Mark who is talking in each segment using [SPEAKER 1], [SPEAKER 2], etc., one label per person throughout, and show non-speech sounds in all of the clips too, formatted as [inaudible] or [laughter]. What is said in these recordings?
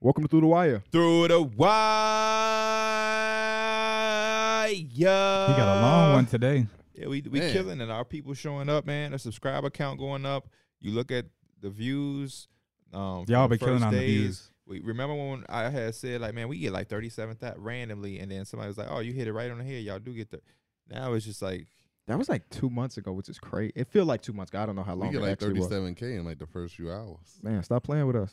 [SPEAKER 1] Welcome to Through the Wire.
[SPEAKER 2] Through the wire. He
[SPEAKER 3] He got a long one today.
[SPEAKER 2] Yeah, we we
[SPEAKER 4] Man.
[SPEAKER 2] killing it. Our people showing up, man. The subscriber count going up. You look at the views. Um,
[SPEAKER 3] Y'all
[SPEAKER 2] from the
[SPEAKER 3] been killing
[SPEAKER 2] first
[SPEAKER 3] on the
[SPEAKER 2] days.
[SPEAKER 3] views.
[SPEAKER 2] We remember when I had said like, man, we get like thirty seven that randomly, and then somebody was like, oh, you hit it right on the head. Y'all do get the. Now it's just like
[SPEAKER 1] That was like two months ago, which is crazy. It feel like two months ago. I don't know how
[SPEAKER 4] We
[SPEAKER 1] long
[SPEAKER 4] get
[SPEAKER 1] it
[SPEAKER 4] like
[SPEAKER 1] actually was.
[SPEAKER 4] 37K in like the first few hours.
[SPEAKER 1] Man, stop playing with us.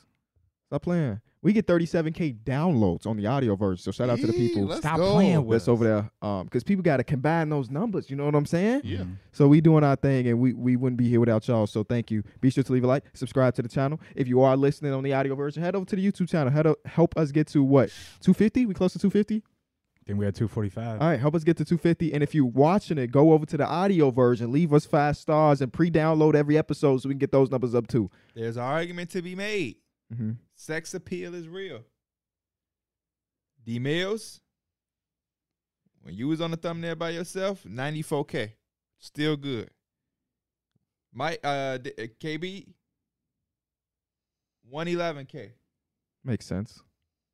[SPEAKER 1] Stop playing. We get 37k downloads on the audio version. So shout out to the
[SPEAKER 4] Yee,
[SPEAKER 1] people
[SPEAKER 4] let's
[SPEAKER 3] Stop
[SPEAKER 4] go.
[SPEAKER 3] playing with
[SPEAKER 1] that's over there, um, because people got to combine those numbers. You know what I'm saying?
[SPEAKER 4] Yeah.
[SPEAKER 1] So we doing our thing, and we we wouldn't be here without y'all. So thank you. Be sure to leave a like, subscribe to the channel. If you are listening on the audio version, head over to the YouTube channel. Head o- help us get to what 250? We close to 250?
[SPEAKER 3] Then we had 245.
[SPEAKER 1] All right, help us get to 250. And if you're watching it, go over to the audio version, leave us five stars, and pre-download every episode so we can get those numbers up too.
[SPEAKER 2] there's an argument to be made.
[SPEAKER 1] Mm-hmm.
[SPEAKER 2] Sex appeal is real. D Mills, when you was on the thumbnail by yourself, 94K. Still good. My uh D- uh, KB 111K.
[SPEAKER 1] Makes sense.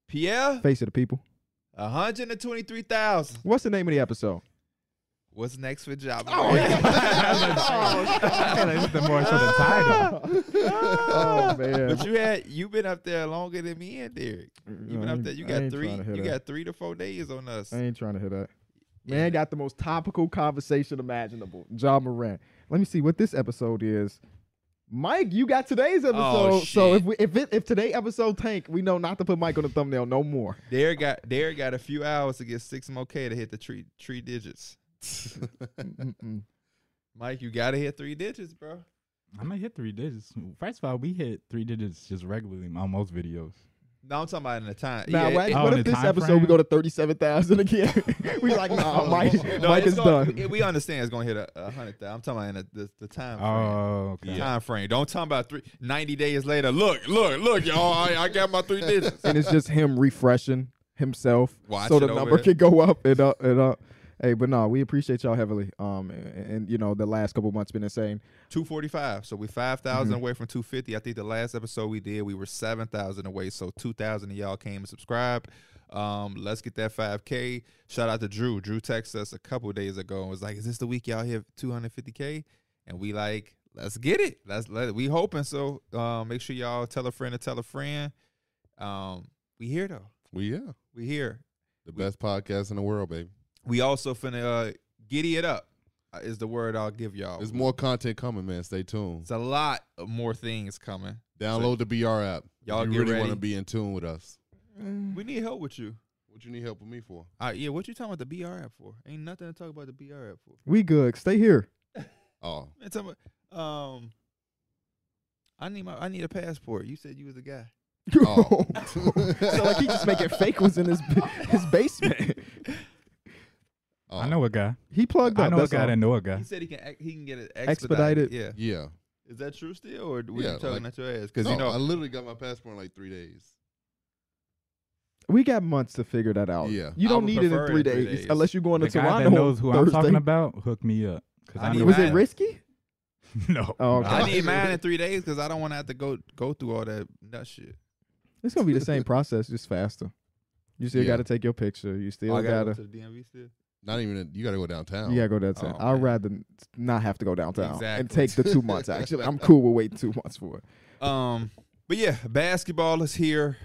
[SPEAKER 2] Pierre
[SPEAKER 1] Face of the people.
[SPEAKER 2] 123,000.
[SPEAKER 1] What's the name of the
[SPEAKER 3] [laughs]
[SPEAKER 1] episode?
[SPEAKER 2] What's next for job?
[SPEAKER 1] [laughs]
[SPEAKER 3] That's the more so the title.
[SPEAKER 1] oh man.
[SPEAKER 2] [laughs] But you had you been up there longer than me and Derek.
[SPEAKER 1] Mm,
[SPEAKER 2] You been up there. You got three. You got three to four days on us.
[SPEAKER 1] I ain't trying to hear that. Man got the most topical conversation imaginable. John Moran. Let me see what this episode is. Mike, you got today's episode. so
[SPEAKER 2] Oh, shit.
[SPEAKER 1] if we, if it, if today episode tank, we know not to put Mike on the thumbnail no more.
[SPEAKER 2] Derek got Derek got a few hours to get six more K to hit the three three digits.
[SPEAKER 1] Mm-mm.
[SPEAKER 2] [laughs] Mike, you gotta hit three digits, bro.
[SPEAKER 3] I'm gonna hit three digits. First of all, we hit three digits just regularly on most videos.
[SPEAKER 2] No, I'm talking about in the time.
[SPEAKER 1] Now,
[SPEAKER 2] Yeah,
[SPEAKER 1] what,
[SPEAKER 2] it-
[SPEAKER 3] Oh,
[SPEAKER 1] what
[SPEAKER 3] in
[SPEAKER 1] if
[SPEAKER 3] the
[SPEAKER 1] this
[SPEAKER 3] time
[SPEAKER 1] episode we
[SPEAKER 3] frame?
[SPEAKER 1] go to thirty-seven thousand again? [laughs] we like,
[SPEAKER 2] [laughs]
[SPEAKER 1] nah, Mike,
[SPEAKER 2] no,
[SPEAKER 1] Mike
[SPEAKER 2] it's
[SPEAKER 1] is
[SPEAKER 2] gonna-
[SPEAKER 1] done.
[SPEAKER 2] it- We understand it's gonna hit a, a hundred thousand. I'm talking about in the, the, the time frame.
[SPEAKER 3] Oh, okay.
[SPEAKER 2] Time frame. Don't talk about three, 90 days later. Look, look, look, y'all. I, I got my three digits.
[SPEAKER 1] and it's just him refreshing himself
[SPEAKER 2] Watch
[SPEAKER 1] so
[SPEAKER 2] it
[SPEAKER 1] the
[SPEAKER 2] over
[SPEAKER 1] number
[SPEAKER 2] there.
[SPEAKER 1] can go up and up and up. Hey, but no, we appreciate y'all heavily. Um, and, and, you know the last couple months been insane.
[SPEAKER 2] 245. So we 5,000 away from 250. I think the last episode we did, we were 7,000 away. So 2,000 of y'all came and subscribed. Um, let's get that 5K. Shout out to Drew. Drew texted us a couple days ago and was like, "Is this the week y'all hit 250K?" And we like, "Let's get it. Let's let we hoping." So um, make sure y'all tell a friend to tell a friend. Um, we here though.
[SPEAKER 4] Well, yeah.
[SPEAKER 2] We here.
[SPEAKER 4] The best podcast in the world, baby.
[SPEAKER 2] We also finna uh, giddy it up. uh, Is the word I'll give y'all.
[SPEAKER 4] There's more content coming, man. Stay tuned.
[SPEAKER 2] It's a lot of more things coming.
[SPEAKER 4] Download the BR app. if
[SPEAKER 2] Y'all
[SPEAKER 4] you
[SPEAKER 2] get
[SPEAKER 4] really
[SPEAKER 2] ready.
[SPEAKER 4] want to be in tune with us.
[SPEAKER 2] We need help with you.
[SPEAKER 4] What you need help with me for?
[SPEAKER 2] Uh, yeah, what you talking about the BR app for? Ain't nothing to talk about the BR app for.
[SPEAKER 1] We good. Stay here.
[SPEAKER 4] Oh,
[SPEAKER 2] Man, tell me, um, I need my I need a passport. You said you was a guy. [laughs]
[SPEAKER 4] Oh.
[SPEAKER 1] [laughs] so like he just making fake ones in his his basement.
[SPEAKER 4] oh.
[SPEAKER 3] I know a guy.
[SPEAKER 1] He plugged up.
[SPEAKER 3] I know a
[SPEAKER 1] that's
[SPEAKER 3] guy
[SPEAKER 1] all.
[SPEAKER 3] that know a guy.
[SPEAKER 2] He said he can ex- he can get it expedited.
[SPEAKER 1] Expedited.
[SPEAKER 2] Yeah,
[SPEAKER 4] Yeah.
[SPEAKER 2] is that true still, or were
[SPEAKER 4] Yeah,
[SPEAKER 2] you talking
[SPEAKER 4] like-
[SPEAKER 2] at your ass? Because
[SPEAKER 4] No,
[SPEAKER 2] you know,
[SPEAKER 4] I literally got my passport in like three days.
[SPEAKER 1] We got months to figure that out.
[SPEAKER 4] Yeah.
[SPEAKER 1] you
[SPEAKER 2] I
[SPEAKER 1] don't
[SPEAKER 2] would
[SPEAKER 1] need it in
[SPEAKER 2] prefer
[SPEAKER 1] three days, unless you're going
[SPEAKER 3] The
[SPEAKER 1] to
[SPEAKER 3] guy
[SPEAKER 1] Toronto.
[SPEAKER 3] that knows who I'm
[SPEAKER 1] Thursday.
[SPEAKER 3] talking about, hook me up. 'cause
[SPEAKER 2] I
[SPEAKER 3] I
[SPEAKER 2] need
[SPEAKER 3] know
[SPEAKER 1] Was
[SPEAKER 2] Mine.
[SPEAKER 1] it risky?
[SPEAKER 3] [laughs] no.
[SPEAKER 1] Oh, okay.
[SPEAKER 2] I need mine in three days because I don't want to have to go go through all that nut shit.
[SPEAKER 1] It's gonna be the same process, just faster. You still
[SPEAKER 4] Yeah.
[SPEAKER 1] got to take your picture. You still
[SPEAKER 2] Oh, I
[SPEAKER 1] gotta.
[SPEAKER 2] gotta go to the DMV still.
[SPEAKER 4] Not even, you got to go downtown.
[SPEAKER 1] You gotta go downtown.
[SPEAKER 2] Oh,
[SPEAKER 1] I'd
[SPEAKER 2] man.
[SPEAKER 1] rather n- not have to go downtown and
[SPEAKER 2] Exactly.
[SPEAKER 1] take the two
[SPEAKER 2] [laughs]
[SPEAKER 1] months. Actually, I'm cool with waiting two months for it.
[SPEAKER 2] Um, but yeah, basketball is here.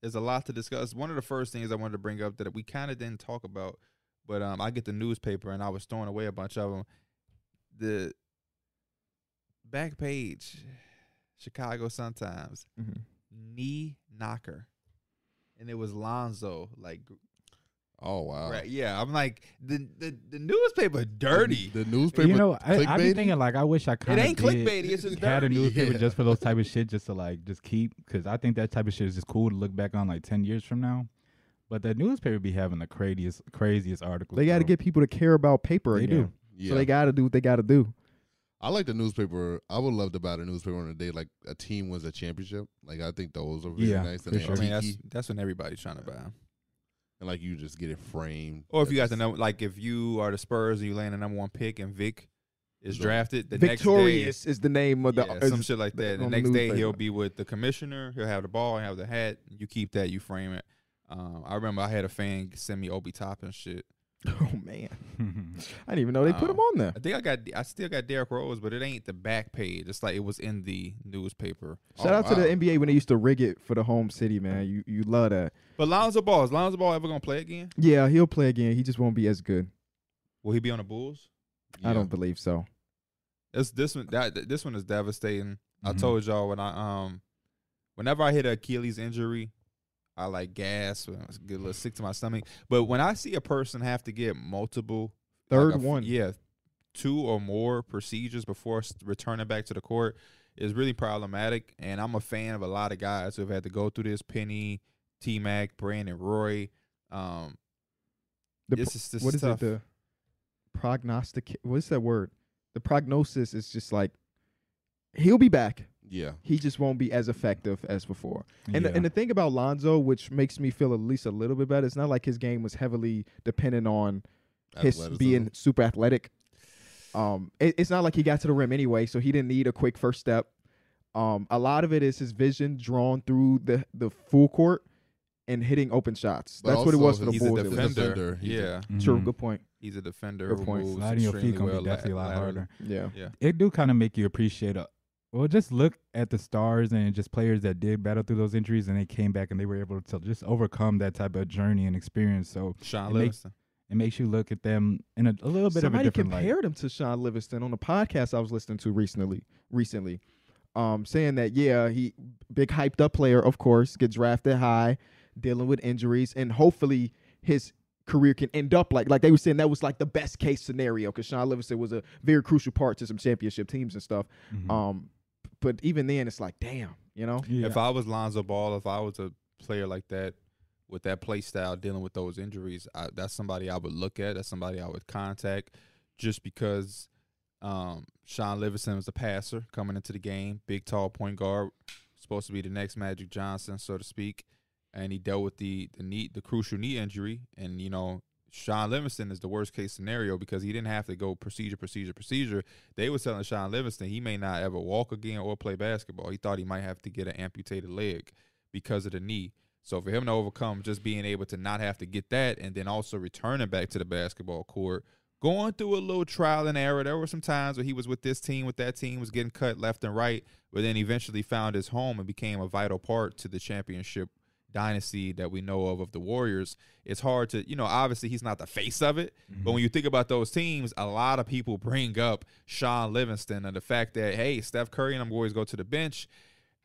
[SPEAKER 2] There's a lot to discuss. One of the first things I wanted to bring up that we kind of didn't talk about, but um, I get the newspaper and I was throwing away a bunch of them. The back page, Chicago Sun Times, knee knocker, and it was Lonzo. Like,
[SPEAKER 4] Oh, wow.
[SPEAKER 2] right, yeah, I'm like the the, the newspaper dirty.
[SPEAKER 4] The newspaper.
[SPEAKER 3] You know, I, I be
[SPEAKER 4] clickbaity?
[SPEAKER 3] thinking like I wish I
[SPEAKER 2] It
[SPEAKER 3] kind of
[SPEAKER 2] ain't clickbaity. It's just
[SPEAKER 3] had a
[SPEAKER 2] dirty.
[SPEAKER 3] newspaper
[SPEAKER 4] Yeah.
[SPEAKER 3] just for those type of shit, just to like just keep, because I think that type of shit is just cool to look back on like ten years from now. But that newspaper be having the craziest, craziest articles.
[SPEAKER 1] They got to
[SPEAKER 3] bro.
[SPEAKER 1] get people to care about paper
[SPEAKER 3] They
[SPEAKER 1] again.
[SPEAKER 3] do.
[SPEAKER 4] yeah.
[SPEAKER 1] So they got to do what they got to do.
[SPEAKER 4] I like the newspaper. I would love to buy the newspaper on a day like a team wins a championship. Like I think those are very
[SPEAKER 3] Yeah,
[SPEAKER 4] nice
[SPEAKER 3] for
[SPEAKER 4] and,
[SPEAKER 3] sure.
[SPEAKER 2] I mean, that's
[SPEAKER 4] antique,
[SPEAKER 2] that's when everybody's trying to buy 'em.
[SPEAKER 4] and like you just get it framed.
[SPEAKER 2] Or if you got
[SPEAKER 4] That's
[SPEAKER 2] the number, like if you are the Spurs and you land a number one pick and Vic is
[SPEAKER 4] So-
[SPEAKER 2] drafted the
[SPEAKER 1] Victorious is the name of
[SPEAKER 2] next day.
[SPEAKER 1] the
[SPEAKER 2] yeah,
[SPEAKER 1] is-
[SPEAKER 2] some shit like that. The
[SPEAKER 1] on the
[SPEAKER 2] next day
[SPEAKER 1] newspaper.
[SPEAKER 2] he'll be with the commissioner. He'll have the ball and have the hat. You keep that. You frame it. Um, I remember I had a fan send me Obi Toppin shit.
[SPEAKER 1] [laughs] Oh man,
[SPEAKER 3] [laughs]
[SPEAKER 1] I didn't even know they put
[SPEAKER 2] Wow.
[SPEAKER 1] him on there.
[SPEAKER 2] I think I got I still got Derrick Rose, but it ain't the back page. It's like it was in the newspaper.
[SPEAKER 1] Shout
[SPEAKER 4] Oh,
[SPEAKER 1] out to
[SPEAKER 4] wow.
[SPEAKER 1] the NBA when they used to rig it for the home city, man. You you love that.
[SPEAKER 2] But Lonzo Ball is Lonzo Ball ever gonna play again?
[SPEAKER 1] Yeah, he'll play again. He just won't be as good.
[SPEAKER 2] Will he be on the Bulls?
[SPEAKER 1] I
[SPEAKER 4] Yeah.
[SPEAKER 1] don't believe so.
[SPEAKER 2] This this one that this one is devastating. I
[SPEAKER 1] Mm-hmm.
[SPEAKER 3] Mhm.
[SPEAKER 2] told y'all when I um whenever I hit an Achilles injury, I like gasp and I get a little sick to my stomach. But when I see a person have to get multiple like
[SPEAKER 1] Third
[SPEAKER 2] a f-
[SPEAKER 1] one.
[SPEAKER 2] yeah, two or more procedures before s- returning back to the court is really problematic. And I'm a fan of a lot of guys who have had to go through this. Penny, T Mac, Brandon, Roy. Um,
[SPEAKER 1] The
[SPEAKER 2] this
[SPEAKER 1] pro-
[SPEAKER 2] is this
[SPEAKER 1] what
[SPEAKER 2] is
[SPEAKER 1] is
[SPEAKER 2] tough.
[SPEAKER 1] it? The prognostic. What's that word? The prognosis is just like he'll be back.
[SPEAKER 4] Yeah.
[SPEAKER 1] He just won't be as effective as before. And
[SPEAKER 3] Yeah.
[SPEAKER 1] the, and the thing about Lonzo, which makes me feel at least a little bit better, it's not like his game was heavily dependent on his
[SPEAKER 4] Athleticism.
[SPEAKER 1] being super athletic. Um, it- it's not like he got to the rim anyway, so he didn't need a quick first step. Um, a lot of it is his vision drawn through the the full court and hitting open shots.
[SPEAKER 4] But
[SPEAKER 1] That's what it
[SPEAKER 4] also
[SPEAKER 1] was for the
[SPEAKER 4] his-
[SPEAKER 2] He's a
[SPEAKER 1] Bulls. at
[SPEAKER 4] He's
[SPEAKER 2] defender.
[SPEAKER 4] a
[SPEAKER 1] least.
[SPEAKER 4] defender. He's a-
[SPEAKER 2] yeah,
[SPEAKER 3] Mhm.
[SPEAKER 1] True, good point.
[SPEAKER 2] he's a defender
[SPEAKER 1] Good
[SPEAKER 2] who
[SPEAKER 1] point.
[SPEAKER 2] moves
[SPEAKER 3] Sliding your feet
[SPEAKER 2] extremely
[SPEAKER 3] gonna
[SPEAKER 2] well
[SPEAKER 3] be definitely a lot
[SPEAKER 2] laterally.
[SPEAKER 3] harder.
[SPEAKER 1] Yeah.
[SPEAKER 3] It do kind of make you appreciate a, well, just look at the stars and just players that did battle through those injuries and they came back and they were able to just overcome that type of journey and experience. So
[SPEAKER 2] Sean
[SPEAKER 3] It makes-
[SPEAKER 2] Livingston.
[SPEAKER 3] it makes you look at them in a, a little bit
[SPEAKER 1] Somebody
[SPEAKER 3] of a different light.
[SPEAKER 1] compared him to Sean Livingston on a podcast I was listening to recently. Recently, um, saying that yeah, he big hyped up player, of course, get drafted high, dealing with injuries, and hopefully his career can end up like like they were saying that was like the best case scenario because Sean Livingston was a very crucial part to some championship teams and stuff.
[SPEAKER 3] Mhm.
[SPEAKER 1] Um, but even then, it's like damn, you know,
[SPEAKER 3] Yeah.
[SPEAKER 2] If I was Lonzo Ball, if I was a player like that with that play style dealing with those injuries, I, that's somebody I would look at. That's somebody I would contact just because um, Sean Livingston was a passer coming into the game, big, tall point guard, supposed to be the next Magic Johnson, so to speak. And he dealt with the the knee, the crucial knee injury, and you know Sean Livingston is the worst case scenario because he didn't have to go procedure, procedure, procedure. They were telling Sean Livingston he may not ever walk again or play basketball. He thought he might have to get an amputated leg because of the knee. So for him to overcome just being able to not have to get that and then also returning back to the basketball court, going through a little trial and error. There were some times where he was with this team, with that team, was getting cut left and right, but then eventually found his home and became a vital part to the championship dynasty that we know of of the Warriors. It's hard to, you know, obviously he's not the face of it, but
[SPEAKER 3] Mm-hmm.
[SPEAKER 2] when you think about those teams, a lot of people bring up Sean Livingston and the fact that hey, Steph Curry and I'm always go to the bench.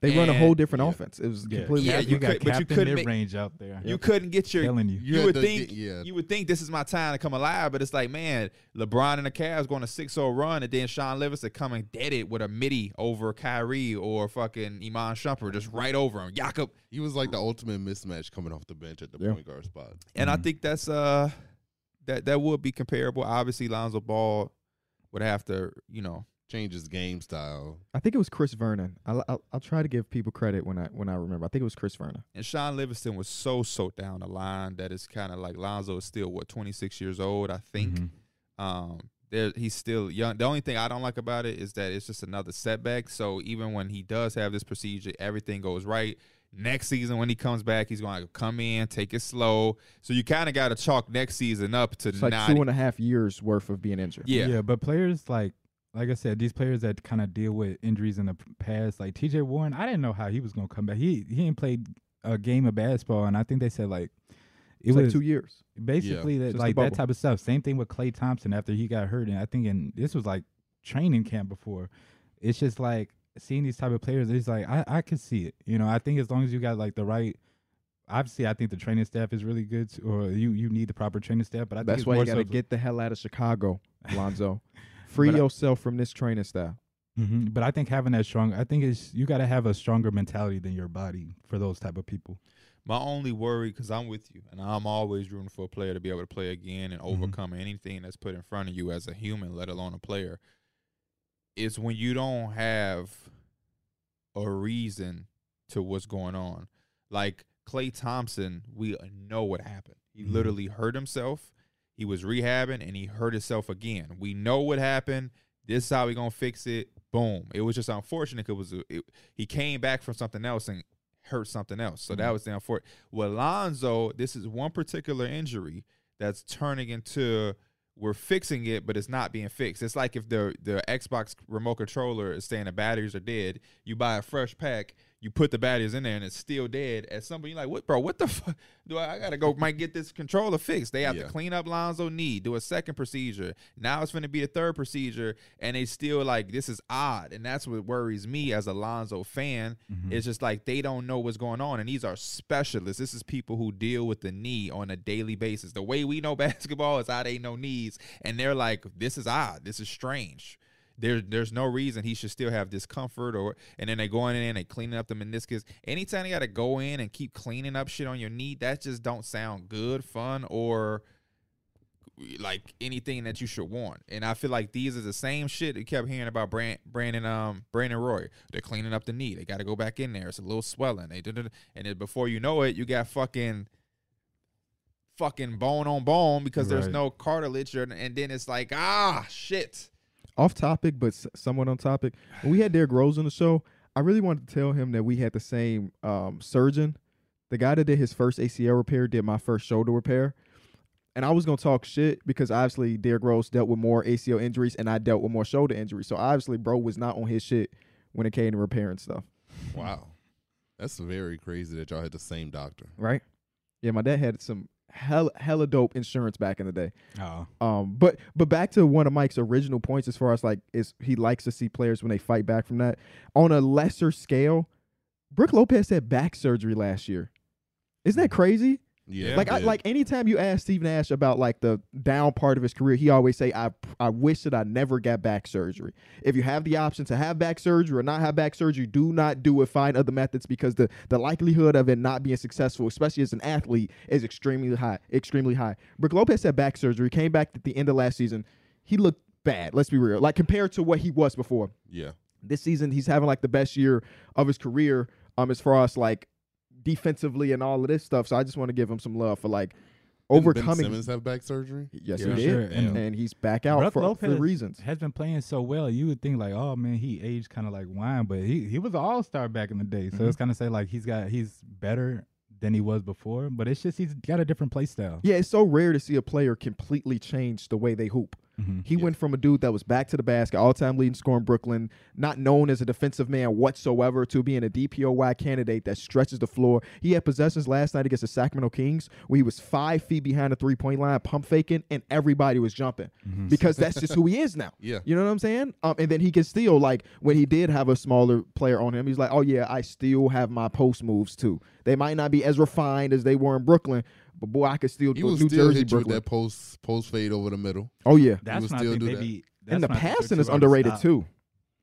[SPEAKER 1] they run a
[SPEAKER 2] And-
[SPEAKER 1] whole different
[SPEAKER 4] yeah.
[SPEAKER 1] offense. It was
[SPEAKER 3] Yeah.
[SPEAKER 1] completely
[SPEAKER 2] Yeah,
[SPEAKER 3] Mm-hmm. you,
[SPEAKER 2] you
[SPEAKER 3] got
[SPEAKER 2] could- but you
[SPEAKER 3] Captain
[SPEAKER 2] couldn't make-
[SPEAKER 3] mid-range out there.
[SPEAKER 2] You couldn't get your
[SPEAKER 3] Telling you.
[SPEAKER 2] you
[SPEAKER 4] Yeah,
[SPEAKER 2] would
[SPEAKER 4] the-
[SPEAKER 2] think
[SPEAKER 4] yeah.
[SPEAKER 2] you would think this is my time to come alive, but it's like, man, LeBron and the Cavs going a 6-0 run, and then Sean Livingston coming dead it with a midi over Kyrie or fucking Iman Shumpert, just right over him. Jakob.
[SPEAKER 4] He was like the ultimate mismatch coming off the bench at the
[SPEAKER 1] Yeah.
[SPEAKER 4] point guard spot.
[SPEAKER 2] And I
[SPEAKER 3] Mhm.
[SPEAKER 2] think that's uh that that would be comparable. Obviously, Lonzo Ball would have to, you know,
[SPEAKER 4] Changes game style.
[SPEAKER 1] I think it was Chris Vernon. I'll, I'll, I'll try to give people credit when I when I remember. I think it was Chris Vernon.
[SPEAKER 2] and Sean Livingston was so so down the line that it's kind of like Lonzo is still what 26 years old, I think.
[SPEAKER 3] Mhm.
[SPEAKER 1] Mm-hmm.
[SPEAKER 2] Um, there he's still young. The only thing I don't like about it is that it's just another setback. So even when he does have this procedure, everything goes right. Next season when he comes back, he's going to come in, take it slow. So you kind of got to chalk next season up to
[SPEAKER 1] It's like
[SPEAKER 2] not.
[SPEAKER 1] two and a half years worth of being injured.
[SPEAKER 2] yeah.
[SPEAKER 3] yeah, but players like like I said, these players that kind of deal with injuries in the p- past, like T.J. Warren, I didn't know how he was gonna come back. He he ain't played a game of basketball, and I think they said like it
[SPEAKER 1] It's like
[SPEAKER 3] was
[SPEAKER 1] two years.
[SPEAKER 3] basically
[SPEAKER 1] Just
[SPEAKER 3] that
[SPEAKER 1] the
[SPEAKER 3] like that
[SPEAKER 1] bubble.
[SPEAKER 3] type of stuff. Same thing with Clay Thompson after he got hurt, and I think in this was like training camp before. It's just like seeing these type of players. It's like I I can see it. You know, I think as long as you got like the right. Obviously, I think the training staff is really good, too, or you you need the proper training staff. But I think
[SPEAKER 1] That's
[SPEAKER 3] it's
[SPEAKER 1] why you
[SPEAKER 3] more
[SPEAKER 1] got to
[SPEAKER 3] so-
[SPEAKER 1] get the hell out of
[SPEAKER 3] [laughs]
[SPEAKER 1] Chicago, Lonzo. Free
[SPEAKER 3] But I-
[SPEAKER 1] yourself from this training style.
[SPEAKER 3] hmm But I think having that strong, I think it's you got to have a stronger mentality than your body for those type of people.
[SPEAKER 2] My only worry, because I'm with you, and I'm always rooting for a player to be able to play again and overcome anything that's put in front of you as a human, let alone a player, is when you don't have a reason to what's going on. Like Clay Thompson, we know what happened. He
[SPEAKER 3] Mhm.
[SPEAKER 2] literally hurt himself. He was rehabbing and he hurt himself again. We know what happened. This is how we gonna fix it. Boom. It was just unfortunate 'cause it was a- it- he came back from something else and hurt something else. So that was the unfortunate. With Lonzo, this is one particular injury that's turning into we're fixing it, but it's not being fixed. It's like if the the Xbox remote controller is saying the batteries are dead, you buy a fresh pack, you put the batteries in there, and it's still dead. At some point, you're like, "What, bro? What the fuck? [laughs] Do I, I gotta go? Might get this controller fixed? They have
[SPEAKER 4] Yeah.
[SPEAKER 2] to clean up Lonzo knee, do a second procedure. Now it's gonna be the third procedure, and they still like this is odd, and that's what worries me as a Lonzo fan.
[SPEAKER 3] Mhm.
[SPEAKER 2] It's just like they don't know what's going on, and these are specialists. This is people who deal with the knee on a daily basis. The way we know [laughs] basketball is how they know knees, and they're like, "This is odd. This is strange. There, there's no reason he should still have discomfort." Or and then they go in and they cleaning up the meniscus. Anytime you got to go in and keep cleaning up shit on your knee, that just don't sound good, fun, or like anything that you should want. And I feel like these are the same shit you kept hearing about Brand, Brandon, um, Brandon Roy. They're cleaning up the knee. They got to go back in there. It's a little swelling. They did and then before you know it, you got fucking, fucking bone on bone because there's
[SPEAKER 3] Right.
[SPEAKER 2] no cartilage, and, and then it's like ah shit.
[SPEAKER 1] off topic, but s- somewhat on topic. When we had Derrick Rose on the show, I really wanted to tell him that we had the same um, surgeon. The guy that did his first ACL repair did my first shoulder repair. And I was going to talk shit because obviously Derrick Rose dealt with more ACL injuries and I dealt with more shoulder injuries. So obviously, bro was not on his shit when it came to repairing stuff.
[SPEAKER 4] Wow, that's very crazy that y'all had the same doctor.
[SPEAKER 1] Right? Yeah, my dad had some hella, hella dope insurance back in the day.
[SPEAKER 3] Oh,
[SPEAKER 1] Um, but but back to one of Mike's original points as far as like is he likes to see players when they fight back from that. On a lesser scale, Brooke Lopez had back surgery last year. Isn't that crazy?
[SPEAKER 4] Yeah,
[SPEAKER 1] like I,
[SPEAKER 4] man.
[SPEAKER 1] like anytime you ask Steve Nash about like the down part of his career, he always say I I wish that I never got back surgery. If you have the option to have back surgery or not have back surgery, do not do it. Find other methods because the the likelihood of it not being successful, especially as an athlete, is extremely high. Extremely high. Brooke Lopez had back surgery, came back at the end of last season. He looked bad. Let's be real. Like compared to what he was before
[SPEAKER 4] yeah,
[SPEAKER 1] this season he's having like the best year of his career um as far as like defensively and all of this stuff so i just want to give him some love for like
[SPEAKER 4] Didn't Ben
[SPEAKER 1] overcoming
[SPEAKER 4] Simmons have back surgery.
[SPEAKER 1] yes
[SPEAKER 3] Yeah.
[SPEAKER 1] he
[SPEAKER 3] Sure,
[SPEAKER 1] did
[SPEAKER 3] and-
[SPEAKER 1] and he's back out
[SPEAKER 3] Brook
[SPEAKER 1] for, for
[SPEAKER 3] Lopez-
[SPEAKER 1] reasons
[SPEAKER 3] has been playing so well. You would think like, oh man, he aged kind of like wine, but he he was an all star back in the day. So it's kind of say like he's got he's better than he was before, but it's just he's got a different play style.
[SPEAKER 1] yeah it's so rare to see a player completely change the way they hoop
[SPEAKER 3] Mhm.
[SPEAKER 1] He went from a dude that was back to the basket, all time leading scorer in Brooklyn, not known as a defensive man whatsoever, to being a DPOY candidate that stretches the floor. He had possessions last night against the Sacramento Kings where he was five feet behind the three point line, pump faking, and everybody was jumping because that's just who he is now.
[SPEAKER 4] Mm-hmm. [laughs] Yeah.
[SPEAKER 1] You know what I'm saying? Um, and then he can still, like, when he did have a smaller player on him, he's like, oh, yeah, I still have my post moves too. They might not be as refined as they were in Brooklyn, but boy, I could still
[SPEAKER 4] He
[SPEAKER 1] do
[SPEAKER 4] was
[SPEAKER 1] New
[SPEAKER 4] still
[SPEAKER 1] Jersey,
[SPEAKER 4] hit you with
[SPEAKER 1] Brooklyn.
[SPEAKER 4] that post post fade over the middle.
[SPEAKER 1] Oh, yeah.
[SPEAKER 3] That's
[SPEAKER 4] would
[SPEAKER 3] when I
[SPEAKER 4] still
[SPEAKER 3] think
[SPEAKER 4] do
[SPEAKER 3] they
[SPEAKER 4] that.
[SPEAKER 3] be- that's
[SPEAKER 1] And the
[SPEAKER 3] when I think they're
[SPEAKER 1] passing is
[SPEAKER 3] too hard to
[SPEAKER 1] underrated
[SPEAKER 3] stop,
[SPEAKER 1] too.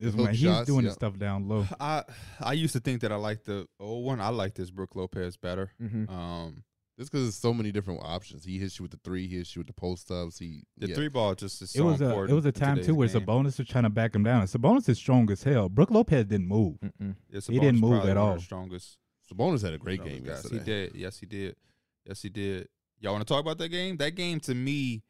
[SPEAKER 3] Is
[SPEAKER 4] Hook
[SPEAKER 3] when he's
[SPEAKER 4] shots,
[SPEAKER 3] doing
[SPEAKER 4] yeah.
[SPEAKER 3] his stuff down [laughs] low.
[SPEAKER 2] I I used to think that I liked the old one. I like this Brooke Lopez better.
[SPEAKER 1] Mm-hmm.
[SPEAKER 2] Um,
[SPEAKER 4] Just because there's so many different options. He hits you with the three. He hits you with the post ups. He
[SPEAKER 2] the
[SPEAKER 4] yeah.
[SPEAKER 2] three ball just is
[SPEAKER 3] It
[SPEAKER 2] so
[SPEAKER 3] was a
[SPEAKER 2] important.
[SPEAKER 3] it was a
[SPEAKER 2] in
[SPEAKER 3] time
[SPEAKER 2] today's
[SPEAKER 3] too where
[SPEAKER 2] game.
[SPEAKER 3] Sabonis was trying to back him down. Sabonis is strong as hell. Brooke Lopez didn't move.
[SPEAKER 1] Mm-hmm.
[SPEAKER 2] Yeah,
[SPEAKER 3] he didn't
[SPEAKER 2] Sabonis
[SPEAKER 3] move
[SPEAKER 2] probably
[SPEAKER 3] at
[SPEAKER 2] one of
[SPEAKER 3] all.
[SPEAKER 2] The strongest.
[SPEAKER 4] Sabonis had a great
[SPEAKER 2] No,
[SPEAKER 4] game
[SPEAKER 2] guys,
[SPEAKER 4] yesterday.
[SPEAKER 2] Oh He did. Yes, he did. Yes, he did. Y'all want to talk about that game? That game to me,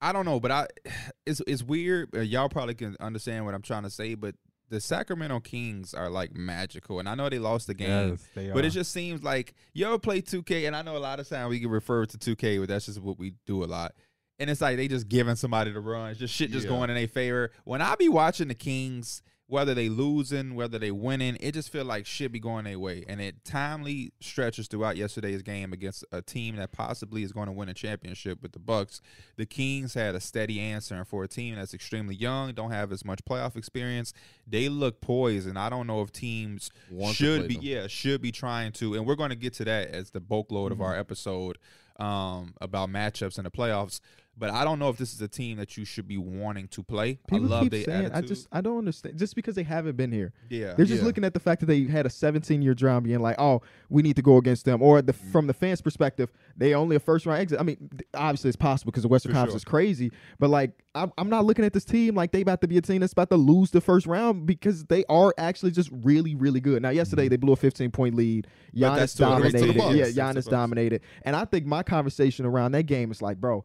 [SPEAKER 2] I don't know, but I, [sighs] it's it's weird. uh, Y'all probably can understand what I'm trying to say, but the Sacramento Kings are like magical, and I know they lost the game.
[SPEAKER 3] Yes, they
[SPEAKER 2] But
[SPEAKER 3] are.
[SPEAKER 2] it just seems like you ever play 2K, and I know a lot of time we can refer to 2K, but that's just what we do a lot. And it's like they just giving somebody the run. It's just shit just
[SPEAKER 4] Yeah.
[SPEAKER 2] going in their favor. When I be watching the Kings, whether they losing, whether they winning, it just feel like shit be going their way. And it timely stretches throughout yesterday's game against a team that possibly is going to win a championship with the Bucks. The Kings had a steady answer, and for a team that's extremely young, don't have as much playoff experience, they look poised. And I don't know if teams
[SPEAKER 4] Want to
[SPEAKER 2] should
[SPEAKER 4] play
[SPEAKER 2] be
[SPEAKER 4] them.
[SPEAKER 2] yeah should be trying to and we're going to get to that as the bulk load of
[SPEAKER 1] Mm-hmm.
[SPEAKER 2] our episode um about matchups in the playoffs but i don't know if this is a team that you should be wanting to play
[SPEAKER 1] People
[SPEAKER 2] i love
[SPEAKER 1] keep
[SPEAKER 2] their
[SPEAKER 1] saying
[SPEAKER 2] attitude
[SPEAKER 1] I just I don't understand just because they haven't been here.
[SPEAKER 2] yeah
[SPEAKER 1] They're just
[SPEAKER 4] Yeah.
[SPEAKER 1] looking at the fact that they had a 17 year drought being like, oh, we need to go against them. Or the
[SPEAKER 2] Mm-hmm.
[SPEAKER 1] from the fans' perspective, they only a first round exit. I mean, th- obviously it's possible because the Western
[SPEAKER 2] For
[SPEAKER 1] Conference
[SPEAKER 2] sure.
[SPEAKER 1] is crazy. But like, I'm, I'm not looking at this team like they about to be a team that's about to lose the first round because they are actually just really really good. Now yesterday they blew a 15 point lead.
[SPEAKER 2] Mm-hmm. But that's
[SPEAKER 1] Giannis
[SPEAKER 2] to a-
[SPEAKER 4] that's to the
[SPEAKER 1] dominated.
[SPEAKER 4] Bucks.
[SPEAKER 1] Yeah,
[SPEAKER 2] That's to the
[SPEAKER 1] Giannis
[SPEAKER 2] Bucks.
[SPEAKER 1] dominated. And I think my conversation around that game is like, bro,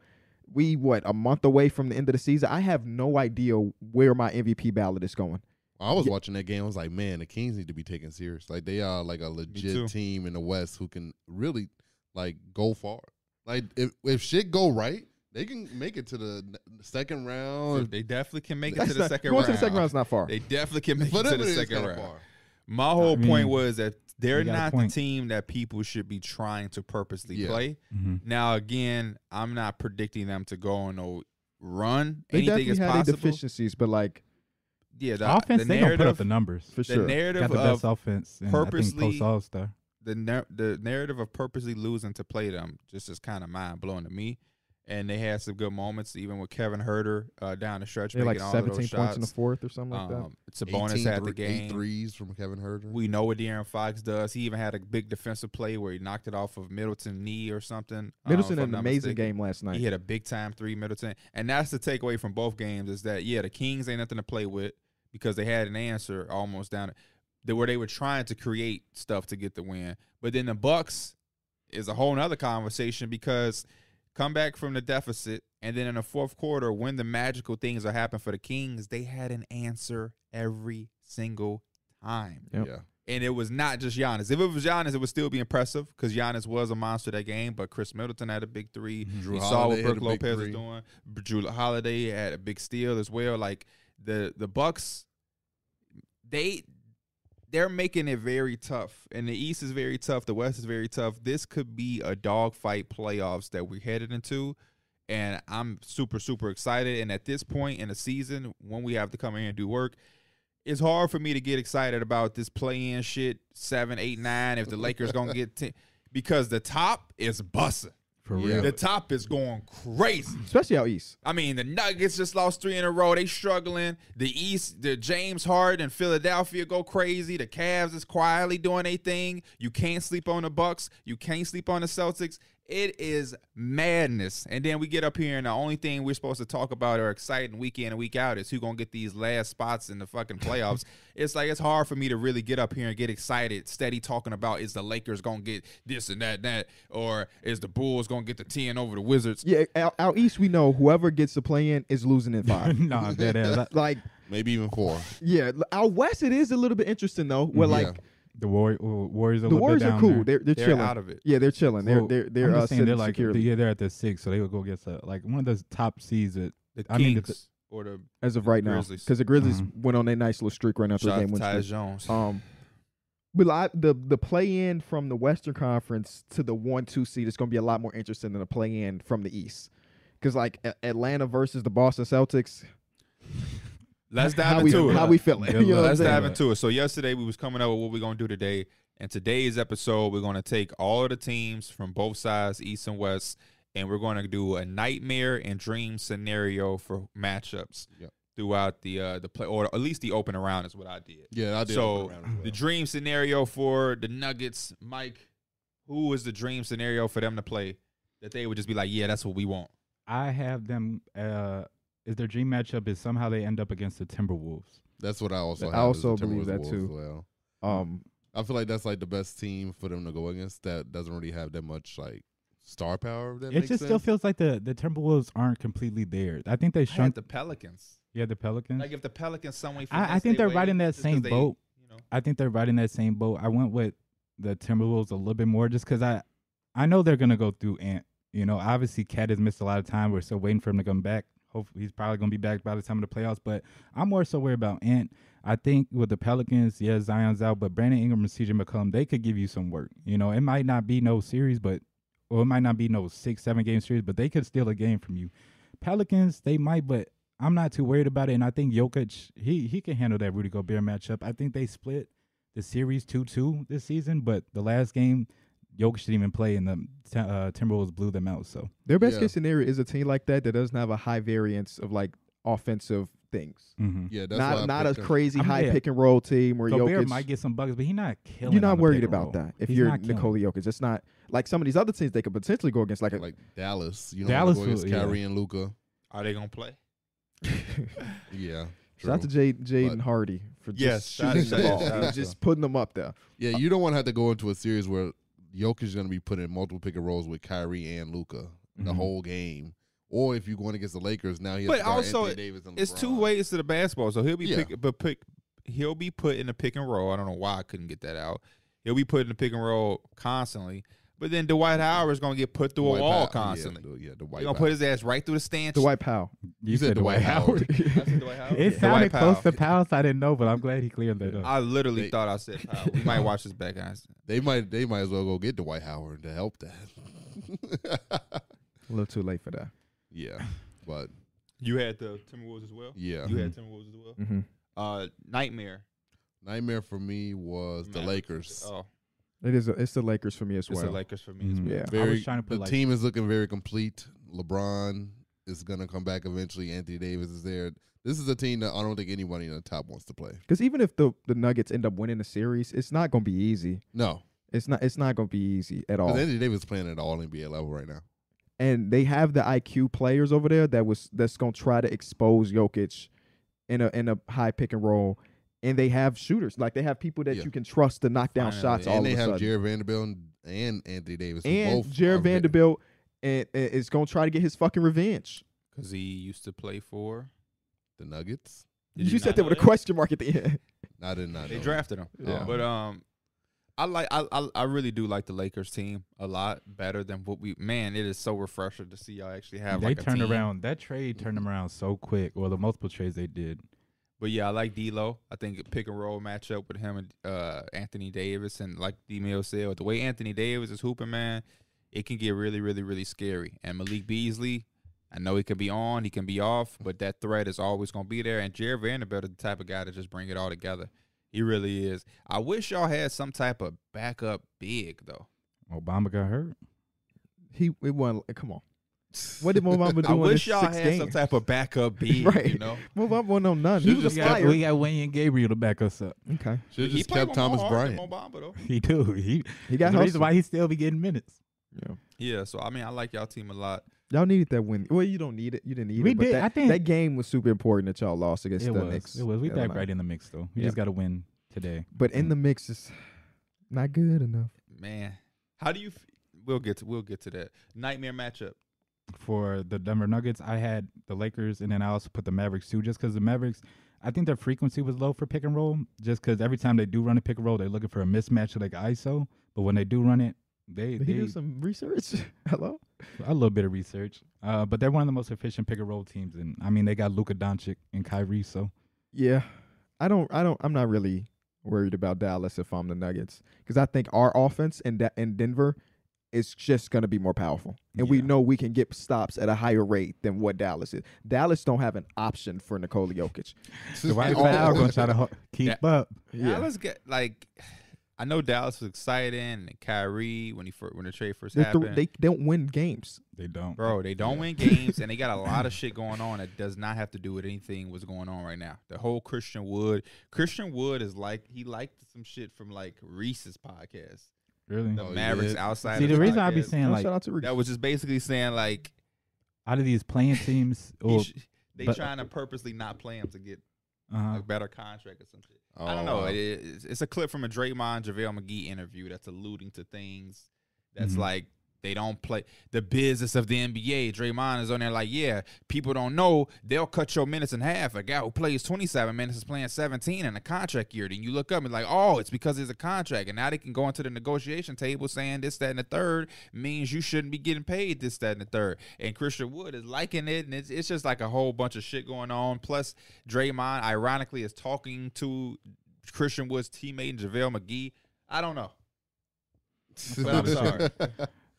[SPEAKER 1] we what a month away from the end of the season. I have no idea where my MVP ballot is going.
[SPEAKER 4] I was
[SPEAKER 1] Yeah.
[SPEAKER 4] watching that game. I was like, man, the Kings need to be taken serious. Like they are like a
[SPEAKER 2] too.
[SPEAKER 4] legit team in the West who can really like go far. Like if if shit go right, they can make it to the n- second round.
[SPEAKER 2] They definitely can make it
[SPEAKER 1] That's
[SPEAKER 2] to the
[SPEAKER 1] not-
[SPEAKER 2] second
[SPEAKER 1] going
[SPEAKER 2] round.
[SPEAKER 1] to the second round's not far.
[SPEAKER 2] They definitely can make it
[SPEAKER 4] Whatever
[SPEAKER 2] to
[SPEAKER 4] it
[SPEAKER 2] the
[SPEAKER 4] is,
[SPEAKER 2] second
[SPEAKER 4] kinda
[SPEAKER 2] round.
[SPEAKER 4] far.
[SPEAKER 2] My whole
[SPEAKER 3] I mean,
[SPEAKER 2] point was that they're
[SPEAKER 3] you got a
[SPEAKER 2] not the
[SPEAKER 3] point.
[SPEAKER 2] team that people should be trying to purposely
[SPEAKER 4] Yeah.
[SPEAKER 2] play.
[SPEAKER 3] Mhm.
[SPEAKER 2] Now, again, I'm not predicting them to go on no run.
[SPEAKER 1] They
[SPEAKER 2] Anything
[SPEAKER 1] definitely
[SPEAKER 2] is
[SPEAKER 1] had their
[SPEAKER 2] possible.
[SPEAKER 1] deficiencies, but like
[SPEAKER 2] Yeah, the,
[SPEAKER 3] Offense,
[SPEAKER 2] the
[SPEAKER 3] they don't put up
[SPEAKER 2] narrative,
[SPEAKER 3] the numbers.
[SPEAKER 1] for
[SPEAKER 2] the
[SPEAKER 1] sure.
[SPEAKER 2] narrative
[SPEAKER 3] Got the
[SPEAKER 2] of
[SPEAKER 3] best offense. And I
[SPEAKER 2] purposely-
[SPEAKER 3] think post All Star.
[SPEAKER 2] the nar- the narrative of purposely losing to play them just is kind of mind blowing to me. And they had some good moments, even with Kevin Herter uh, down the stretch,
[SPEAKER 1] they had, like
[SPEAKER 2] making all of
[SPEAKER 1] 17
[SPEAKER 2] those
[SPEAKER 1] points
[SPEAKER 2] shots.
[SPEAKER 1] in the fourth or something like that.
[SPEAKER 2] um, Sabonis had the
[SPEAKER 4] thre- eight
[SPEAKER 2] game.
[SPEAKER 4] threes from Kevin Herter.
[SPEAKER 2] We know what De'Aaron Fox does. He even had a big defensive play where he knocked it off of Middleton knee or something. uh,
[SPEAKER 1] Middleton
[SPEAKER 2] if
[SPEAKER 1] had
[SPEAKER 2] I'm
[SPEAKER 1] an
[SPEAKER 2] not
[SPEAKER 1] amazing
[SPEAKER 2] mistaken.
[SPEAKER 1] game last night.
[SPEAKER 2] He had a big time three Middleton, and that's the takeaway from both games is that yeah, the Kings ain't nothing to play with because they had an answer almost down they, where they were trying to create stuff to get the win, but then the Bucks is a whole nother conversation because come back from the deficit and then in the fourth quarter when the magical things are happening for the Kings, they had an answer every single time
[SPEAKER 1] Yep.
[SPEAKER 4] Yeah,
[SPEAKER 2] and it was not just Giannis. If it was Giannis, it would still be impressive because Giannis was a monster that game. But Chris Middleton had a big three.
[SPEAKER 1] Mm-hmm.
[SPEAKER 4] Drew
[SPEAKER 2] you saw what
[SPEAKER 4] Holiday had
[SPEAKER 2] Brooke
[SPEAKER 4] a big
[SPEAKER 2] Lopez was
[SPEAKER 4] three.
[SPEAKER 2] doing. Drew Holiday had a big steal as well. Like the the Bucks, they they're making it very tough, and the East is very tough. The West is very tough. This could be a dogfight playoffs that we're headed into. And I'm super, super excited. And at this point in the season, when we have to come in here and do work, it's hard for me to get excited about this play-in shit seven, eight, nine. If the Lakers
[SPEAKER 4] [laughs]
[SPEAKER 2] gonna get ten, because the top is bussing.
[SPEAKER 3] For
[SPEAKER 4] Yeah.
[SPEAKER 3] real. [laughs]
[SPEAKER 2] The top is going crazy.
[SPEAKER 1] Especially out east.
[SPEAKER 2] I mean, the Nuggets just lost three in a row. They struggling. The East, the James Harden and Philadelphia go crazy. The Cavs is quietly doing their thing. You can't sleep on the Bucks. You can't sleep on the Celtics. It is madness. And then we get up here, and the only thing we're supposed to talk about or exciting week in and week out is who gonna get these last spots in the fucking playoffs. it's like it's hard for me to really get up here and get excited, steady talking about is the Lakers gonna get this and that and that, or is the Bulls gonna get the ten over the Wizards?
[SPEAKER 1] Yeah, out, out east we know whoever gets to play in is losing in
[SPEAKER 2] [laughs]
[SPEAKER 1] five.
[SPEAKER 3] nah, dead ass. I-
[SPEAKER 1] [laughs] like
[SPEAKER 4] maybe even four.
[SPEAKER 1] yeah, l- out west it is a little bit interesting though. Where
[SPEAKER 4] Yeah.
[SPEAKER 1] like
[SPEAKER 3] The Warrior, Warriors are a
[SPEAKER 1] the
[SPEAKER 3] little bit
[SPEAKER 1] Warriors are
[SPEAKER 3] down
[SPEAKER 1] cool.
[SPEAKER 3] there.
[SPEAKER 1] They're they're,
[SPEAKER 2] Mm-hmm. They're
[SPEAKER 1] chilling.
[SPEAKER 2] out of it.
[SPEAKER 1] Yeah, they're chilling.
[SPEAKER 3] Well,
[SPEAKER 1] they're they're
[SPEAKER 3] I'm
[SPEAKER 1] they're uh,
[SPEAKER 3] just saying they're
[SPEAKER 1] sitting
[SPEAKER 3] like
[SPEAKER 1] securely
[SPEAKER 3] yeah they're at the six, so they would go get uh, like one of those top seeds that
[SPEAKER 2] the Kings
[SPEAKER 3] I mean, the-
[SPEAKER 2] or the
[SPEAKER 1] as of right now
[SPEAKER 2] Grizzlies. Mm-hmm.
[SPEAKER 1] because the Grizzlies
[SPEAKER 3] Mhm.
[SPEAKER 1] went on their nice little streak right now three
[SPEAKER 2] Shout out
[SPEAKER 1] game
[SPEAKER 2] to
[SPEAKER 1] win
[SPEAKER 2] Tyus
[SPEAKER 1] streak.
[SPEAKER 2] Jones.
[SPEAKER 1] Um, but I, the the play in from the Western Conference to the one two seed is going to be a lot more interesting than the play in from the East, because like A- Atlanta versus the Boston Celtics,
[SPEAKER 2] Let's dive
[SPEAKER 1] how we
[SPEAKER 2] into it.
[SPEAKER 1] how we feeling? [laughs]
[SPEAKER 3] Good
[SPEAKER 1] You know
[SPEAKER 3] luck.
[SPEAKER 1] what I'm
[SPEAKER 2] Let's
[SPEAKER 1] saying?
[SPEAKER 2] dive into it. So yesterday we was coming up with what we're gonna do today. And today's episode, we're gonna take all of the teams from both sides, East and West, and we're gonna do a nightmare and dream scenario for matchups
[SPEAKER 4] Yep.
[SPEAKER 2] throughout the uh the play or at least the open round is what I did.
[SPEAKER 4] [laughs] Yeah, I did.
[SPEAKER 2] So,
[SPEAKER 4] open round as
[SPEAKER 2] The
[SPEAKER 4] well.
[SPEAKER 2] dream scenario for the Nuggets, Mike. Who is the dream scenario for them to play that they would just be like, yeah, that's what we want.
[SPEAKER 3] I have them. Uh, is their dream matchup is someha they end up against the Timberwolves.
[SPEAKER 4] that's what I also.
[SPEAKER 1] I
[SPEAKER 4] have is the
[SPEAKER 1] also believe
[SPEAKER 4] Timberwolves
[SPEAKER 1] that
[SPEAKER 4] Wolves
[SPEAKER 1] too.
[SPEAKER 4] as Well.
[SPEAKER 1] Um,
[SPEAKER 4] I feel like that's like the best team for them to go against that doesn't really have that much like star power. If that
[SPEAKER 3] it
[SPEAKER 4] makes
[SPEAKER 3] just still
[SPEAKER 4] sense.
[SPEAKER 3] feels like the the Timberwolves aren't completely there. I think they
[SPEAKER 2] I had
[SPEAKER 3] shrunk.
[SPEAKER 2] the Pelicans.
[SPEAKER 3] yeah, the Pelicans.
[SPEAKER 2] Like if the Pelicans some way.
[SPEAKER 3] I, I
[SPEAKER 2] finesse
[SPEAKER 3] think
[SPEAKER 2] their
[SPEAKER 3] they're right
[SPEAKER 2] way,
[SPEAKER 3] in that
[SPEAKER 2] just 'cause
[SPEAKER 3] same
[SPEAKER 2] they,
[SPEAKER 3] boat.
[SPEAKER 2] You know,
[SPEAKER 3] I think they're right in that same boat. I went with the Timberwolves a little bit more just because I, I know they're gonna go through Ant. You know, obviously Cat has missed a lot of time. We're still waiting for him to come back. Hopefully, he's probably gonna be back by the time of the playoffs. But I'm more so worried about Ant. I think with the Pelicans, yeah, Zion's out, but Brandon Ingram and CJ McCollum, they could give you some work. You know, it might not be no series, but or it might not be no six, seven game series, but they could steal a game from you. Pelicans, they might, but I'm not too worried about it. And I think Jokic, he he can handle that Rudy Gobert matchup. I think they split the series two two this season, but the last game, Jokic didn't even play, and the Ti- uh, Timberwolves blew them out. So
[SPEAKER 1] their best
[SPEAKER 4] Yeah.
[SPEAKER 1] case scenario is a team like that that doesn't have a high variance of like offensive things.
[SPEAKER 4] Yeah, that's why
[SPEAKER 1] not
[SPEAKER 4] I
[SPEAKER 1] not a
[SPEAKER 4] picked them.
[SPEAKER 1] crazy
[SPEAKER 3] I mean,
[SPEAKER 1] high
[SPEAKER 3] yeah.
[SPEAKER 1] pick and roll team where
[SPEAKER 3] Gobert
[SPEAKER 1] Jokic
[SPEAKER 3] might get some bugs, but he's not killing.
[SPEAKER 1] you're
[SPEAKER 3] on
[SPEAKER 1] not
[SPEAKER 3] the
[SPEAKER 1] worried
[SPEAKER 3] pick and
[SPEAKER 1] about
[SPEAKER 3] roll.
[SPEAKER 1] that if
[SPEAKER 3] He's
[SPEAKER 1] you're
[SPEAKER 3] not killing.
[SPEAKER 1] Nikola Jokic. It's not like some of these other teams they could potentially go against, like a, [laughs]
[SPEAKER 4] like Dallas. You know,
[SPEAKER 3] Dallas
[SPEAKER 4] Dallas against
[SPEAKER 3] would- yeah.
[SPEAKER 4] Kyrie and Luca.
[SPEAKER 2] are they gonna play?
[SPEAKER 4] Yeah,
[SPEAKER 1] shout out to
[SPEAKER 4] true.
[SPEAKER 1] Jay, Jaden
[SPEAKER 4] But-
[SPEAKER 1] Hardy for just
[SPEAKER 2] Yes, shout-
[SPEAKER 1] shooting the
[SPEAKER 4] shout-
[SPEAKER 1] ball,
[SPEAKER 4] shout
[SPEAKER 1] and
[SPEAKER 2] out to
[SPEAKER 1] just putting them up there.
[SPEAKER 4] yeah. You don't want to have to go into a series where Jokic is going to be putting multiple pick and rolls with Kyrie and Luca the
[SPEAKER 3] Mhm.
[SPEAKER 4] whole game, Or if you're going against the Lakers, now he has
[SPEAKER 2] But
[SPEAKER 4] to guard
[SPEAKER 2] also,
[SPEAKER 4] Anthony Davis and
[SPEAKER 2] It's two
[SPEAKER 4] LeBron.
[SPEAKER 2] ways to the basketball. So he'll be
[SPEAKER 4] Yeah.
[SPEAKER 2] pick, but pick, he'll be put in a pick and roll. I don't know why I couldn't get that out. He'll be put in a pick and roll constantly. But then Dwight Howard is gonna get put through
[SPEAKER 4] Mm-hmm. Dwight
[SPEAKER 2] a wall
[SPEAKER 4] Powell.
[SPEAKER 2] constantly.
[SPEAKER 4] Yeah, the, yeah, the
[SPEAKER 2] They're
[SPEAKER 4] white.
[SPEAKER 2] gonna put his ass right through the stanchion. [laughs]
[SPEAKER 1] Dwight Powell.
[SPEAKER 3] You,
[SPEAKER 4] said Dwight Howard.
[SPEAKER 2] I said Dwight Howard?
[SPEAKER 3] [laughs]
[SPEAKER 2] [laughs]
[SPEAKER 3] It sounded
[SPEAKER 2] Yeah. Dwight Powell.
[SPEAKER 3] close to Palace. I didn't know, but I'm glad he cleared that up.
[SPEAKER 2] I literally
[SPEAKER 4] They-
[SPEAKER 2] thought I said Powell. We might watch this back, guys.
[SPEAKER 4] [laughs] they might they might as well go get Dwight Howard to help that. [laughs]
[SPEAKER 1] A little too late for that.
[SPEAKER 4] yeah, but
[SPEAKER 2] You had the Timberwolves as well.
[SPEAKER 4] yeah,
[SPEAKER 2] You had Timberwolves as well.
[SPEAKER 1] Mm-hmm.
[SPEAKER 2] Uh, Nightmare.
[SPEAKER 4] nightmare for me was the
[SPEAKER 2] Man,
[SPEAKER 4] Lakers.
[SPEAKER 2] Oh,
[SPEAKER 1] It is. A, it's the Lakers for me as
[SPEAKER 2] it's
[SPEAKER 1] well.
[SPEAKER 2] the Lakers for me. as
[SPEAKER 4] Mm-hmm.
[SPEAKER 3] Mhm.
[SPEAKER 2] well.
[SPEAKER 1] yeah.
[SPEAKER 3] I
[SPEAKER 4] Very,
[SPEAKER 3] was trying to put
[SPEAKER 4] the
[SPEAKER 3] like
[SPEAKER 4] team is looking very complete. LeBron is gonna come back eventually. Anthony Davis is there. This is a team that I don't think anybody in the top wants to play.
[SPEAKER 1] Because even if the the Nuggets end up winning the series, it's not gonna be easy.
[SPEAKER 4] No,
[SPEAKER 1] It's not. It's not gonna be easy at all.
[SPEAKER 4] because Anthony Davis is playing at all NBA level right now.
[SPEAKER 1] and they have the IQ players over there that was that's gonna try to expose Jokic in a in a high pick and roll, and they have shooters like they have people that
[SPEAKER 4] Yeah.
[SPEAKER 1] you can trust to knock down
[SPEAKER 2] Finally.
[SPEAKER 1] shots all
[SPEAKER 4] and they
[SPEAKER 1] of a
[SPEAKER 4] have
[SPEAKER 1] sudden.
[SPEAKER 4] Jared Vanderbilt and, and Anthony Davis. who
[SPEAKER 1] and
[SPEAKER 4] both
[SPEAKER 1] Jared
[SPEAKER 4] are ve-
[SPEAKER 1] Vanderbilt and, and is gonna try to get his fucking revenge.
[SPEAKER 2] Cause he used to play for.
[SPEAKER 4] the Nuggets.
[SPEAKER 2] Did
[SPEAKER 1] you said
[SPEAKER 2] not
[SPEAKER 1] that
[SPEAKER 2] know
[SPEAKER 1] with a question mark at the end.
[SPEAKER 4] I did not.
[SPEAKER 2] They
[SPEAKER 4] know.
[SPEAKER 2] drafted him.
[SPEAKER 1] Yeah.
[SPEAKER 3] Oh.
[SPEAKER 2] But um, I like I, I I really do like the Lakers team a lot better than what we. Man, it is so refreshing to see y'all actually have.
[SPEAKER 3] they
[SPEAKER 2] like a
[SPEAKER 3] turned
[SPEAKER 2] team.
[SPEAKER 3] around that trade turned them around so quick. Well, the multiple trades they did.
[SPEAKER 2] But yeah, I like D'Lo. I think a pick and roll matchup with him and uh, Anthony Davis, and like D-Mill said, the way Anthony Davis is hooping, man, it can get really, really, really scary. And Malik Beasley, I know he can be on, he can be off, but that threat is always going to be there. And Jared Vanderbilt is the type of guy to just bring it all together. He really is. I wish y'all had some type of backup big though.
[SPEAKER 3] Obama got hurt.
[SPEAKER 1] [laughs] He it won. Come on, what did
[SPEAKER 2] [laughs]
[SPEAKER 1] Mobamba do?
[SPEAKER 2] I
[SPEAKER 1] in
[SPEAKER 2] wish
[SPEAKER 1] his
[SPEAKER 2] y'all
[SPEAKER 1] six
[SPEAKER 2] had some
[SPEAKER 1] games?
[SPEAKER 2] type
[SPEAKER 1] [laughs]
[SPEAKER 2] of backup big. You
[SPEAKER 1] Right.
[SPEAKER 2] know,
[SPEAKER 1] Mobamba won on none. He was
[SPEAKER 3] we,
[SPEAKER 1] a
[SPEAKER 3] got,
[SPEAKER 1] flyer.
[SPEAKER 3] we got Wayne Gabriel to back us up. [laughs]
[SPEAKER 1] Okay,
[SPEAKER 4] Should
[SPEAKER 2] He
[SPEAKER 4] just
[SPEAKER 2] played
[SPEAKER 4] kept
[SPEAKER 2] with
[SPEAKER 4] Thomas
[SPEAKER 2] Mo Hart and
[SPEAKER 4] Bryant.
[SPEAKER 1] [laughs]
[SPEAKER 2] Mo Bamba, though.
[SPEAKER 3] He do. He
[SPEAKER 1] he
[SPEAKER 3] that's
[SPEAKER 1] got
[SPEAKER 3] the reason
[SPEAKER 1] hustled.
[SPEAKER 3] why he still be getting minutes.
[SPEAKER 1] Yeah.
[SPEAKER 2] Yeah, so I mean, I like y'all team a lot.
[SPEAKER 1] Y'all needed that win. Well, you don't need it. You didn't need
[SPEAKER 3] We
[SPEAKER 1] it. but
[SPEAKER 3] did.
[SPEAKER 1] That,
[SPEAKER 3] I think-
[SPEAKER 1] that game was super important that y'all lost against
[SPEAKER 3] It
[SPEAKER 1] the
[SPEAKER 3] was.
[SPEAKER 1] Knicks.
[SPEAKER 3] It was. We
[SPEAKER 1] the other
[SPEAKER 3] back
[SPEAKER 1] night.
[SPEAKER 3] right in the mix though. We
[SPEAKER 1] Yeah.
[SPEAKER 3] just got to win today.
[SPEAKER 1] But in the mix, it's not good enough.
[SPEAKER 2] Man, how do you? F- we'll get to we'll get to that nightmare matchup.
[SPEAKER 3] for the Denver Nuggets, I had the Lakers, and then I also put the Mavericks too, just because the Mavericks, I think their frequency was low for pick and roll, just because every time they do run a pick and roll, they're looking for a mismatch like ISO. But when they do run it, they,
[SPEAKER 1] Did he
[SPEAKER 3] they
[SPEAKER 1] do some research? [laughs] Hello?
[SPEAKER 3] a little bit of research. Uh, but they're one of the most efficient pick and roll teams, and I mean they got Luka Doncic and Kyrie, so
[SPEAKER 1] Yeah. I don't I don't I'm not really worried about Dallas if I'm the Nuggets. Because I think our offense in da- in Denver is just gonna be more powerful. And we
[SPEAKER 3] Yeah.
[SPEAKER 1] know we can get stops at a higher rate than what Dallas is. Dallas don't have an option for Nikola Jokic.
[SPEAKER 3] Dwight
[SPEAKER 1] Oh.
[SPEAKER 3] Powell gonna
[SPEAKER 4] [laughs]
[SPEAKER 3] try to ho- keep
[SPEAKER 2] That-
[SPEAKER 3] up.
[SPEAKER 2] Dallas get like, I know Dallas was exciting and Kyrie when he fir- when the trade first
[SPEAKER 1] They,
[SPEAKER 2] happened.
[SPEAKER 1] thro- they don't win games.
[SPEAKER 3] They don't.
[SPEAKER 2] Bro, they don't win games, and they got a lot of shit going on that does not have to do with anything what's going on right now. The whole Christian Wood, Christian Wood is like he liked some shit from like Reese's podcast,
[SPEAKER 3] Really.
[SPEAKER 2] the
[SPEAKER 4] Oh, he
[SPEAKER 2] Mavericks
[SPEAKER 4] did?
[SPEAKER 2] outside.
[SPEAKER 3] See, the reason I
[SPEAKER 2] I
[SPEAKER 3] be saying
[SPEAKER 1] No,
[SPEAKER 3] like
[SPEAKER 1] shout out to Reese.
[SPEAKER 2] that was just basically saying like
[SPEAKER 3] out of these playing teams,
[SPEAKER 2] he
[SPEAKER 3] or
[SPEAKER 2] sh- uh-huh. they
[SPEAKER 3] but-
[SPEAKER 2] trying to purposely not play him to get
[SPEAKER 3] uh,
[SPEAKER 2] a better contract or some shit.
[SPEAKER 4] Oh,
[SPEAKER 2] I don't know.
[SPEAKER 4] wow.
[SPEAKER 2] It- it's, it's a clip from a Draymond JaVale McGee interview that's alluding to things that's
[SPEAKER 4] Mm-hmm.
[SPEAKER 3] Mhm.
[SPEAKER 2] like they don't play the business of the NBA. Draymond is on there like, yeah, people don't know they'll cut your minutes in half. A guy who plays 27 minutes is playing 17 in a contract year. Then you look up and like, oh, it's because it's a contract. And now they can go into the negotiation table saying this, that, and the third means you shouldn't be getting paid this, that, and the third. And Christian Wood is liking it, and it's, it's just like a whole bunch of shit going on. Plus, Draymond ironically is talking to Christian Wood's teammate JaVale McGee. I don't know.
[SPEAKER 4] Oh,
[SPEAKER 2] But I'm sorry.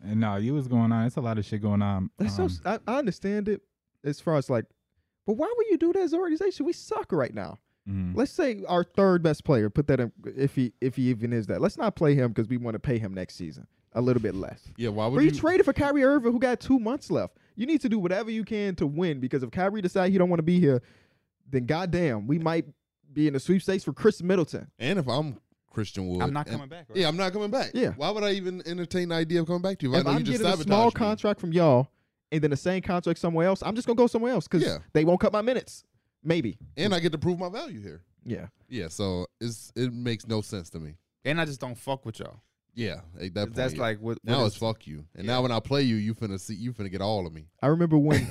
[SPEAKER 3] and no, you was going on. It's a lot of shit going on.
[SPEAKER 1] That's so
[SPEAKER 3] um,
[SPEAKER 1] so. I, I understand it as far as like, but why would you do that as an organization? We suck right now.
[SPEAKER 3] mhm.
[SPEAKER 1] Let's say our third best player. Put that in if he if he even is that. Let's not play him because we want to pay him next season a little bit less.
[SPEAKER 4] [laughs] Yeah, why
[SPEAKER 1] But
[SPEAKER 4] would
[SPEAKER 1] you
[SPEAKER 4] you?
[SPEAKER 1] traded for Kyrie Irving who got two months left. You need to do whatever you can to win because if Kyrie decide he don't want to be here, then goddamn, we might be in the sweepstakes for Chris Middleton.
[SPEAKER 4] and if I'm Christian Wood,
[SPEAKER 2] I'm not
[SPEAKER 4] and-
[SPEAKER 2] coming back. Right?
[SPEAKER 4] Yeah, I'm not coming back.
[SPEAKER 1] Yeah.
[SPEAKER 4] Why would I even entertain the idea of coming back to you? If,
[SPEAKER 1] if
[SPEAKER 4] I know
[SPEAKER 1] I'm
[SPEAKER 4] you just
[SPEAKER 1] getting a small
[SPEAKER 4] sabotaged me.
[SPEAKER 1] contract from y'all and then the same contract somewhere else, I'm just gonna go somewhere else because
[SPEAKER 4] Yeah.
[SPEAKER 1] they won't cut my minutes. Maybe.
[SPEAKER 4] and I get to prove my value here.
[SPEAKER 1] Yeah.
[SPEAKER 4] Yeah, so it's it makes no sense to me.
[SPEAKER 2] and I just don't fuck with y'all.
[SPEAKER 4] Yeah, at that point,
[SPEAKER 2] That's
[SPEAKER 4] yeah.
[SPEAKER 2] like what, what
[SPEAKER 4] now
[SPEAKER 2] is-
[SPEAKER 4] it's fuck you, and now when I play you, you finna see, you finna get all of me.
[SPEAKER 1] I remember
[SPEAKER 2] [laughs]
[SPEAKER 1] when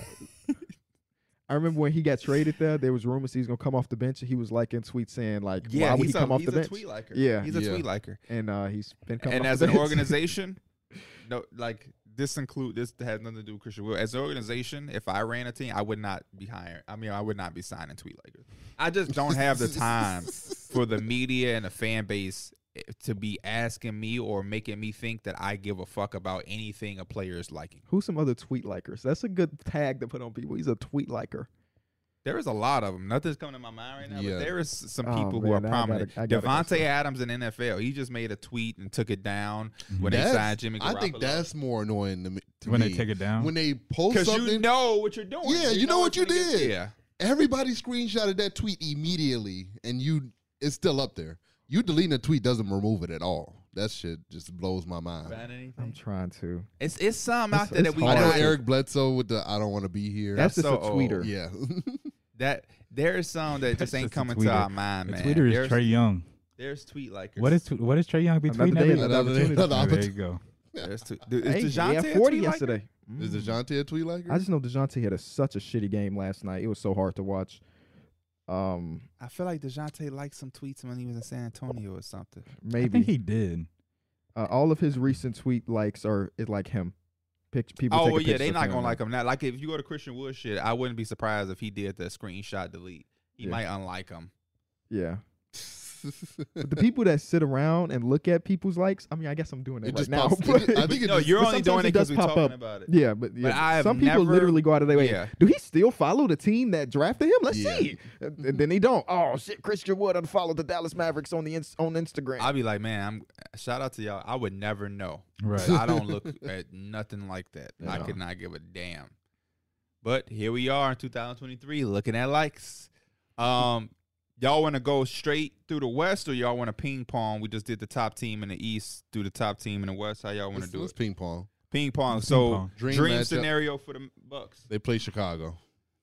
[SPEAKER 1] I remember when he got traded there, there was rumors he was gonna come off the bench and he was liking tweets saying like
[SPEAKER 2] yeah.
[SPEAKER 1] why would he
[SPEAKER 2] he's a,
[SPEAKER 1] come off
[SPEAKER 2] he's
[SPEAKER 1] the
[SPEAKER 2] a
[SPEAKER 1] bench?
[SPEAKER 2] tweet liker.
[SPEAKER 1] Yeah.
[SPEAKER 2] he's a
[SPEAKER 4] Yeah.
[SPEAKER 2] tweet liker.
[SPEAKER 1] And uh, he's been coming
[SPEAKER 2] and
[SPEAKER 1] off
[SPEAKER 2] as
[SPEAKER 1] the
[SPEAKER 2] an
[SPEAKER 1] bench.
[SPEAKER 2] organization, no, like this include this has nothing to do with Christian Will. As an organization, if I ran a team, I would not be hiring. I mean, I would not be signing tweet like I just don't
[SPEAKER 4] [laughs]
[SPEAKER 2] have the time for the media and the fan base eh, to be asking me or making me think that I give a fuck about anything a player is liking.
[SPEAKER 1] Who's some other tweet likers? That's a good tag to put on people. He's a tweet liker.
[SPEAKER 2] There is a lot of them. Nothing's coming to my mind right now,
[SPEAKER 4] Yeah.
[SPEAKER 2] but there is some
[SPEAKER 1] Oh,
[SPEAKER 2] people who
[SPEAKER 1] man,
[SPEAKER 2] are
[SPEAKER 1] now I
[SPEAKER 2] prominent.
[SPEAKER 1] gotta- I gotta go
[SPEAKER 2] Devontae
[SPEAKER 1] slow.
[SPEAKER 2] Adams in NFL, he just made a tweet and took it down when
[SPEAKER 4] That's-
[SPEAKER 2] they signed Jimmy Garoppolo.
[SPEAKER 4] I think that's more annoying to me. To
[SPEAKER 3] when
[SPEAKER 4] me.
[SPEAKER 3] they take it down.
[SPEAKER 4] when they post
[SPEAKER 2] because
[SPEAKER 4] something,
[SPEAKER 2] you know what you're doing.
[SPEAKER 4] Yeah, you know what
[SPEAKER 2] it's
[SPEAKER 4] you
[SPEAKER 2] gonna get-
[SPEAKER 4] did.
[SPEAKER 2] Yeah,
[SPEAKER 4] everybody screenshotted that tweet immediately, and you it's still up there. You deleting a tweet doesn't remove it at all. That shit just blows my mind.
[SPEAKER 2] vanity.
[SPEAKER 1] I'm trying to.
[SPEAKER 2] It's it's something
[SPEAKER 1] It's-
[SPEAKER 2] out there that
[SPEAKER 1] it's
[SPEAKER 2] we
[SPEAKER 4] I
[SPEAKER 1] hard.
[SPEAKER 4] know
[SPEAKER 2] not-
[SPEAKER 4] Eric Bledsoe with the "I don't want to be here."
[SPEAKER 1] That's,
[SPEAKER 2] That's
[SPEAKER 1] just a
[SPEAKER 2] so
[SPEAKER 1] tweeter.
[SPEAKER 4] yeah. [laughs]
[SPEAKER 2] that there is some that just ain't
[SPEAKER 3] just a
[SPEAKER 2] coming to
[SPEAKER 3] tweeter.
[SPEAKER 2] our mind,
[SPEAKER 3] The
[SPEAKER 2] man.
[SPEAKER 3] Twitter is
[SPEAKER 2] there's,
[SPEAKER 3] Trey Young.
[SPEAKER 2] there's tweet like
[SPEAKER 3] What is tw- what is Trey Young be
[SPEAKER 1] Another
[SPEAKER 3] tweeting?
[SPEAKER 1] day,
[SPEAKER 3] every-
[SPEAKER 1] another
[SPEAKER 4] Another-
[SPEAKER 1] opportunity.
[SPEAKER 4] another
[SPEAKER 3] there
[SPEAKER 4] opportunity.
[SPEAKER 3] you go.
[SPEAKER 2] there's two, dude,
[SPEAKER 1] Hey,
[SPEAKER 2] is
[SPEAKER 1] he had
[SPEAKER 2] Dejounte
[SPEAKER 1] 40
[SPEAKER 2] a tweet liker?
[SPEAKER 1] yesterday. Mm-hmm.
[SPEAKER 4] Is Dejounte a tweet liker?
[SPEAKER 1] Mm.
[SPEAKER 4] [laughs]
[SPEAKER 1] I just know Dejounte had a, such a shitty game last night. It was so hard to watch. Um,
[SPEAKER 2] I feel like Dejounte liked some tweets when he was in San Antonio or something.
[SPEAKER 3] I think
[SPEAKER 1] maybe
[SPEAKER 3] he did.
[SPEAKER 1] uh, all of his recent tweet likes are it like him. Pic- people.
[SPEAKER 2] oh
[SPEAKER 1] take a
[SPEAKER 2] well, yeah,
[SPEAKER 1] picture
[SPEAKER 2] they
[SPEAKER 1] of
[SPEAKER 2] not
[SPEAKER 1] him
[SPEAKER 2] gonna like
[SPEAKER 1] and-
[SPEAKER 2] him now. Like if you go to Christian Wood shit, I wouldn't be surprised if he did the screenshot delete. He
[SPEAKER 1] Yeah.
[SPEAKER 2] might unlike him.
[SPEAKER 1] Yeah. But the people that sit around and look at people's likes. I mean, I guess I'm doing it,
[SPEAKER 4] It
[SPEAKER 1] right
[SPEAKER 4] just
[SPEAKER 1] now. [laughs]
[SPEAKER 4] pops-
[SPEAKER 1] but-
[SPEAKER 4] it- I think it
[SPEAKER 2] no,
[SPEAKER 4] just-
[SPEAKER 2] you're
[SPEAKER 1] but
[SPEAKER 2] only
[SPEAKER 1] sometimes it
[SPEAKER 2] doing it because
[SPEAKER 1] does
[SPEAKER 2] we're
[SPEAKER 1] pop
[SPEAKER 2] talking
[SPEAKER 1] up.
[SPEAKER 2] about it.
[SPEAKER 1] yeah, but yeah.
[SPEAKER 2] I have
[SPEAKER 1] some people
[SPEAKER 2] never-
[SPEAKER 1] literally go out of their way.
[SPEAKER 2] yeah.
[SPEAKER 1] Do he still follow the team that drafted him? Let's
[SPEAKER 4] Yeah.
[SPEAKER 1] see. And and then he don't. Oh shit, Christian Wood unfollowed the Dallas Mavericks on the ins- on Instagram.
[SPEAKER 2] I'd be like, man, I'm shout out to y'all. I would never know.
[SPEAKER 3] Right.
[SPEAKER 1] [laughs]
[SPEAKER 2] I don't look at nothing like that. I
[SPEAKER 1] Yeah.
[SPEAKER 2] could not give a damn. But here we are in 2023 looking at likes. Um, y'all want to go straight through the West or y'all want to ping pong? We just did the top team in the East, do the top team in the West. How y'all want
[SPEAKER 4] Let's-
[SPEAKER 2] to do
[SPEAKER 4] let's
[SPEAKER 2] it?
[SPEAKER 4] ping pong.
[SPEAKER 2] Ping pong.
[SPEAKER 3] Ping
[SPEAKER 2] so
[SPEAKER 3] pong.
[SPEAKER 4] Dream
[SPEAKER 2] dream,
[SPEAKER 4] matchup.
[SPEAKER 2] scenario for the Bucks.
[SPEAKER 4] They play Chicago.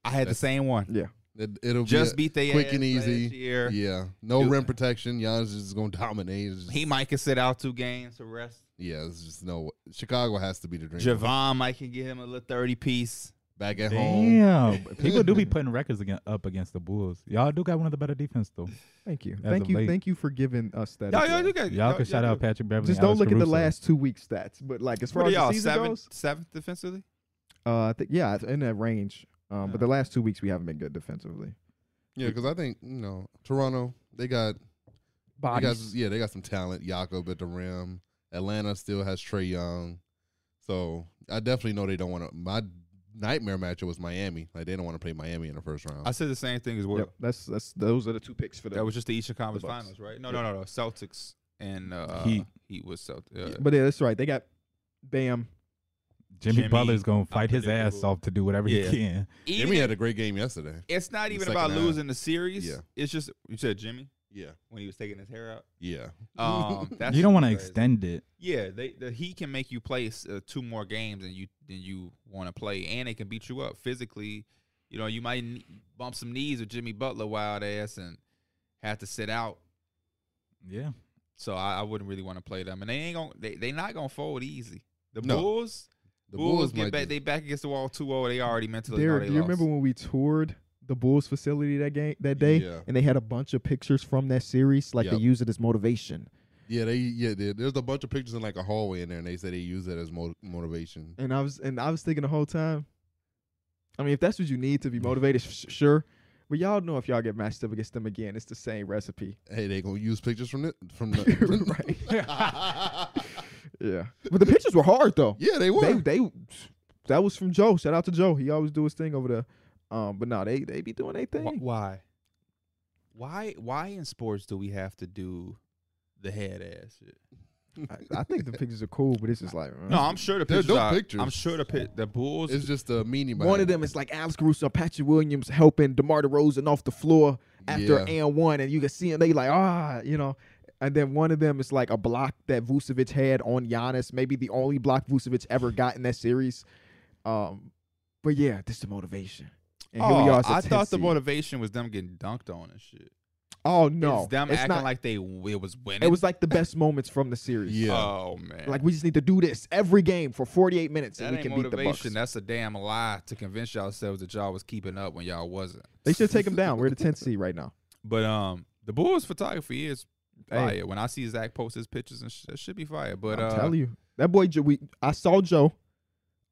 [SPEAKER 2] I had the same one.
[SPEAKER 1] yeah,
[SPEAKER 4] It, it'll
[SPEAKER 2] Just
[SPEAKER 4] be
[SPEAKER 2] beat they
[SPEAKER 4] quick
[SPEAKER 2] ass
[SPEAKER 4] and easy.
[SPEAKER 2] last year.
[SPEAKER 4] yeah. No
[SPEAKER 2] Dude.
[SPEAKER 4] rim protection. Giannis is going to [laughs] dominate. It's just-
[SPEAKER 2] He might can sit out two games to rest.
[SPEAKER 4] yeah, it's just no. Chicago has to be the dream.
[SPEAKER 2] Javon might can get him a little 30 piece.
[SPEAKER 4] Back at home.
[SPEAKER 3] Damn, people do be putting records again, up against the Bulls. Y'all do got one of the better defense though.
[SPEAKER 1] thank you,
[SPEAKER 3] As
[SPEAKER 1] thank
[SPEAKER 3] of
[SPEAKER 1] you,
[SPEAKER 3] late.
[SPEAKER 1] thank you for giving us that.
[SPEAKER 2] Y'all,
[SPEAKER 1] as well.
[SPEAKER 2] y'all, do got-
[SPEAKER 3] Y'all can shout
[SPEAKER 2] do.
[SPEAKER 3] out Patrick Beverly.
[SPEAKER 1] Just
[SPEAKER 3] Alex
[SPEAKER 1] don't look at the
[SPEAKER 3] Caruso.
[SPEAKER 1] last two week stats, but like as far
[SPEAKER 2] What are
[SPEAKER 1] as the
[SPEAKER 2] y'all
[SPEAKER 1] season
[SPEAKER 2] seventh,
[SPEAKER 1] goes,
[SPEAKER 2] seventh defensively?
[SPEAKER 1] uh, I think yeah, it's in that range. Um, but the last two weeks we haven't been good defensively.
[SPEAKER 4] Yeah, because I think you know Toronto. They got They got,
[SPEAKER 1] Bodies.
[SPEAKER 4] yeah, they got some talent. Jakob at the rim. Atlanta still has Trey Young. So I definitely know they don't want to. My nightmare matchup was Miami. Like they don't want to play Miami in the first round.
[SPEAKER 2] I said the same thing as well.
[SPEAKER 1] Yep, that's that's those are the two picks for the
[SPEAKER 2] That was just the Eastern Conference
[SPEAKER 1] The Bucks.
[SPEAKER 2] Finals, right? No, no, no, no. Celtics and uh,
[SPEAKER 3] Heat.
[SPEAKER 2] Heat was uh, Celtics.
[SPEAKER 1] But yeah, that's right. They got Bam.
[SPEAKER 3] Jimmy,
[SPEAKER 2] Jimmy,
[SPEAKER 3] Butler's gonna fight his ass
[SPEAKER 2] unpredictable.
[SPEAKER 3] off to do whatever
[SPEAKER 2] Yeah.
[SPEAKER 3] he can.
[SPEAKER 4] Jimmy had a great game yesterday.
[SPEAKER 2] it's not
[SPEAKER 4] the
[SPEAKER 2] even
[SPEAKER 4] second
[SPEAKER 2] about
[SPEAKER 4] half.
[SPEAKER 2] losing the series.
[SPEAKER 4] Yeah.
[SPEAKER 2] It's just you said Jimmy
[SPEAKER 4] Yeah,
[SPEAKER 2] when he was taking his hair [laughs] out.
[SPEAKER 4] yeah.
[SPEAKER 2] Um, that's
[SPEAKER 3] you don't want to
[SPEAKER 2] crazy.
[SPEAKER 3] extend it.
[SPEAKER 2] Yeah, they the Heat can make you play s- uh, two more games than you than you want to play, and they can beat you up physically. You know, you might kn- bump some knees with Jimmy Butler, wild ass, and have to sit out.
[SPEAKER 3] Yeah,
[SPEAKER 2] So I, I wouldn't really want to play them, and they ain't gonna they they not gonna fold easy. The
[SPEAKER 4] No.
[SPEAKER 2] Bulls,
[SPEAKER 4] the
[SPEAKER 2] Bulls, get
[SPEAKER 4] might
[SPEAKER 2] back.
[SPEAKER 4] just-
[SPEAKER 2] They back against the wall 2-0. They already mentally. know
[SPEAKER 1] Derek,
[SPEAKER 2] they
[SPEAKER 1] do you
[SPEAKER 2] lost.
[SPEAKER 1] remember when we toured the Bulls facility that game that day,
[SPEAKER 4] Yeah.
[SPEAKER 1] and they had a bunch of pictures from that series, like they
[SPEAKER 4] Yep.
[SPEAKER 1] use it as motivation.
[SPEAKER 4] yeah, they yeah. They, there's a bunch of pictures in like a hallway in there, and they say they use that as mo- motivation.
[SPEAKER 1] And I was and I was thinking the whole time. I mean, if that's what you need to be motivated, sh- sure. But y'all know if y'all get matched up against them again, it's the same recipe,
[SPEAKER 4] Hey, they gonna use pictures from the from the.
[SPEAKER 1] [laughs] right? yeah, but the pictures were hard though.
[SPEAKER 4] yeah, they
[SPEAKER 1] they
[SPEAKER 4] were.
[SPEAKER 1] they that was from Joe. Shout out to Joe. He always do his thing over there. Um, but no, they they be doing their
[SPEAKER 2] Wh-
[SPEAKER 1] thing.
[SPEAKER 4] [laughs]
[SPEAKER 2] Why? Why? Why in sports do we have to do the head ass shit?
[SPEAKER 1] I, I think the pictures are cool, but it's just like
[SPEAKER 2] No, I'm sure the
[SPEAKER 4] They're
[SPEAKER 2] pictures.
[SPEAKER 4] dope
[SPEAKER 2] are-
[SPEAKER 4] pictures.
[SPEAKER 2] I'm sure the pi- the Bulls.
[SPEAKER 4] it's just a meaning.
[SPEAKER 1] One
[SPEAKER 4] behind
[SPEAKER 1] of
[SPEAKER 4] it.
[SPEAKER 1] them is like Alex Caruso, Patrick Williams helping DeMar DeRozan off the floor after
[SPEAKER 4] Yeah.
[SPEAKER 1] and one, and you can see them. They like ah, you know. And then one of them is like a block that Vucevic had on Giannis, maybe the only block Vucevic ever got in that series. Um, but yeah, this is the motivation. And
[SPEAKER 2] oh,
[SPEAKER 1] here we are. as a
[SPEAKER 2] I
[SPEAKER 1] 10
[SPEAKER 2] thought the
[SPEAKER 1] seed.
[SPEAKER 2] motivation was them getting dunked on and shit.
[SPEAKER 1] Oh no,
[SPEAKER 2] it's them
[SPEAKER 1] it's
[SPEAKER 2] acting
[SPEAKER 1] not-
[SPEAKER 2] like they w- it was winning.
[SPEAKER 1] it was like the best moments from the series.
[SPEAKER 4] Yeah.
[SPEAKER 2] Oh man,
[SPEAKER 1] Like we just need to do this every game for 48 minutes
[SPEAKER 2] that
[SPEAKER 1] and we
[SPEAKER 2] ain't
[SPEAKER 1] can beat the Bucks.
[SPEAKER 2] motivation. That's a damn lie to convince yourselves that y'all was keeping up when y'all wasn't.
[SPEAKER 1] They should take him down. We're the 10th seed right now.
[SPEAKER 2] But um, the Bulls photography is
[SPEAKER 1] Hey.
[SPEAKER 2] fire. When I see Zach post his pictures and shit, that should be fire. But
[SPEAKER 1] I'm
[SPEAKER 2] uh,
[SPEAKER 1] telling you, that boy Joe. We, I saw Joe,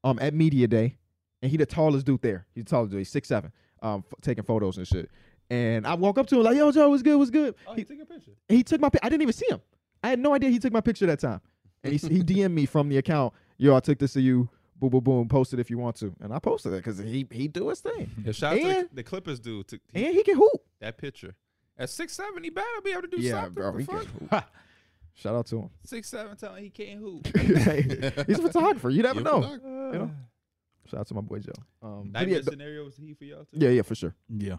[SPEAKER 1] um, at media day, and he the tallest dude there. He's the tallest dude. He's six seven. Um, f- taking photos and shit. And I walk up to him like, "Yo, Joe, what's good? What's good?" he,
[SPEAKER 2] Oh, took a picture.
[SPEAKER 1] he took my. pi- I didn't even see him. I had no idea he took my picture that time. And he s- he DM'd me from the account. Yo, I took this to you. Boom, boom, boom. Post it if you want to. And I posted it because he he do his thing,
[SPEAKER 2] [laughs] Yeah, shout out to the,
[SPEAKER 1] And-
[SPEAKER 2] the Clippers dude took he-
[SPEAKER 1] and he can hoop.
[SPEAKER 2] that picture. At six seven, he better be able to do
[SPEAKER 1] yeah,
[SPEAKER 2] something.
[SPEAKER 1] bro, he can hoop. [laughs] Shout out to
[SPEAKER 2] [laughs]
[SPEAKER 1] him. [laughs]
[SPEAKER 2] Six seven, telling he can't hoop.
[SPEAKER 1] He's a photographer. You never
[SPEAKER 4] You
[SPEAKER 1] know.
[SPEAKER 4] forgot.
[SPEAKER 1] You know? Shout out to my boy Joe. Um, but yeah,
[SPEAKER 2] Nightmare
[SPEAKER 1] th-
[SPEAKER 2] scenario was he for y'all too.
[SPEAKER 1] yeah, yeah, for sure.
[SPEAKER 3] Yeah.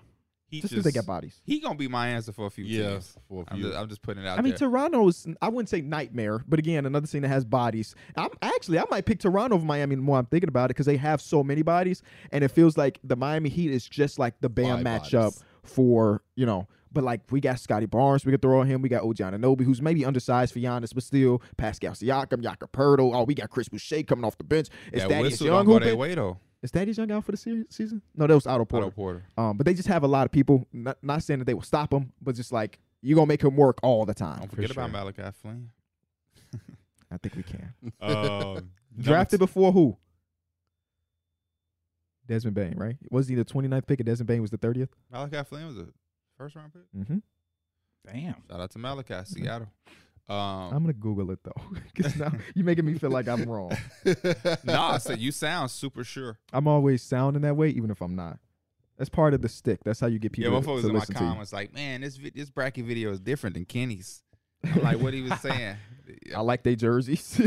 [SPEAKER 2] he
[SPEAKER 1] Just because they got bodies.
[SPEAKER 2] He gonna be my answer for a few
[SPEAKER 4] Yeah,
[SPEAKER 2] teams.
[SPEAKER 4] for a
[SPEAKER 2] I'm
[SPEAKER 4] few. [laughs]
[SPEAKER 2] just, I'm just putting it out
[SPEAKER 1] I mean,
[SPEAKER 2] there.
[SPEAKER 1] Toronto's, I wouldn't say nightmare, but again, another team that has bodies. I'm Actually, I might pick Toronto over Miami the more I'm thinking about it because they have so many bodies, and it feels like the Miami Heat is just like the band
[SPEAKER 4] Five
[SPEAKER 1] matchup
[SPEAKER 4] bodies.
[SPEAKER 1] for, you know, but like we got Scotty Barnes, we could throw on him. We got OG Ananobi, who's maybe undersized for Giannis, but still Pascal Siakam, Yaka Purtle. Oh, we got Chris Boucher coming off the bench. Is
[SPEAKER 2] that
[SPEAKER 1] Thaddeus
[SPEAKER 2] whistle
[SPEAKER 1] Young
[SPEAKER 2] don't go
[SPEAKER 1] who
[SPEAKER 2] their
[SPEAKER 1] been-
[SPEAKER 2] way though.
[SPEAKER 1] Is Thaddeus Young out for the series, season? No, that was Otto Porter.
[SPEAKER 2] Otto Porter.
[SPEAKER 1] Um, but they just have a lot of people. Not, not saying that they will stop him, but just like you're gonna make him work all the time.
[SPEAKER 2] Don't forget
[SPEAKER 3] sure.
[SPEAKER 2] about Malachi Flynn.
[SPEAKER 1] I think we can.
[SPEAKER 2] Um,
[SPEAKER 1] Drafted before who? Desmond Bain, right? Was he the 29th pick? And Desmond Bain was the 30th.
[SPEAKER 2] Malachi Flynn was a first round pick.
[SPEAKER 1] Mm-hmm.
[SPEAKER 3] Damn.
[SPEAKER 2] Shout out to Malachi,
[SPEAKER 1] [laughs]
[SPEAKER 2] Seattle. Um,
[SPEAKER 1] Oh. I'm gonna Google it though, [laughs] because now you're making me feel like I'm wrong.
[SPEAKER 2] [laughs]
[SPEAKER 1] [laughs]
[SPEAKER 2] nah, I said you sound super sure.
[SPEAKER 1] I'm always sounding that way, even if I'm not. That's part of the stick. That's how you get people
[SPEAKER 2] yeah,
[SPEAKER 1] to, to
[SPEAKER 2] motherfuckers in my
[SPEAKER 1] listen to you.
[SPEAKER 2] comments like, man, this vi- this bracket video is different than Kenny's. I'm like,
[SPEAKER 1] [laughs]
[SPEAKER 2] what he was saying.
[SPEAKER 1] I like they jerseys.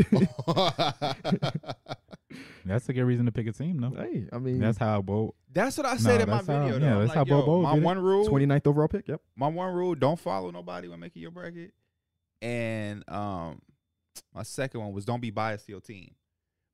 [SPEAKER 3] That's a good reason to pick a team, though.
[SPEAKER 1] [laughs] hey, I mean,
[SPEAKER 3] That's how I vote.
[SPEAKER 2] That's what I said
[SPEAKER 3] Nah,
[SPEAKER 2] in my
[SPEAKER 3] that's how-
[SPEAKER 2] video. though.
[SPEAKER 3] yeah,
[SPEAKER 2] I'm
[SPEAKER 3] that's
[SPEAKER 2] like,
[SPEAKER 3] how
[SPEAKER 2] yo,
[SPEAKER 3] Bobo
[SPEAKER 2] my
[SPEAKER 3] did it.
[SPEAKER 2] one rule,
[SPEAKER 1] 29th overall pick. Yep.
[SPEAKER 2] my one rule, don't follow nobody when making your bracket. And um, my second one was don't be biased to your team.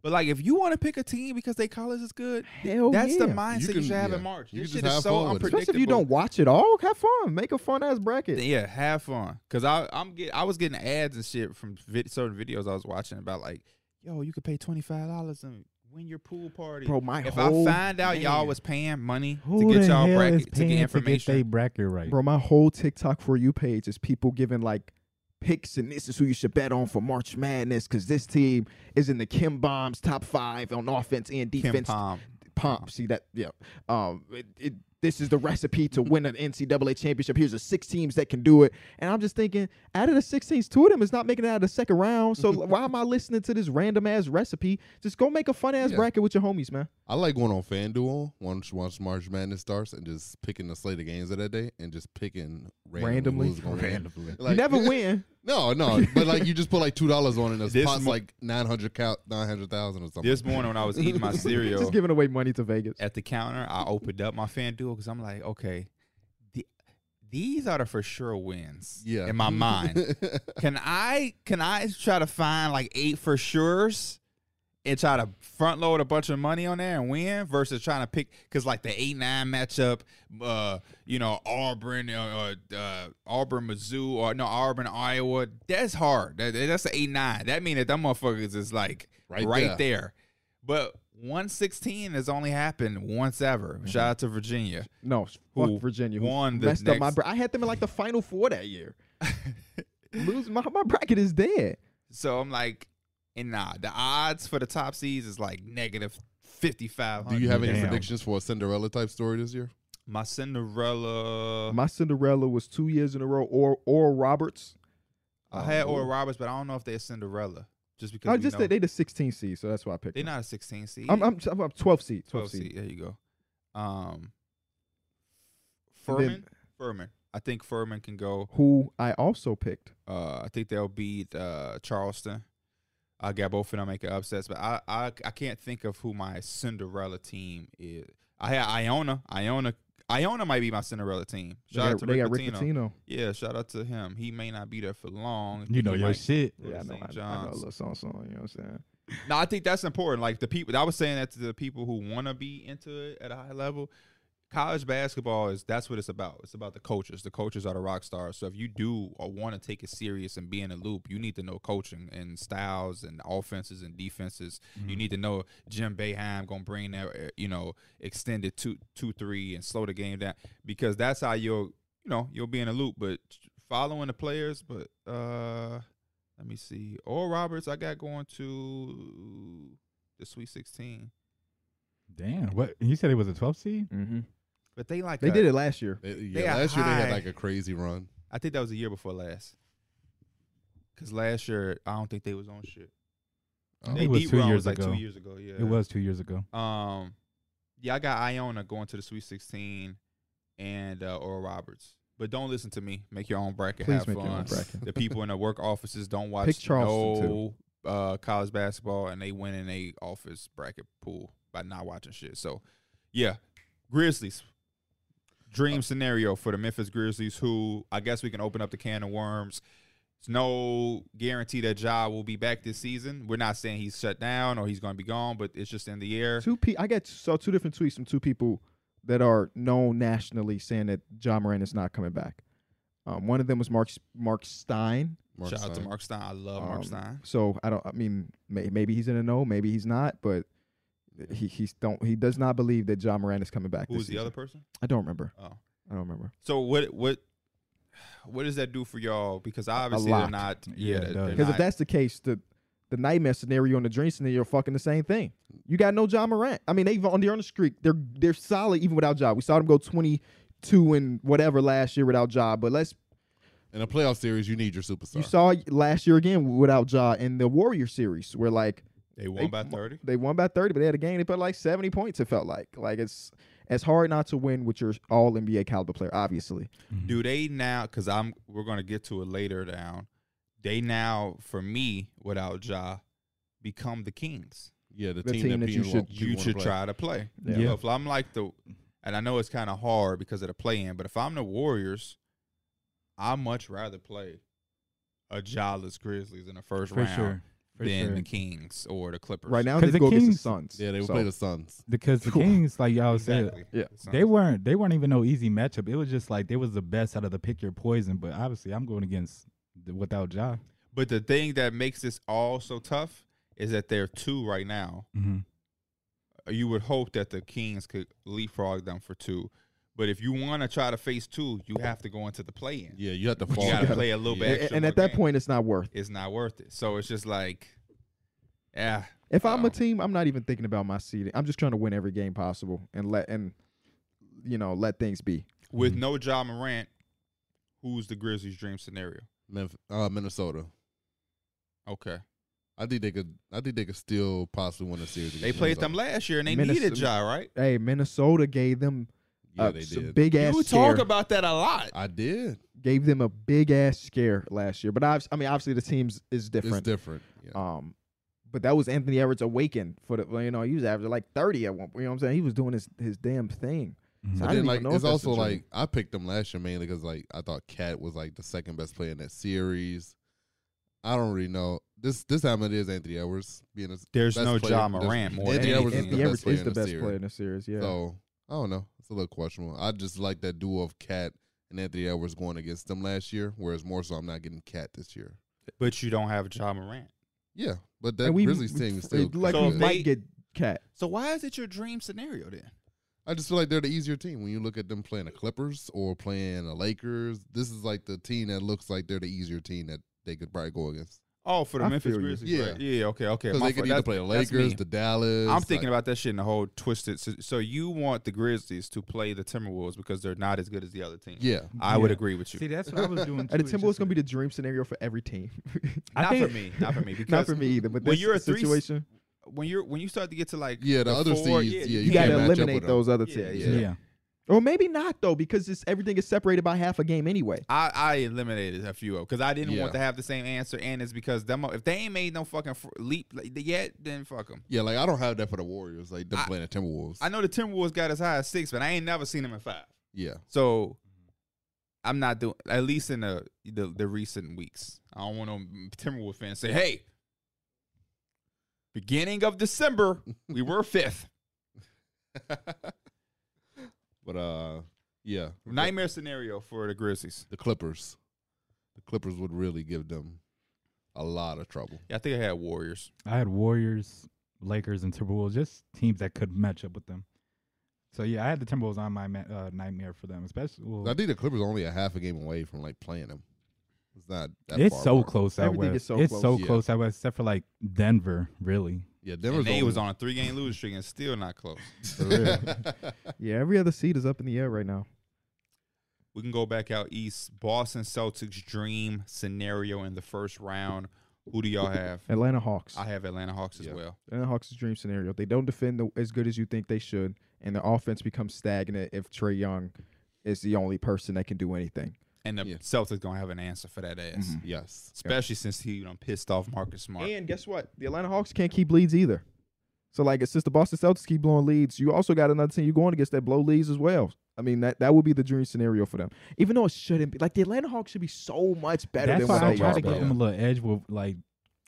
[SPEAKER 2] But like, if you want to pick a team because they college is good,
[SPEAKER 1] Hell
[SPEAKER 2] that's
[SPEAKER 1] Oh, yeah.
[SPEAKER 2] the mindset you,
[SPEAKER 4] You can-
[SPEAKER 2] should have
[SPEAKER 4] yeah.
[SPEAKER 2] in March.
[SPEAKER 4] You
[SPEAKER 2] this
[SPEAKER 4] can
[SPEAKER 2] shit
[SPEAKER 4] just have
[SPEAKER 2] is so
[SPEAKER 4] fun with it.
[SPEAKER 2] unpredictable.
[SPEAKER 4] Especially
[SPEAKER 1] Especially if you don't watch it all, have fun. Make a fun ass bracket.
[SPEAKER 2] Yeah, have fun. Cause I I'm get I was getting ads and shit from vid- certain videos I was watching about like, yo, you could pay twenty five dollars and win your pool party.
[SPEAKER 1] Bro, my
[SPEAKER 2] if I
[SPEAKER 1] whole
[SPEAKER 2] find out y'all
[SPEAKER 1] man.
[SPEAKER 2] was paying money
[SPEAKER 3] Who
[SPEAKER 2] to get
[SPEAKER 3] the
[SPEAKER 2] y'all
[SPEAKER 3] hell is
[SPEAKER 2] bracket
[SPEAKER 3] paying
[SPEAKER 2] to get
[SPEAKER 3] To get they
[SPEAKER 2] information,
[SPEAKER 3] bracket
[SPEAKER 1] [laughs]
[SPEAKER 3] right.
[SPEAKER 1] bro, my whole TikTok for you page is people giving like picks and this is who you should bet on for March Madness because this team is in the Kim Bombs top five on offense and
[SPEAKER 2] Kim
[SPEAKER 1] defense.
[SPEAKER 2] Pom.
[SPEAKER 1] Pomp, see that? Yeah. Um, it, it, this is the recipe to win an NCAA championship. Here's the six teams that can do it. And I'm just thinking, out of the six teams, two of them is not making it out of the second round.
[SPEAKER 2] [laughs]
[SPEAKER 1] So why am I listening to this random ass recipe? Just go make a fun ass
[SPEAKER 4] Yeah.
[SPEAKER 1] bracket with your homies, man.
[SPEAKER 4] I like going on FanDuel once once March Madness starts and just picking the slate of games of that day and just picking randomly,
[SPEAKER 1] Randomly?
[SPEAKER 4] who's gonna win.
[SPEAKER 3] Randomly.
[SPEAKER 4] Like-
[SPEAKER 1] you
[SPEAKER 4] [laughs]
[SPEAKER 1] never win.
[SPEAKER 4] No, no, but like you just put like two dollars on it and
[SPEAKER 2] This
[SPEAKER 4] the pot's
[SPEAKER 2] mo-
[SPEAKER 4] like nine hundred count nine hundred thousand or something.
[SPEAKER 2] This morning when I [laughs] was eating
[SPEAKER 1] [laughs]
[SPEAKER 2] my cereal
[SPEAKER 1] Just giving away money to Vegas.
[SPEAKER 2] at the counter, I opened up my FanDuel because I'm like, okay, the, these are the for sure wins.
[SPEAKER 4] [laughs] yeah,
[SPEAKER 2] in
[SPEAKER 4] [laughs]
[SPEAKER 2] my mind. Can I can I try to find like eight for sure's and try to front load a bunch of money on there and win versus trying to pick because like the eight nine matchup, uh, you know Auburn, uh, uh, uh, Auburn, Mizzou, or no Auburn, Iowa. That's hard. That, that's the eight nine. That means that them motherfuckers is like right,
[SPEAKER 4] Right
[SPEAKER 2] there.
[SPEAKER 4] there.
[SPEAKER 2] But one sixteen has only happened once ever.
[SPEAKER 1] Mm-hmm.
[SPEAKER 2] Shout out to Virginia.
[SPEAKER 1] No,
[SPEAKER 2] Who
[SPEAKER 1] fuck Virginia. Who
[SPEAKER 2] won the
[SPEAKER 1] messed up my
[SPEAKER 2] next-
[SPEAKER 1] bra- I had them in like the final four that
[SPEAKER 2] [laughs]
[SPEAKER 1] year. Lose my, my bracket is dead.
[SPEAKER 2] So I'm like, and nah, the odds for the top seeds is like negative fifty five
[SPEAKER 4] Do
[SPEAKER 2] hundred.
[SPEAKER 4] you have any
[SPEAKER 3] Damn.
[SPEAKER 4] predictions for a Cinderella type story this year?
[SPEAKER 2] my Cinderella?
[SPEAKER 1] My Cinderella was two years in a row. Or Oral Roberts.
[SPEAKER 2] I had Oral Roberts, but I don't know if they're Cinderella. Just because
[SPEAKER 1] Oh,
[SPEAKER 2] we
[SPEAKER 1] just
[SPEAKER 2] know-
[SPEAKER 1] that they the 16 seed, so that's why I picked.
[SPEAKER 2] they're
[SPEAKER 1] them.
[SPEAKER 2] not a sixteen seed.
[SPEAKER 1] I'm I'm, I'm, I'm 12 seed. 12,
[SPEAKER 2] twelve
[SPEAKER 1] seed.
[SPEAKER 2] seed. There you go. Um,
[SPEAKER 1] And
[SPEAKER 2] Furman,
[SPEAKER 1] then-
[SPEAKER 2] Furman. I think Furman can go.
[SPEAKER 1] Who I also picked.
[SPEAKER 2] Uh, I think they'll beat uh, Charleston. I got both of them making upsets, but I, I I can't think of who my Cinderella team is. I had Iona. Iona Iona might be my Cinderella team.
[SPEAKER 1] They
[SPEAKER 2] Shout out
[SPEAKER 1] got,
[SPEAKER 2] to
[SPEAKER 1] they
[SPEAKER 2] Rick
[SPEAKER 1] got Rick
[SPEAKER 2] Pitino.
[SPEAKER 1] Pitino.
[SPEAKER 2] Yeah, shout out to him. He may not be there for long.
[SPEAKER 3] You know
[SPEAKER 2] He
[SPEAKER 3] your
[SPEAKER 2] might-
[SPEAKER 3] shit.
[SPEAKER 2] Go to
[SPEAKER 1] Yeah, I know,
[SPEAKER 2] St.
[SPEAKER 1] I, I know a
[SPEAKER 2] John's.
[SPEAKER 1] little song song. You know what I'm saying?
[SPEAKER 2] No, I think that's important. Like the people, I was saying that to the people who want to be into it at a high level, college basketball is that's what it's about. It's about the coaches. The coaches are the rock stars. So if you do or want to take it serious and be in the loop, you need to know coaching and styles and offenses and defenses. You need to know Jim Beheim gonna bring that uh, you know extended two two three and slow the game down because that's how you'll you know you'll be in a loop. But following the players, but uh let me see. Oral Roberts, I got going to the Sweet Sixteen,
[SPEAKER 3] Damn. What you said it was a 12 seed?
[SPEAKER 1] Mm-hmm.
[SPEAKER 2] but they like
[SPEAKER 1] They
[SPEAKER 2] a-
[SPEAKER 1] did it last year.
[SPEAKER 4] They-
[SPEAKER 2] They
[SPEAKER 4] yeah,
[SPEAKER 2] are
[SPEAKER 4] last year they had
[SPEAKER 2] high.
[SPEAKER 4] like a crazy run.
[SPEAKER 2] I think that was a year before last. Cause last year I don't think they was on shit.
[SPEAKER 3] I
[SPEAKER 2] They
[SPEAKER 3] think it was
[SPEAKER 2] deep
[SPEAKER 3] two
[SPEAKER 2] run
[SPEAKER 3] years
[SPEAKER 2] was like
[SPEAKER 3] ago.
[SPEAKER 2] two years ago. Yeah,
[SPEAKER 3] It was two years ago.
[SPEAKER 2] Um, yeah, I got Iona going to the Sweet Sixteen, and uh, Oral Roberts. But don't listen to me. Make your own bracket.
[SPEAKER 1] Please
[SPEAKER 2] have
[SPEAKER 1] make
[SPEAKER 2] fun.
[SPEAKER 1] your own bracket.
[SPEAKER 2] the people in the work offices don't watch
[SPEAKER 1] Pick Charleston,
[SPEAKER 2] no uh, college basketball, and they win in a office bracket pool by not watching shit. So, yeah, Grizzlies. Dream
[SPEAKER 1] Uh,
[SPEAKER 2] scenario for the Memphis Grizzlies, who I guess we can open up the can of worms. It's no guarantee that Ja will be back this season. We're not saying he's shut down or he's going to be gone, but it's just in the air.
[SPEAKER 1] Two pe- I got saw two different tweets from two people that are known nationally saying that John Moran is not coming back. Um, one of them was Mark Mark Stein.
[SPEAKER 4] Mark
[SPEAKER 2] Shout out to
[SPEAKER 4] Stein.
[SPEAKER 2] Mark Stein. I love Mark
[SPEAKER 1] Um,
[SPEAKER 2] Stein.
[SPEAKER 1] So I don't. I mean, may, maybe he's in a no, maybe he's not, but. He he's don't he does not believe that John Moran is coming back.
[SPEAKER 2] Who
[SPEAKER 1] this
[SPEAKER 2] was the
[SPEAKER 1] season.
[SPEAKER 2] other person?
[SPEAKER 1] I don't remember.
[SPEAKER 2] Oh,
[SPEAKER 1] I don't remember.
[SPEAKER 2] so what? What? What does that do for y'all? Because obviously they're
[SPEAKER 1] lot.
[SPEAKER 2] not.
[SPEAKER 3] Yeah,
[SPEAKER 2] Yeah,
[SPEAKER 3] it
[SPEAKER 2] they're,
[SPEAKER 3] does.
[SPEAKER 2] they're
[SPEAKER 1] Because if
[SPEAKER 2] not-
[SPEAKER 1] that's the case, the the nightmare scenario and the dream scenario are fucking the same thing. You got no John Morant. I mean, they've on the on the streak. They're they're solid even without Job. We saw them go twenty two and whatever last year without Job. But let's
[SPEAKER 4] In a playoff series, you need your superstar.
[SPEAKER 1] you saw last year again without Job in the Warrior series where like
[SPEAKER 2] they won by thirty.
[SPEAKER 1] they won by thirty, but they had a game they put like seventy points. It felt like like it's it's hard not to win with your All NBA caliber player, obviously.
[SPEAKER 2] Do they now? Because I'm. We're gonna get to it later down. They now, for me, without Ja, become the Kings.
[SPEAKER 4] yeah, the,
[SPEAKER 1] The
[SPEAKER 4] team,
[SPEAKER 1] team
[SPEAKER 4] that,
[SPEAKER 1] that you
[SPEAKER 4] people
[SPEAKER 1] should-
[SPEAKER 4] want- people
[SPEAKER 2] You
[SPEAKER 4] wanna
[SPEAKER 2] should
[SPEAKER 4] play.
[SPEAKER 2] try to play.
[SPEAKER 1] Yeah.
[SPEAKER 2] So if I'm like the, and I know it's kind of hard because of the play-in, but if I'm the Warriors, I much rather play a Jawless Grizzlies in the first
[SPEAKER 3] For
[SPEAKER 2] round
[SPEAKER 3] sure. For
[SPEAKER 2] than
[SPEAKER 3] sure.
[SPEAKER 2] the Kings or the Clippers.
[SPEAKER 1] Right now
[SPEAKER 3] 'Cause
[SPEAKER 1] they
[SPEAKER 3] the
[SPEAKER 1] go against the
[SPEAKER 3] Kings-
[SPEAKER 1] Suns.
[SPEAKER 4] Yeah, they would
[SPEAKER 1] So,
[SPEAKER 4] play the Suns.
[SPEAKER 3] because
[SPEAKER 2] [laughs]
[SPEAKER 3] the Kings, like y'all said,
[SPEAKER 2] exactly.
[SPEAKER 1] Yeah.
[SPEAKER 2] So-
[SPEAKER 3] they weren't they weren't even no easy matchup. It was just like they was the best out of the pick your poison. But obviously, I'm going against the, without Ja.
[SPEAKER 2] But the thing that makes this all so tough is that they're two right now.
[SPEAKER 3] Mm-hmm.
[SPEAKER 2] You would hope that the Kings could leapfrog them for two. But if you want to try to face two, you have to go into the play-in.
[SPEAKER 4] Yeah, you have to
[SPEAKER 2] You
[SPEAKER 4] fall.
[SPEAKER 2] gotta
[SPEAKER 4] back.
[SPEAKER 2] play a little
[SPEAKER 4] Yeah.
[SPEAKER 2] bit
[SPEAKER 1] and-
[SPEAKER 2] extra
[SPEAKER 1] and
[SPEAKER 2] more
[SPEAKER 1] at that
[SPEAKER 2] game.
[SPEAKER 1] point, it's not worth.
[SPEAKER 2] It's not worth it. So it's just like, yeah.
[SPEAKER 1] If I'm
[SPEAKER 2] Wow.
[SPEAKER 1] a team, I'm not even thinking about my seeding. I'm just trying to win every game possible and let and you know let things be.
[SPEAKER 2] With no John Morant, who's the Grizzlies' dream scenario?
[SPEAKER 4] Memphis, uh, Minnesota.
[SPEAKER 2] Okay,
[SPEAKER 4] I think they could. I think they could still possibly win a series.
[SPEAKER 2] they
[SPEAKER 4] against
[SPEAKER 2] played them
[SPEAKER 4] Minnesota.
[SPEAKER 2] last year and they
[SPEAKER 1] Minnesota-
[SPEAKER 2] needed Ja, right?
[SPEAKER 1] Hey, Minnesota gave them
[SPEAKER 4] Yeah,
[SPEAKER 1] a
[SPEAKER 4] they did.
[SPEAKER 1] big ass
[SPEAKER 2] You
[SPEAKER 1] scare.
[SPEAKER 2] talk about that a lot.
[SPEAKER 4] I did.
[SPEAKER 1] gave them a big ass scare last year. But I, I mean, obviously the teams is
[SPEAKER 4] It's
[SPEAKER 1] different.
[SPEAKER 4] different. Yeah.
[SPEAKER 1] Um, but that was Anthony Edwards awakened for the well, you know he was averaging like 30 at one point. You know what I'm saying? He was doing his his damn thing.
[SPEAKER 4] But
[SPEAKER 1] I
[SPEAKER 2] Mm-hmm.
[SPEAKER 1] didn't
[SPEAKER 4] then,
[SPEAKER 1] even
[SPEAKER 4] like,
[SPEAKER 1] know if
[SPEAKER 4] it's
[SPEAKER 1] that's the
[SPEAKER 4] also
[SPEAKER 1] dream.
[SPEAKER 4] like I picked them last year mainly because like I thought Cat was like the second best player in that series. I don't really know this. This time it is Anthony Edwards being a,
[SPEAKER 2] There's
[SPEAKER 4] Best
[SPEAKER 2] no
[SPEAKER 4] player-
[SPEAKER 2] Ja
[SPEAKER 4] there's-
[SPEAKER 2] Morant more.
[SPEAKER 4] Anthony
[SPEAKER 2] than
[SPEAKER 4] Edwards is
[SPEAKER 2] anything.
[SPEAKER 1] Anthony
[SPEAKER 4] the
[SPEAKER 1] Edwards
[SPEAKER 4] best player
[SPEAKER 1] is
[SPEAKER 4] in
[SPEAKER 1] the
[SPEAKER 4] the
[SPEAKER 1] best
[SPEAKER 4] series.
[SPEAKER 1] player in the series. Yeah.
[SPEAKER 4] so. I don't know. It's a little questionable. I just like that duo of Cat and Anthony Edwards going against them last year. Whereas more so, I'm not getting Cat this year.
[SPEAKER 2] but you don't have Ja Morant.
[SPEAKER 4] Yeah, but that
[SPEAKER 1] and we
[SPEAKER 4] Grizzlies
[SPEAKER 1] we-
[SPEAKER 4] team is still.
[SPEAKER 1] like
[SPEAKER 2] So
[SPEAKER 1] we
[SPEAKER 4] good.
[SPEAKER 2] if they-
[SPEAKER 1] might get cat.
[SPEAKER 2] So why is it your dream scenario then?
[SPEAKER 4] I just feel like they're the easier team when you look at them playing the Clippers or playing the Lakers. This is like the team that looks like they're the easier team that they could probably go against.
[SPEAKER 2] Oh, for the
[SPEAKER 1] I
[SPEAKER 2] Memphis
[SPEAKER 1] feel you.
[SPEAKER 2] Grizzlies.
[SPEAKER 4] Yeah.
[SPEAKER 2] right? yeah, okay, okay.
[SPEAKER 4] Because
[SPEAKER 2] My
[SPEAKER 4] they could
[SPEAKER 2] fault.
[SPEAKER 4] either
[SPEAKER 2] That's-
[SPEAKER 4] play the
[SPEAKER 2] that's me.
[SPEAKER 4] Lakers, the Dallas.
[SPEAKER 2] I'm thinking about that shit in the whole twisted. So, so you want the Grizzlies to play the Timberwolves because they're not as good as the other team.
[SPEAKER 4] Yeah,
[SPEAKER 2] I would
[SPEAKER 3] Yeah.
[SPEAKER 2] agree with you.
[SPEAKER 3] See, that's what I [laughs] was doing.
[SPEAKER 1] And the Timberwolves gonna be the dream scenario for every team.
[SPEAKER 2] not
[SPEAKER 3] I
[SPEAKER 2] for
[SPEAKER 3] think-
[SPEAKER 2] me. Not for me.
[SPEAKER 1] [laughs]
[SPEAKER 2] Because
[SPEAKER 1] Not for me either. But
[SPEAKER 2] when
[SPEAKER 1] this
[SPEAKER 2] you're a three-
[SPEAKER 1] situation.
[SPEAKER 2] when you're when you start to get to like
[SPEAKER 4] Yeah, the other seeds, yeah,
[SPEAKER 1] you,
[SPEAKER 4] You
[SPEAKER 1] got
[SPEAKER 4] can't
[SPEAKER 1] to
[SPEAKER 4] match up
[SPEAKER 1] eliminate
[SPEAKER 4] with 'em.
[SPEAKER 1] those other
[SPEAKER 2] Yeah,
[SPEAKER 1] teams.
[SPEAKER 2] yeah.
[SPEAKER 3] yeah.
[SPEAKER 1] Or maybe not though, because it's, everything is separated by half a game
[SPEAKER 2] [laughs]
[SPEAKER 1] anyway.
[SPEAKER 2] I, I eliminated a few of because I didn't
[SPEAKER 4] Yeah.
[SPEAKER 2] want to have the same answer, and it's because them if they ain't made no fucking fr- leap like, yet, then fuck them.
[SPEAKER 4] yeah, like I don't have that for the Warriors. Like them
[SPEAKER 2] I-
[SPEAKER 4] playing the Timberwolves.
[SPEAKER 2] I know the Timberwolves got as high as six, but I ain't never seen them in five. [laughs]
[SPEAKER 4] yeah,
[SPEAKER 2] So I'm not doing at least in the the, the recent weeks. I don't want to Timberwolves fans say, "Hey, [laughs] beginning of December, we were fifth.
[SPEAKER 4] But uh, yeah,
[SPEAKER 2] Nightmare scenario for the Grizzlies.
[SPEAKER 4] the Clippers, the Clippers would really give them a lot of trouble.
[SPEAKER 2] Yeah, I think I had Warriors.
[SPEAKER 3] I had Warriors, Lakers, and Timberwolves, just teams that could match up with them. So yeah, I had the Timberwolves on my ma- uh, nightmare for them, especially. Well,
[SPEAKER 4] I think the Clippers are only a half a game away from like playing them. It's not. That
[SPEAKER 3] it's
[SPEAKER 4] far
[SPEAKER 3] so
[SPEAKER 4] apart.
[SPEAKER 3] close out
[SPEAKER 1] Everything
[SPEAKER 3] west.
[SPEAKER 1] is so
[SPEAKER 3] it's
[SPEAKER 1] close.
[SPEAKER 3] so
[SPEAKER 4] Yeah.
[SPEAKER 3] close out west, except for like Denver, really.
[SPEAKER 4] Yeah,
[SPEAKER 2] And
[SPEAKER 4] Denver's
[SPEAKER 2] they
[SPEAKER 4] [laughs]
[SPEAKER 2] was on a three game losing streak and still not close.
[SPEAKER 1] [laughs]
[SPEAKER 3] For real.
[SPEAKER 1] Yeah, every other seed is up in the air right now.
[SPEAKER 2] We can go back out east. Boston Celtics dream scenario in the first round. Who do y'all have?
[SPEAKER 1] Atlanta Hawks.
[SPEAKER 2] I have Atlanta Hawks as
[SPEAKER 4] Yeah.
[SPEAKER 2] well.
[SPEAKER 1] Atlanta Hawks' dream scenario. They don't defend the, as good as you think they should, and their offense becomes stagnant if Trey Young is the only person that can do anything.
[SPEAKER 2] And the
[SPEAKER 4] Yeah.
[SPEAKER 2] Celtics gonna have an answer for that ass.
[SPEAKER 3] Mhm.
[SPEAKER 4] Yes.
[SPEAKER 2] Especially since he you know pissed off Marcus Smart.
[SPEAKER 1] And guess what? The Atlanta Hawks can't keep leads either. So like, since the Boston Celtics keep blowing leads, you also got another team you're going against that blow leads as well. I mean, that that would be the dream scenario for them. Even though it shouldn't be, like the Atlanta Hawks should be so much better than
[SPEAKER 3] That's why
[SPEAKER 1] what
[SPEAKER 3] I
[SPEAKER 1] they
[SPEAKER 3] try
[SPEAKER 1] are.
[SPEAKER 3] to
[SPEAKER 1] bro.
[SPEAKER 3] give them a little edge with like.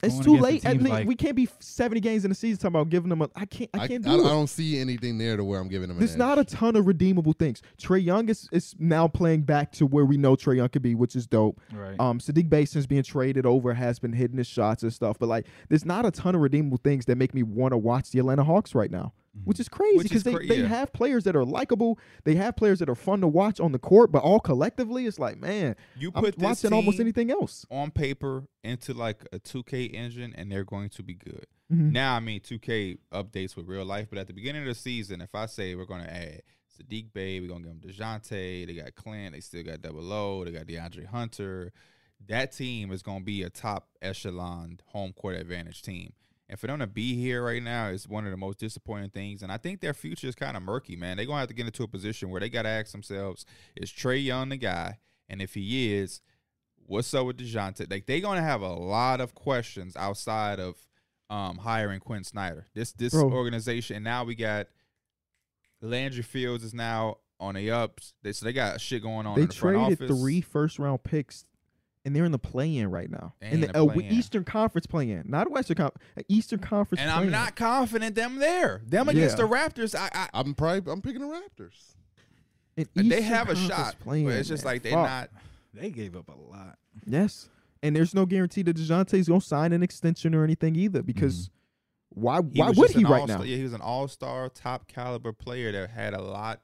[SPEAKER 1] It's
[SPEAKER 3] going
[SPEAKER 1] too
[SPEAKER 3] against the
[SPEAKER 1] late. At
[SPEAKER 3] teams
[SPEAKER 1] least
[SPEAKER 3] like-
[SPEAKER 1] we can't be 70 games in the season talking about giving them a. I can't. I can't
[SPEAKER 4] I,
[SPEAKER 1] do it.
[SPEAKER 4] don't see anything there to where I'm giving them.
[SPEAKER 1] There's
[SPEAKER 4] an
[SPEAKER 1] not a
[SPEAKER 4] edge.
[SPEAKER 1] ton of redeemable things. Trey Young is, is now playing back to where we know Trey Young could be, which is dope.
[SPEAKER 3] Right.
[SPEAKER 1] Um, Sadiq Basin's being traded over, has been hitting his shots and stuff, but like, there's not a ton of redeemable things that make me want to watch the Atlanta Hawks right now, which is crazy
[SPEAKER 2] Mm-hmm. Which
[SPEAKER 1] because
[SPEAKER 2] is
[SPEAKER 1] they,
[SPEAKER 2] cra-
[SPEAKER 1] they
[SPEAKER 2] yeah.
[SPEAKER 1] have players that are likable, they have players that are fun to watch on the court, but all collectively, it's like, man,
[SPEAKER 2] You
[SPEAKER 1] I'm
[SPEAKER 2] put this
[SPEAKER 1] watching almost
[SPEAKER 2] team
[SPEAKER 1] anything else.
[SPEAKER 2] on paper into like a 2K engine, and they're going to be good.
[SPEAKER 1] Mhm.
[SPEAKER 2] Now, I mean, 2K updates with real life, but at the beginning of the season, if I say we're going to add Sadiq Bay, we're going to give him DeJounte, they got Clint, they still got Double O, they got DeAndre Hunter, that team is going to be a top echelon home court advantage team. And for them to be here right now is one of the most disappointing things. And I think their future is kind of murky, man. They're going to have to get into a position where they got to ask themselves is Trey Young the guy? And if he is, what's up with DeJounte? Like, they're going to have a lot of questions outside of um, hiring Quinn Snyder. This this
[SPEAKER 1] Bro.
[SPEAKER 2] organization, and now we got Landry Fields is now on the ups. They, so they got shit going on
[SPEAKER 1] They
[SPEAKER 2] in the front
[SPEAKER 1] traded
[SPEAKER 2] office.
[SPEAKER 1] three first round picks, and they're in the play in right now.
[SPEAKER 2] They
[SPEAKER 1] in
[SPEAKER 2] in
[SPEAKER 1] the,
[SPEAKER 2] the
[SPEAKER 1] uh,
[SPEAKER 2] play-in.
[SPEAKER 1] Eastern Conference play in, not Western Conference, Eastern Conference.
[SPEAKER 2] and I'm
[SPEAKER 1] play-in.
[SPEAKER 2] not confident them there. Them against
[SPEAKER 1] Yeah.
[SPEAKER 2] the Raptors, I, I
[SPEAKER 4] I'm probably I'm picking the Raptors.
[SPEAKER 1] An
[SPEAKER 2] they
[SPEAKER 1] Eastern
[SPEAKER 2] have a
[SPEAKER 1] Conference
[SPEAKER 2] shot,
[SPEAKER 1] play-in,
[SPEAKER 2] but it's just
[SPEAKER 1] man.
[SPEAKER 2] like they're
[SPEAKER 1] Fuck.
[SPEAKER 2] not.
[SPEAKER 3] they gave up a lot.
[SPEAKER 1] Yes, and there's no guarantee that Dejounte's gonna sign an extension or anything either because
[SPEAKER 3] Mm-hmm.
[SPEAKER 1] why?
[SPEAKER 2] he
[SPEAKER 1] Why
[SPEAKER 2] was
[SPEAKER 1] would
[SPEAKER 2] just
[SPEAKER 1] he
[SPEAKER 2] an
[SPEAKER 1] right
[SPEAKER 2] all-star-
[SPEAKER 1] now?
[SPEAKER 2] Yeah, he was an all-star, top caliber player that had a lot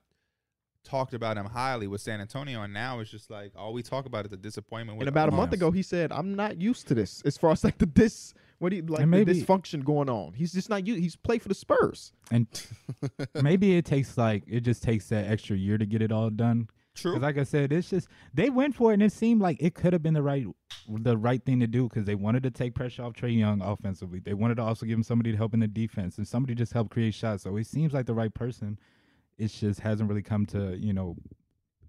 [SPEAKER 2] talked about him highly with San Antonio, and now it's just like all we talk about is the disappointment. With
[SPEAKER 1] And about a
[SPEAKER 2] Amon.
[SPEAKER 1] month ago, he said, "I'm not used to this. As far as like the dis, what do you like
[SPEAKER 3] And
[SPEAKER 1] the
[SPEAKER 3] maybe-
[SPEAKER 1] dysfunction going on? He's just not. u- He's played for the Spurs.
[SPEAKER 3] And maybe it takes like it just takes that extra year to get it all done.
[SPEAKER 2] true.
[SPEAKER 3] 'Cause like I said, it's just they went for it, and it seemed like it could have been the right the right thing to do because they wanted to take pressure off Trey Young offensively. They wanted to also give him somebody to help in the defense and somebody just help create shots. So it seems like the right person. It just hasn't really come to you know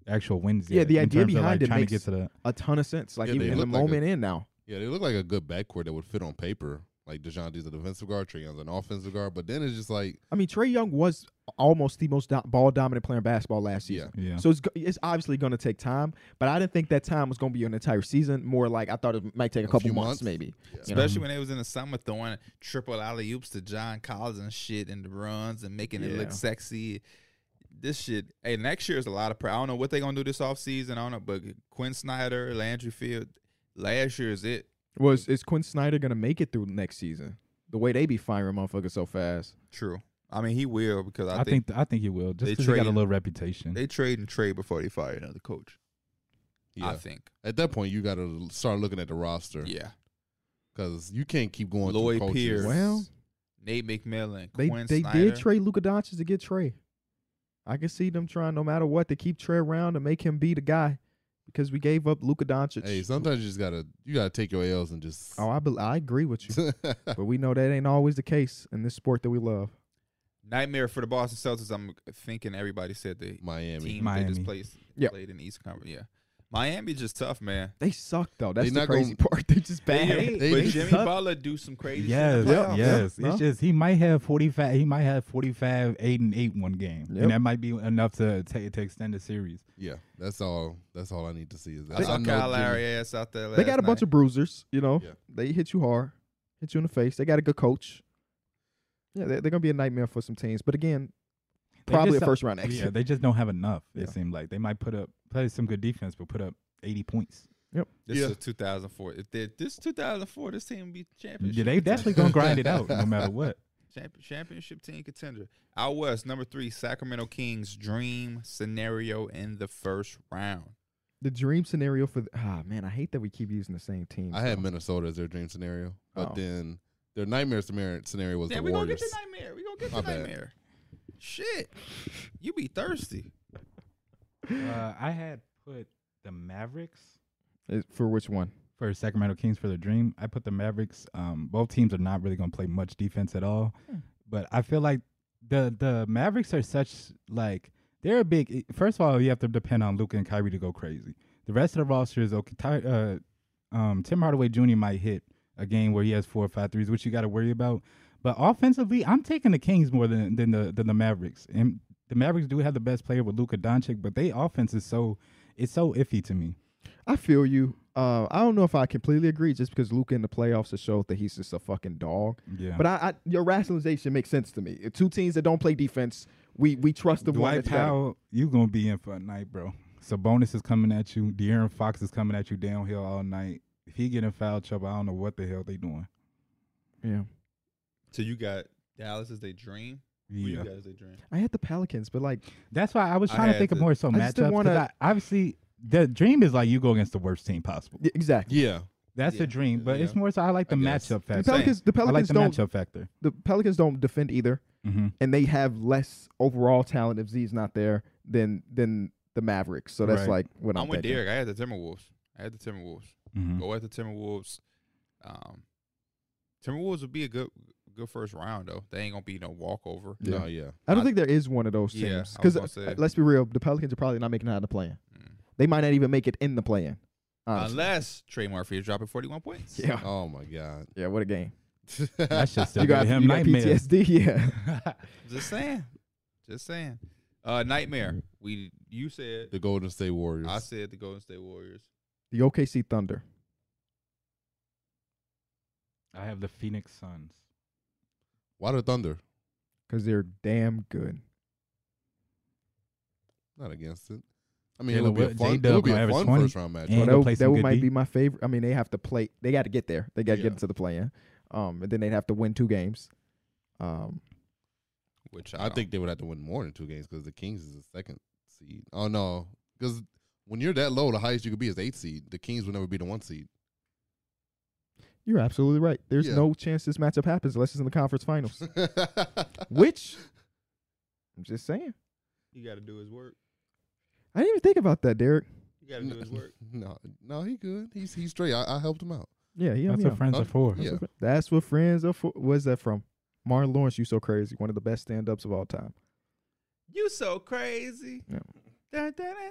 [SPEAKER 3] actual wins
[SPEAKER 1] Yeah,
[SPEAKER 3] yet.
[SPEAKER 1] the
[SPEAKER 3] in
[SPEAKER 1] idea
[SPEAKER 3] terms of,
[SPEAKER 1] behind
[SPEAKER 3] like,
[SPEAKER 1] it
[SPEAKER 3] trying
[SPEAKER 1] makes-
[SPEAKER 3] to get to the
[SPEAKER 1] A ton of sense. Like
[SPEAKER 4] Yeah,
[SPEAKER 1] even
[SPEAKER 4] they
[SPEAKER 1] in the
[SPEAKER 4] look like a-
[SPEAKER 1] moment in now.
[SPEAKER 4] Yeah, they look like a good backcourt that would fit on paper. Like Dejounte's a defensive guard, Trae Young's an offensive guard, but then it's just like
[SPEAKER 1] I mean, Trey Young was almost the most do- ball dominant player in basketball last season.
[SPEAKER 3] yeah.
[SPEAKER 1] So it's go- it's obviously going to take time, but I didn't think that time was going to be an entire season. More like I thought it might take a,
[SPEAKER 4] A
[SPEAKER 1] couple
[SPEAKER 4] few
[SPEAKER 1] months,
[SPEAKER 4] months?
[SPEAKER 1] maybe. You know?
[SPEAKER 2] Especially when they was in the summer throwing triple alley oops to John Collins and shit and the runs and making it
[SPEAKER 1] Yeah.
[SPEAKER 2] look sexy. This shit. Hey, next year is a lot of. Pr- I don't know what they gonna do this offseason. I don't know, but Quinn Snyder, Landry Field, last year is it.
[SPEAKER 1] Was is Quinn Snyder going to make it through next season? The way they be firing motherfuckers so fast.
[SPEAKER 2] True. I mean, he will because I,
[SPEAKER 3] I
[SPEAKER 2] think,
[SPEAKER 3] think I think he will just
[SPEAKER 2] they
[SPEAKER 3] because he got a
[SPEAKER 2] traded-
[SPEAKER 3] little reputation.
[SPEAKER 2] they trade and trade before they fire another coach.
[SPEAKER 4] yeah.
[SPEAKER 2] I think.
[SPEAKER 4] At that point, you got to start looking at the roster
[SPEAKER 2] Yeah.
[SPEAKER 4] because you can't keep going.
[SPEAKER 2] Lloyd
[SPEAKER 4] through coaches.
[SPEAKER 2] Pierce.
[SPEAKER 1] Well,
[SPEAKER 2] Nate McMillan,
[SPEAKER 1] They
[SPEAKER 2] Quinn
[SPEAKER 1] they
[SPEAKER 2] Snyder.
[SPEAKER 1] did trade Luka Doncic to get Trey. I can see them trying, no matter what, to keep Trey around and make him be the guy, because we gave up Luka Doncic.
[SPEAKER 4] Hey, sometimes you just gotta you gotta take your L's and just.
[SPEAKER 1] oh, I bel I agree with
[SPEAKER 4] [laughs]
[SPEAKER 1] you, but we know that ain't always the case in this sport that we love.
[SPEAKER 2] Nightmare for the Boston Celtics. I'm thinking everybody said the
[SPEAKER 4] Miami.
[SPEAKER 2] team they just
[SPEAKER 3] Miami.
[SPEAKER 2] placed,
[SPEAKER 1] Yeah.
[SPEAKER 2] played in the East Conference. Yeah. Miami just tough, man.
[SPEAKER 1] They suck though. That's
[SPEAKER 4] They
[SPEAKER 1] the
[SPEAKER 4] not
[SPEAKER 1] crazy [laughs]
[SPEAKER 4] gonna-
[SPEAKER 1] part. They just bad.
[SPEAKER 4] They- they
[SPEAKER 2] but Jimmy
[SPEAKER 3] suck.
[SPEAKER 2] Butler do some crazy
[SPEAKER 3] Yes,
[SPEAKER 2] shit. in the playoffs.
[SPEAKER 1] yeah,
[SPEAKER 3] yes.
[SPEAKER 1] no.
[SPEAKER 3] It's just he might have forty five. He might have forty five, eight and eight one game,
[SPEAKER 1] Yep.
[SPEAKER 3] and that might be enough to ta to extend the series.
[SPEAKER 4] Yeah, that's all. That's all I need to see is that.
[SPEAKER 2] I saw
[SPEAKER 4] know
[SPEAKER 2] Kyle
[SPEAKER 4] Jimmy-
[SPEAKER 2] Lowry ass out there. Last
[SPEAKER 1] They got a bunch of bruisers, you know.
[SPEAKER 4] Yeah.
[SPEAKER 1] They hit you hard, hit you in the face. They got a good coach. Yeah, they're, they're gonna be a nightmare for some teams. But again,
[SPEAKER 3] They
[SPEAKER 1] Probably
[SPEAKER 3] just
[SPEAKER 1] a
[SPEAKER 3] don't-
[SPEAKER 1] first round exit.
[SPEAKER 3] Yeah, they just don't have enough.
[SPEAKER 1] Yeah.
[SPEAKER 3] It seemed like they might put up play some good defense, but put up eighty points.
[SPEAKER 2] This
[SPEAKER 4] Yeah.
[SPEAKER 2] is 2004. If they- this 2004, this team be championship.
[SPEAKER 3] Yeah, they definitely gonna grind it out no matter what.
[SPEAKER 2] Champ- championship team contender. Out west, number three, Sacramento Kings. Dream scenario in the first round.
[SPEAKER 1] The dream scenario for the, ah man, I hate that we keep using the same team.
[SPEAKER 4] I had
[SPEAKER 1] bro.
[SPEAKER 4] Minnesota as their dream scenario, but
[SPEAKER 1] Oh.
[SPEAKER 4] then their nightmare scenario scenario was
[SPEAKER 2] Yeah,
[SPEAKER 4] the
[SPEAKER 2] we gonna
[SPEAKER 4] Warriors.
[SPEAKER 2] get the nightmare. We gonna get
[SPEAKER 4] My
[SPEAKER 2] the
[SPEAKER 4] bad.
[SPEAKER 2] nightmare. Shit, you be thirsty.
[SPEAKER 3] Uh, I had put the Mavericks
[SPEAKER 1] Is- for which one?
[SPEAKER 3] for Sacramento Kings for the dream. I put the Mavericks. Um, both teams are not really gonna play much defense at all, but I feel like the the Mavericks are such like they're a big. eh, First of all, you have to depend on Luca and Kyrie to go crazy. The rest of the roster is okay. Ty, uh, um, Tim Hardaway Jr. might hit a game where he has four or five threes, which you got to worry about. But offensively, I'm taking the Kings more than than the than the Mavericks. And the Mavericks do have the best player with Luka Doncic, but they offense is so it's so iffy to me.
[SPEAKER 1] I feel you. Uh, I don't know if I completely agree, just because Luca in the playoffs has showed that he's just a fucking dog.
[SPEAKER 3] Yeah.
[SPEAKER 1] But I, I your rationalization makes sense to me. Uh, Two teams that don't play defense, we we trust the one
[SPEAKER 3] Dwight
[SPEAKER 1] that's better.
[SPEAKER 3] Powell, you gonna be in for a night, bro. Sabonis is coming at you. De'Aaron Fox is coming at you downhill all night. If he get in foul trouble, I don't know what the hell they doing.
[SPEAKER 1] Yeah,
[SPEAKER 2] So you got Dallas as they dream. Who you
[SPEAKER 3] Yeah,
[SPEAKER 2] got as they dream?
[SPEAKER 1] I had the Pelicans, but like
[SPEAKER 3] that's why I was
[SPEAKER 2] I
[SPEAKER 3] trying to
[SPEAKER 2] had
[SPEAKER 3] think of
[SPEAKER 2] the-
[SPEAKER 3] more so
[SPEAKER 1] I just didn't
[SPEAKER 3] matchups. 'cause
[SPEAKER 1] wanna-
[SPEAKER 3] I- Obviously, the dream is like you go against the worst team possible.
[SPEAKER 1] y- exactly.
[SPEAKER 4] Yeah,
[SPEAKER 3] That's
[SPEAKER 2] Yeah,
[SPEAKER 3] the dream, but
[SPEAKER 2] yeah.
[SPEAKER 3] it's more so I like the
[SPEAKER 4] I guess.
[SPEAKER 3] matchup
[SPEAKER 1] The
[SPEAKER 3] factor.
[SPEAKER 2] Same.
[SPEAKER 1] Pelicans, the
[SPEAKER 3] I like
[SPEAKER 1] Pelicans
[SPEAKER 3] the
[SPEAKER 1] don't
[SPEAKER 3] matchup factor.
[SPEAKER 1] the Pelicans don't defend either,
[SPEAKER 3] Mm-hmm.
[SPEAKER 1] and they have less overall talent if Z's not there than than the Mavericks. So that's
[SPEAKER 3] Right.
[SPEAKER 1] like what I'm,
[SPEAKER 2] I'm with
[SPEAKER 1] thinking.
[SPEAKER 2] Derek. I had the Timberwolves. I had the Timberwolves.
[SPEAKER 3] mm-hmm.
[SPEAKER 2] Go at the Timberwolves. Um, Timberwolves would be a good good first round though. They ain't gonna be no walkover.
[SPEAKER 1] Yeah.
[SPEAKER 4] no, yeah.
[SPEAKER 1] I don't
[SPEAKER 2] I-
[SPEAKER 1] think there is one of those
[SPEAKER 2] Yeah, I
[SPEAKER 1] teams
[SPEAKER 2] was
[SPEAKER 1] because
[SPEAKER 2] gonna say.
[SPEAKER 1] let's be real, the Pelicans are probably not making it out of the play-in.
[SPEAKER 2] Mm.
[SPEAKER 1] They might not even make it in the play-in. honestly.
[SPEAKER 2] Unless Trey Murphy is dropping 41 points.
[SPEAKER 1] yeah,
[SPEAKER 4] Oh my god.
[SPEAKER 1] yeah, what a game.
[SPEAKER 3] [laughs] That's
[SPEAKER 4] [laughs]
[SPEAKER 3] just
[SPEAKER 1] you got,
[SPEAKER 3] him
[SPEAKER 1] you got
[SPEAKER 3] nightmare.
[SPEAKER 1] PTSD. [laughs] Yeah,
[SPEAKER 2] Just saying. Just saying. Uh, nightmare. We you said
[SPEAKER 4] the Golden State Warriors.
[SPEAKER 2] I said the Golden State Warriors.
[SPEAKER 1] the OKC Thunder.
[SPEAKER 3] I have the Phoenix Suns.
[SPEAKER 4] Why the Thunder?
[SPEAKER 1] because they're damn good.
[SPEAKER 4] Not against it. I
[SPEAKER 3] Jalen
[SPEAKER 4] mean, it would be a
[SPEAKER 3] Wood-
[SPEAKER 4] fun,
[SPEAKER 3] J-Dub
[SPEAKER 4] it would be
[SPEAKER 3] gonna
[SPEAKER 4] a
[SPEAKER 3] average
[SPEAKER 4] fun
[SPEAKER 3] 20.
[SPEAKER 4] first round
[SPEAKER 3] And-
[SPEAKER 4] match.
[SPEAKER 1] So
[SPEAKER 3] they
[SPEAKER 1] that
[SPEAKER 3] play
[SPEAKER 1] that
[SPEAKER 3] some good
[SPEAKER 1] might
[SPEAKER 3] D.
[SPEAKER 1] be my favorite. I mean, they have to play. They got to get there. They got to
[SPEAKER 4] Yeah.
[SPEAKER 1] get into the play-in, um, and then they'd have to win two games. Um,
[SPEAKER 2] Which um, I,
[SPEAKER 4] I think they would have to win more than two games because the Kings is the second seed. Oh no, because when you're that low, the highest you could be is eight seed. The Kings would never be the one seed. [laughs]
[SPEAKER 1] you're absolutely right. There's
[SPEAKER 4] Yeah.
[SPEAKER 1] no chance this matchup happens unless it's in the conference finals.
[SPEAKER 2] [laughs]
[SPEAKER 1] Which I'm just saying,
[SPEAKER 2] you got to do his work.
[SPEAKER 1] I didn't even think about that, Derek.
[SPEAKER 2] You got to do his
[SPEAKER 4] no,
[SPEAKER 2] work.
[SPEAKER 4] [laughs] no, no, he good. He's he's straight. I, I helped him out.
[SPEAKER 1] Yeah, yeah,
[SPEAKER 3] That's
[SPEAKER 1] yeah.
[SPEAKER 3] what friends
[SPEAKER 4] Huh?
[SPEAKER 3] are for.
[SPEAKER 4] Yeah.
[SPEAKER 1] That's what friends are for. Where's that from? Martin Lawrence, you so crazy. One of the best stand-ups of all time.
[SPEAKER 2] You so crazy.
[SPEAKER 1] Yeah.
[SPEAKER 2] Dun, dun, dun, dun,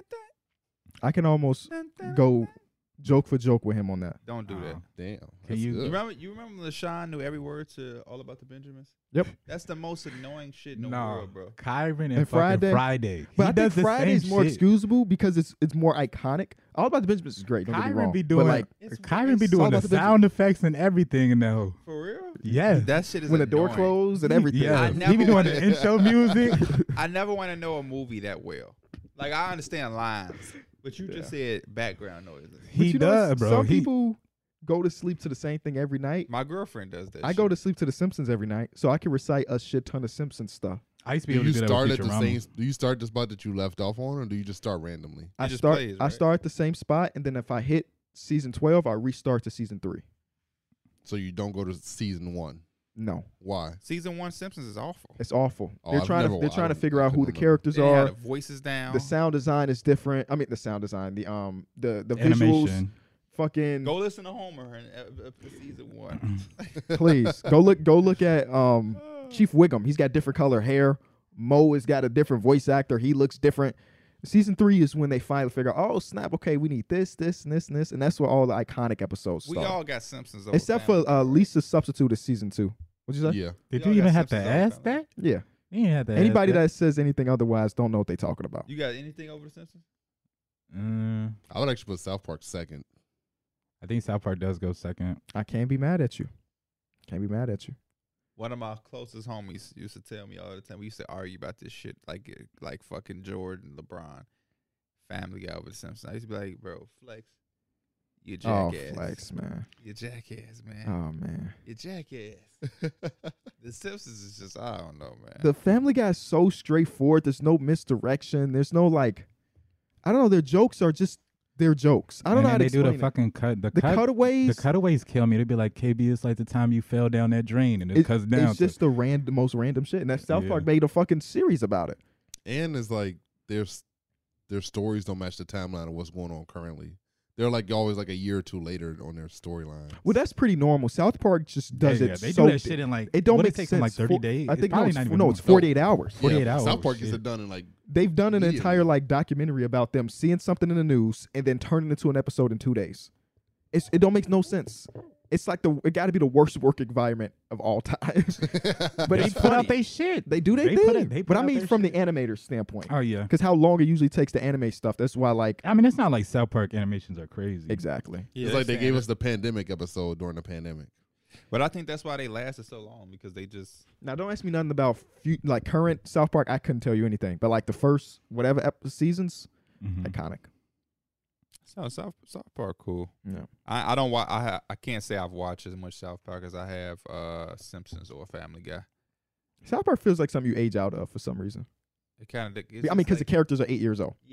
[SPEAKER 1] I can almost
[SPEAKER 2] dun, dun,
[SPEAKER 1] go
[SPEAKER 2] dun.
[SPEAKER 1] joke for joke with him on that.
[SPEAKER 2] Don't do that.
[SPEAKER 3] Wow.
[SPEAKER 4] Damn. That's
[SPEAKER 3] you-
[SPEAKER 2] You
[SPEAKER 4] good.
[SPEAKER 2] remember? You remember LaShawn knew every word to All About the Benjamins.
[SPEAKER 1] Yep.
[SPEAKER 2] That's the most annoying shit in the
[SPEAKER 3] Nah.
[SPEAKER 2] world, bro.
[SPEAKER 3] Kyron and,
[SPEAKER 1] And Friday.
[SPEAKER 3] Friday. Friday.
[SPEAKER 1] But
[SPEAKER 3] he
[SPEAKER 1] I
[SPEAKER 3] does
[SPEAKER 1] think
[SPEAKER 3] the
[SPEAKER 1] Friday's
[SPEAKER 3] same
[SPEAKER 1] more
[SPEAKER 3] shit.
[SPEAKER 1] excusable because it's it's more iconic. All About the Benjamins is great. Don't get me wrong.
[SPEAKER 3] Kyron be
[SPEAKER 1] but
[SPEAKER 3] doing
[SPEAKER 1] like
[SPEAKER 2] It's-
[SPEAKER 3] Kyron be
[SPEAKER 2] it's
[SPEAKER 1] all
[SPEAKER 3] doing the
[SPEAKER 1] about the business.
[SPEAKER 3] sound effects and everything in that hoe.
[SPEAKER 2] For real?
[SPEAKER 3] Yeah.
[SPEAKER 2] That shit is
[SPEAKER 1] when the door
[SPEAKER 2] annoying.
[SPEAKER 1] closed and everything.
[SPEAKER 3] Yeah.
[SPEAKER 2] I never
[SPEAKER 3] He be doing
[SPEAKER 2] wanted-
[SPEAKER 1] [laughs]
[SPEAKER 3] the intro music.
[SPEAKER 2] I never want to know a movie that well. Like I understand lines, but you just said background noises.
[SPEAKER 1] But
[SPEAKER 3] he
[SPEAKER 1] you know,
[SPEAKER 3] does,
[SPEAKER 1] it's-
[SPEAKER 3] bro.
[SPEAKER 1] Some
[SPEAKER 3] he,
[SPEAKER 1] people go to sleep to the same thing every night.
[SPEAKER 2] My girlfriend does that.
[SPEAKER 1] I go to sleep to the Simpsons every night, so I can recite a shit ton of Simpsons stuff.
[SPEAKER 3] I used to
[SPEAKER 4] Do
[SPEAKER 3] be able
[SPEAKER 4] you
[SPEAKER 3] to do that
[SPEAKER 4] start
[SPEAKER 3] with
[SPEAKER 4] at the
[SPEAKER 3] Futurama.
[SPEAKER 4] same? Do you start the spot that you left off on, or do you just start randomly?
[SPEAKER 1] I
[SPEAKER 2] just
[SPEAKER 1] start
[SPEAKER 2] plays,
[SPEAKER 1] I
[SPEAKER 2] right?
[SPEAKER 1] start at the same spot, and then if I hit season twelve, I restart to season three.
[SPEAKER 4] So you don't go to season one.
[SPEAKER 1] No,
[SPEAKER 4] Why?
[SPEAKER 2] season one. Simpsons is awful.
[SPEAKER 1] it's awful.
[SPEAKER 4] Oh,
[SPEAKER 1] they're
[SPEAKER 4] I've
[SPEAKER 1] trying
[SPEAKER 4] never
[SPEAKER 1] to they're
[SPEAKER 4] wa- I
[SPEAKER 1] trying to
[SPEAKER 4] don't-
[SPEAKER 1] figure
[SPEAKER 4] I
[SPEAKER 1] out who the
[SPEAKER 4] couldn't remember.
[SPEAKER 1] characters
[SPEAKER 2] They had
[SPEAKER 1] are.
[SPEAKER 2] the voices down.
[SPEAKER 1] The sound design is different. I mean, the sound design, the um, the the visuals,
[SPEAKER 3] Animation.
[SPEAKER 1] fucking.
[SPEAKER 4] [laughs]
[SPEAKER 2] Go listen to Homer and uh, uh,
[SPEAKER 1] [clears throat]
[SPEAKER 2] season one.
[SPEAKER 1] Please go look go look at
[SPEAKER 4] [sighs]
[SPEAKER 1] um Chief Wiggum. He's got different color hair. Mo has got a different voice actor. He looks different. Season three is when they finally figure out, oh snap, okay, we need this, this, and this, and this, and that's where all the iconic episodes
[SPEAKER 2] we
[SPEAKER 1] start.
[SPEAKER 2] all got Simpsons. over
[SPEAKER 1] Except
[SPEAKER 2] family.
[SPEAKER 1] for uh, Lisa's substitute is season two. What'd you say?
[SPEAKER 4] Yeah.
[SPEAKER 3] Did
[SPEAKER 2] Y'all
[SPEAKER 3] you even
[SPEAKER 2] got
[SPEAKER 3] have to
[SPEAKER 2] Simpsons all
[SPEAKER 3] ask
[SPEAKER 2] the time.
[SPEAKER 3] that?
[SPEAKER 1] Yeah.
[SPEAKER 3] You didn't have to
[SPEAKER 1] Anybody
[SPEAKER 3] ask
[SPEAKER 1] that says anything otherwise don't know what they're talking about.
[SPEAKER 2] you got anything over the Simpsons?
[SPEAKER 3] that. Uh,
[SPEAKER 4] I would actually put South Park second.
[SPEAKER 3] I think South Park does go second.
[SPEAKER 1] I can't be mad at you. Can't be mad at you.
[SPEAKER 2] One of my closest homies used to tell me all the time. We used to argue about this shit, like it- like fucking Jordan, LeBron, Family Guy, over the Simpsons. I used to be like, bro, flex, you
[SPEAKER 1] Oh,
[SPEAKER 2] jackass, Eh.
[SPEAKER 1] flex, man.
[SPEAKER 2] you jackass, man,
[SPEAKER 1] Oh man.
[SPEAKER 2] you jackass. [laughs] the Simpsons is just, I don't know, man.
[SPEAKER 1] The Family Guy is so straightforward. There's no misdirection. There's no like, I don't know. Their jokes are just their jokes. I don't
[SPEAKER 3] and
[SPEAKER 1] know how
[SPEAKER 3] then
[SPEAKER 1] to
[SPEAKER 3] they do
[SPEAKER 1] explain
[SPEAKER 3] the
[SPEAKER 1] it.
[SPEAKER 3] fucking cut. The,
[SPEAKER 1] the
[SPEAKER 3] cut,
[SPEAKER 1] cutaways.
[SPEAKER 3] The cutaways kill me. They'd be like, "KB, it's like the time you fell down that drain and it
[SPEAKER 1] it's-
[SPEAKER 3] cuts down."
[SPEAKER 1] it's
[SPEAKER 3] to-
[SPEAKER 1] just the random, most random shit. And that South
[SPEAKER 3] Yeah.
[SPEAKER 1] Park made a fucking series about it.
[SPEAKER 4] and it's like their s- their stories don't match the timeline of what's going on currently. They're like always like a year or two later on their storyline.
[SPEAKER 1] Well, that's pretty normal. South Park just does
[SPEAKER 3] yeah,
[SPEAKER 1] it.
[SPEAKER 3] yeah, They
[SPEAKER 1] so
[SPEAKER 3] do that shit in like
[SPEAKER 1] It don't
[SPEAKER 3] what
[SPEAKER 1] make
[SPEAKER 3] it
[SPEAKER 1] sense.
[SPEAKER 3] takes them like thirty
[SPEAKER 1] Four-
[SPEAKER 3] days.
[SPEAKER 1] I think no,
[SPEAKER 3] probably
[SPEAKER 1] it's,
[SPEAKER 3] not even
[SPEAKER 1] no,
[SPEAKER 3] one
[SPEAKER 1] it's
[SPEAKER 3] month.
[SPEAKER 1] 48 hours.
[SPEAKER 3] 48 hours,
[SPEAKER 4] South Park gets
[SPEAKER 3] shit.
[SPEAKER 4] it done in like
[SPEAKER 1] They've done an
[SPEAKER 4] Immediately.
[SPEAKER 1] entire like documentary about them seeing something in the news and then turning it to an episode in two days. It's, it don't make no sense. It's like the it got to be the worst work environment of all [laughs] time. but
[SPEAKER 3] They
[SPEAKER 1] it's
[SPEAKER 3] put out
[SPEAKER 1] funny.
[SPEAKER 3] they shit.
[SPEAKER 1] They do they,
[SPEAKER 3] They
[SPEAKER 1] thing.
[SPEAKER 3] put it- they put
[SPEAKER 1] but I
[SPEAKER 3] out
[SPEAKER 1] mean
[SPEAKER 3] their
[SPEAKER 1] from
[SPEAKER 3] shit.
[SPEAKER 1] the animator's standpoint.
[SPEAKER 3] Oh yeah.
[SPEAKER 1] Because how long it usually takes to animate stuff. That's why like
[SPEAKER 3] I mean, it's not like South Park animations are crazy.
[SPEAKER 1] exactly.
[SPEAKER 2] Yeah,
[SPEAKER 4] it's like they
[SPEAKER 2] saying
[SPEAKER 4] gave
[SPEAKER 2] that-
[SPEAKER 4] us the pandemic episode during the pandemic. [laughs]
[SPEAKER 2] But I think that's why they lasted so long because they just
[SPEAKER 1] Now don't ask me nothing about fu- like current South Park. I couldn't tell you anything. But like the first whatever ep- seasons,
[SPEAKER 3] Mhm.
[SPEAKER 1] iconic.
[SPEAKER 2] South South, South Park cool.
[SPEAKER 1] Yeah.
[SPEAKER 2] I, I don't watch. I ha- I can't say I've watched as much South Park as I have uh Simpsons or Family Guy.
[SPEAKER 1] South Park feels like something you age out of for some reason.
[SPEAKER 2] It kind of.
[SPEAKER 1] I mean, because the characters are eight years old.
[SPEAKER 4] [laughs]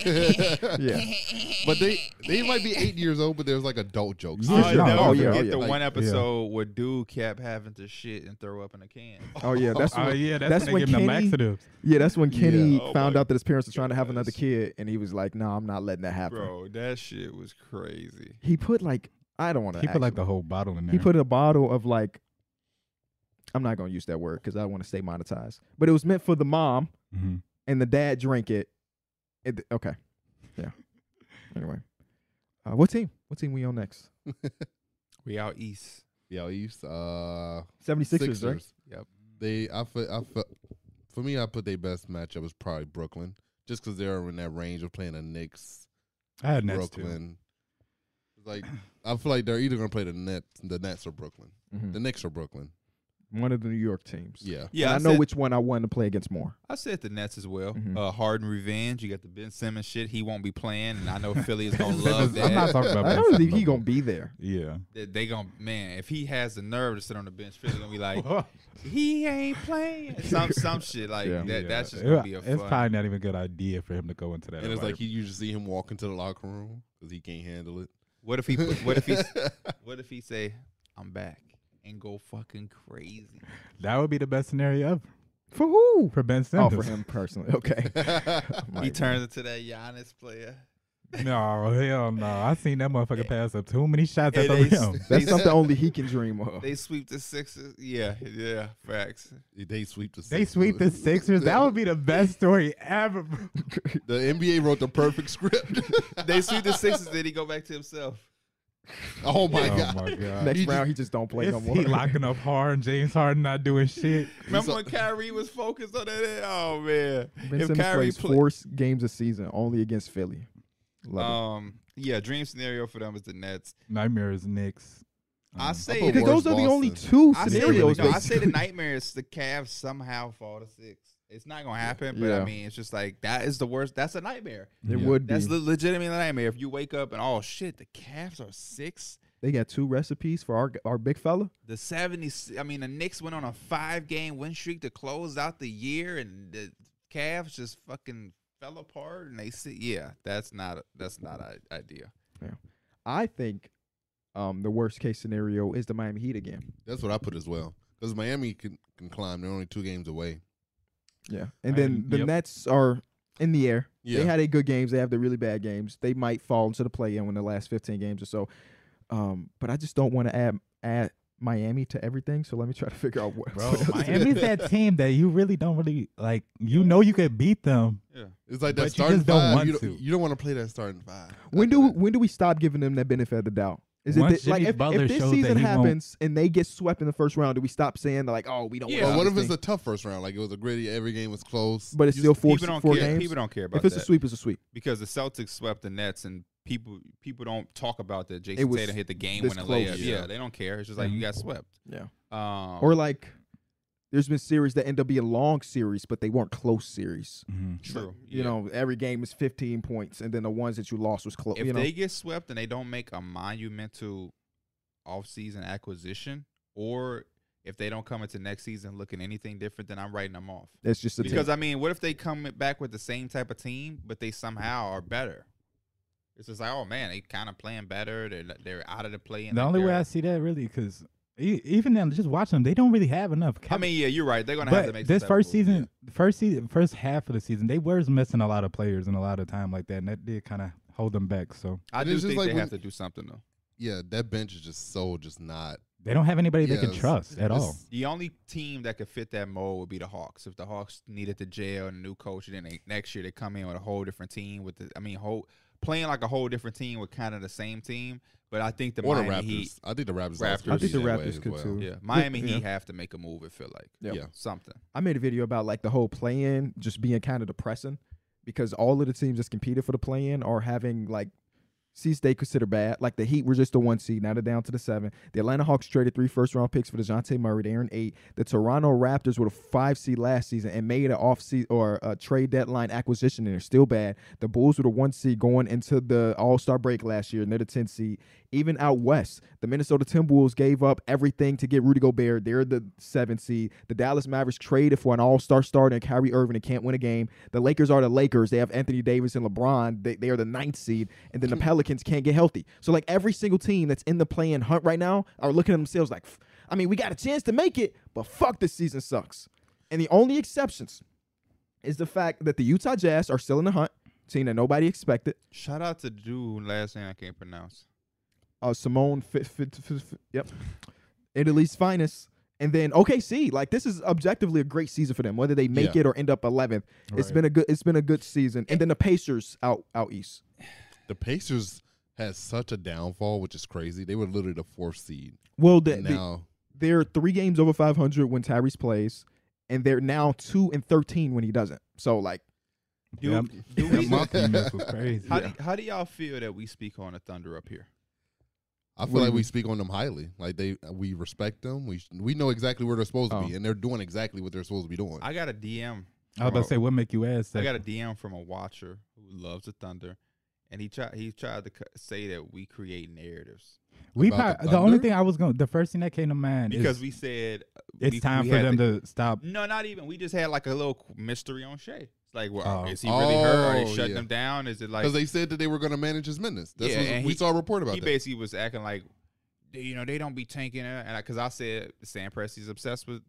[SPEAKER 1] Yeah.
[SPEAKER 4] But they they might be eight years old, but there's like adult jokes.
[SPEAKER 3] Yeah,
[SPEAKER 2] I [laughs]
[SPEAKER 3] sure.
[SPEAKER 2] never
[SPEAKER 3] Oh,
[SPEAKER 1] yeah,
[SPEAKER 2] forget
[SPEAKER 1] oh,
[SPEAKER 2] the
[SPEAKER 4] yeah.
[SPEAKER 2] one
[SPEAKER 4] Like-
[SPEAKER 2] episode where dude kept having to shit and throw up in a can.
[SPEAKER 1] [laughs]
[SPEAKER 2] [laughs]
[SPEAKER 1] Oh yeah,
[SPEAKER 3] [laughs]
[SPEAKER 1] that's
[SPEAKER 3] Oh
[SPEAKER 1] when,
[SPEAKER 3] yeah, that's,
[SPEAKER 1] That's
[SPEAKER 3] when they
[SPEAKER 1] when
[SPEAKER 3] give them
[SPEAKER 1] Kenny-
[SPEAKER 3] laxatives.
[SPEAKER 1] yeah, that's when Kenny
[SPEAKER 4] Yeah.
[SPEAKER 2] Oh,
[SPEAKER 1] found
[SPEAKER 2] my
[SPEAKER 1] out that his parents were trying to have another
[SPEAKER 2] goodness.
[SPEAKER 1] kid, and he was like, "No, I'm not letting that happen."
[SPEAKER 2] Bro, that shit was crazy.
[SPEAKER 1] He put like I don't want to.
[SPEAKER 3] He put like the whole bottle in there.
[SPEAKER 1] he put a bottle of like I'm not gonna use that word because I want to stay monetized, but it was meant for the mom
[SPEAKER 3] Mhm.
[SPEAKER 1] and the dad drink it. it okay,
[SPEAKER 2] [laughs]
[SPEAKER 1] yeah. Anyway, uh, what team? What team we on next?
[SPEAKER 2] We out east.
[SPEAKER 4] Yo, East, uh,
[SPEAKER 1] 76ers,
[SPEAKER 4] Sixers.
[SPEAKER 1] right?
[SPEAKER 2] Yep.
[SPEAKER 4] They, I, fe- I fe- for me, I put their best matchup was probably Brooklyn, just because they're in that range of playing the Knicks,
[SPEAKER 3] I had Nets too.
[SPEAKER 4] Brooklyn. Like, I feel like they're either gonna play the Nets, the Nets or Brooklyn.
[SPEAKER 1] Mhm.
[SPEAKER 4] The Knicks or Brooklyn.
[SPEAKER 1] Mm-hmm. One of the New York teams.
[SPEAKER 4] Yeah.
[SPEAKER 1] Yeah,
[SPEAKER 2] Yeah,
[SPEAKER 1] I know
[SPEAKER 2] said-
[SPEAKER 1] which one I wanted to play against more.
[SPEAKER 2] I said the Nets as well.
[SPEAKER 1] Mhm.
[SPEAKER 2] Uh, Harden revenge. You got the Ben Simmons shit. He won't be playing, and I know Philly is gonna love
[SPEAKER 3] I'm
[SPEAKER 2] that.
[SPEAKER 3] not talking
[SPEAKER 1] [laughs]
[SPEAKER 3] about.
[SPEAKER 1] I
[SPEAKER 3] Ben
[SPEAKER 1] don't think he
[SPEAKER 3] Simmons.
[SPEAKER 1] gonna be there.
[SPEAKER 3] Yeah.
[SPEAKER 2] they, they gonna man, if he has the nerve to sit on the bench, Philly gonna be like, he ain't playing some some shit like
[SPEAKER 1] Yeah.
[SPEAKER 2] that. That's just
[SPEAKER 3] Yeah.
[SPEAKER 2] gonna be a
[SPEAKER 3] It's
[SPEAKER 2] fun.
[SPEAKER 3] probably not even a good idea for him to go into that.
[SPEAKER 4] And it's like
[SPEAKER 3] environment.
[SPEAKER 4] you usually see him walk into the locker room because he can't handle it.
[SPEAKER 2] what if he? What if he? What if he say, "I'm back" and go fucking crazy?
[SPEAKER 3] that would be the best scenario ever
[SPEAKER 1] For who?
[SPEAKER 3] for Ben
[SPEAKER 1] Oh,
[SPEAKER 3] Simmons.
[SPEAKER 1] for him personally. Okay. [laughs]
[SPEAKER 2] [laughs] he
[SPEAKER 1] Right.
[SPEAKER 2] turns into that Giannis player.
[SPEAKER 3] [laughs] no, hell no. I seen that motherfucker pass up too many shots at
[SPEAKER 2] And
[SPEAKER 3] the
[SPEAKER 2] they, s-
[SPEAKER 3] rim.
[SPEAKER 1] That's
[SPEAKER 2] they
[SPEAKER 1] something
[SPEAKER 2] s-
[SPEAKER 1] only he can dream of.
[SPEAKER 2] They sweep the Sixers. Yeah, yeah, facts.
[SPEAKER 4] they sweep the.
[SPEAKER 3] They sweep the Sixers. That would be the best story ever. bro.
[SPEAKER 4] [laughs] The NBA wrote the
[SPEAKER 3] [laughs]
[SPEAKER 4] perfect script.
[SPEAKER 2] They sweep the Sixers. Then he go back to himself.
[SPEAKER 4] [laughs] oh my
[SPEAKER 3] oh
[SPEAKER 4] god!
[SPEAKER 3] [laughs] my god.
[SPEAKER 1] Next
[SPEAKER 4] You
[SPEAKER 1] round, he just don't play no
[SPEAKER 3] It's-
[SPEAKER 1] more.
[SPEAKER 3] he locking up Harden, James Harden not doing shit.
[SPEAKER 2] Remember when Kyrie was focused on that? Oh man,
[SPEAKER 1] [laughs] Ben Simmons plays
[SPEAKER 2] play-
[SPEAKER 1] four s- games a season only against Philly. Love
[SPEAKER 2] um, yeah, dream scenario for them is the Nets.
[SPEAKER 3] Nightmares, Knicks.
[SPEAKER 2] I
[SPEAKER 3] Um,
[SPEAKER 2] say
[SPEAKER 4] put
[SPEAKER 1] because those
[SPEAKER 4] Because
[SPEAKER 1] are the
[SPEAKER 4] those Worst are the
[SPEAKER 1] only
[SPEAKER 4] only
[SPEAKER 1] two
[SPEAKER 2] I say,
[SPEAKER 1] scenarios.
[SPEAKER 2] no, I
[SPEAKER 1] [laughs]
[SPEAKER 2] say the nightmare is the Cavs somehow fall to six. It's not gonna happen, but
[SPEAKER 1] Yeah.
[SPEAKER 2] I mean, it's just like that is the worst. That's a nightmare.
[SPEAKER 1] It
[SPEAKER 3] Yeah.
[SPEAKER 1] would be.
[SPEAKER 2] That's le- legitimately a nightmare. If you wake up and oh shit, the Cavs are six.
[SPEAKER 1] they got two recipes for our our big fella.
[SPEAKER 2] The 70s, I mean, the Knicks went on a five game win streak to close out the year, and the Cavs just fucking fell apart. And they said, yeah, that's not that's not an idea.
[SPEAKER 1] I think um, the worst case scenario is the Miami Heat again.
[SPEAKER 4] That's what I put as well. Because Miami can, can climb. They're only two games away.
[SPEAKER 1] Yeah, and
[SPEAKER 3] I
[SPEAKER 1] then
[SPEAKER 3] am-
[SPEAKER 1] the
[SPEAKER 3] yep.
[SPEAKER 1] Nets are in the air.
[SPEAKER 4] Yeah.
[SPEAKER 1] They had a good games. They have the really bad games. They might fall into the play in when the last fifteen games or so. Um, but I just don't want to add add Miami to everything. So let me try to [laughs] figure out what.
[SPEAKER 3] Bro, [laughs]
[SPEAKER 1] what else to do.
[SPEAKER 3] Miami's that team that you really don't really like. You know you could beat them.
[SPEAKER 2] Yeah.
[SPEAKER 4] It's like
[SPEAKER 3] But you
[SPEAKER 4] that starting
[SPEAKER 3] just don't
[SPEAKER 4] five.
[SPEAKER 3] want
[SPEAKER 4] you, don't,
[SPEAKER 3] to.
[SPEAKER 4] you don't want to play that starting five.
[SPEAKER 1] When
[SPEAKER 4] after
[SPEAKER 1] do
[SPEAKER 4] that.
[SPEAKER 1] when do we stop giving them that benefit of the doubt? Is it
[SPEAKER 3] Once
[SPEAKER 1] that, like
[SPEAKER 3] Jimmy
[SPEAKER 1] if,
[SPEAKER 3] Butler
[SPEAKER 1] if this
[SPEAKER 3] shows that
[SPEAKER 1] season
[SPEAKER 3] he won't-
[SPEAKER 1] happens and they get swept in the first round, do we stop saying like, oh, we don't?
[SPEAKER 2] Yeah.
[SPEAKER 1] want
[SPEAKER 4] But what if
[SPEAKER 1] this
[SPEAKER 4] it's a tough first round? Like it was a gritty, every game was close.
[SPEAKER 1] thing?" but it's still four,
[SPEAKER 2] people don't
[SPEAKER 1] four
[SPEAKER 2] care.
[SPEAKER 1] games?
[SPEAKER 2] People don't care about
[SPEAKER 1] If it's
[SPEAKER 2] that
[SPEAKER 1] a sweep, it's a sweep.
[SPEAKER 2] because the Celtics swept the Nets and people people don't talk about that.
[SPEAKER 1] It
[SPEAKER 2] Jason
[SPEAKER 1] was
[SPEAKER 2] Tatum hit the game
[SPEAKER 1] this
[SPEAKER 2] winning
[SPEAKER 1] close.
[SPEAKER 2] layup.
[SPEAKER 4] Yeah.
[SPEAKER 2] Yeah. they don't care. It's just like you
[SPEAKER 3] Mhm.
[SPEAKER 2] got swept.
[SPEAKER 1] Yeah.
[SPEAKER 2] Um,
[SPEAKER 1] Or like, there's been series that end up being long series, but they weren't close series.
[SPEAKER 3] Mhm.
[SPEAKER 2] true,
[SPEAKER 1] You
[SPEAKER 2] yeah.
[SPEAKER 1] know, every game is 15 points, and then the ones that you lost was close.
[SPEAKER 2] if
[SPEAKER 1] You know,
[SPEAKER 2] they get swept and they don't make a monumental offseason acquisition, or if they don't come into next season looking anything different, then I'm writing them off.
[SPEAKER 1] it's just a
[SPEAKER 2] Because
[SPEAKER 1] team.
[SPEAKER 2] I mean, what if they come back with the same type of team, but they somehow are better? It's just like, oh man, they kind of playing better. They're they're out of the play.
[SPEAKER 3] The only way I see that really, because even them, just watch them, they don't really have enough.
[SPEAKER 2] I
[SPEAKER 3] cap-
[SPEAKER 2] mean, yeah, you're right. They're gonna have to make
[SPEAKER 3] but
[SPEAKER 2] some
[SPEAKER 3] this
[SPEAKER 2] type of
[SPEAKER 3] first
[SPEAKER 2] move, yeah.
[SPEAKER 3] season, first season, first half of the season, they were missing a lot of players and a lot of time like that, and that did kind of hold them back. So
[SPEAKER 2] I
[SPEAKER 4] And
[SPEAKER 2] do
[SPEAKER 4] it's just
[SPEAKER 2] think
[SPEAKER 4] like
[SPEAKER 2] they
[SPEAKER 4] when-
[SPEAKER 2] have to do something though.
[SPEAKER 4] Yeah, that bench is just so just not
[SPEAKER 3] they don't have anybody they can
[SPEAKER 4] Yes.
[SPEAKER 3] trust at all.
[SPEAKER 4] It's-
[SPEAKER 2] The only team that could fit that mold would be the Hawks. If the Hawks needed the jail and a new coach, and then they, next year they come in with a whole different team with the, I mean, whole playing like a whole different team with kind of the same team. But I think the
[SPEAKER 4] or the
[SPEAKER 2] Miami
[SPEAKER 4] Raptors.
[SPEAKER 2] Heat,
[SPEAKER 4] I think the Raptors.
[SPEAKER 2] Raptors.
[SPEAKER 4] also
[SPEAKER 2] I
[SPEAKER 4] could
[SPEAKER 2] think
[SPEAKER 4] be
[SPEAKER 1] the
[SPEAKER 4] that way
[SPEAKER 1] Raptors
[SPEAKER 4] as
[SPEAKER 1] could too.
[SPEAKER 2] yeah, Miami
[SPEAKER 1] Yeah.
[SPEAKER 2] Heat have to make a move. It feel like
[SPEAKER 1] Yeah.
[SPEAKER 4] Yeah.
[SPEAKER 2] something.
[SPEAKER 1] I made a video about like the whole play-in just being kind of depressing because all of the teams that's competed for the play-in are having like seeds they consider bad. Like the Heat were just the one seed, now they're down to the seven. The Atlanta Hawks traded three first-round picks for DeJounte Murray. They're in eight. The Toronto Raptors were the five seed last season and made an off-season or a trade deadline acquisition, and they're still bad. The Bulls were the one seed going into the All-Star break last year, and they're the 10 seed. Even out west, the Minnesota Timberwolves gave up everything to get Rudy Gobert. They're the seven seed. The Dallas Mavericks traded for an all-star starter and Kyrie Irving and can't win a game. The Lakers are the Lakers. They have Anthony Davis and LeBron. They, they are the ninth seed. And then the Pelicans can't get healthy. So like every single team that's in the play-in hunt right now are looking at themselves like, "F- I mean, we got a chance to make it, but fuck this season sucks. And the only exceptions is the fact that the Utah Jazz are still in the hunt, team that nobody expected.
[SPEAKER 2] Shout out to dude last name I can't pronounce.
[SPEAKER 1] uh, Simone. Fit, fit, fit, fit, yep, Italy's finest. And then OKC, like this is objectively a great season for them. Whether they make
[SPEAKER 4] Yeah.
[SPEAKER 1] it or end up 11th, it's
[SPEAKER 3] Right.
[SPEAKER 1] been a good it's been a good season. And then the Pacers out out east.
[SPEAKER 4] The Pacers had such a downfall, which is crazy. They were literally the fourth seed.
[SPEAKER 1] Well, the, the-
[SPEAKER 4] now
[SPEAKER 1] they're three games over 500 when Tyrese plays, and they're now two and 13 when he doesn't. So like,
[SPEAKER 2] Dude,
[SPEAKER 3] Yep.
[SPEAKER 2] do
[SPEAKER 3] That
[SPEAKER 2] we- [laughs]
[SPEAKER 3] monkey mess was crazy.
[SPEAKER 2] How, do, how do y'all feel that we speak on the Thunder up here?
[SPEAKER 4] I
[SPEAKER 1] What
[SPEAKER 4] feel
[SPEAKER 1] do
[SPEAKER 4] like
[SPEAKER 1] you
[SPEAKER 4] we
[SPEAKER 1] mean?
[SPEAKER 4] speak on them highly. Like they, we respect them. We we know exactly where they're supposed to be,
[SPEAKER 1] Oh.
[SPEAKER 4] and they're doing exactly what they're supposed to be doing.
[SPEAKER 2] I got a DM
[SPEAKER 3] I was about to say, what make you ask that?
[SPEAKER 2] I got a DM from a watcher who loves the Thunder, and he tried he tried to c- say that we create narratives
[SPEAKER 3] we
[SPEAKER 4] about
[SPEAKER 3] prob-
[SPEAKER 4] the
[SPEAKER 3] the, only
[SPEAKER 4] Thunder?
[SPEAKER 3] thing I was going, to the first thing that came to mind
[SPEAKER 2] because
[SPEAKER 3] is
[SPEAKER 2] we said uh,
[SPEAKER 3] it's
[SPEAKER 2] we-
[SPEAKER 3] time
[SPEAKER 2] we
[SPEAKER 3] for
[SPEAKER 2] had
[SPEAKER 3] them to stop.
[SPEAKER 2] No, not even. We just had like a little qu- mystery on Shay. It's like, well,
[SPEAKER 3] Oh.
[SPEAKER 2] is he really hurt? Are they
[SPEAKER 4] Oh,
[SPEAKER 2] shutting
[SPEAKER 4] yeah.
[SPEAKER 2] him down? Is it like
[SPEAKER 4] Because they said that they were going to manage his minutes. That's
[SPEAKER 2] Yeah,
[SPEAKER 4] what
[SPEAKER 2] and
[SPEAKER 4] we
[SPEAKER 2] he-
[SPEAKER 4] saw a report about
[SPEAKER 2] he
[SPEAKER 4] that.
[SPEAKER 2] basically was acting like, "They- you know, they don't be tanking it. And because I, said Sam Presti's obsessed with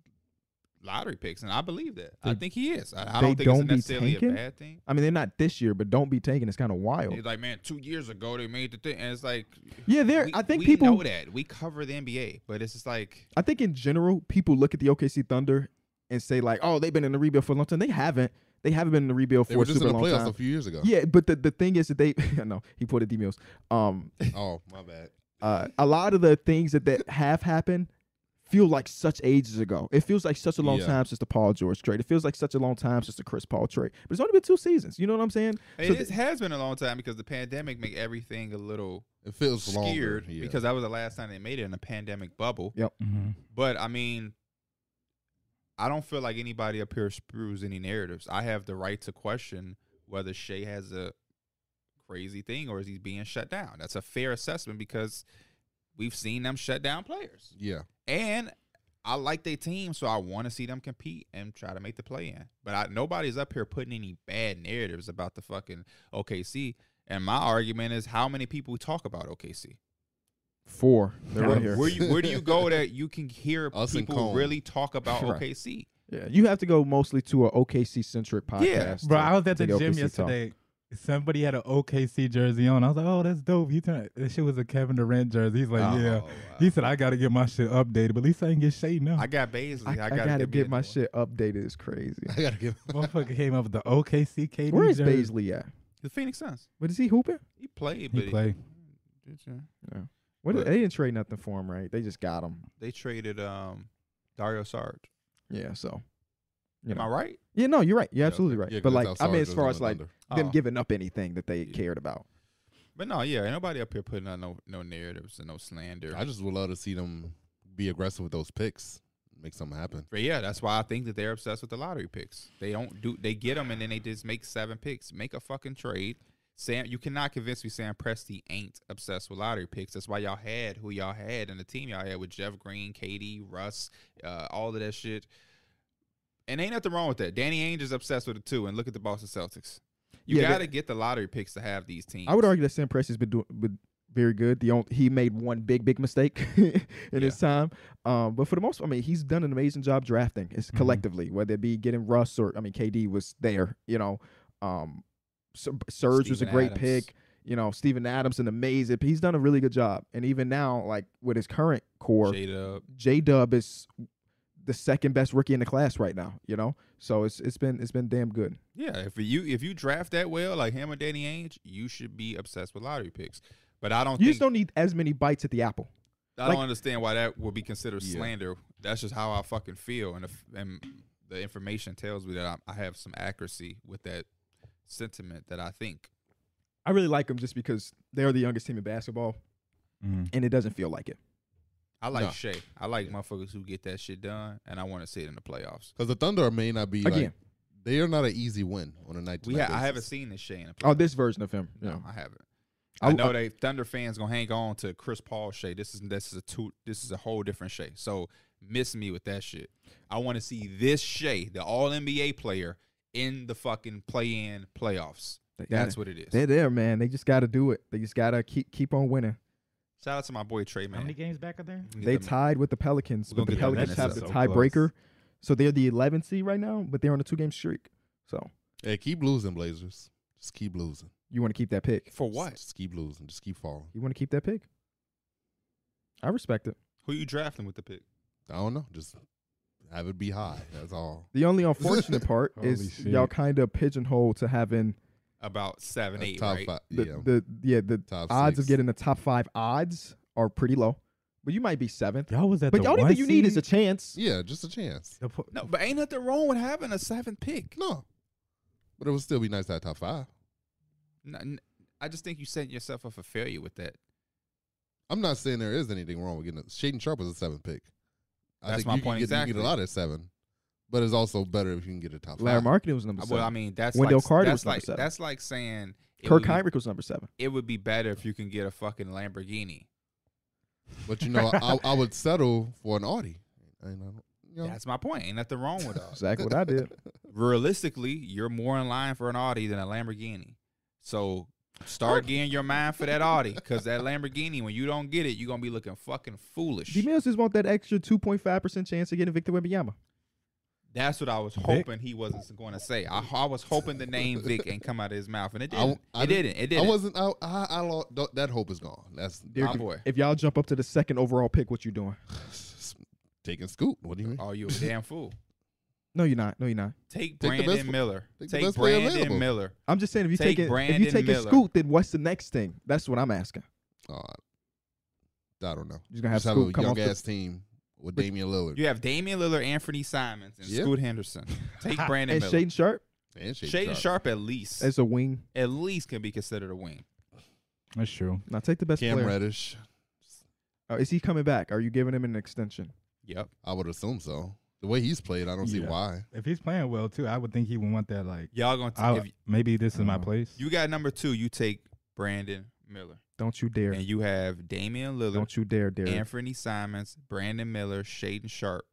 [SPEAKER 2] lottery picks, and I believe that. I
[SPEAKER 1] They-
[SPEAKER 2] think he is. I, I
[SPEAKER 1] they
[SPEAKER 2] don't think
[SPEAKER 1] don't
[SPEAKER 2] it's
[SPEAKER 1] be
[SPEAKER 2] necessarily
[SPEAKER 1] tanking?
[SPEAKER 2] a bad thing.
[SPEAKER 1] I mean, they're not this year, but don't be taken. It's kind of wild.
[SPEAKER 2] He's like, man, two years ago they made the thing, and it's like,
[SPEAKER 1] Yeah, there.
[SPEAKER 2] we-
[SPEAKER 1] I think
[SPEAKER 2] we
[SPEAKER 1] people
[SPEAKER 2] know that we cover the NBA, but it's just like
[SPEAKER 1] I think in general, people look at the OKC Thunder and say like, "Oh, they've been in the rebuild for a long time." They haven't. They haven't been in the rebuild
[SPEAKER 4] they
[SPEAKER 1] for
[SPEAKER 4] were
[SPEAKER 1] a
[SPEAKER 4] just
[SPEAKER 1] super
[SPEAKER 4] in the
[SPEAKER 1] long
[SPEAKER 4] playoffs
[SPEAKER 1] time.
[SPEAKER 4] a few years ago.
[SPEAKER 1] Yeah, but the, the thing is that they [laughs] I know he put it D Mills. Um,
[SPEAKER 4] Oh, my bad.
[SPEAKER 1] uh, a lot of the things that that have happened feel like such ages ago. It feels like such a long
[SPEAKER 4] Yeah.
[SPEAKER 1] time since the Paul George trade. It feels like such a long time since the Chris Paul trade. But it's only been two seasons. You know what I'm saying?
[SPEAKER 2] it
[SPEAKER 1] So
[SPEAKER 2] is- has been a long time because the pandemic make everything a little
[SPEAKER 4] It feels
[SPEAKER 2] scared
[SPEAKER 4] longer. Yeah.
[SPEAKER 2] because that was the last time they made it in a pandemic bubble.
[SPEAKER 1] Yeah.
[SPEAKER 3] Mhm.
[SPEAKER 2] But I mean, I don't feel like anybody up here screws any narratives. I have the right to question whether Shea has a crazy thing or is he being shut down. That's a fair assessment because we've seen them shut down players.
[SPEAKER 4] yeah. [laughs]
[SPEAKER 2] And I like their team, so I want to see them compete and try to make the play in. But I, nobody's up here putting any bad narratives about the fucking OKC. And my argument is how many people talk about OKC.
[SPEAKER 1] Four. They're right
[SPEAKER 3] Yeah.
[SPEAKER 1] here.
[SPEAKER 2] Where you where do
[SPEAKER 4] [laughs]
[SPEAKER 2] you go that you can hear
[SPEAKER 4] Us and
[SPEAKER 2] people
[SPEAKER 4] Cone.
[SPEAKER 2] really talk about
[SPEAKER 1] Right.
[SPEAKER 2] OKC?
[SPEAKER 1] Yeah, you have to go mostly to a OKC centric podcast. to-
[SPEAKER 3] Bro, I was at
[SPEAKER 1] to
[SPEAKER 3] the
[SPEAKER 1] get
[SPEAKER 3] gym
[SPEAKER 1] OKC talk.
[SPEAKER 3] yesterday. Somebody had an OKC jersey on. I was like, "Oh, that's dope." You turn that shit was a Kevin Durant jersey. He's like, "Yeah."
[SPEAKER 2] Oh, wow.
[SPEAKER 3] He said, "I got to get my shit updated, but at least I can get shade now."
[SPEAKER 2] I got Baisley.
[SPEAKER 1] I,
[SPEAKER 2] I,
[SPEAKER 1] I
[SPEAKER 2] gotta,
[SPEAKER 1] gotta
[SPEAKER 2] me
[SPEAKER 1] get my
[SPEAKER 2] another one.
[SPEAKER 1] shit updated. It's crazy.
[SPEAKER 4] I got to give
[SPEAKER 3] Motherfucker came up with the OKC
[SPEAKER 1] [laughs]
[SPEAKER 3] KD
[SPEAKER 1] Where is
[SPEAKER 3] jersey.
[SPEAKER 1] Baisley at?
[SPEAKER 2] The Phoenix Suns.
[SPEAKER 1] What is he hooping?
[SPEAKER 2] He played,
[SPEAKER 3] He
[SPEAKER 2] but
[SPEAKER 3] play.
[SPEAKER 2] Did you?
[SPEAKER 1] Yeah. What did,
[SPEAKER 2] But-
[SPEAKER 1] they didn't trade nothing for him, right? They just got him.
[SPEAKER 2] They traded um Dario Sarge.
[SPEAKER 1] Yeah, so you
[SPEAKER 2] Am I
[SPEAKER 1] know.
[SPEAKER 2] right?
[SPEAKER 1] Yeah, no, you're right. You're
[SPEAKER 4] Yeah,
[SPEAKER 1] absolutely
[SPEAKER 4] okay.
[SPEAKER 1] right.
[SPEAKER 4] Yeah, 'cause
[SPEAKER 1] but
[SPEAKER 4] that's
[SPEAKER 1] like,
[SPEAKER 4] how
[SPEAKER 1] I mean,
[SPEAKER 4] Sarge
[SPEAKER 1] as
[SPEAKER 4] was
[SPEAKER 1] far
[SPEAKER 4] on
[SPEAKER 1] as
[SPEAKER 4] the
[SPEAKER 1] like
[SPEAKER 4] Thunder.
[SPEAKER 1] them
[SPEAKER 2] Oh.
[SPEAKER 1] giving up anything that they cared about.
[SPEAKER 2] But no, yeah, ain't nobody up here putting out no no narratives and no slander.
[SPEAKER 4] I just would love to see them be aggressive with those picks, make something happen.
[SPEAKER 2] but yeah, that's why I think that they're obsessed with the lottery picks. They don't do they get them and then they just make seven picks. Make a fucking trade. Sam, you cannot convince me Sam Presti ain't obsessed with lottery picks. That's why y'all had who y'all had and the team y'all had with Jeff Green, Katie, Russ, uh, all of that shit. And ain't nothing wrong with that. Danny Ainge is obsessed with it too. And look at the Boston Celtics. You
[SPEAKER 1] Yeah, they-
[SPEAKER 2] got to get the lottery picks to have these teams.
[SPEAKER 1] I would argue that Sam Presti's been doing been very good. The only, he made one big big mistake [laughs] in his time, um, but for the most, I mean, he's done an amazing job drafting. It's
[SPEAKER 2] Mm-hmm.
[SPEAKER 3] Mhm.
[SPEAKER 1] collectively, whether it be getting Russ or I mean, KD was there. You know, um, Sur- Surge was a
[SPEAKER 2] Steven
[SPEAKER 1] great
[SPEAKER 2] Adams.
[SPEAKER 1] pick. You know, Steven Adams an amazing. He's done a really good job, and even now, like with his current core,
[SPEAKER 2] Shade up.
[SPEAKER 1] J Dub is the second best rookie in the class right now. You know, so it's it's been it's been damn good.
[SPEAKER 2] Yeah, if you if you draft that well, like him or Danny Ainge, you should be obsessed with lottery picks. But I don't
[SPEAKER 1] You
[SPEAKER 2] think
[SPEAKER 1] just don't need as many bites at the apple.
[SPEAKER 2] I
[SPEAKER 1] like-
[SPEAKER 2] don't understand why that would be considered
[SPEAKER 4] Yeah.
[SPEAKER 2] slander. That's just how I fucking feel, and if, and the information tells me that I, I have some accuracy with that sentiment that I think.
[SPEAKER 1] I really like them just because they're the youngest team in basketball,
[SPEAKER 3] Mhm.
[SPEAKER 1] and it doesn't feel like it.
[SPEAKER 2] I like
[SPEAKER 4] No.
[SPEAKER 2] Shea. I like motherfuckers who get that shit done, and I want to see it in the playoffs.
[SPEAKER 4] Because the Thunder may not be like
[SPEAKER 1] Again.
[SPEAKER 4] they are not an easy win on a night.
[SPEAKER 2] We ha- I haven't seen this Shea in the playoffs.
[SPEAKER 1] Oh, this version of him.
[SPEAKER 2] No,
[SPEAKER 1] Yeah.
[SPEAKER 2] I haven't.
[SPEAKER 1] I-
[SPEAKER 2] I, know
[SPEAKER 1] I-
[SPEAKER 2] they Thunder fans gonna hang on to Chris Paul Shay. This is this is a two this is a whole different Shay. So miss me with that shit. I want to see this Shay, the All NBA player, in the fucking play-in playoffs.
[SPEAKER 1] They got
[SPEAKER 2] That's
[SPEAKER 1] it.
[SPEAKER 2] what it is.
[SPEAKER 1] They're there, man. They just got to do it. They just got to keep keep on winning.
[SPEAKER 2] Shout out to my boy Trey
[SPEAKER 3] How many
[SPEAKER 2] man.
[SPEAKER 3] games back are there?
[SPEAKER 1] They tied with the Pelicans,
[SPEAKER 2] We're
[SPEAKER 1] but the
[SPEAKER 2] gonna get that
[SPEAKER 1] Pelicans
[SPEAKER 2] next
[SPEAKER 1] have the
[SPEAKER 3] So
[SPEAKER 2] episode.
[SPEAKER 3] close.
[SPEAKER 1] tiebreaker, so they're the 11th seed right now, but they're on a two game streak. So
[SPEAKER 4] Hey, keep losing, Blazers. Just keep losing.
[SPEAKER 1] you want to keep that pick?
[SPEAKER 2] for
[SPEAKER 4] Just-
[SPEAKER 2] what?
[SPEAKER 4] Just keep losing. Just keep falling.
[SPEAKER 1] You want to keep that pick? I respect it.
[SPEAKER 2] Who you drafting with the pick?
[SPEAKER 4] I don't know. Just have it be high. That's all.
[SPEAKER 1] The only
[SPEAKER 2] [laughs]
[SPEAKER 1] unfortunate part
[SPEAKER 3] Holy
[SPEAKER 1] is
[SPEAKER 3] shit.
[SPEAKER 1] y'all kind of pigeonholed to having
[SPEAKER 2] About seven,
[SPEAKER 4] That's
[SPEAKER 2] eight,
[SPEAKER 4] top
[SPEAKER 2] right?
[SPEAKER 4] five.
[SPEAKER 1] the
[SPEAKER 4] yeah.
[SPEAKER 1] the yeah the
[SPEAKER 4] top
[SPEAKER 1] odds
[SPEAKER 4] six.
[SPEAKER 1] of getting the top five odds are pretty low, but you might be seventh.
[SPEAKER 3] Y'all was at
[SPEAKER 1] But
[SPEAKER 3] the
[SPEAKER 1] the only
[SPEAKER 3] one
[SPEAKER 1] thing you need is a
[SPEAKER 3] seed?
[SPEAKER 1] chance.
[SPEAKER 4] Yeah, just a chance.
[SPEAKER 3] The po-
[SPEAKER 2] No, but ain't nothing wrong with having a seventh pick.
[SPEAKER 4] No, but it would still be nice to have top five.
[SPEAKER 2] N- n- I just think you setting yourself up for failure with that.
[SPEAKER 4] I'm not saying there is anything wrong with getting it. Shaden Sharp was a seven pick. I
[SPEAKER 2] That's
[SPEAKER 4] think
[SPEAKER 2] my
[SPEAKER 4] you Can get, You
[SPEAKER 2] point
[SPEAKER 4] can
[SPEAKER 2] exactly.
[SPEAKER 4] get a lot at seven, but it's also better if you can get a top
[SPEAKER 1] Larry
[SPEAKER 4] five.
[SPEAKER 1] Marketing was number seven.
[SPEAKER 2] Well, I mean, that's
[SPEAKER 1] Wendell
[SPEAKER 2] like,
[SPEAKER 1] Carter
[SPEAKER 2] that's
[SPEAKER 1] was number
[SPEAKER 2] like
[SPEAKER 1] seven.
[SPEAKER 2] that's like saying it
[SPEAKER 1] Kirk
[SPEAKER 2] would be
[SPEAKER 1] Heinrich was number seven.
[SPEAKER 2] it would be better if you can get a fucking Lamborghini.
[SPEAKER 4] But you know, I,
[SPEAKER 1] [laughs]
[SPEAKER 4] I would settle for an Audi. I ain't- I don't- you know,
[SPEAKER 2] That's my point. Ain't nothing wrong
[SPEAKER 4] [laughs]
[SPEAKER 2] with us.
[SPEAKER 1] Exactly what I [laughs] did.
[SPEAKER 2] Realistically, you're more in line for an Audi than a Lamborghini. So start getting your mind for that Audi because that Lamborghini, when you don't get it, you're gonna be looking fucking foolish.
[SPEAKER 1] D Mills just want that extra two point five percent chance of getting Victor Wembanyama.
[SPEAKER 2] That's what I was hoping he wasn't going to say. I, I was hoping the name Vic ain't come out of his mouth, and
[SPEAKER 4] [laughs]
[SPEAKER 2] it
[SPEAKER 4] I w-
[SPEAKER 2] didn't.
[SPEAKER 4] I
[SPEAKER 2] it
[SPEAKER 4] didn't-
[SPEAKER 2] didn't. It
[SPEAKER 4] I
[SPEAKER 2] didn't.
[SPEAKER 4] wasn't. I, I, I lo- th- that hope is gone. That's
[SPEAKER 1] Dear
[SPEAKER 2] My
[SPEAKER 1] God,
[SPEAKER 4] [laughs]
[SPEAKER 2] boy.
[SPEAKER 1] If y'all jump up to the second overall pick, what you doing?
[SPEAKER 4] [sighs] taking scoop. What do you mean?
[SPEAKER 2] Oh, you a damn fool.
[SPEAKER 1] No, you're not. No, you're not.
[SPEAKER 2] Take
[SPEAKER 4] the
[SPEAKER 2] Brandon
[SPEAKER 4] best-
[SPEAKER 2] Miller.
[SPEAKER 4] take
[SPEAKER 2] Take,
[SPEAKER 4] the best player available.
[SPEAKER 2] Brandon Miller.
[SPEAKER 1] I'm just saying if you
[SPEAKER 2] Take
[SPEAKER 1] take it, if you
[SPEAKER 2] Brandon
[SPEAKER 1] take a
[SPEAKER 2] Miller.
[SPEAKER 1] scoot, then what's the next thing? That's what I'm asking.
[SPEAKER 4] Oh, I, I don't know.
[SPEAKER 1] You're gonna have
[SPEAKER 4] Just have
[SPEAKER 1] scoot
[SPEAKER 4] a
[SPEAKER 1] come off
[SPEAKER 4] young
[SPEAKER 1] the-
[SPEAKER 4] ass team with
[SPEAKER 1] But-
[SPEAKER 4] Damian Lillard
[SPEAKER 2] You have Damian Lillard, Anthony Simons, and
[SPEAKER 4] Yeah.
[SPEAKER 2] Scoot Henderson.
[SPEAKER 4] [laughs]
[SPEAKER 2] Take Brandon
[SPEAKER 1] and
[SPEAKER 2] Miller.
[SPEAKER 1] Shaden Sharp
[SPEAKER 4] and Shaden,
[SPEAKER 2] Shaden
[SPEAKER 4] Sharp.
[SPEAKER 2] Sharp at least
[SPEAKER 1] as a wing.
[SPEAKER 2] at least can be considered a wing.
[SPEAKER 3] That's true.
[SPEAKER 1] Now take the best
[SPEAKER 4] Cam
[SPEAKER 1] player.
[SPEAKER 4] Reddish.
[SPEAKER 1] Uh, is he coming back? Are you giving him an extension?
[SPEAKER 2] Yep.
[SPEAKER 4] I would assume so. The way he's played, I don't see
[SPEAKER 3] Yeah.
[SPEAKER 4] why.
[SPEAKER 3] If he's playing well too, I would think he would want that. Like,
[SPEAKER 2] Y'all gonna
[SPEAKER 3] I,
[SPEAKER 2] if
[SPEAKER 3] maybe this is my
[SPEAKER 1] Uh,
[SPEAKER 3] place.
[SPEAKER 2] you got number two, you take Brandon Miller.
[SPEAKER 1] Don't you dare!
[SPEAKER 2] And you have Damian Lillard,
[SPEAKER 1] Don't you dare, Derek.
[SPEAKER 2] Anthony Simons, Brandon Miller, Shaden Sharp.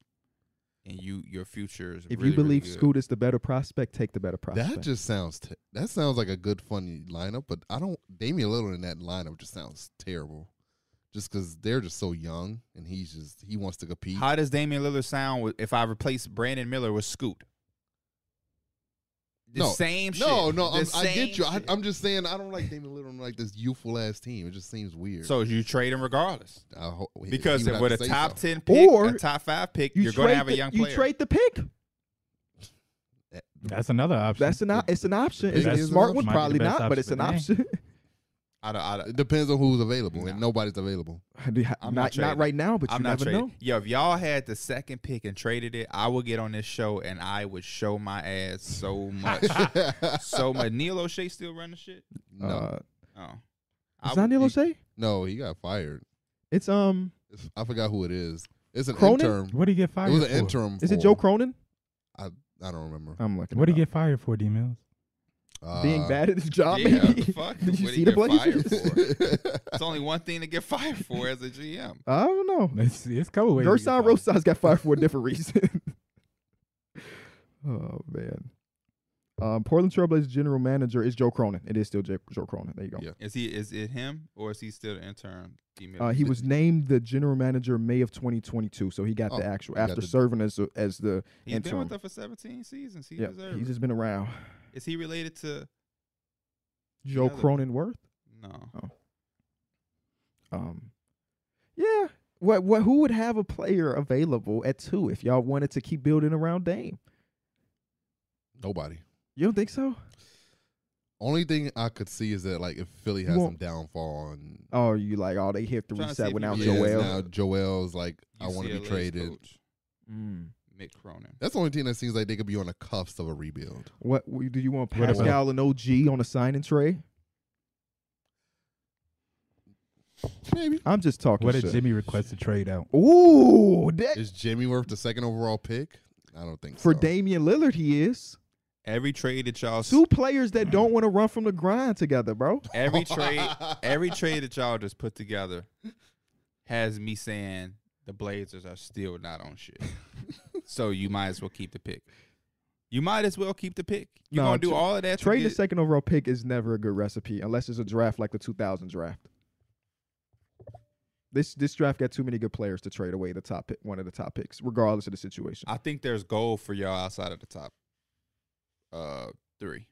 [SPEAKER 2] And you your future is
[SPEAKER 1] if
[SPEAKER 2] really,
[SPEAKER 1] you believe
[SPEAKER 2] really good.
[SPEAKER 1] Scoot is the better prospect, take the better prospect.
[SPEAKER 4] That just sounds. T- that sounds like a good, funny lineup, but I don't. Damian Lillard in that lineup just sounds terrible. Just because they're just so young, and he's just he wants to compete.
[SPEAKER 2] How does Damian Lillard sound with- if I replace Brandon Miller with Scoot? The
[SPEAKER 4] No.
[SPEAKER 2] same shit.
[SPEAKER 4] no, no,
[SPEAKER 2] The
[SPEAKER 4] I'm, I
[SPEAKER 2] same
[SPEAKER 4] get you. I,
[SPEAKER 2] shit.
[SPEAKER 4] I'm just saying I don't like Damian Lillard on like this youthful ass team. It just seems weird.
[SPEAKER 2] so you trade him regardless.
[SPEAKER 4] I ho- he-
[SPEAKER 2] Because
[SPEAKER 4] he would have
[SPEAKER 2] if with
[SPEAKER 4] to
[SPEAKER 2] a
[SPEAKER 4] say
[SPEAKER 2] top
[SPEAKER 4] so.
[SPEAKER 2] ten pick,
[SPEAKER 1] Or
[SPEAKER 2] a top five pick,
[SPEAKER 1] you
[SPEAKER 2] you are going
[SPEAKER 1] trade
[SPEAKER 2] to have a
[SPEAKER 1] the-
[SPEAKER 2] young
[SPEAKER 1] you
[SPEAKER 2] player.
[SPEAKER 1] trade the pick.
[SPEAKER 3] That's another option.
[SPEAKER 1] That's an op- it's an option.
[SPEAKER 4] It
[SPEAKER 1] It's a
[SPEAKER 4] is an
[SPEAKER 1] smart one,
[SPEAKER 4] option.
[SPEAKER 3] Might be the
[SPEAKER 1] probably
[SPEAKER 3] best
[SPEAKER 1] not, but
[SPEAKER 3] option,
[SPEAKER 1] it's an
[SPEAKER 3] but dang.
[SPEAKER 1] option.
[SPEAKER 2] I don't. I don't
[SPEAKER 4] It depends on who's available, and
[SPEAKER 2] Nah.
[SPEAKER 4] nobody's available.
[SPEAKER 1] [laughs]
[SPEAKER 2] not
[SPEAKER 1] not not,
[SPEAKER 2] trading.
[SPEAKER 1] right now, but
[SPEAKER 2] I'm
[SPEAKER 1] you
[SPEAKER 2] not
[SPEAKER 1] never
[SPEAKER 2] trading.
[SPEAKER 1] know.
[SPEAKER 2] Yo, if y'all had the second pick and traded it, I would get on this show and I would show my ass
[SPEAKER 1] [laughs]
[SPEAKER 2] so much, [laughs] so much. Neil O'Shea still running shit.
[SPEAKER 4] [laughs] no,
[SPEAKER 1] Uh,
[SPEAKER 2] Oh,
[SPEAKER 1] it's not Neil O'Shea.
[SPEAKER 4] no, he got fired.
[SPEAKER 1] It's um,
[SPEAKER 4] It's, I forgot who it is. It's an
[SPEAKER 1] Cronin?
[SPEAKER 4] interim.
[SPEAKER 3] What do you get fired
[SPEAKER 4] It was
[SPEAKER 3] for?
[SPEAKER 4] an interim.
[SPEAKER 1] is it
[SPEAKER 4] for-
[SPEAKER 1] Joe Cronin?
[SPEAKER 4] I don't remember.
[SPEAKER 1] I'm looking.
[SPEAKER 3] What do
[SPEAKER 1] it
[SPEAKER 3] you
[SPEAKER 1] up.
[SPEAKER 3] get fired for, D Mills?
[SPEAKER 1] Being
[SPEAKER 4] Uh,
[SPEAKER 1] bad at his job.
[SPEAKER 2] Yeah, what
[SPEAKER 1] maybe?
[SPEAKER 2] the
[SPEAKER 1] [laughs]
[SPEAKER 2] fuck?
[SPEAKER 1] Did you
[SPEAKER 2] What
[SPEAKER 1] see
[SPEAKER 2] he
[SPEAKER 1] the
[SPEAKER 2] get
[SPEAKER 1] place?
[SPEAKER 2] fired
[SPEAKER 1] [laughs]
[SPEAKER 2] for?
[SPEAKER 4] [laughs]
[SPEAKER 2] It's only one thing to get fired for as a GM.
[SPEAKER 1] I don't know.
[SPEAKER 3] It's, it's couple ways. to get
[SPEAKER 1] Gerson
[SPEAKER 3] fired.
[SPEAKER 1] Rosas got fired for a different reason. [laughs] oh man. Um, Portland Trailblazers general manager is Joe Cronin. It is still J- Joe Cronin. There you go.
[SPEAKER 4] Yeah.
[SPEAKER 2] Is he? Is it him or is he still the intern? Email?
[SPEAKER 1] Uh, he
[SPEAKER 2] [laughs]
[SPEAKER 1] was named the general manager May of 2022, so he got the
[SPEAKER 4] Oh,
[SPEAKER 1] actual
[SPEAKER 4] got
[SPEAKER 1] after
[SPEAKER 4] the-
[SPEAKER 1] serving as as the
[SPEAKER 2] He's been
[SPEAKER 1] interim.
[SPEAKER 2] with us for 17 seasons. He
[SPEAKER 1] yeah.
[SPEAKER 2] deserves.
[SPEAKER 1] He's
[SPEAKER 2] it.
[SPEAKER 1] just been around.
[SPEAKER 2] Is he related to?
[SPEAKER 1] Joe
[SPEAKER 2] Another-
[SPEAKER 1] Cronenworth.
[SPEAKER 2] No.
[SPEAKER 1] Um, yeah. What what? Who would have a player available at two if y'all wanted to keep building around Dame?
[SPEAKER 4] Nobody.
[SPEAKER 1] You don't think so?
[SPEAKER 4] Only thing I could see is that like if Philly has some
[SPEAKER 1] won't-
[SPEAKER 4] downfall and
[SPEAKER 1] Oh, you like? Oh, they hit the
[SPEAKER 2] Trying to see
[SPEAKER 1] reset
[SPEAKER 2] if
[SPEAKER 1] without
[SPEAKER 2] he
[SPEAKER 4] yeah,
[SPEAKER 2] was-
[SPEAKER 1] Joel.
[SPEAKER 4] now Joel's like I want to be
[SPEAKER 2] UCLA's
[SPEAKER 4] traded.
[SPEAKER 2] coach,
[SPEAKER 1] Mm.
[SPEAKER 2] Mick Cronin.
[SPEAKER 4] That's the only team that seems like they could be on the cuffs of a rebuild.
[SPEAKER 1] What w- do you want?
[SPEAKER 3] What about-
[SPEAKER 1] Pascal and OG on a signing tray?
[SPEAKER 4] Maybe
[SPEAKER 1] I'm just talking
[SPEAKER 3] What
[SPEAKER 1] shit.
[SPEAKER 3] did Jimmy request to trade out?
[SPEAKER 1] Ooh, that,
[SPEAKER 4] is Jimmy worth the second overall pick? I don't think
[SPEAKER 1] for
[SPEAKER 4] so. [laughs]
[SPEAKER 1] Damian Lillard, he is
[SPEAKER 2] Every trade that y'all
[SPEAKER 1] two players
[SPEAKER 3] Mm.
[SPEAKER 1] that don't want to run from the grind together, bro. [laughs]
[SPEAKER 4] [laughs]
[SPEAKER 2] every trade every trade that y'all just put together has me saying the Blazers are still not on shit. so you might as well keep the pick. You might as well keep the pick. You
[SPEAKER 1] No,
[SPEAKER 2] gonna do
[SPEAKER 1] tra-
[SPEAKER 2] all of that? to
[SPEAKER 1] Trade the
[SPEAKER 2] get-
[SPEAKER 1] second overall pick is never a good recipe unless it's a draft like the 2000 draft. This this draft got too many good players to trade away the top pick, one of the top picks, regardless of the situation.
[SPEAKER 2] I think there's gold for y'all outside of the top uh three,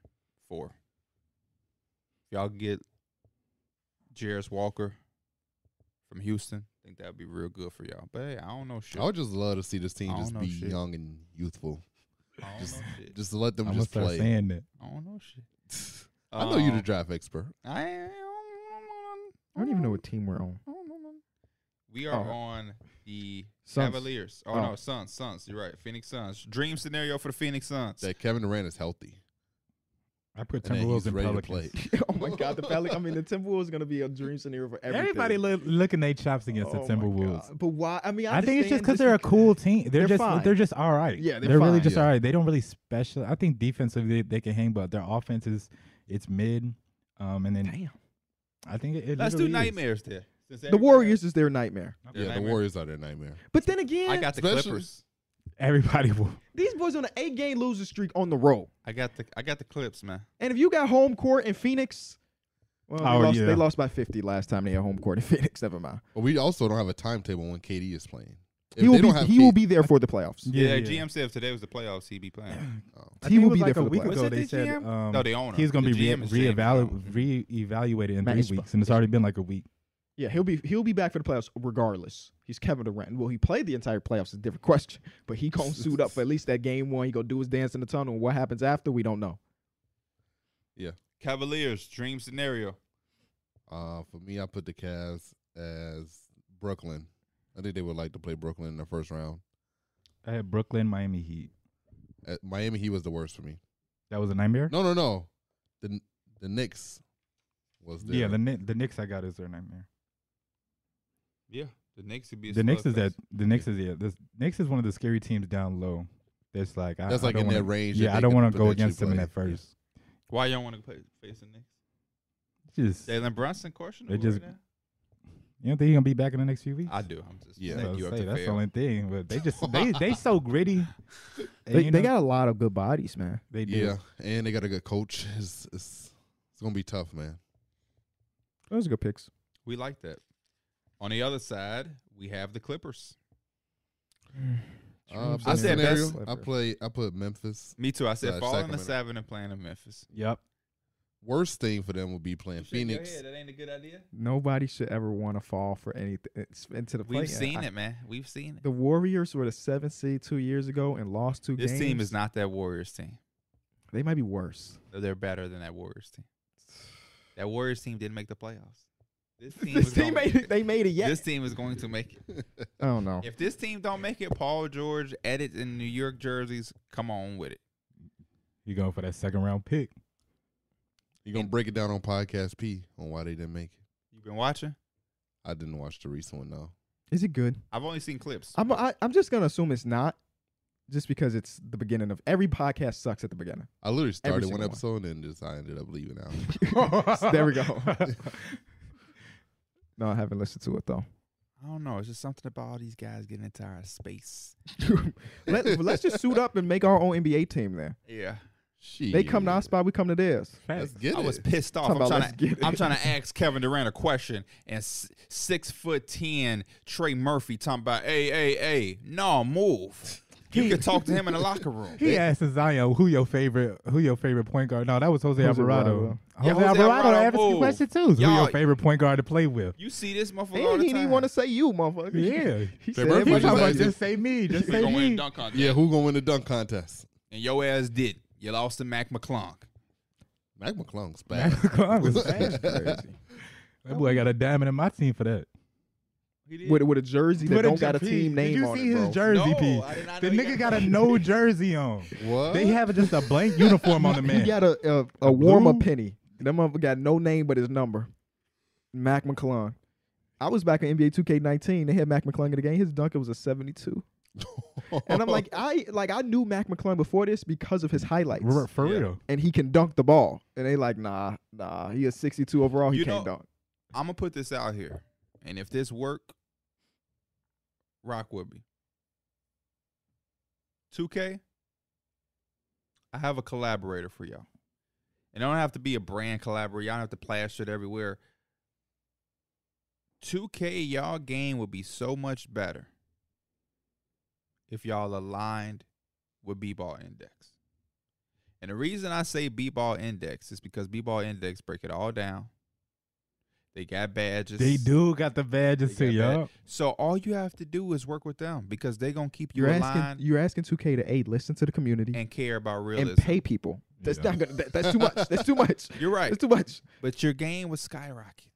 [SPEAKER 2] four. Y'all can get Jairus Walker from Houston. I think that'd be real good for y'all. But hey, I don't know shit.
[SPEAKER 4] I would just love to see this
[SPEAKER 2] I
[SPEAKER 4] team
[SPEAKER 2] don't
[SPEAKER 4] just
[SPEAKER 2] know
[SPEAKER 4] be
[SPEAKER 2] shit.
[SPEAKER 4] young and youthful.
[SPEAKER 2] I don't
[SPEAKER 4] just-
[SPEAKER 2] know shit.
[SPEAKER 4] Just let them
[SPEAKER 3] I'm gonna
[SPEAKER 4] just
[SPEAKER 3] start
[SPEAKER 4] play.
[SPEAKER 3] saying that.
[SPEAKER 2] I don't know shit.
[SPEAKER 4] [laughs] I know you're the
[SPEAKER 2] Um,
[SPEAKER 4] draft expert.
[SPEAKER 2] I, I
[SPEAKER 1] I don't even know what team we're on.
[SPEAKER 2] We are
[SPEAKER 1] Oh.
[SPEAKER 2] on the
[SPEAKER 1] Suns.
[SPEAKER 2] Cavaliers. Oh,
[SPEAKER 1] Oh.
[SPEAKER 2] no, Suns, Suns. You're right. Phoenix Suns. Dream scenario for the Phoenix Suns.
[SPEAKER 4] That Kevin Durant is healthy.
[SPEAKER 3] I put
[SPEAKER 4] And that
[SPEAKER 3] Timberwolves
[SPEAKER 4] he's
[SPEAKER 3] in
[SPEAKER 4] ready to
[SPEAKER 3] Pelicans.
[SPEAKER 4] play.
[SPEAKER 1] [laughs] oh my god, the Pelicans. I mean, the Timberwolves is gonna be a dream scenario for everything.
[SPEAKER 3] Everybody look, looking they chops against
[SPEAKER 1] Oh
[SPEAKER 3] the
[SPEAKER 1] my
[SPEAKER 3] Timberwolves.
[SPEAKER 1] God. But why? I mean, I,
[SPEAKER 3] I think it's just
[SPEAKER 1] understand this
[SPEAKER 3] because they're a
[SPEAKER 1] because-
[SPEAKER 3] cool team. They're,
[SPEAKER 1] They're
[SPEAKER 3] just
[SPEAKER 1] fine.
[SPEAKER 3] they're just all right.
[SPEAKER 1] Yeah, they're
[SPEAKER 3] really
[SPEAKER 1] fine.
[SPEAKER 3] just
[SPEAKER 4] Yeah.
[SPEAKER 3] all right. They don't really special. I think defensively they, they can hang, but their offense is it's mid. Um, and then
[SPEAKER 1] Damn.
[SPEAKER 3] I think it, it
[SPEAKER 2] Let's do
[SPEAKER 3] literally is.
[SPEAKER 2] nightmares there. Since
[SPEAKER 1] The
[SPEAKER 2] everybody-
[SPEAKER 1] Warriors is their nightmare.
[SPEAKER 2] Their
[SPEAKER 4] yeah, the
[SPEAKER 2] nightmare.
[SPEAKER 4] Warriors are their nightmare.
[SPEAKER 1] But then again,
[SPEAKER 2] I got the
[SPEAKER 4] Especially-
[SPEAKER 2] Clippers.
[SPEAKER 3] Everybody will.
[SPEAKER 1] these boys on an eight game losing streak on the road.
[SPEAKER 2] I got the I got the Clips, man.
[SPEAKER 1] And if you got home court in Phoenix, well,
[SPEAKER 3] Oh,
[SPEAKER 1] they, lost,
[SPEAKER 3] yeah.
[SPEAKER 1] they lost by 50 last time they had home court in [laughs] Phoenix. Never mind.
[SPEAKER 4] But we also don't have a timetable when KD is playing. If
[SPEAKER 1] he will
[SPEAKER 4] they don't
[SPEAKER 1] be,
[SPEAKER 4] have
[SPEAKER 1] he
[SPEAKER 4] K-
[SPEAKER 1] will be there for the playoffs.
[SPEAKER 2] Yeah, GM said if today was the playoffs, he'd be playing.
[SPEAKER 4] Oh.
[SPEAKER 3] I
[SPEAKER 1] He
[SPEAKER 3] think it
[SPEAKER 1] will
[SPEAKER 3] was
[SPEAKER 1] be there
[SPEAKER 3] like
[SPEAKER 1] for
[SPEAKER 3] a
[SPEAKER 1] the
[SPEAKER 3] week
[SPEAKER 1] playoffs.
[SPEAKER 2] Was
[SPEAKER 3] ago.
[SPEAKER 2] it
[SPEAKER 3] They
[SPEAKER 2] the
[SPEAKER 3] said
[SPEAKER 2] GM?
[SPEAKER 3] um,
[SPEAKER 2] no, the owner.
[SPEAKER 3] he's going
[SPEAKER 2] The
[SPEAKER 3] to be
[SPEAKER 2] GM is
[SPEAKER 3] re-
[SPEAKER 2] James
[SPEAKER 3] reevalu-
[SPEAKER 2] Brown.
[SPEAKER 3] reevaluated in
[SPEAKER 1] Matt,
[SPEAKER 3] three
[SPEAKER 1] it's-
[SPEAKER 3] weeks, and it's already been like a week.
[SPEAKER 1] Yeah, he'll be he'll be back for the playoffs regardless. He's Kevin Durant. Will he play the entire playoffs? Is a different [laughs] question. But he gonna suit up for at least that game one. He gonna do his dance in the tunnel. What happens after? We don't know.
[SPEAKER 2] Cavaliers, dream scenario.
[SPEAKER 4] Uh, for me, I put the Cavs as Brooklyn. I think they would like to play Brooklyn in the first round.
[SPEAKER 3] I had Brooklyn, Miami Heat.
[SPEAKER 4] At Miami, he was the worst for me.
[SPEAKER 3] That was a nightmare.
[SPEAKER 4] No, no, no. The the Knicks was there.
[SPEAKER 3] yeah, the Kni- the Knicks I got is their nightmare.
[SPEAKER 2] Yeah. The Knicks would be a
[SPEAKER 3] The Knicks is that
[SPEAKER 2] slugfest.
[SPEAKER 3] the Knicks is yeah. The Knicks is one of the scary teams down low. That's like I,
[SPEAKER 4] that's
[SPEAKER 3] I
[SPEAKER 4] like
[SPEAKER 3] don't
[SPEAKER 4] in
[SPEAKER 3] wanna,
[SPEAKER 4] that range. that
[SPEAKER 3] Yeah, I
[SPEAKER 4] they
[SPEAKER 3] don't
[SPEAKER 4] could
[SPEAKER 3] want to go
[SPEAKER 4] potentially
[SPEAKER 3] against them in
[SPEAKER 4] play.
[SPEAKER 3] that first.
[SPEAKER 2] Why y'all want to play face the Knicks?
[SPEAKER 3] Just you
[SPEAKER 2] Jalen Brunson questionable.
[SPEAKER 3] They just-
[SPEAKER 2] right
[SPEAKER 3] don't think he's gonna be back in the next few weeks?
[SPEAKER 2] now? I do. I'm just
[SPEAKER 4] Yeah.
[SPEAKER 3] That's
[SPEAKER 2] saying
[SPEAKER 3] what I
[SPEAKER 2] you have
[SPEAKER 3] say,
[SPEAKER 2] to
[SPEAKER 3] that's the
[SPEAKER 2] fail.
[SPEAKER 3] only thing. But they just they they so gritty. And
[SPEAKER 1] They,
[SPEAKER 3] you
[SPEAKER 1] they
[SPEAKER 3] know,
[SPEAKER 1] got a lot of good bodies, man.
[SPEAKER 3] they do.
[SPEAKER 4] Yeah, and they got a good coach. [laughs] It's it's, it's gonna be tough, man.
[SPEAKER 1] Those are good picks.
[SPEAKER 2] We like that. On the other side, we have the Clippers.
[SPEAKER 4] Uh,
[SPEAKER 1] Dreams
[SPEAKER 4] I
[SPEAKER 1] and
[SPEAKER 4] said
[SPEAKER 1] nightmares.
[SPEAKER 4] best. I play. I put Memphis.
[SPEAKER 2] Me too. I
[SPEAKER 4] Uh,
[SPEAKER 2] said falling to
[SPEAKER 4] Sacramento.
[SPEAKER 2] seven and playing in Memphis.
[SPEAKER 3] Yep.
[SPEAKER 4] Worst thing for them would be playing Phoenix.
[SPEAKER 2] That ain't a good idea.
[SPEAKER 1] Nobody should ever want to fall for anything it's into the play. uh,
[SPEAKER 2] We've seen it, man. We've seen it.
[SPEAKER 1] The Warriors were the seventh seed two years ago and lost two
[SPEAKER 2] This
[SPEAKER 1] games.
[SPEAKER 2] team is not that Warriors team.
[SPEAKER 3] [laughs]
[SPEAKER 1] They might be worse.
[SPEAKER 2] They're better than that Warriors team. That Warriors team didn't make the playoffs. This team,
[SPEAKER 1] This
[SPEAKER 2] is
[SPEAKER 1] team
[SPEAKER 2] gonna-
[SPEAKER 1] made it. They made it. [laughs] Yeah.
[SPEAKER 2] This team is going to make it.
[SPEAKER 1] I don't know.
[SPEAKER 2] If this team don't make it, Paul George edits in New York jerseys. Come on with it.
[SPEAKER 3] You going for that second round pick?
[SPEAKER 4] You gonna break it down on podcast P on why they didn't make it.
[SPEAKER 2] You've been watching.
[SPEAKER 4] I didn't watch the recent one though.
[SPEAKER 1] Is it good?
[SPEAKER 2] I've only seen clips.
[SPEAKER 1] I'm I, I'm just gonna assume it's not, just because it's the beginning of every podcast sucks at the
[SPEAKER 3] [laughs]
[SPEAKER 1] beginning. [laughs]
[SPEAKER 4] I literally started
[SPEAKER 1] single
[SPEAKER 4] one
[SPEAKER 1] one.
[SPEAKER 4] episode and then just I ended up leaving out.
[SPEAKER 1] there we
[SPEAKER 3] [laughs]
[SPEAKER 1] go. No, I haven't listened to it though.
[SPEAKER 2] I don't know. It's just something about all these guys getting into our space.
[SPEAKER 1] Let, let's just suit up and make our own NBA team. There,
[SPEAKER 2] Yeah.
[SPEAKER 4] Shit.
[SPEAKER 1] they come to our spot, we come to theirs.
[SPEAKER 4] Let's get
[SPEAKER 2] I
[SPEAKER 4] it.
[SPEAKER 2] was pissed off.
[SPEAKER 1] Talking
[SPEAKER 2] I'm
[SPEAKER 1] about
[SPEAKER 2] trying,
[SPEAKER 1] let's
[SPEAKER 2] to,
[SPEAKER 1] get it.
[SPEAKER 2] I'm trying to ask Kevin Durant a question, and s- six foot ten Trey Murphy talking about, hey, hey, hey, no, move. You can talk to him in the locker room.
[SPEAKER 3] He asked Zion, "Who your favorite? Who your favorite point guard?" No, that was Jose,
[SPEAKER 1] Jose
[SPEAKER 3] Alvarado.
[SPEAKER 1] Alvarado.
[SPEAKER 2] Yeah,
[SPEAKER 3] Jose,
[SPEAKER 2] Jose
[SPEAKER 3] Alvarado
[SPEAKER 2] Alvarado,
[SPEAKER 3] asked the
[SPEAKER 2] whoa.
[SPEAKER 3] question too. Who
[SPEAKER 2] Y'all-
[SPEAKER 3] your favorite point guard to play with?
[SPEAKER 2] You see this motherfucker all
[SPEAKER 1] And he
[SPEAKER 2] the
[SPEAKER 1] didn't
[SPEAKER 2] time.
[SPEAKER 1] even want to say you, motherfucker. [laughs]
[SPEAKER 3] Yeah.
[SPEAKER 1] he
[SPEAKER 4] Trey
[SPEAKER 1] said
[SPEAKER 3] [laughs]
[SPEAKER 4] Murphy
[SPEAKER 1] everybody.
[SPEAKER 3] He
[SPEAKER 4] was
[SPEAKER 3] talking about
[SPEAKER 4] asking-
[SPEAKER 3] just say me, just
[SPEAKER 2] We
[SPEAKER 3] say
[SPEAKER 2] gonna win
[SPEAKER 3] me.
[SPEAKER 2] dunk contest.
[SPEAKER 4] Yeah, who gonna win the dunk contest?
[SPEAKER 2] and your ass did. You lost to Mac McClung.
[SPEAKER 4] Mac McClung's
[SPEAKER 3] Mac
[SPEAKER 4] bad.
[SPEAKER 3] McClung was
[SPEAKER 2] [laughs]
[SPEAKER 3] fast. That boy got a diamond in my team for that.
[SPEAKER 1] with with a jersey that
[SPEAKER 3] With a
[SPEAKER 1] don't got a
[SPEAKER 3] jersey.
[SPEAKER 1] team name
[SPEAKER 3] Did you
[SPEAKER 1] on
[SPEAKER 3] see
[SPEAKER 1] it,
[SPEAKER 3] his
[SPEAKER 1] bro.
[SPEAKER 3] jersey
[SPEAKER 2] No,
[SPEAKER 3] piece?
[SPEAKER 2] I did not
[SPEAKER 3] The
[SPEAKER 2] know he
[SPEAKER 3] nigga
[SPEAKER 2] got-
[SPEAKER 3] got a no jersey
[SPEAKER 2] [laughs]
[SPEAKER 3] on.
[SPEAKER 4] What?
[SPEAKER 3] They
[SPEAKER 4] [laughs]
[SPEAKER 3] have just a blank uniform on the man.
[SPEAKER 1] He got a a, a warm up
[SPEAKER 3] blue-
[SPEAKER 1] penny. That motherfucker got no name but his number. Mac McClung. I was back in NBA 2K19. They had Mac McClung in the game. His dunk it was a 72. And I'm like, I like I knew Mac McClung before this because of his highlights.
[SPEAKER 3] for, for
[SPEAKER 2] Yeah.
[SPEAKER 3] real.
[SPEAKER 1] And he can dunk the ball. And they like, nah, nah. He is 62 overall. He
[SPEAKER 2] You
[SPEAKER 1] can't
[SPEAKER 2] know-
[SPEAKER 1] dunk.
[SPEAKER 2] I'm gonna put this out here, and if this work, rock with me. 2K. I have a collaborator for y'all, and I don't have to be a brand collaborator. Y'all don't have to plaster it everywhere. 2K, y'all game would be so much better if y'all aligned with B-Ball Index. And the reason I say B-Ball Index is because B-Ball Index break it all down. They got badges.
[SPEAKER 3] They do got the badges
[SPEAKER 2] They
[SPEAKER 3] too,
[SPEAKER 2] got
[SPEAKER 3] y'all.
[SPEAKER 2] So all you have to do is work with them because they're gonna keep you
[SPEAKER 1] You're
[SPEAKER 2] aligned
[SPEAKER 1] asking you're asking 2K to aid, listen to the community, and,
[SPEAKER 2] and care about realism.
[SPEAKER 1] pay people. That's
[SPEAKER 3] Yeah.
[SPEAKER 1] not gonna that, that's too much. That's too much.
[SPEAKER 2] You're right.
[SPEAKER 1] That's too much.
[SPEAKER 2] But your game was skyrocket.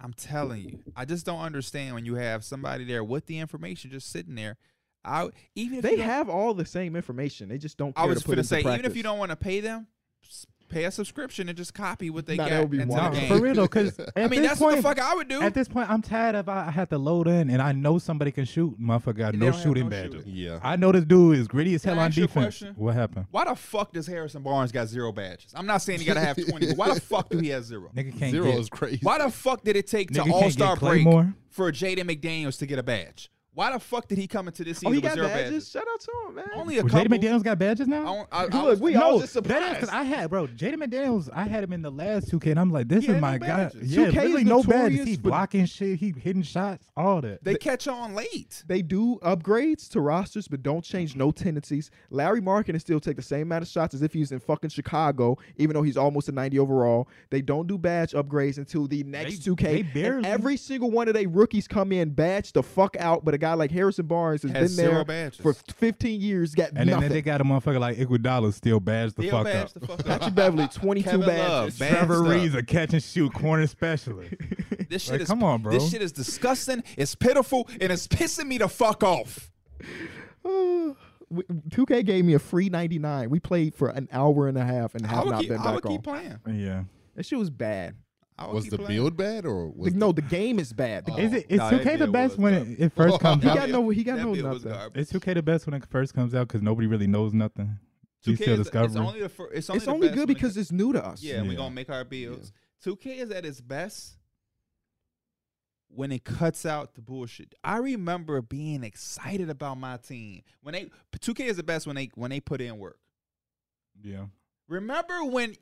[SPEAKER 2] I'm telling you. I just don't understand when you have somebody there with the information just sitting there. I even if
[SPEAKER 1] They
[SPEAKER 2] you don't-
[SPEAKER 1] have all the same information. They just don't care
[SPEAKER 2] I was
[SPEAKER 1] to put
[SPEAKER 2] gonna
[SPEAKER 1] it
[SPEAKER 2] say,
[SPEAKER 1] into practice.
[SPEAKER 2] even if you don't want to pay them, s- pay a subscription and just copy what they
[SPEAKER 1] Nah,
[SPEAKER 2] got
[SPEAKER 1] that would be
[SPEAKER 2] into
[SPEAKER 1] wild.
[SPEAKER 2] the
[SPEAKER 3] Nah,
[SPEAKER 2] game.
[SPEAKER 3] for real though, because
[SPEAKER 2] [laughs] I mean, that's
[SPEAKER 3] point,
[SPEAKER 2] what the fuck I would do.
[SPEAKER 3] At this point, I'm tired of I, I had to load in, and I know somebody can shoot. Motherfucker got
[SPEAKER 2] They
[SPEAKER 3] no
[SPEAKER 2] don't have
[SPEAKER 3] shooting
[SPEAKER 2] no
[SPEAKER 3] badges.
[SPEAKER 2] shooting.
[SPEAKER 4] yeah.
[SPEAKER 3] I know this dude is gritty as
[SPEAKER 2] Can
[SPEAKER 3] hell
[SPEAKER 2] I
[SPEAKER 3] on
[SPEAKER 2] ask you a
[SPEAKER 3] defense.
[SPEAKER 2] question?
[SPEAKER 3] What happened?
[SPEAKER 2] why the fuck does Harrison Barnes got zero badges? I'm not saying he gotta have 20, but why the fuck do he have zero?
[SPEAKER 3] Nigga can't
[SPEAKER 4] Zero
[SPEAKER 3] get.
[SPEAKER 4] is crazy.
[SPEAKER 2] Why the fuck did it take
[SPEAKER 3] Nigga
[SPEAKER 2] to
[SPEAKER 3] can't
[SPEAKER 2] All Star
[SPEAKER 3] get
[SPEAKER 2] break
[SPEAKER 3] Claymore.
[SPEAKER 2] for Jaden McDaniels to get a badge? Why the fuck did he come into this
[SPEAKER 1] Oh,
[SPEAKER 2] season
[SPEAKER 1] he
[SPEAKER 2] with
[SPEAKER 1] got
[SPEAKER 2] zero
[SPEAKER 1] badges?
[SPEAKER 2] badges?
[SPEAKER 1] Shout out to him, man.
[SPEAKER 2] Only a
[SPEAKER 3] Well,
[SPEAKER 2] couple.
[SPEAKER 3] Jaden McDaniels got badges
[SPEAKER 2] I,
[SPEAKER 3] now.
[SPEAKER 2] don't- I, I,
[SPEAKER 1] Look, we all
[SPEAKER 3] no,
[SPEAKER 1] just
[SPEAKER 3] that is
[SPEAKER 1] surprised.
[SPEAKER 3] because I had, bro. Jaden McDaniels, I had him in the last 2K, and I'm like, this
[SPEAKER 2] He
[SPEAKER 3] is
[SPEAKER 2] had
[SPEAKER 3] my
[SPEAKER 2] no
[SPEAKER 3] guy.
[SPEAKER 2] badges.
[SPEAKER 3] Yeah,
[SPEAKER 1] 2K is
[SPEAKER 3] really no badges.
[SPEAKER 1] notorious
[SPEAKER 3] He
[SPEAKER 1] for-
[SPEAKER 3] blocking shit, he hitting shots, all that.
[SPEAKER 2] they catch on late.
[SPEAKER 1] they do upgrades to rosters, but don't change no tendencies. Larry Markin still take the same amount of shots as if he's in fucking Chicago, even though he's almost a 90 overall. They don't do badge upgrades until the next
[SPEAKER 3] They-
[SPEAKER 1] 2K.
[SPEAKER 3] they
[SPEAKER 1] And
[SPEAKER 3] barely-
[SPEAKER 1] every single one of their rookies come in, badge the fuck out, but a guy like Harrison Barnes has,
[SPEAKER 2] Has
[SPEAKER 1] been
[SPEAKER 2] zero
[SPEAKER 1] there
[SPEAKER 2] badges.
[SPEAKER 1] for 15 years, got
[SPEAKER 3] and then,
[SPEAKER 1] nothing.
[SPEAKER 3] then
[SPEAKER 2] [laughs]
[SPEAKER 3] they got a motherfucker like Iguodala still badge the
[SPEAKER 2] They'll
[SPEAKER 3] fuck
[SPEAKER 2] badge
[SPEAKER 3] up.
[SPEAKER 2] the
[SPEAKER 3] [laughs]
[SPEAKER 2] fuck
[SPEAKER 1] Patrick
[SPEAKER 2] up.
[SPEAKER 1] Beverly, 22
[SPEAKER 2] Kevin Love,
[SPEAKER 1] badges.
[SPEAKER 2] badge
[SPEAKER 3] Trevor
[SPEAKER 2] stuff.
[SPEAKER 3] Reeves, a catch and shoot corner specialist.
[SPEAKER 2] This shit
[SPEAKER 3] Like,
[SPEAKER 2] is
[SPEAKER 3] come on, bro.
[SPEAKER 2] This shit is disgusting. It's pitiful, and it's pissing me the fuck off.
[SPEAKER 1] Uh, [sighs] we- 2K gave me a free 99. We played for an hour and a half and
[SPEAKER 2] I
[SPEAKER 1] have
[SPEAKER 2] would,
[SPEAKER 1] not
[SPEAKER 2] keep,
[SPEAKER 1] been
[SPEAKER 2] I would
[SPEAKER 1] back on.
[SPEAKER 2] keep playing.
[SPEAKER 3] yeah.
[SPEAKER 1] That shit was bad.
[SPEAKER 2] I would
[SPEAKER 4] was
[SPEAKER 2] keep
[SPEAKER 4] the
[SPEAKER 2] playing.
[SPEAKER 4] build bad or was
[SPEAKER 1] Like, no, the game is bad.
[SPEAKER 2] Uh,
[SPEAKER 1] The-
[SPEAKER 3] Is it is
[SPEAKER 2] nah, that
[SPEAKER 3] 2K the
[SPEAKER 2] deal
[SPEAKER 3] best
[SPEAKER 2] was
[SPEAKER 3] when
[SPEAKER 2] tough.
[SPEAKER 3] it, it first comes
[SPEAKER 1] He
[SPEAKER 3] out?
[SPEAKER 1] got no. He got
[SPEAKER 2] That
[SPEAKER 1] no
[SPEAKER 2] build was
[SPEAKER 1] nothing.
[SPEAKER 2] garbage.
[SPEAKER 3] Is 2K the best when it first comes out because nobody really knows nothing? You
[SPEAKER 2] 2K
[SPEAKER 3] still
[SPEAKER 2] is, it's
[SPEAKER 3] discovering.
[SPEAKER 2] only the fir- it's only,
[SPEAKER 1] It's
[SPEAKER 2] the
[SPEAKER 1] only
[SPEAKER 2] best
[SPEAKER 1] good
[SPEAKER 2] when it
[SPEAKER 1] because it's new to us.
[SPEAKER 2] Yeah, and we're
[SPEAKER 3] Yeah.
[SPEAKER 2] gonna make our bills. Two K is at its best when it cuts out the bullshit. I remember being excited about my team when they two K is the best when they when they put in work.
[SPEAKER 3] yeah.
[SPEAKER 2] Remember when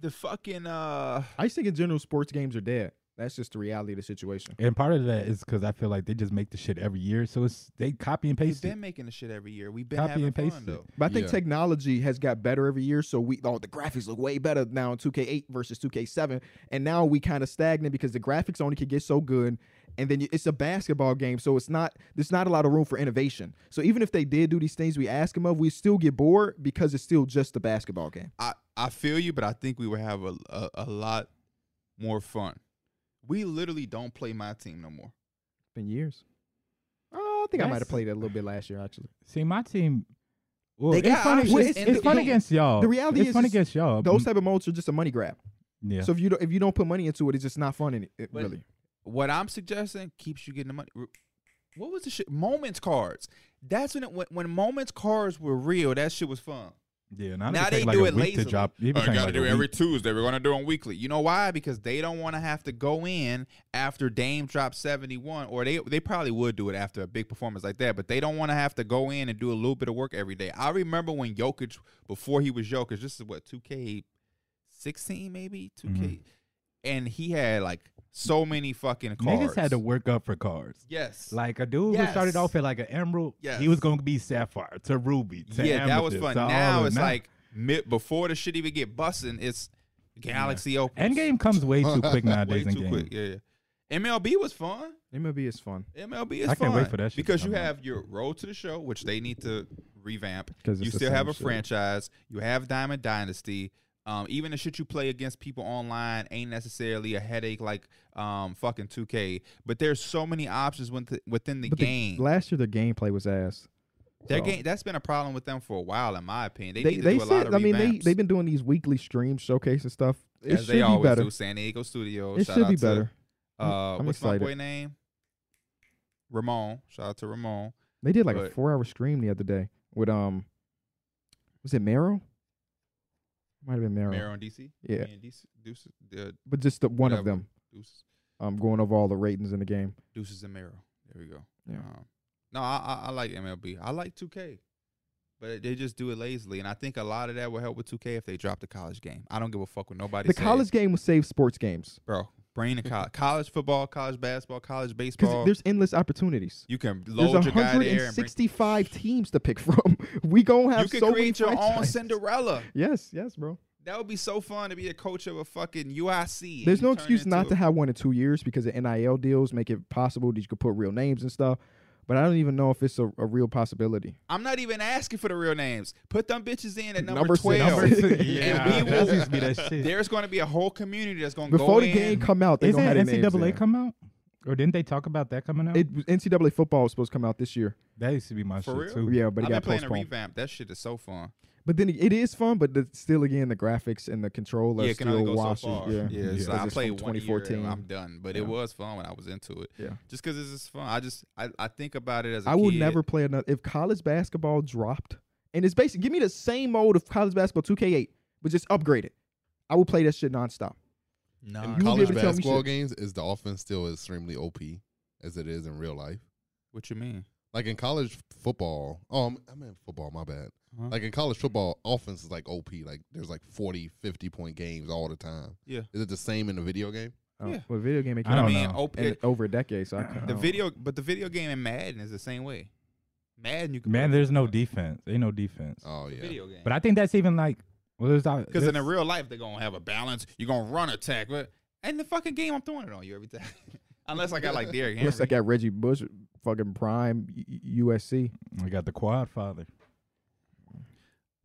[SPEAKER 2] the fucking uh
[SPEAKER 1] I just think in general, sports games are dead. That's just the reality of the situation.
[SPEAKER 3] And part of that is because I feel like they just make the shit every year, so it's they copy and
[SPEAKER 2] we've
[SPEAKER 3] paste it.
[SPEAKER 2] been making the shit every year. We've been
[SPEAKER 3] Copy
[SPEAKER 2] having
[SPEAKER 3] and paste
[SPEAKER 2] fun
[SPEAKER 3] it.
[SPEAKER 2] though.
[SPEAKER 1] But I think
[SPEAKER 4] Yeah.
[SPEAKER 1] technology has got better every year. So we oh the graphics look way better now in 2K8 versus 2K7, and now we kind of stagnant because the graphics only can get so good, and then you, it's a basketball game, so it's not there's not a lot of room for innovation. So even if they did do these things we ask them of, we still get bored because it's still just a basketball game.
[SPEAKER 2] I I feel you, but I think we would have a, a, a lot more fun. We literally don't play my team no more.
[SPEAKER 1] been years. Oh, I think I might have
[SPEAKER 3] That's-
[SPEAKER 1] played it a little bit last year actually.
[SPEAKER 3] See, my team. Well,
[SPEAKER 2] They
[SPEAKER 3] it's
[SPEAKER 2] got
[SPEAKER 3] fun,
[SPEAKER 2] options
[SPEAKER 3] it's,
[SPEAKER 2] in
[SPEAKER 3] it's
[SPEAKER 2] the
[SPEAKER 3] fun
[SPEAKER 2] game.
[SPEAKER 3] against y'all.
[SPEAKER 1] The reality
[SPEAKER 3] it's
[SPEAKER 1] is
[SPEAKER 3] fun
[SPEAKER 1] just
[SPEAKER 3] against y'all.
[SPEAKER 1] Those
[SPEAKER 3] Mm,
[SPEAKER 1] type of modes are just a money grab.
[SPEAKER 3] yeah.
[SPEAKER 1] So if you don't, if you don't put money into it, it's just not fun in it, it
[SPEAKER 2] But-
[SPEAKER 1] really.
[SPEAKER 2] What I'm suggesting keeps you getting the money. Re- What was the shit? Moments cards. That's when it when, when moments cards were real. That shit was fun.
[SPEAKER 3] yeah. Now,
[SPEAKER 2] now
[SPEAKER 3] now
[SPEAKER 2] they
[SPEAKER 3] like
[SPEAKER 2] do
[SPEAKER 3] a
[SPEAKER 2] it
[SPEAKER 3] week
[SPEAKER 2] lazily.
[SPEAKER 3] to drop. They be
[SPEAKER 2] I
[SPEAKER 3] taking
[SPEAKER 2] gotta
[SPEAKER 3] like
[SPEAKER 2] do
[SPEAKER 3] a
[SPEAKER 2] it every
[SPEAKER 3] week.
[SPEAKER 2] Tuesday. We're gonna do them weekly. You know why? Because they don't want to have to go in after Dame drops seventy one, or they they probably would do it after a big performance like that. But they don't want to have to go in and do a little bit of work every day. I remember when Jokic before he was Jokic. This is what two K sixteen maybe two K,
[SPEAKER 3] Mhm.
[SPEAKER 2] and he had like so many fucking cards.
[SPEAKER 3] Niggas had to work up for cards.
[SPEAKER 2] yes,
[SPEAKER 3] Like a dude who
[SPEAKER 2] Yes.
[SPEAKER 3] started off at like an emerald,
[SPEAKER 2] Yes.
[SPEAKER 3] he was gonna be sapphire to ruby. To
[SPEAKER 2] yeah, that was
[SPEAKER 3] amethyst,
[SPEAKER 2] fun.
[SPEAKER 3] to all
[SPEAKER 2] Now
[SPEAKER 3] of-
[SPEAKER 2] it's like mid, before the shit even get busting, it's Galaxy Open.
[SPEAKER 3] Endgame comes way
[SPEAKER 2] [laughs]
[SPEAKER 3] too quick
[SPEAKER 2] way
[SPEAKER 3] nowadays. in
[SPEAKER 2] too
[SPEAKER 3] game.
[SPEAKER 2] quick. Yeah, yeah. MLB was fun.
[SPEAKER 1] MLB is fun
[SPEAKER 2] MLB is
[SPEAKER 3] I can't
[SPEAKER 2] fun
[SPEAKER 3] wait for that shit to
[SPEAKER 2] because you
[SPEAKER 3] come out.
[SPEAKER 2] have your road to the show, which they need to revamp.
[SPEAKER 1] 'Cause
[SPEAKER 2] You
[SPEAKER 1] it's the
[SPEAKER 2] still have
[SPEAKER 1] same
[SPEAKER 2] a
[SPEAKER 1] shit.
[SPEAKER 2] franchise. You have Diamond Dynasty. Um, even the shit you play against people online ain't necessarily a headache like um fucking 2K. But there's so many options within within the
[SPEAKER 1] But the-
[SPEAKER 2] game.
[SPEAKER 1] last year the gameplay was ass.
[SPEAKER 2] Their
[SPEAKER 1] so-
[SPEAKER 2] game that's been a problem with them for a while, in my opinion. They,
[SPEAKER 1] They
[SPEAKER 2] need to
[SPEAKER 1] they
[SPEAKER 2] do a lot
[SPEAKER 1] said
[SPEAKER 2] of
[SPEAKER 1] I mean they
[SPEAKER 2] revamps,
[SPEAKER 1] they've been doing these weekly streams showcasing stuff. It
[SPEAKER 2] as
[SPEAKER 1] should
[SPEAKER 2] they
[SPEAKER 1] be
[SPEAKER 2] always
[SPEAKER 1] better.
[SPEAKER 2] do. San Diego Studios.
[SPEAKER 1] It
[SPEAKER 2] Shout
[SPEAKER 1] should
[SPEAKER 2] out
[SPEAKER 1] be
[SPEAKER 2] to-
[SPEAKER 1] better.
[SPEAKER 2] Uh,
[SPEAKER 1] I'm
[SPEAKER 2] what's
[SPEAKER 1] excited.
[SPEAKER 2] my boy name? Ramon. Shout out to Ramon.
[SPEAKER 1] They did like a
[SPEAKER 2] but-
[SPEAKER 1] four hour stream the other day with um, was it Meryl? Might have been Meryl.
[SPEAKER 2] Mayor on DC.
[SPEAKER 1] Oh. Yeah,
[SPEAKER 2] Me and DC, Deuce, uh,
[SPEAKER 1] but just the, one of
[SPEAKER 2] Whatever.
[SPEAKER 1] them.
[SPEAKER 2] Deuce,
[SPEAKER 1] Um, going over all the ratings in the game.
[SPEAKER 2] Deuces and Mero. There we go.
[SPEAKER 1] Yeah.
[SPEAKER 2] Um, no, I, I, I like MLB. I like 2K, but they just do it lazily, and I think a lot of that will help with 2K if they drop the college game. I don't give a fuck what nobody.
[SPEAKER 1] The
[SPEAKER 2] says.
[SPEAKER 1] college game will save sports games
[SPEAKER 2] bro, bring
[SPEAKER 1] [laughs]
[SPEAKER 2] the college, college football, college basketball, college
[SPEAKER 1] because
[SPEAKER 2] baseball.
[SPEAKER 1] there's endless opportunities.
[SPEAKER 2] You can
[SPEAKER 1] There's
[SPEAKER 2] load your guy there and bring.
[SPEAKER 1] 165 teams to pick [laughs] from. We gonna have
[SPEAKER 2] You can
[SPEAKER 1] so many
[SPEAKER 2] create your own
[SPEAKER 1] franchises.
[SPEAKER 2] Cinderella.
[SPEAKER 1] Yes, yes, bro.
[SPEAKER 2] That would be so fun to be a coach of a fucking UIC. and
[SPEAKER 1] There's
[SPEAKER 2] you
[SPEAKER 1] no
[SPEAKER 2] turn
[SPEAKER 1] excuse
[SPEAKER 2] into
[SPEAKER 1] not
[SPEAKER 2] a-
[SPEAKER 1] to have one in two years because the NIL deals make it possible that you could put real names and stuff. But I don't even know if it's a, a real possibility.
[SPEAKER 2] I'm not even asking for the real names. Put them bitches in at number,
[SPEAKER 1] Number six.
[SPEAKER 2] 12. [laughs]
[SPEAKER 1] Number six.
[SPEAKER 3] [laughs] yeah,
[SPEAKER 2] And we
[SPEAKER 3] that
[SPEAKER 2] will-
[SPEAKER 3] used to be that shit.
[SPEAKER 2] There's going to be a whole community that's going to go
[SPEAKER 1] Before the
[SPEAKER 2] in.
[SPEAKER 1] game come out, they
[SPEAKER 3] Isn't
[SPEAKER 1] don't have their names
[SPEAKER 3] NCAA
[SPEAKER 1] in.
[SPEAKER 3] come out? Or didn't they talk about that coming out?
[SPEAKER 1] It was NCAA football was supposed to come out this year.
[SPEAKER 3] that used to be my
[SPEAKER 2] For
[SPEAKER 3] shit
[SPEAKER 2] real?
[SPEAKER 3] too.
[SPEAKER 1] Yeah, but
[SPEAKER 2] I've
[SPEAKER 1] it
[SPEAKER 2] been
[SPEAKER 1] got
[SPEAKER 2] playing a
[SPEAKER 1] postponed.
[SPEAKER 2] revamp. That shit is so fun.
[SPEAKER 1] But then it is fun, but the, still again the graphics and the controller
[SPEAKER 2] Yeah, it can
[SPEAKER 1] still
[SPEAKER 2] only go
[SPEAKER 1] washes.
[SPEAKER 2] so far.
[SPEAKER 1] Yeah,
[SPEAKER 2] yeah
[SPEAKER 1] Because
[SPEAKER 2] so I
[SPEAKER 1] it's
[SPEAKER 2] played
[SPEAKER 1] from
[SPEAKER 2] one 2014.
[SPEAKER 1] 2014.
[SPEAKER 2] I'm done. But it
[SPEAKER 1] Yeah.
[SPEAKER 2] was fun when I was into it.
[SPEAKER 1] Yeah.
[SPEAKER 2] Just because it's just fun. I just, I, I think about it as a
[SPEAKER 1] I will
[SPEAKER 2] kid.
[SPEAKER 1] never play another. If college basketball dropped, and it's basically give me the same mode of college basketball 2K8, but just upgrade it. I will play that shit nonstop.
[SPEAKER 2] No.
[SPEAKER 1] you
[SPEAKER 4] In
[SPEAKER 1] won't be
[SPEAKER 4] college
[SPEAKER 1] able to tell me
[SPEAKER 4] basketball
[SPEAKER 1] shit.
[SPEAKER 4] games, is the offense still extremely OP as it is in real life?
[SPEAKER 2] What you mean?
[SPEAKER 4] Like in college football, oh, I'm, I meant football, my bad.
[SPEAKER 2] Huh?
[SPEAKER 4] Like in college football, offense is like OP. Like there's like 40, 50 point games all the time.
[SPEAKER 2] Yeah.
[SPEAKER 4] Is it the same in a video game?
[SPEAKER 1] Oh,
[SPEAKER 2] Yeah.
[SPEAKER 1] Well, video game it
[SPEAKER 3] I
[SPEAKER 1] came
[SPEAKER 3] don't
[SPEAKER 1] out
[SPEAKER 2] mean,
[SPEAKER 3] know.
[SPEAKER 2] op-
[SPEAKER 1] in over a decade, so I can't.
[SPEAKER 2] the video, but the video game in Madden is the same way. Madden, you can
[SPEAKER 3] Man,
[SPEAKER 2] play
[SPEAKER 3] there's no
[SPEAKER 2] with
[SPEAKER 3] defense. Ain't no defense.
[SPEAKER 4] Oh,
[SPEAKER 2] the
[SPEAKER 4] yeah.
[SPEAKER 2] video game.
[SPEAKER 3] But I think that's even like well, there's
[SPEAKER 2] Because in the real life, they're gonna have a balance. You're gonna run attack, but in the fucking game, I'm throwing it on you every time. [laughs] Unless I got like Derrick Henry.
[SPEAKER 1] Looks like that Reggie Bush, fucking prime U- USC.
[SPEAKER 3] I got the quad father.
[SPEAKER 1] [laughs]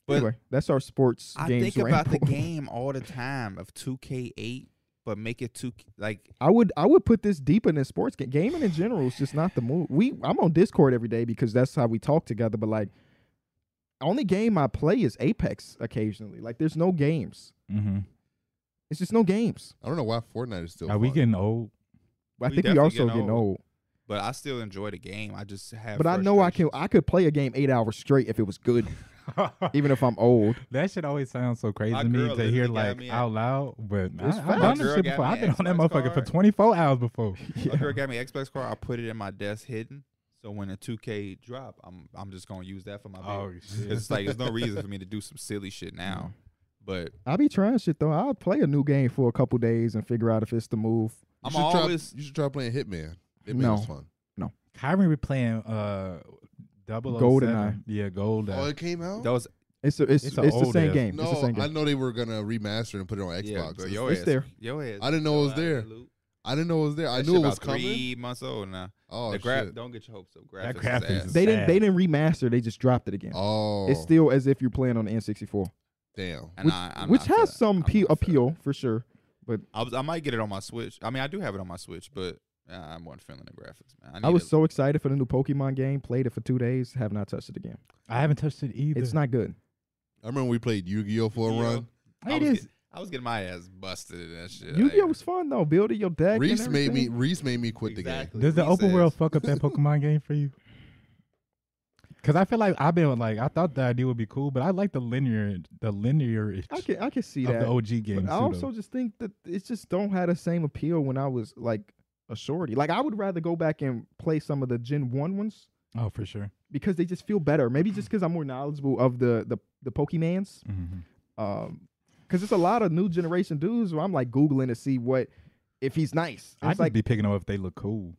[SPEAKER 2] But-
[SPEAKER 1] anyway, that's our sports
[SPEAKER 2] I
[SPEAKER 1] games.
[SPEAKER 2] think about the
[SPEAKER 1] ramble.
[SPEAKER 2] game all the time of 2K8, but make it two like
[SPEAKER 1] [laughs] I would I would put this deeper than sports game. Gaming in general is just not the move. We I'm on Discord every day because that's how we talk together. But like, only game I play is Apex occasionally. Like, there's no games.
[SPEAKER 3] Mm-hmm.
[SPEAKER 1] It's just no games.
[SPEAKER 4] I don't know why Fortnite is still.
[SPEAKER 3] Are we
[SPEAKER 4] fun.
[SPEAKER 3] getting [laughs] old?
[SPEAKER 1] But I
[SPEAKER 2] We
[SPEAKER 1] think we
[SPEAKER 2] definitely
[SPEAKER 1] also
[SPEAKER 2] getting
[SPEAKER 1] getting
[SPEAKER 2] old.
[SPEAKER 1] old.
[SPEAKER 2] but I still enjoy the game. I just have
[SPEAKER 1] But I know I can
[SPEAKER 2] frustrations.
[SPEAKER 1] I could play a game eight hours straight if it was good, even if I'm old.
[SPEAKER 3] that shit always sounds so crazy
[SPEAKER 2] My
[SPEAKER 3] to me
[SPEAKER 2] girl
[SPEAKER 3] to hear
[SPEAKER 2] literally got
[SPEAKER 3] like
[SPEAKER 2] me a-
[SPEAKER 3] out loud. But I,
[SPEAKER 1] It's
[SPEAKER 3] I've
[SPEAKER 1] facts.
[SPEAKER 3] done
[SPEAKER 2] My
[SPEAKER 3] this
[SPEAKER 2] girl
[SPEAKER 3] shit
[SPEAKER 2] got
[SPEAKER 3] before.
[SPEAKER 2] me
[SPEAKER 3] I've been on that
[SPEAKER 2] Xbox
[SPEAKER 3] motherfucker for
[SPEAKER 2] card.
[SPEAKER 3] 24 hours
[SPEAKER 2] [laughs]
[SPEAKER 3] before.
[SPEAKER 2] My girl got me an Xbox card. I put it in my desk hidden. So when the 2K drop, I'm I'm just gonna use that for my.
[SPEAKER 3] Oh,
[SPEAKER 2] Oh,
[SPEAKER 3] shit.
[SPEAKER 2] it's like [laughs] there's no reason for me to do some silly shit
[SPEAKER 1] Mm.
[SPEAKER 2] now. But
[SPEAKER 1] I be trying shit though. I'll play a new game for a couple days and figure out if it's the move.
[SPEAKER 4] You
[SPEAKER 2] I'm
[SPEAKER 4] should try-
[SPEAKER 2] always
[SPEAKER 4] you should try playing Hitman. Hitman
[SPEAKER 1] No.
[SPEAKER 4] was fun.
[SPEAKER 3] Kyron be playing uh double oh
[SPEAKER 1] GoldenEye.
[SPEAKER 3] Yeah, gold.
[SPEAKER 4] Oh, it came out.
[SPEAKER 2] that was
[SPEAKER 1] It's a, it's
[SPEAKER 3] It's
[SPEAKER 1] it's,
[SPEAKER 3] a
[SPEAKER 1] the
[SPEAKER 3] old
[SPEAKER 1] same
[SPEAKER 3] ass-
[SPEAKER 1] game. it's the
[SPEAKER 4] no,
[SPEAKER 1] same game.
[SPEAKER 4] I know they were gonna remaster it and put it on Xbox.
[SPEAKER 2] Yeah, bro,
[SPEAKER 4] It's-
[SPEAKER 2] your
[SPEAKER 1] it's
[SPEAKER 2] ass-
[SPEAKER 1] there.
[SPEAKER 2] Your ass
[SPEAKER 4] I didn't know it was
[SPEAKER 2] still out
[SPEAKER 4] there.
[SPEAKER 2] of the loop.
[SPEAKER 4] I didn't know it was there. I
[SPEAKER 2] That
[SPEAKER 4] knew
[SPEAKER 2] shit
[SPEAKER 4] it was
[SPEAKER 2] about
[SPEAKER 4] coming.
[SPEAKER 2] Three months old now.
[SPEAKER 4] Oh
[SPEAKER 2] the gra-
[SPEAKER 4] shit.
[SPEAKER 2] don't get your hopes up. Graphics
[SPEAKER 3] That
[SPEAKER 2] is
[SPEAKER 3] graphics
[SPEAKER 2] ass.
[SPEAKER 3] is
[SPEAKER 1] they didn't
[SPEAKER 3] sad.
[SPEAKER 1] they didn't remaster. They just dropped it again.
[SPEAKER 4] Oh,
[SPEAKER 1] It's still as if you're playing on the N64.
[SPEAKER 4] Damn.
[SPEAKER 2] And
[SPEAKER 1] which
[SPEAKER 2] I, I'm
[SPEAKER 1] which
[SPEAKER 2] not for
[SPEAKER 1] has
[SPEAKER 2] that.
[SPEAKER 1] some
[SPEAKER 2] I'm
[SPEAKER 1] pe-
[SPEAKER 2] not for
[SPEAKER 1] appeal
[SPEAKER 2] that.
[SPEAKER 1] for sure.
[SPEAKER 2] I was I might get it on my Switch. I mean, I do have it on my Switch, but uh, I wasn't feeling the graphics, man. I, need
[SPEAKER 1] I was
[SPEAKER 2] to-
[SPEAKER 1] so excited for the new Pokemon game. Played it for two days. Have not touched it again.
[SPEAKER 3] I haven't touched it either.
[SPEAKER 1] It's not good.
[SPEAKER 4] I remember we played Yu Gi Oh for a
[SPEAKER 2] Yu-Gi-Oh.
[SPEAKER 4] run.
[SPEAKER 2] I
[SPEAKER 3] It
[SPEAKER 2] was
[SPEAKER 3] is.
[SPEAKER 2] get- I was getting my ass busted in that shit.
[SPEAKER 1] Yu
[SPEAKER 2] Like,
[SPEAKER 1] Gi Oh was fun though. Building your deck. and
[SPEAKER 4] Reese made me.
[SPEAKER 1] everything.
[SPEAKER 4] Reese made me quit [laughs]
[SPEAKER 2] Exactly.
[SPEAKER 3] Does the
[SPEAKER 2] Reese
[SPEAKER 3] open
[SPEAKER 2] is-
[SPEAKER 3] world fuck up that Pokemon game for
[SPEAKER 2] [laughs]
[SPEAKER 3] you? Cause I feel like I've been like I thought the idea would be cool, but I like the linear, the linear
[SPEAKER 1] I
[SPEAKER 3] of
[SPEAKER 1] can I can see that.
[SPEAKER 3] the OG game.
[SPEAKER 1] But I also just think that it just don't have the same appeal when I was like a shorty. Like I would rather go back and play some of the Gen One ones
[SPEAKER 3] oh for sure.
[SPEAKER 1] because they just feel better. Maybe just because I'm more knowledgeable of the the the Pokemans.
[SPEAKER 3] Mm-hmm.
[SPEAKER 1] Um, because it's a lot of new generation dudes where I'm like googling to see what if he's nice.
[SPEAKER 3] I
[SPEAKER 1] It's
[SPEAKER 3] just
[SPEAKER 1] like
[SPEAKER 3] be picking up if they look cool.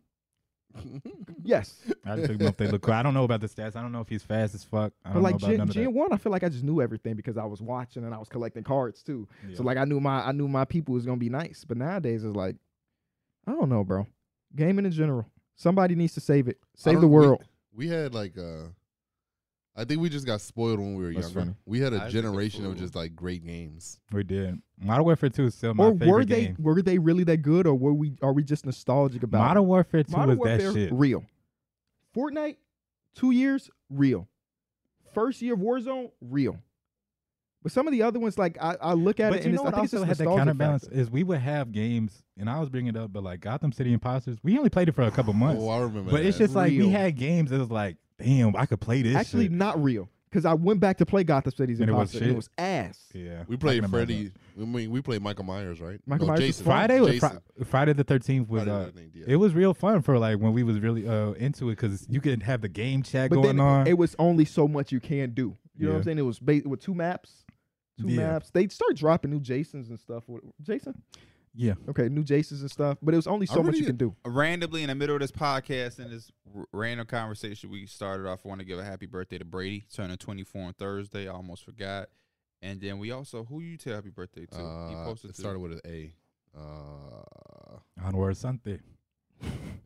[SPEAKER 4] the game.
[SPEAKER 1] yes,
[SPEAKER 3] I just pick them up if they look cool. I don't know about the stats. I don't know if he's fast as fuck. I
[SPEAKER 1] but
[SPEAKER 3] don't
[SPEAKER 1] like
[SPEAKER 3] know about none
[SPEAKER 1] Gen,
[SPEAKER 3] of
[SPEAKER 1] Gen One, I feel like I just knew everything because I was watching and I was collecting cards too.
[SPEAKER 3] that. Yeah.
[SPEAKER 1] So like I knew my I knew my people was gonna be nice. But nowadays it's like I don't know, bro. Gaming in general, somebody needs to save it, save
[SPEAKER 4] don't-
[SPEAKER 1] the world.
[SPEAKER 4] we had like uh I think we just got spoiled when we were
[SPEAKER 1] That's
[SPEAKER 4] younger.
[SPEAKER 1] funny.
[SPEAKER 4] We had
[SPEAKER 2] I
[SPEAKER 4] a
[SPEAKER 2] think
[SPEAKER 4] generation
[SPEAKER 2] the
[SPEAKER 4] of
[SPEAKER 2] food-
[SPEAKER 4] just like great games.
[SPEAKER 3] we did. Modern Warfare Two is still my
[SPEAKER 1] or
[SPEAKER 3] favorite
[SPEAKER 1] were they
[SPEAKER 3] game.
[SPEAKER 1] were they really that good, or were we are we just nostalgic about it?
[SPEAKER 3] Modern Warfare Two
[SPEAKER 1] Modern
[SPEAKER 3] is
[SPEAKER 1] Warfare
[SPEAKER 3] that shit.
[SPEAKER 1] real? Fortnite, two years real. First year of Warzone real. But some of the other ones, like I, I look at
[SPEAKER 3] but
[SPEAKER 1] it
[SPEAKER 3] you
[SPEAKER 1] and
[SPEAKER 3] know
[SPEAKER 1] it's,
[SPEAKER 3] what
[SPEAKER 1] I think
[SPEAKER 3] also
[SPEAKER 1] it's
[SPEAKER 3] had
[SPEAKER 1] just
[SPEAKER 3] that
[SPEAKER 1] nostalgia
[SPEAKER 3] counterbalance
[SPEAKER 1] factor.
[SPEAKER 3] is we would have games, and I was bringing it up, but like Gotham City Imposters, we only played it for a couple months.
[SPEAKER 4] Oh, I remember.
[SPEAKER 3] But it's
[SPEAKER 4] that.
[SPEAKER 3] just like we
[SPEAKER 1] Real.
[SPEAKER 3] had games that was like, damn, I could play this.
[SPEAKER 1] Actually,
[SPEAKER 3] shit.
[SPEAKER 1] not real because I went back to play Gotham Cities
[SPEAKER 3] And it was
[SPEAKER 1] Imposter and it
[SPEAKER 3] shit.
[SPEAKER 1] was ass.
[SPEAKER 3] yeah,
[SPEAKER 4] we
[SPEAKER 3] I can
[SPEAKER 4] played
[SPEAKER 3] remember
[SPEAKER 4] Freddy. I mean, we played Michael Myers, right?
[SPEAKER 1] Michael Myers was
[SPEAKER 3] that.
[SPEAKER 4] Jason.
[SPEAKER 3] Friday was
[SPEAKER 4] Jason.
[SPEAKER 3] Fri- Friday the Thirteenth was.
[SPEAKER 4] Friday
[SPEAKER 3] Uh,
[SPEAKER 4] the 13th, yeah.
[SPEAKER 3] it was real fun for like when we was really uh into it because you could have the game chat
[SPEAKER 1] But
[SPEAKER 3] going
[SPEAKER 1] then
[SPEAKER 3] on.
[SPEAKER 1] it was only so much you can do. You know what
[SPEAKER 3] Yeah.
[SPEAKER 1] I'm saying? It was ba- with two maps, two
[SPEAKER 3] Yeah.
[SPEAKER 1] maps. They start dropping new Jasons and stuff. What- Jason,
[SPEAKER 3] yeah,
[SPEAKER 1] okay, new Jasons and stuff. But it was only so
[SPEAKER 4] I
[SPEAKER 1] much
[SPEAKER 4] really-
[SPEAKER 1] you can do.
[SPEAKER 2] randomly in the middle of this podcast and this r- random conversation we started off. I want to give a happy birthday to Brady, turning 24 on Thursday. I almost forgot. And then we also, who you tell happy birthday to?
[SPEAKER 4] Uh,
[SPEAKER 2] he posted
[SPEAKER 4] it
[SPEAKER 2] to-
[SPEAKER 4] started with an A. Uh,
[SPEAKER 3] onward something.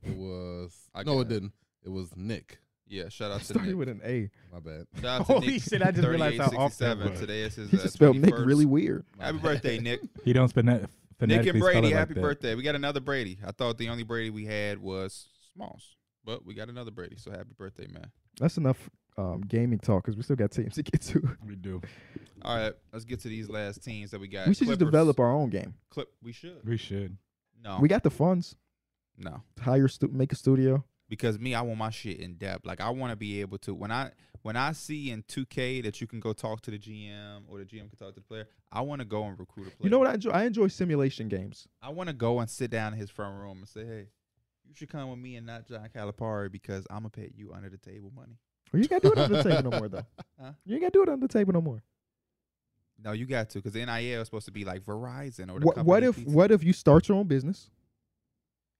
[SPEAKER 4] it was
[SPEAKER 2] I
[SPEAKER 4] no,
[SPEAKER 2] got
[SPEAKER 4] it
[SPEAKER 2] it.
[SPEAKER 4] didn't. It was Nick.
[SPEAKER 2] yeah, shout out to
[SPEAKER 1] Started
[SPEAKER 2] Nick.
[SPEAKER 1] with an A.
[SPEAKER 4] My
[SPEAKER 2] [laughs]
[SPEAKER 4] bad.
[SPEAKER 2] Shout out
[SPEAKER 3] [laughs]
[SPEAKER 2] to
[SPEAKER 3] Holy
[SPEAKER 2] Nick,
[SPEAKER 3] shit, I just realized how off that
[SPEAKER 2] 3867.
[SPEAKER 3] was.
[SPEAKER 2] Today is
[SPEAKER 1] [laughs]
[SPEAKER 2] his
[SPEAKER 1] He
[SPEAKER 2] uh,
[SPEAKER 1] just spelled Nick
[SPEAKER 2] 21st.
[SPEAKER 1] really weird.
[SPEAKER 2] [laughs]
[SPEAKER 1] [laughs]
[SPEAKER 2] Happy birthday, Nick.
[SPEAKER 3] He don't spend that.
[SPEAKER 2] Nick and Brady,
[SPEAKER 3] like
[SPEAKER 2] happy
[SPEAKER 3] that.
[SPEAKER 2] birthday. We got another Brady. I thought the only Brady we had was Smalls, but we got another Brady. So happy birthday, man.
[SPEAKER 1] That's enough um, gaming talk because we still got teams to get to.
[SPEAKER 3] We do.
[SPEAKER 2] All right, let's get to these last teams that we got.
[SPEAKER 1] we should
[SPEAKER 2] Clippers.
[SPEAKER 1] just develop our own game.
[SPEAKER 2] Clip. We should.
[SPEAKER 3] We should.
[SPEAKER 2] No.
[SPEAKER 1] We got the funds.
[SPEAKER 2] no.
[SPEAKER 1] Hire, stu- make a studio.
[SPEAKER 2] because me, I want my shit in depth. Like I want to be able to when I when I see in 2K that you can go talk to the GM or the GM can talk to the player. I want to go and recruit a player.
[SPEAKER 1] You know what I enjoy? I enjoy simulation games.
[SPEAKER 2] I want to go and sit down in his front room and say, "Hey, you should come with me and not John Calipari because I'm gonna pay you under the table money."
[SPEAKER 1] Well, you ain't got to do it under the table no more, though.
[SPEAKER 2] [laughs] Huh?
[SPEAKER 1] You ain't got to do it under the table no more.
[SPEAKER 2] No, you got to because NIL is supposed to be like Verizon or
[SPEAKER 1] What,
[SPEAKER 2] the
[SPEAKER 1] what
[SPEAKER 2] company
[SPEAKER 1] if
[SPEAKER 2] that's-
[SPEAKER 1] what if you start your own business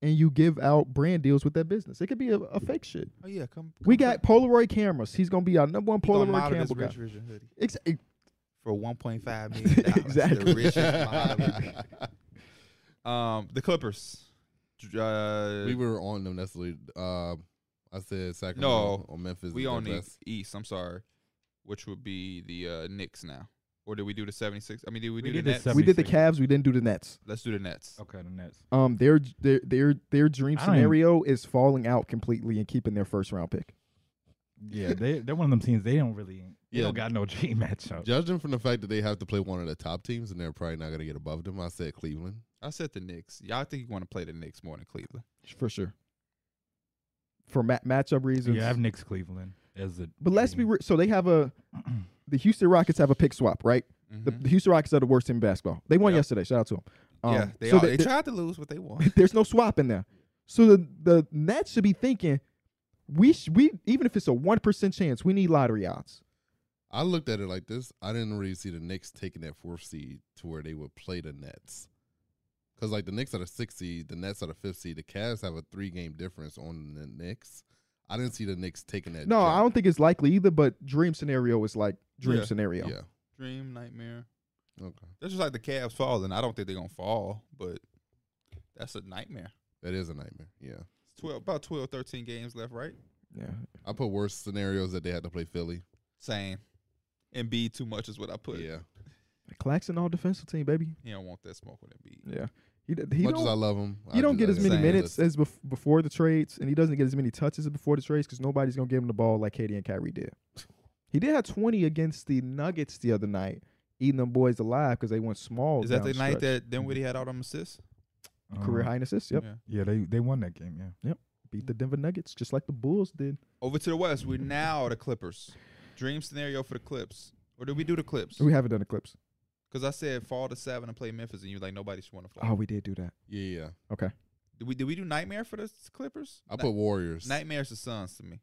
[SPEAKER 1] and you give out brand deals with that business? It could be a, a fake shit.
[SPEAKER 2] Oh yeah, come.
[SPEAKER 1] We
[SPEAKER 2] come
[SPEAKER 1] got Polaroid cameras. He's gonna be our number one
[SPEAKER 2] put- you gonna
[SPEAKER 1] Polaroid
[SPEAKER 2] model this
[SPEAKER 1] camera guy.
[SPEAKER 2] Rich Vision hoodie
[SPEAKER 1] Ex- eh, ex- [laughs]
[SPEAKER 2] for 1.5 million. dollars.
[SPEAKER 1] Exactly.
[SPEAKER 2] The richest
[SPEAKER 1] [laughs]
[SPEAKER 2] model. um, the Clippers. Uh,
[SPEAKER 4] [laughs] we were on them necessarily. Uh, I said Sacramento or Memphis.
[SPEAKER 2] We
[SPEAKER 4] is their
[SPEAKER 2] on the
[SPEAKER 4] best.
[SPEAKER 2] East, I'm sorry, which would be the uh, Knicks now. Or did we do the 76? I mean, did we,
[SPEAKER 3] We
[SPEAKER 2] do
[SPEAKER 3] did the
[SPEAKER 2] the Nets?
[SPEAKER 1] we did the
[SPEAKER 3] 76.
[SPEAKER 1] Cavs. We didn't do the Nets.
[SPEAKER 2] Let's do the Nets.
[SPEAKER 3] Okay, the Nets.
[SPEAKER 1] Um, their their their their dream
[SPEAKER 3] I don't even-
[SPEAKER 1] scenario is falling out completely and keeping their first round pick.
[SPEAKER 3] Yeah, they they're one of them teams. They don't really. They
[SPEAKER 4] Yeah.
[SPEAKER 3] don't got no G matchup.
[SPEAKER 4] Judging from the fact that they have to play one of the top teams and they're probably not going to get above them, I said Cleveland.
[SPEAKER 2] I said the Knicks. Y'all think you want to play the Knicks more than Cleveland?
[SPEAKER 1] for sure. For ma- matchup reasons,
[SPEAKER 3] Yeah, I have Knicks Cleveland as the.
[SPEAKER 1] but let's be re- so they have
[SPEAKER 2] [clears throat]
[SPEAKER 1] a the Houston Rockets have a pick swap, right? The,
[SPEAKER 2] Mhm.
[SPEAKER 1] the Houston Rockets are the worst in basketball. They won
[SPEAKER 2] Yep.
[SPEAKER 1] yesterday. Shout out to them.
[SPEAKER 2] yeah, they,
[SPEAKER 1] um, so
[SPEAKER 2] all,
[SPEAKER 1] the-
[SPEAKER 2] they
[SPEAKER 1] the-
[SPEAKER 2] tried to lose, but
[SPEAKER 1] [laughs]
[SPEAKER 2] they won.
[SPEAKER 1] there's no swap in there. So the the Nets should be thinking we sh- we even if it's a one percent chance, we need lottery odds.
[SPEAKER 4] I looked at it like this. I didn't really see the Knicks taking that fourth seed to where they would play the Nets. Because, like, the Knicks are the sixth seed, the Nets are the fifth seed. The Cavs have a three game difference on the Knicks. I didn't see the Knicks taking that.
[SPEAKER 1] No,
[SPEAKER 4] jump.
[SPEAKER 1] I don't think it's likely either. But dream scenario is like dream
[SPEAKER 2] Yeah.
[SPEAKER 1] scenario.
[SPEAKER 4] Yeah.
[SPEAKER 2] Dream, nightmare.
[SPEAKER 4] Okay.
[SPEAKER 2] That's just like the Cavs falling. I don't think they're going to fall, but that's a nightmare.
[SPEAKER 4] That is a nightmare. Yeah.
[SPEAKER 2] It's 12, about 12, 13 games left, right?
[SPEAKER 1] yeah.
[SPEAKER 4] I put worse scenarios that they had to play Philly.
[SPEAKER 2] Same. And B too much is what I put.
[SPEAKER 4] yeah.
[SPEAKER 1] Claxton all defensive team, baby.
[SPEAKER 2] He don't want that smoke with Embiid.
[SPEAKER 1] Yeah, he d- he
[SPEAKER 4] much as I
[SPEAKER 1] don't
[SPEAKER 4] love him,
[SPEAKER 1] he don't get as many
[SPEAKER 2] understand
[SPEAKER 1] minutes as bef- before the trades, and he doesn't get as many touches as before the trades because nobody's gonna give him the ball like Katie and Kyrie did. He did have twenty against the Nuggets the other night, eating them boys alive because they went small.
[SPEAKER 2] Is that
[SPEAKER 1] down
[SPEAKER 2] the night
[SPEAKER 1] stretch.
[SPEAKER 2] that Dinwiddie had all them assists?
[SPEAKER 1] career
[SPEAKER 3] Um,
[SPEAKER 1] high in assists? Yep,
[SPEAKER 2] Yeah.
[SPEAKER 3] Yeah, they they won that game. Yeah.
[SPEAKER 1] beat the Denver Nuggets just like the Bulls did.
[SPEAKER 2] Over to the West, we're now the Clippers. Dream scenario for the Clips. Or did we do the Clips?
[SPEAKER 1] We haven't done the clips.
[SPEAKER 2] Because I said fall to seven and play Memphis, and you like nobody should want to fall.
[SPEAKER 1] Oh, we did do that.
[SPEAKER 4] Yeah, yeah.
[SPEAKER 2] Did we did we do nightmare for the s- Clippers?
[SPEAKER 4] I
[SPEAKER 2] Ni-
[SPEAKER 4] put Warriors.
[SPEAKER 2] nightmares to Suns to me.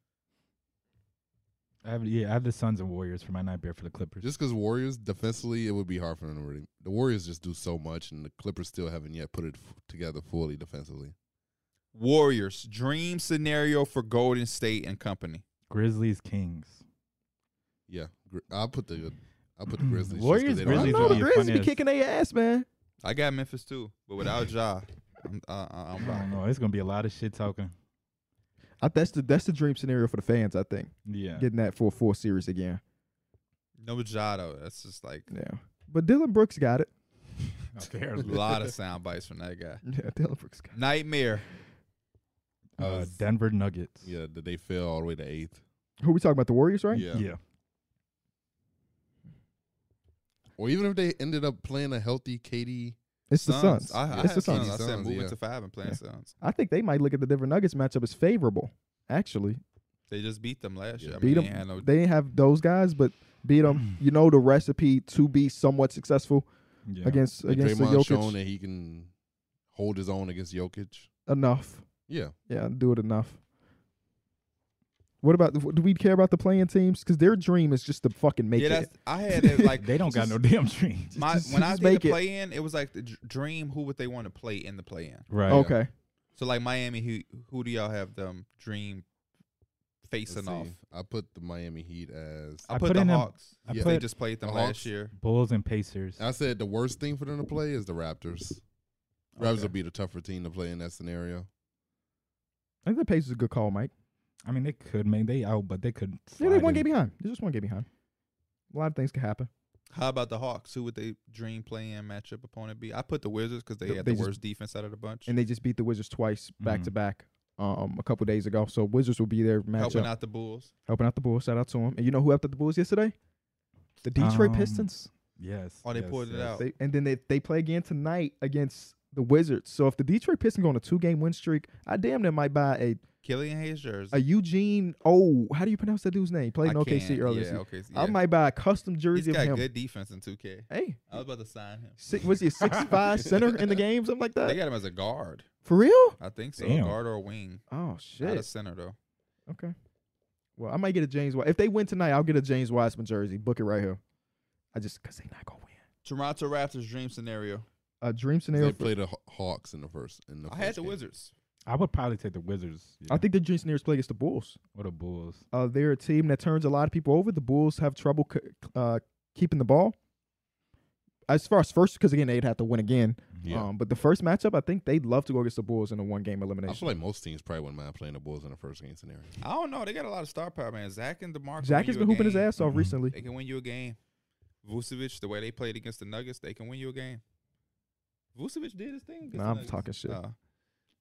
[SPEAKER 3] I have yeah, I have the Suns and Warriors for my nightmare for the Clippers.
[SPEAKER 4] Just because Warriors defensively, it would be hard for them to really. The Warriors just do so much, and the Clippers still haven't yet put it f- together fully defensively.
[SPEAKER 2] Warriors dream scenario for Golden State and company.
[SPEAKER 3] Grizzlies Kings.
[SPEAKER 4] Yeah, Gri- I'll put the I'll put the Grizzlies. just 'cause
[SPEAKER 3] Warriors,
[SPEAKER 4] they don't
[SPEAKER 1] I
[SPEAKER 3] Grizzlies
[SPEAKER 4] have-
[SPEAKER 1] know
[SPEAKER 3] would
[SPEAKER 1] the
[SPEAKER 3] be
[SPEAKER 1] Grizzlies
[SPEAKER 3] funny
[SPEAKER 1] be
[SPEAKER 3] as-
[SPEAKER 1] kicking their ass, man.
[SPEAKER 2] I got Memphis too, but without Ja, I'm uh, uh,
[SPEAKER 3] I
[SPEAKER 2] I'm
[SPEAKER 3] don't
[SPEAKER 2] rocking.
[SPEAKER 3] know. It's gonna be a lot of shit talking.
[SPEAKER 1] I, that's the that's the dream scenario for the fans. I think
[SPEAKER 3] Yeah. [laughs]
[SPEAKER 1] getting that for a full series again.
[SPEAKER 2] No Ja though. That's
[SPEAKER 1] [laughs]
[SPEAKER 2] just like
[SPEAKER 1] Yeah, but Dylan Brooks got it.
[SPEAKER 3] Okay.
[SPEAKER 2] [laughs] a lot of sound bites from that guy.
[SPEAKER 1] [laughs] Yeah, Dylan Brooks got
[SPEAKER 2] Nightmare.
[SPEAKER 3] Uh, Denver Nuggets.
[SPEAKER 4] Yeah, that they fell all the way to eighth.
[SPEAKER 1] it. Who we talking about? The Warriors, right?
[SPEAKER 4] Yeah.
[SPEAKER 3] Yeah.
[SPEAKER 4] or even if they ended up playing a healthy KD.
[SPEAKER 1] It's the Suns.
[SPEAKER 2] I, I
[SPEAKER 1] it's the
[SPEAKER 2] had Suns.
[SPEAKER 1] Suns.
[SPEAKER 2] I said
[SPEAKER 4] Suns,
[SPEAKER 2] moving
[SPEAKER 4] yeah.
[SPEAKER 2] to five and playing
[SPEAKER 1] Yeah.
[SPEAKER 2] Suns.
[SPEAKER 1] I think they might look at the Denver Nuggets matchup as favorable. Actually,
[SPEAKER 2] They just beat them last year. I
[SPEAKER 1] beat
[SPEAKER 2] mean,
[SPEAKER 1] them.
[SPEAKER 2] they had no-
[SPEAKER 1] They didn't have those guys, but beat them. you know the recipe to be somewhat successful
[SPEAKER 3] Yeah.
[SPEAKER 1] against
[SPEAKER 4] and
[SPEAKER 1] against the
[SPEAKER 4] Draymond shown
[SPEAKER 1] Jokic
[SPEAKER 4] that he can hold his own against Jokic.
[SPEAKER 1] enough.
[SPEAKER 4] Yeah,
[SPEAKER 1] Yeah, do it enough. What about do we care about the playing teams? Because their dream is just to fucking make
[SPEAKER 2] yeah,
[SPEAKER 1] it.
[SPEAKER 2] that's, I had it
[SPEAKER 1] [laughs]
[SPEAKER 2] like
[SPEAKER 3] They don't got
[SPEAKER 2] just-
[SPEAKER 3] no damn dreams.
[SPEAKER 2] My
[SPEAKER 1] just-
[SPEAKER 2] when I
[SPEAKER 1] just
[SPEAKER 2] did
[SPEAKER 1] make
[SPEAKER 2] the
[SPEAKER 1] it.
[SPEAKER 2] play in, it was like the dr- dream. Who would they want to play in the play in?
[SPEAKER 3] [laughs] Right.
[SPEAKER 1] Okay,
[SPEAKER 2] So like Miami, who who do y'all have them dream facing
[SPEAKER 4] Let's
[SPEAKER 2] off?
[SPEAKER 4] see. I put the Miami Heat as.
[SPEAKER 2] I,
[SPEAKER 3] I
[SPEAKER 2] put,
[SPEAKER 3] put
[SPEAKER 2] the
[SPEAKER 3] in them-
[SPEAKER 2] Hawks.
[SPEAKER 3] I
[SPEAKER 4] Yeah.
[SPEAKER 2] They
[SPEAKER 3] put
[SPEAKER 2] just played them
[SPEAKER 4] The
[SPEAKER 2] last
[SPEAKER 4] Hawks?
[SPEAKER 2] year.
[SPEAKER 3] Bulls and Pacers.
[SPEAKER 4] I said the worst thing for them to play is the Raptors. Raptors
[SPEAKER 2] Okay.
[SPEAKER 4] would be the tougher team to play in that scenario.
[SPEAKER 1] I think the Pacers is a good call, Mike.
[SPEAKER 3] I mean, they could make they out, but they could.
[SPEAKER 1] Yeah, they
[SPEAKER 3] slide
[SPEAKER 1] one game
[SPEAKER 3] in.
[SPEAKER 1] behind. They're just one game behind. A lot of things could happen.
[SPEAKER 2] How about the Hawks? Who would they dream playing matchup opponent be? I put the Wizards because they
[SPEAKER 1] Th-
[SPEAKER 2] had
[SPEAKER 1] they
[SPEAKER 2] the
[SPEAKER 1] just-
[SPEAKER 2] worst defense out of the bunch,
[SPEAKER 1] And they just beat the Wizards twice back
[SPEAKER 3] Mhm.
[SPEAKER 2] Mm-hmm.
[SPEAKER 1] to back um, a couple days ago. So Wizards will be their matchup.
[SPEAKER 2] helping out the Bulls.
[SPEAKER 1] Helping out the Bulls. Shout out to him. And you know who helped out the Bulls yesterday? The Detroit
[SPEAKER 3] Um,
[SPEAKER 1] Pistons.
[SPEAKER 3] Yes.
[SPEAKER 2] Oh, they
[SPEAKER 3] yes,
[SPEAKER 2] pulled it
[SPEAKER 3] yes.
[SPEAKER 2] out.
[SPEAKER 1] They, and then they, they play again tonight against the Wizards. So if the Detroit Pistons go on a two game win streak, I damn near might buy a,
[SPEAKER 2] Killian Hayes jersey.
[SPEAKER 1] a Eugene. Oh, how do you pronounce that dude's name? Played
[SPEAKER 2] I
[SPEAKER 1] in OKC
[SPEAKER 2] can't-
[SPEAKER 1] earlier.
[SPEAKER 2] Yeah,
[SPEAKER 1] this year.
[SPEAKER 2] OKC.
[SPEAKER 1] I
[SPEAKER 2] yeah.
[SPEAKER 1] might buy a custom
[SPEAKER 2] He's
[SPEAKER 1] jersey
[SPEAKER 2] got
[SPEAKER 1] of him.
[SPEAKER 2] good Oh. defense in 2K.
[SPEAKER 1] Hey,
[SPEAKER 2] I was about to sign him.
[SPEAKER 1] six, was
[SPEAKER 2] [laughs]
[SPEAKER 1] he a six five center in the game? Something like
[SPEAKER 2] They
[SPEAKER 1] that.
[SPEAKER 2] got him as a guard.
[SPEAKER 1] For real?
[SPEAKER 2] I think so.
[SPEAKER 3] Damn.
[SPEAKER 2] Guard or a wing.
[SPEAKER 1] Oh
[SPEAKER 2] Not a
[SPEAKER 1] shit.
[SPEAKER 2] center though.
[SPEAKER 1] Okay. Well, I might get a James. Wi- If they win tonight, I'll get a James Wiseman jersey. Book it right here. I just cause they not gonna win.
[SPEAKER 2] Toronto Raptors dream scenario.
[SPEAKER 1] A dream scenario.
[SPEAKER 4] They
[SPEAKER 1] For,
[SPEAKER 4] played the Haw- Hawks in the first. In the
[SPEAKER 2] I
[SPEAKER 4] first
[SPEAKER 2] had the
[SPEAKER 4] game.
[SPEAKER 2] Wizards.
[SPEAKER 3] I would probably take the Wizards. yeah,
[SPEAKER 1] I think the dream scenario is play against the Bulls.
[SPEAKER 3] or the Bulls.
[SPEAKER 1] Uh, they're a team that turns a lot of people over. The Bulls have trouble c- uh, keeping the ball. As far as first, because again they'd have to win again.
[SPEAKER 4] Yeah.
[SPEAKER 1] Um, but the first matchup, I think they'd love to go against the Bulls in a one-game
[SPEAKER 4] I
[SPEAKER 1] elimination.
[SPEAKER 4] feel like most teams probably wouldn't mind playing the Bulls in the first game scenario.
[SPEAKER 2] I don't know. They got a lot of star power, man. Zach and DeMarco.
[SPEAKER 1] Jack
[SPEAKER 2] win
[SPEAKER 1] has
[SPEAKER 2] you
[SPEAKER 1] been
[SPEAKER 2] a
[SPEAKER 1] hooping his
[SPEAKER 2] game.
[SPEAKER 1] ass off
[SPEAKER 3] Mhm.
[SPEAKER 1] recently.
[SPEAKER 2] They can win you a game. Vucevic, the way they played against the Nuggets, they can win you a game. Vucevic did his thing. against the
[SPEAKER 1] Nah, I'm
[SPEAKER 2] Nuggets.
[SPEAKER 1] talking shit.
[SPEAKER 2] Uh,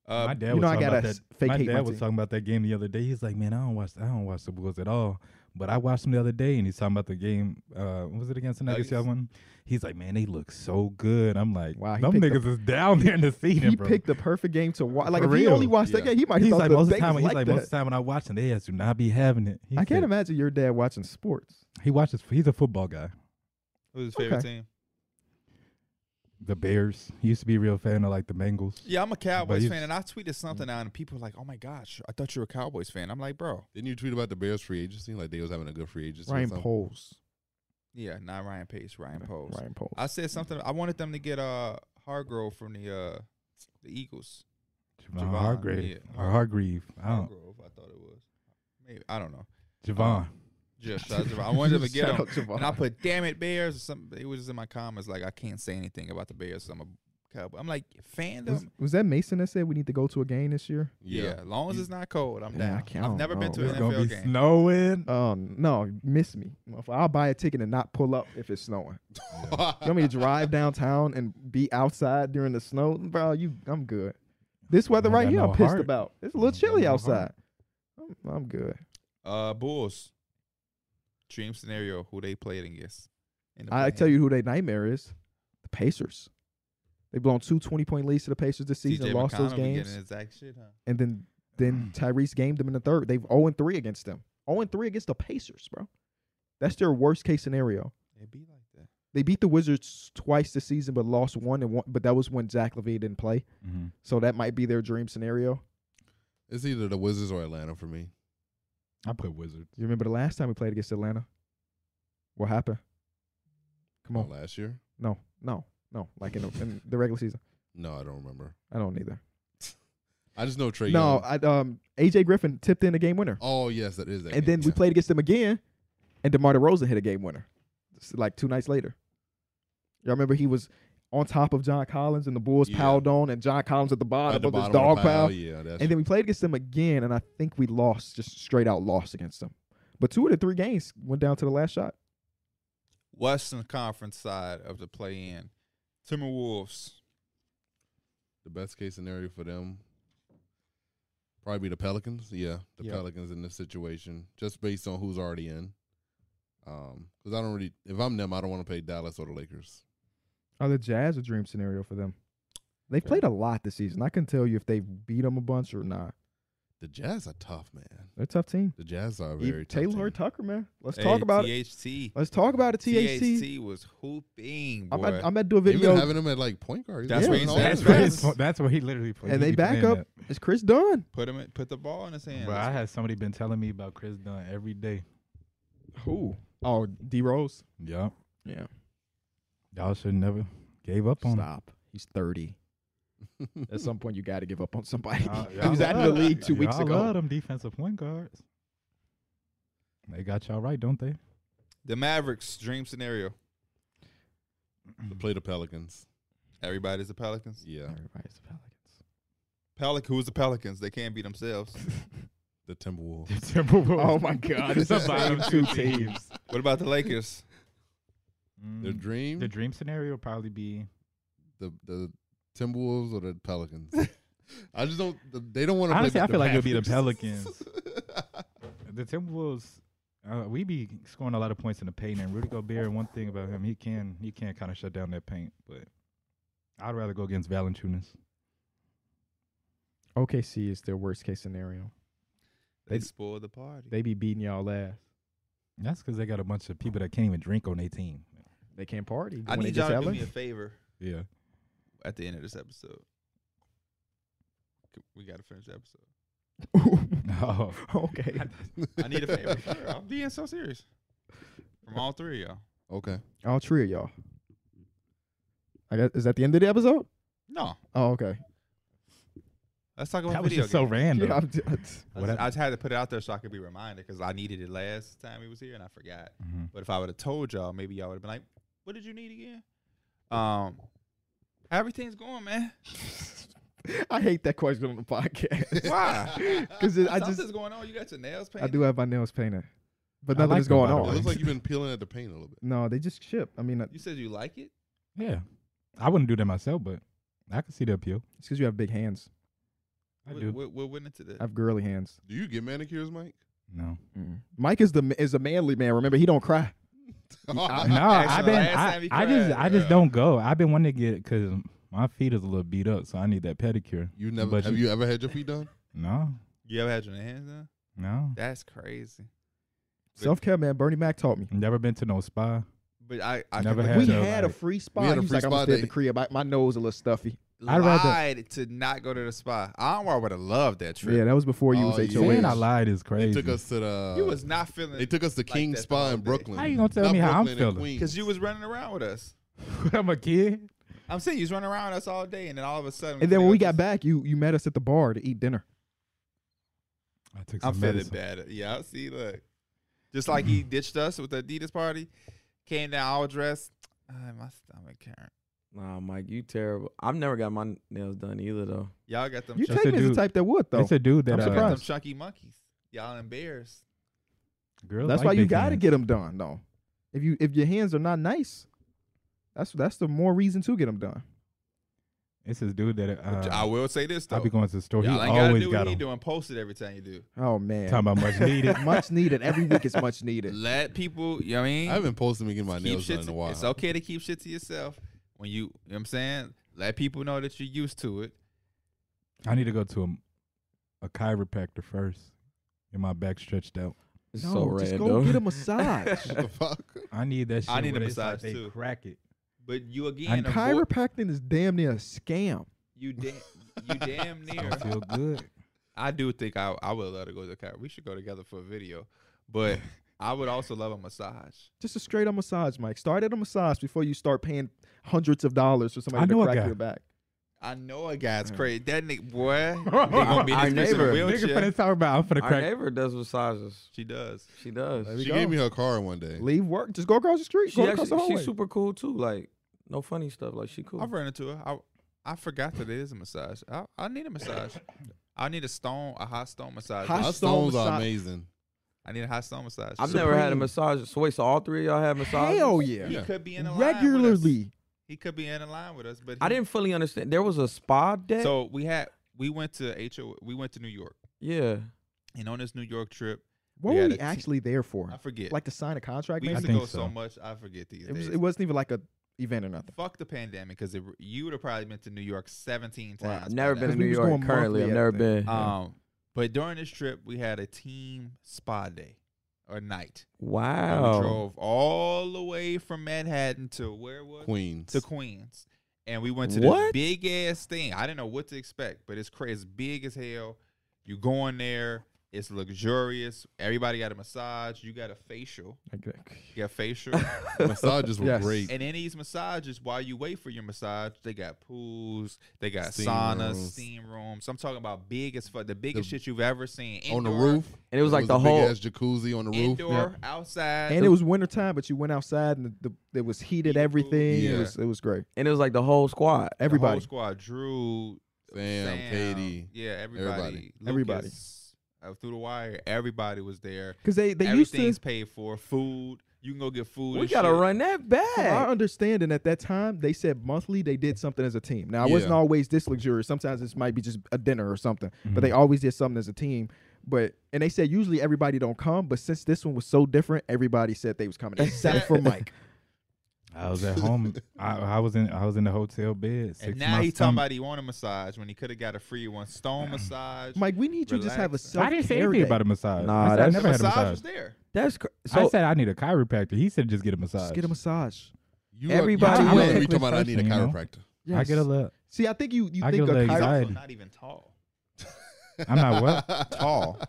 [SPEAKER 2] uh,
[SPEAKER 3] my dad
[SPEAKER 1] you
[SPEAKER 3] was
[SPEAKER 1] know I
[SPEAKER 3] talking
[SPEAKER 1] gotta
[SPEAKER 3] about
[SPEAKER 1] s-
[SPEAKER 3] that.
[SPEAKER 1] fake
[SPEAKER 3] my
[SPEAKER 1] hate
[SPEAKER 3] dad
[SPEAKER 1] my
[SPEAKER 3] was
[SPEAKER 1] team.
[SPEAKER 3] talking about that game the other day. He's like, "Man, I don't watch, I don't watch the Bulls at all, but I watched them the other day." And he's talking about the game. Uh, what was it against the Nuggets? The
[SPEAKER 2] Nuggets.
[SPEAKER 3] other one. He's like, "Man, they look so good." I'm like,
[SPEAKER 1] Wow,
[SPEAKER 3] "Wow,
[SPEAKER 1] he
[SPEAKER 3] them
[SPEAKER 1] picked
[SPEAKER 3] niggas is down there in the season,
[SPEAKER 1] He
[SPEAKER 3] bro."
[SPEAKER 1] picked the perfect game to watch. Like
[SPEAKER 3] For
[SPEAKER 1] if he only
[SPEAKER 3] real.
[SPEAKER 1] watched that
[SPEAKER 4] Yeah.
[SPEAKER 1] game, he might have
[SPEAKER 3] he's
[SPEAKER 1] thought
[SPEAKER 3] like,
[SPEAKER 1] the
[SPEAKER 3] most of the
[SPEAKER 1] Vegas
[SPEAKER 3] time, when- he's
[SPEAKER 1] liked
[SPEAKER 3] like,
[SPEAKER 1] that.
[SPEAKER 3] most of the time when I watch them, they just do not be having it. He
[SPEAKER 1] I can't
[SPEAKER 3] said-
[SPEAKER 1] imagine your dad watching sports.
[SPEAKER 3] He watches. He's a football guy.
[SPEAKER 2] who's his favorite
[SPEAKER 1] okay.
[SPEAKER 2] team?
[SPEAKER 3] The Bears. He used to be a real fan of like the Bengals.
[SPEAKER 2] Yeah, I'm a Cowboys
[SPEAKER 3] he's-
[SPEAKER 2] fan, and I tweeted
[SPEAKER 1] Mm.
[SPEAKER 2] something out, and people were like, "Oh my gosh, I thought you were a Cowboys fan." I'm like, "Bro,
[SPEAKER 4] Didn't you tweet about the Bears free agency? Like they was having a good free agency. or
[SPEAKER 1] Ryan
[SPEAKER 4] something?
[SPEAKER 1] Poles.
[SPEAKER 2] yeah, not Ryan Pace, Ryan Pose."
[SPEAKER 1] Ryan Poles.
[SPEAKER 2] I said something. I wanted them to get uh Hargrove from the uh the Eagles.
[SPEAKER 3] Javon,
[SPEAKER 2] Javon,
[SPEAKER 3] Hargrave
[SPEAKER 2] yeah.
[SPEAKER 3] or Hargreave. I don't.
[SPEAKER 2] Hargrove, I thought it was. Maybe I don't know.
[SPEAKER 3] Javon.
[SPEAKER 2] Just I, I
[SPEAKER 1] [laughs]
[SPEAKER 2] wanted them to get
[SPEAKER 1] Shout
[SPEAKER 2] him.
[SPEAKER 1] out Javon.
[SPEAKER 2] And I put, damn it, Bears. Or something. It was just in my comments, like, I can't say anything about the Bears. So I'm a Cowboy. I'm like fandom.
[SPEAKER 1] Was, was that Mason that said we need to go to a game this year?
[SPEAKER 2] yeah. as long as it's not cold, I'm down.
[SPEAKER 1] I can't- I
[SPEAKER 2] I've
[SPEAKER 1] don't
[SPEAKER 2] never been
[SPEAKER 1] know.
[SPEAKER 2] to an
[SPEAKER 3] It's gonna
[SPEAKER 2] NFL
[SPEAKER 3] be
[SPEAKER 2] game. Uh,
[SPEAKER 3] snowing.
[SPEAKER 1] Um, no, you miss me. Motherfucker, I'll buy a ticket and not pull up if it's snowing. [laughs] You
[SPEAKER 2] [laughs]
[SPEAKER 1] want me to drive downtown and be outside during the snow, bro? You, I'm good. This weather
[SPEAKER 3] ain't
[SPEAKER 1] right
[SPEAKER 3] got
[SPEAKER 1] here,
[SPEAKER 3] no
[SPEAKER 1] I'm pissed
[SPEAKER 3] heart.
[SPEAKER 1] about. It's a little
[SPEAKER 3] ain't got
[SPEAKER 1] chilly
[SPEAKER 3] no
[SPEAKER 1] outside.
[SPEAKER 3] heart.
[SPEAKER 1] I'm, I'm good.
[SPEAKER 2] Uh, Bulls. Dream scenario: Who they played against? in the
[SPEAKER 1] I
[SPEAKER 2] play-in.
[SPEAKER 1] tell you who their nightmare is: the Pacers. They blown two 20 point leads to the Pacers this
[SPEAKER 2] TJ
[SPEAKER 1] season, lost
[SPEAKER 2] McConnell
[SPEAKER 1] those
[SPEAKER 2] be getting
[SPEAKER 1] games,
[SPEAKER 2] exact shit, huh?
[SPEAKER 1] and then
[SPEAKER 3] Mm.
[SPEAKER 1] then Tyrese gamed them in the third. They've 0 and 3 against them. 0 and 3 against the Pacers, bro. That's their worst case scenario.
[SPEAKER 2] It be like that.
[SPEAKER 1] They beat the Wizards twice this season, but lost one and one. But that was when Zach Levine didn't play,
[SPEAKER 3] Mhm.
[SPEAKER 1] so that might be their dream scenario.
[SPEAKER 4] It's either the Wizards or Atlanta for me.
[SPEAKER 3] I put Wizards.
[SPEAKER 1] You remember the last time we played against Atlanta? What happened? Come
[SPEAKER 4] Oh,
[SPEAKER 1] on,
[SPEAKER 4] last year?
[SPEAKER 1] no, no, no. Like in the, in the regular season,
[SPEAKER 4] No, I don't remember.
[SPEAKER 1] I don't either.
[SPEAKER 4] I just know Trey.
[SPEAKER 1] No,
[SPEAKER 4] Young.
[SPEAKER 1] I, um, AJ Griffin tipped in a game winner,
[SPEAKER 4] oh yes, that is that.
[SPEAKER 1] and
[SPEAKER 4] game,
[SPEAKER 1] then we
[SPEAKER 4] yeah.
[SPEAKER 1] played against them again, and Demar Derozan hit a game winner, It's like two nights later. Y'all remember he was on top of John Collins, and the Bulls
[SPEAKER 4] Yeah.
[SPEAKER 1] piled on, and John Collins at the bottom
[SPEAKER 4] At the
[SPEAKER 1] of his
[SPEAKER 4] bottom
[SPEAKER 1] dog
[SPEAKER 4] the
[SPEAKER 1] pile.
[SPEAKER 4] Yeah, that's
[SPEAKER 1] And then we played against them again, and I think we lost, just straight out lost against them. But two of the three games went down to the last shot.
[SPEAKER 2] Western Conference side of the play-in. Timberwolves.
[SPEAKER 4] the best case scenario for them. Probably the Pelicans. Yeah, the
[SPEAKER 1] Yeah.
[SPEAKER 4] Pelicans in this situation, just based on who's already in. Um, because I don't really, if I'm them, I don't want to play Dallas or the Lakers.
[SPEAKER 1] Are Oh, the Jazz a dream scenario for them? They've played a lot this season. I can tell you if they beat them a bunch or not.
[SPEAKER 4] The Jazz are tough, man.
[SPEAKER 1] They're a tough team.
[SPEAKER 4] The Jazz are a
[SPEAKER 1] E-
[SPEAKER 4] very tough.
[SPEAKER 1] Taylor
[SPEAKER 4] team.
[SPEAKER 1] Tucker, man. Let's talk about it.
[SPEAKER 2] THT.
[SPEAKER 1] Let's talk about it, THT.
[SPEAKER 2] THT was hooping,
[SPEAKER 1] I'm
[SPEAKER 2] boy.
[SPEAKER 1] about, I'm about to do a
[SPEAKER 4] They've been
[SPEAKER 1] video.
[SPEAKER 4] having them at like point guard. He's
[SPEAKER 2] That's
[SPEAKER 4] like,
[SPEAKER 2] what he
[SPEAKER 4] "No,
[SPEAKER 2] said.
[SPEAKER 3] That's
[SPEAKER 4] that's
[SPEAKER 2] That's
[SPEAKER 3] where,
[SPEAKER 2] right.
[SPEAKER 4] right."
[SPEAKER 3] his, that's where he literally played.
[SPEAKER 1] and they back up. It's Chris Dunn.
[SPEAKER 2] put him, in, put the ball in his hands.
[SPEAKER 3] Bro, I had somebody been telling me about Chris Dunn every day.
[SPEAKER 1] Who? Oh, D Rose.
[SPEAKER 3] Yup.
[SPEAKER 1] Yeah.
[SPEAKER 3] Y'all should never gave up on him.
[SPEAKER 1] Stop. He's 30. [laughs] At some point, you got to give up on somebody.
[SPEAKER 3] Y'all-
[SPEAKER 1] [laughs] he was
[SPEAKER 3] y'all
[SPEAKER 1] out of the
[SPEAKER 3] love-
[SPEAKER 1] league two weeks
[SPEAKER 3] y'all
[SPEAKER 1] ago.
[SPEAKER 3] love them defensive point guards. They got y'all right, don't they? [laughs]
[SPEAKER 2] the Mavericks. Dream scenario.
[SPEAKER 4] To [laughs] play the Pelicans.
[SPEAKER 2] Everybody's the Pelicans.
[SPEAKER 4] Yeah,
[SPEAKER 1] Everybody's the Pelicans.
[SPEAKER 2] Pelic, who's the Pelicans? They can't be [laughs] themselves.
[SPEAKER 4] the Timberwolves.
[SPEAKER 3] The Timberwolves.
[SPEAKER 1] Oh my God! It's [laughs]
[SPEAKER 3] The
[SPEAKER 1] the bottom two teams.
[SPEAKER 2] what about the Lakers?
[SPEAKER 4] Their
[SPEAKER 3] Mm,
[SPEAKER 4] dream,
[SPEAKER 3] the dream scenario would probably be
[SPEAKER 4] the the Timberwolves or the
[SPEAKER 3] [laughs]
[SPEAKER 4] Pelicans. I just don't. the- They don't want to.
[SPEAKER 3] honestly.
[SPEAKER 4] play
[SPEAKER 3] I
[SPEAKER 4] with
[SPEAKER 3] feel like it would be the
[SPEAKER 4] Mavericks.
[SPEAKER 3] Pelicans. the Timberwolves. Uh, we be scoring a lot of points in the paint, and Rudy Gobert. One thing about him, he can he can kind of shut down that paint. But I'd rather go against Valanciunas.
[SPEAKER 1] OKC is their worst case scenario.
[SPEAKER 2] They
[SPEAKER 1] They-
[SPEAKER 2] spoiled the party.
[SPEAKER 1] They be beating y'all ass.
[SPEAKER 3] That's because they got a bunch of people that can't even drink on their team.
[SPEAKER 1] They can't party.
[SPEAKER 2] I
[SPEAKER 1] when they
[SPEAKER 2] need
[SPEAKER 1] get
[SPEAKER 2] y'all to do
[SPEAKER 1] LA.
[SPEAKER 2] me a favor
[SPEAKER 3] Yeah,
[SPEAKER 2] at the end of this episode. C- We got to finish the episode.
[SPEAKER 3] [laughs] oh,
[SPEAKER 1] [laughs] okay.
[SPEAKER 2] I need a [laughs] favor. Sure, I'm being so serious. From all three of y'all.
[SPEAKER 4] Okay.
[SPEAKER 1] [laughs] All three of y'all. I guess is that the end of the episode?
[SPEAKER 2] No,
[SPEAKER 1] Oh, okay.
[SPEAKER 2] let's talk about
[SPEAKER 3] that was
[SPEAKER 2] video
[SPEAKER 3] just so
[SPEAKER 2] games.
[SPEAKER 3] random.
[SPEAKER 1] Yeah, I'm d- it's-
[SPEAKER 2] I
[SPEAKER 3] What
[SPEAKER 2] just,
[SPEAKER 3] happened?
[SPEAKER 2] I just had to put it out there so I could be reminded because I needed it last time he was here and I forgot.
[SPEAKER 3] Mhm.
[SPEAKER 2] But if I would have told y'all, maybe y'all would have been like, "What did you need again?" Um, everything's going, man.
[SPEAKER 1] [laughs] I hate that question on the
[SPEAKER 2] [laughs]
[SPEAKER 1] podcast
[SPEAKER 2] [laughs] Why?
[SPEAKER 1] because I
[SPEAKER 2] Something's
[SPEAKER 1] just
[SPEAKER 2] going on. You got your nails painted.
[SPEAKER 1] I do have my nails painted, but
[SPEAKER 3] Oh, I
[SPEAKER 1] nothing
[SPEAKER 3] like
[SPEAKER 1] is going
[SPEAKER 3] them, by
[SPEAKER 4] It
[SPEAKER 1] on.
[SPEAKER 3] the way.
[SPEAKER 4] looks like you've been peeling at the paint a little bit.
[SPEAKER 1] no, they just chip. I mean, uh,
[SPEAKER 2] You said you like it.
[SPEAKER 3] Yeah, I wouldn't do that myself, but I could see the appeal.
[SPEAKER 1] it's because you have big hands.
[SPEAKER 3] I
[SPEAKER 2] we,
[SPEAKER 3] do.
[SPEAKER 2] We, we're winning to
[SPEAKER 1] I have girly hands.
[SPEAKER 4] Do you get manicures,
[SPEAKER 3] [laughs]
[SPEAKER 4] Mike?
[SPEAKER 3] No,
[SPEAKER 1] Mike is the ma- is a manly man. Remember, he don't cry.
[SPEAKER 3] no,
[SPEAKER 2] Actually,
[SPEAKER 3] I've been.
[SPEAKER 2] last
[SPEAKER 3] I,
[SPEAKER 2] time he
[SPEAKER 3] I just,
[SPEAKER 2] cried,
[SPEAKER 3] I just
[SPEAKER 2] bruh.
[SPEAKER 3] don't go. I've been wanting to get because my feet is a little beat up, so I need that pedicure.
[SPEAKER 4] [laughs] You never
[SPEAKER 3] But
[SPEAKER 4] have
[SPEAKER 3] you-
[SPEAKER 4] you, ever had your feet done?
[SPEAKER 3] No,
[SPEAKER 2] You ever had your hands done?
[SPEAKER 3] no,
[SPEAKER 2] That's crazy.
[SPEAKER 1] Self care, man. Bernie Mac taught me.
[SPEAKER 3] never been to no spa.
[SPEAKER 2] But I, I
[SPEAKER 3] Never
[SPEAKER 2] completely
[SPEAKER 3] had
[SPEAKER 1] we
[SPEAKER 3] to,
[SPEAKER 1] had a
[SPEAKER 3] like-
[SPEAKER 1] free spot.
[SPEAKER 4] had a
[SPEAKER 1] He was
[SPEAKER 4] free
[SPEAKER 1] like, I'm gonna
[SPEAKER 4] spot
[SPEAKER 1] stay at the
[SPEAKER 4] that-
[SPEAKER 1] crib. I, my nose a little stuffy.
[SPEAKER 2] lied
[SPEAKER 3] I'd rather-
[SPEAKER 2] to not go to the spa. I would have loved that
[SPEAKER 1] Yeah,
[SPEAKER 2] trip.
[SPEAKER 1] that was before you
[SPEAKER 4] Oh,
[SPEAKER 1] was
[SPEAKER 4] yeah.
[SPEAKER 1] HOH.
[SPEAKER 3] Saying I lied is
[SPEAKER 4] They
[SPEAKER 3] crazy.
[SPEAKER 4] took
[SPEAKER 3] [laughs]
[SPEAKER 4] us to the.
[SPEAKER 2] you was not feeling.
[SPEAKER 4] They took us to
[SPEAKER 2] like
[SPEAKER 4] King
[SPEAKER 2] that the
[SPEAKER 4] Spa
[SPEAKER 2] whole
[SPEAKER 4] in
[SPEAKER 2] day.
[SPEAKER 4] Brooklyn.
[SPEAKER 3] How you gonna tell me how I'm feeling?
[SPEAKER 2] because you was running around with us.
[SPEAKER 3] I'm a kid.
[SPEAKER 2] I'm saying you was running around with us all day, and then all of a sudden,
[SPEAKER 1] And then when we got
[SPEAKER 2] just-
[SPEAKER 1] back, you you met us at the bar to eat dinner.
[SPEAKER 3] I took some
[SPEAKER 2] I'm feeling
[SPEAKER 3] medicine. Mm-hmm.
[SPEAKER 2] better. Yeah, I see. Look, just like he ditched us with the Adidas party, came down all dressed. Ah, my stomach hurt.
[SPEAKER 5] Nah, Mike, you terrible. I've never got my nails done either though.
[SPEAKER 2] Y'all got them.
[SPEAKER 1] You
[SPEAKER 3] That's
[SPEAKER 1] take
[SPEAKER 3] a
[SPEAKER 1] me as the
[SPEAKER 3] dude.
[SPEAKER 1] type that would though.
[SPEAKER 3] It's a dude
[SPEAKER 2] I'm
[SPEAKER 3] that
[SPEAKER 1] I'm
[SPEAKER 3] uh,
[SPEAKER 2] surprised. Them
[SPEAKER 1] surprised.
[SPEAKER 2] chunky monkeys. Y'all embarrassed.
[SPEAKER 3] girls
[SPEAKER 1] That's
[SPEAKER 3] like
[SPEAKER 1] why you
[SPEAKER 3] big
[SPEAKER 1] got to
[SPEAKER 3] hands.
[SPEAKER 1] get them done though. If you if your hands are not nice, that's that's the more reason to get them done.
[SPEAKER 3] It's this dude that
[SPEAKER 2] But I
[SPEAKER 3] uh,
[SPEAKER 2] will say this though.
[SPEAKER 3] I be going to the store. He
[SPEAKER 2] Y'all ain't gotta
[SPEAKER 3] always
[SPEAKER 2] do
[SPEAKER 3] got
[SPEAKER 2] what he
[SPEAKER 3] them.
[SPEAKER 2] doing. Post it every time you do.
[SPEAKER 1] Oh man,
[SPEAKER 3] Talking about much
[SPEAKER 2] [laughs]
[SPEAKER 3] needed.
[SPEAKER 1] much needed. Every week is
[SPEAKER 3] [laughs]
[SPEAKER 1] much needed.
[SPEAKER 2] Let people. You know what I mean?
[SPEAKER 4] I haven't posted me getting my
[SPEAKER 2] keep
[SPEAKER 4] nails
[SPEAKER 2] shit
[SPEAKER 4] done in
[SPEAKER 2] to-
[SPEAKER 4] a while. [laughs]
[SPEAKER 2] It's okay to keep shit to yourself when you, you know what I'm saying? Let people know that you're used to it.
[SPEAKER 3] I need to go to a, a chiropractor first. Get my back stretched out.
[SPEAKER 5] It's
[SPEAKER 1] No,
[SPEAKER 5] so rad
[SPEAKER 1] just go
[SPEAKER 5] though.
[SPEAKER 1] get a massage.
[SPEAKER 4] What the fuck?
[SPEAKER 3] I need that. Shit
[SPEAKER 2] I need a
[SPEAKER 3] where it's
[SPEAKER 2] massage,
[SPEAKER 3] like
[SPEAKER 2] too.
[SPEAKER 3] They crack it.
[SPEAKER 2] But you again,
[SPEAKER 3] [laughs] And
[SPEAKER 2] avoid,
[SPEAKER 1] Chiropractic is damn near a scam.
[SPEAKER 2] you da- you
[SPEAKER 3] [laughs]
[SPEAKER 2] damn near.
[SPEAKER 3] I feel good.
[SPEAKER 2] I do think I I would love to go to the chiropractor. We should go together for a video, but I would also love a massage.
[SPEAKER 1] Just a straight up massage, Mike. Start at a massage before you start paying hundreds of dollars for somebody
[SPEAKER 3] I know
[SPEAKER 1] to
[SPEAKER 3] a
[SPEAKER 1] crack
[SPEAKER 3] guy.
[SPEAKER 1] your back.
[SPEAKER 2] I know a guy's crazy. That nigga boy, he gonna be in
[SPEAKER 5] Our
[SPEAKER 2] this bitch in a
[SPEAKER 5] neighbor.
[SPEAKER 3] Nigga
[SPEAKER 2] wheelchair.
[SPEAKER 3] finna talk about I'm finna
[SPEAKER 5] Our
[SPEAKER 3] crack.
[SPEAKER 5] neighbor does massages.
[SPEAKER 2] She does.
[SPEAKER 5] She does.
[SPEAKER 1] There we
[SPEAKER 4] She
[SPEAKER 1] go.
[SPEAKER 4] gave me her car one day.
[SPEAKER 1] Leave work. Just go across the street.
[SPEAKER 5] She
[SPEAKER 1] go across the
[SPEAKER 5] actually,
[SPEAKER 1] hallway.
[SPEAKER 5] she's super cool too. Like no funny stuff. Like she cool.
[SPEAKER 2] I've run into her. I I forgot that it is a massage. I, I need a massage. I need a stone, a hot stone massage.
[SPEAKER 1] Hot-
[SPEAKER 4] Our
[SPEAKER 1] stole
[SPEAKER 4] stones are
[SPEAKER 1] massage-
[SPEAKER 4] amazing.
[SPEAKER 2] I need a hot stone massage.
[SPEAKER 5] I've never had a
[SPEAKER 1] Supreme.
[SPEAKER 5] massage. So wait, so all three of y'all had massages?
[SPEAKER 1] Hell yeah.
[SPEAKER 2] He
[SPEAKER 4] Yeah.
[SPEAKER 2] could be in a line with us.
[SPEAKER 1] Regularly.
[SPEAKER 2] He could be in a line with us, but
[SPEAKER 5] I
[SPEAKER 2] he-
[SPEAKER 5] didn't fully understand. There was a spa day.
[SPEAKER 2] So we had we went to HO. We went to New York,
[SPEAKER 5] yeah,
[SPEAKER 2] and on this New York trip,
[SPEAKER 1] What
[SPEAKER 2] We
[SPEAKER 1] were
[SPEAKER 2] had
[SPEAKER 1] we
[SPEAKER 2] a team.
[SPEAKER 1] actually there for?
[SPEAKER 2] I forget.
[SPEAKER 1] Like to sign a contract?
[SPEAKER 2] we
[SPEAKER 1] Maybe
[SPEAKER 2] used to
[SPEAKER 3] think
[SPEAKER 2] go so.
[SPEAKER 3] so.
[SPEAKER 2] much, I forget these
[SPEAKER 1] it, was,
[SPEAKER 2] days.
[SPEAKER 1] it wasn't even like a event or nothing.
[SPEAKER 2] Fuck the pandemic because you would have probably been to New York seventeen
[SPEAKER 5] Wow,
[SPEAKER 2] times.
[SPEAKER 5] I've
[SPEAKER 2] by
[SPEAKER 5] never
[SPEAKER 2] now.
[SPEAKER 5] been to
[SPEAKER 1] Because we
[SPEAKER 5] New
[SPEAKER 1] was
[SPEAKER 5] York.
[SPEAKER 1] going
[SPEAKER 5] Currently,
[SPEAKER 1] monthly,
[SPEAKER 5] I've
[SPEAKER 1] I
[SPEAKER 5] never
[SPEAKER 1] think.
[SPEAKER 5] been.
[SPEAKER 2] Um, but during this trip, we had a team spa day or night. And We
[SPEAKER 5] wow.
[SPEAKER 2] drove all the way from Manhattan to where was it?
[SPEAKER 4] Queens.
[SPEAKER 2] to Queens, and we went to
[SPEAKER 5] What?
[SPEAKER 2] this big ass thing. I didn't know what to expect, but it's crazy, it's big as hell. You go in there, it's luxurious. Everybody got a massage. You got a facial. You got facial,
[SPEAKER 4] Massages were
[SPEAKER 1] Yes.
[SPEAKER 4] great.
[SPEAKER 2] and in these massages, while you wait for your massage, they got pools, they got
[SPEAKER 4] Steam
[SPEAKER 2] saunas,
[SPEAKER 4] rooms.
[SPEAKER 2] steam rooms. I'm talking about big as fuck, the biggest shit you've ever seen
[SPEAKER 4] on the
[SPEAKER 2] Indoor-
[SPEAKER 4] roof.
[SPEAKER 5] And it was like the
[SPEAKER 4] big
[SPEAKER 5] whole.
[SPEAKER 4] ass jacuzzi on the roof.
[SPEAKER 2] indoor, outside,
[SPEAKER 1] And it was wintertime, but you went outside and the, the, it was heated
[SPEAKER 2] Heated
[SPEAKER 1] everything.
[SPEAKER 4] pool.
[SPEAKER 1] It
[SPEAKER 4] Yeah.
[SPEAKER 1] was it was great.
[SPEAKER 5] And it was like the whole squad.
[SPEAKER 2] The whole
[SPEAKER 1] Everybody.
[SPEAKER 2] squad, Drew,
[SPEAKER 4] Sam, Katie.
[SPEAKER 2] yeah, everybody,
[SPEAKER 4] everybody.
[SPEAKER 1] Everybody.
[SPEAKER 2] Lucas, uh, through the wire, everybody was there.
[SPEAKER 1] Because they, they used to
[SPEAKER 2] Everything's paid for. Food, you can go get food.
[SPEAKER 5] We
[SPEAKER 2] and
[SPEAKER 5] gotta
[SPEAKER 2] shit.
[SPEAKER 5] run that
[SPEAKER 1] From our
[SPEAKER 5] back.
[SPEAKER 1] understanding at that time, they said monthly they did something as a team. Now it wasn't
[SPEAKER 4] Yeah.
[SPEAKER 1] always this luxurious. Sometimes this might be just a dinner or something, but they
[SPEAKER 3] Mhm.
[SPEAKER 1] always did something as a team. But and they said usually everybody don't come, but since this one was so different, everybody said they was coming except
[SPEAKER 3] [laughs]
[SPEAKER 1] for Mike.
[SPEAKER 3] I was at home. I, I was in. I was in the hotel bed. sick
[SPEAKER 2] And
[SPEAKER 3] to my
[SPEAKER 2] now he talking
[SPEAKER 3] stomach.
[SPEAKER 2] about he want a massage when he could have got a free one. Stone massage.
[SPEAKER 1] Mike, we need you to just have a
[SPEAKER 2] Relax.
[SPEAKER 1] self
[SPEAKER 3] I didn't say anything about a massage.
[SPEAKER 5] Nah,
[SPEAKER 3] I, said, I
[SPEAKER 5] that's-
[SPEAKER 3] never had a
[SPEAKER 2] massage
[SPEAKER 3] massage.
[SPEAKER 2] was there.
[SPEAKER 5] That's cr-
[SPEAKER 3] I
[SPEAKER 5] so.
[SPEAKER 3] said I [laughs] need a chiropractor. He said just get a massage.
[SPEAKER 1] Just get a massage.
[SPEAKER 4] You
[SPEAKER 5] Everybody
[SPEAKER 4] Are, you
[SPEAKER 5] went.
[SPEAKER 4] let me talking about I need a
[SPEAKER 3] You know?
[SPEAKER 4] chiropractor.
[SPEAKER 3] I get a
[SPEAKER 1] Yes.
[SPEAKER 3] [laughs] look.
[SPEAKER 1] See, I think you you
[SPEAKER 3] I
[SPEAKER 1] think
[SPEAKER 3] get
[SPEAKER 1] a
[SPEAKER 3] a little
[SPEAKER 2] He's
[SPEAKER 1] chiro-
[SPEAKER 3] anxiety.
[SPEAKER 2] also not even tall.
[SPEAKER 3] I'm not what?
[SPEAKER 4] [laughs]
[SPEAKER 2] Tall.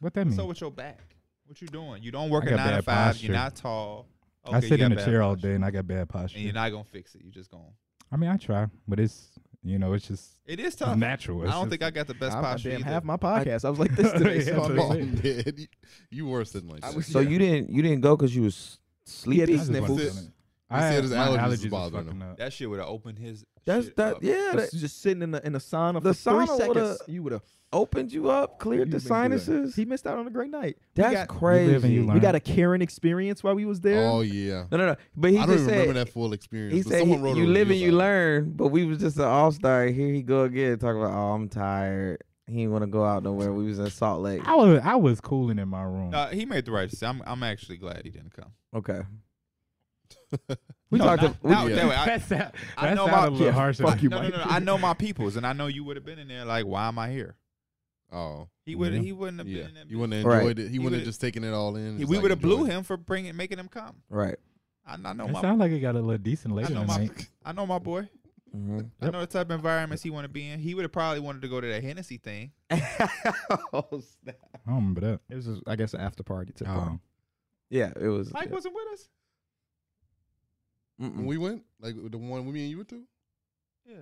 [SPEAKER 3] What that mean?
[SPEAKER 2] So with your back, what you doing? You don't work
[SPEAKER 3] I
[SPEAKER 2] a
[SPEAKER 3] got
[SPEAKER 2] nine to
[SPEAKER 3] bad
[SPEAKER 2] five.
[SPEAKER 3] posture.
[SPEAKER 2] You're not tall.
[SPEAKER 3] I
[SPEAKER 2] Okay,
[SPEAKER 3] sit
[SPEAKER 2] you
[SPEAKER 3] in
[SPEAKER 2] got
[SPEAKER 3] a
[SPEAKER 2] bad
[SPEAKER 3] chair all
[SPEAKER 2] posture.
[SPEAKER 3] day and I got bad posture.
[SPEAKER 2] and you're not gonna fix it. You just gonna.
[SPEAKER 3] I mean, I try, but it's you know, it's just
[SPEAKER 2] It is
[SPEAKER 3] it's
[SPEAKER 2] tough.
[SPEAKER 3] natural.
[SPEAKER 2] I
[SPEAKER 3] It's
[SPEAKER 2] don't
[SPEAKER 3] just-
[SPEAKER 2] think I got the best
[SPEAKER 1] I'm, I
[SPEAKER 2] posture.
[SPEAKER 1] damn
[SPEAKER 2] either.
[SPEAKER 1] half my podcast. I, was like this today.
[SPEAKER 3] [laughs] Yeah,
[SPEAKER 1] so I'm
[SPEAKER 3] that's
[SPEAKER 1] all-
[SPEAKER 3] it.
[SPEAKER 4] Mom did. You, you were sitting like
[SPEAKER 1] I
[SPEAKER 4] that.
[SPEAKER 1] was-
[SPEAKER 5] So you didn't. You didn't go because you was
[SPEAKER 1] He had these
[SPEAKER 5] sleepy.
[SPEAKER 3] I just wasn't
[SPEAKER 1] sniffles.
[SPEAKER 3] feeling it.
[SPEAKER 4] He said
[SPEAKER 3] had-
[SPEAKER 4] his
[SPEAKER 3] my
[SPEAKER 4] allergies was
[SPEAKER 3] are
[SPEAKER 4] bothering him.
[SPEAKER 3] fucking up.
[SPEAKER 2] That shit would have opened his.
[SPEAKER 5] That's
[SPEAKER 2] shit
[SPEAKER 5] that.
[SPEAKER 2] up.
[SPEAKER 5] Yeah,
[SPEAKER 1] That's
[SPEAKER 5] that
[SPEAKER 1] just sitting in the in the sauna for
[SPEAKER 5] The
[SPEAKER 1] three
[SPEAKER 5] sauna
[SPEAKER 1] seconds.
[SPEAKER 5] would've-
[SPEAKER 1] you would have
[SPEAKER 5] opened you up, cleared the
[SPEAKER 1] You've been good.
[SPEAKER 5] sinuses.
[SPEAKER 1] He missed out on a great night. We
[SPEAKER 5] That's
[SPEAKER 1] got-
[SPEAKER 5] crazy.
[SPEAKER 3] live and you
[SPEAKER 1] We
[SPEAKER 3] learn.
[SPEAKER 1] got a Karen experience while we was there.
[SPEAKER 4] Oh yeah.
[SPEAKER 5] no, no, no. But he
[SPEAKER 4] I don't
[SPEAKER 5] just
[SPEAKER 4] even
[SPEAKER 5] said.
[SPEAKER 4] remember that full experience.
[SPEAKER 5] He
[SPEAKER 4] but
[SPEAKER 5] said,
[SPEAKER 4] someone
[SPEAKER 5] he-
[SPEAKER 4] wrote a
[SPEAKER 5] "You live and
[SPEAKER 4] review
[SPEAKER 5] you
[SPEAKER 4] about
[SPEAKER 5] learn." But we was just an all star. Here he go again, talking about, "Oh, I'm tired." He didn't want to go out nowhere. We was in Salt Lake.
[SPEAKER 3] I was I was cooling in my room.
[SPEAKER 2] Nah, he made the right decision. I'm, I'm actually glad he didn't come.
[SPEAKER 5] Okay,
[SPEAKER 4] it.
[SPEAKER 5] we
[SPEAKER 2] No,
[SPEAKER 5] talked.
[SPEAKER 2] not-
[SPEAKER 5] to, we,
[SPEAKER 2] not
[SPEAKER 4] yeah.
[SPEAKER 2] that
[SPEAKER 3] [laughs]
[SPEAKER 2] way. I-
[SPEAKER 3] that sound, that
[SPEAKER 2] I know
[SPEAKER 3] sounded
[SPEAKER 2] my-
[SPEAKER 3] a little
[SPEAKER 1] yeah,
[SPEAKER 3] harsh.
[SPEAKER 1] fuck
[SPEAKER 3] [laughs]
[SPEAKER 1] you,
[SPEAKER 2] no, no, no, no. I know my peoples, and I know you would have been in there. Like, why am I here?
[SPEAKER 4] oh
[SPEAKER 2] He would.
[SPEAKER 3] Yeah.
[SPEAKER 2] He wouldn't have
[SPEAKER 4] yeah.
[SPEAKER 2] been. In
[SPEAKER 4] You
[SPEAKER 2] that
[SPEAKER 4] wouldn't have
[SPEAKER 5] Right.
[SPEAKER 4] enjoyed it. He, wouldn't
[SPEAKER 2] would've-
[SPEAKER 4] have just taken it all in.
[SPEAKER 2] bitch.
[SPEAKER 4] just
[SPEAKER 2] we
[SPEAKER 4] like,
[SPEAKER 2] would have blew
[SPEAKER 4] enjoy it.
[SPEAKER 2] him for bringing, making him come.
[SPEAKER 5] right.
[SPEAKER 2] I, I know
[SPEAKER 3] It
[SPEAKER 2] my.
[SPEAKER 3] sounded like it got a little decent
[SPEAKER 2] I
[SPEAKER 3] later
[SPEAKER 2] know
[SPEAKER 3] that
[SPEAKER 2] my.
[SPEAKER 3] night.
[SPEAKER 2] I know my boy.
[SPEAKER 5] hmm
[SPEAKER 2] I know the type of environments he want to be in. He would have probably wanted to go to that Hennessy thing.
[SPEAKER 5] oh, snap.
[SPEAKER 3] I don't remember that.
[SPEAKER 1] It was, just, I guess, an after party. To
[SPEAKER 3] Oh.
[SPEAKER 5] Yeah, it was.
[SPEAKER 2] Mike wasn't with us.
[SPEAKER 5] Mm-mm.
[SPEAKER 4] When we went, like the one we and you were to,
[SPEAKER 2] Yeah.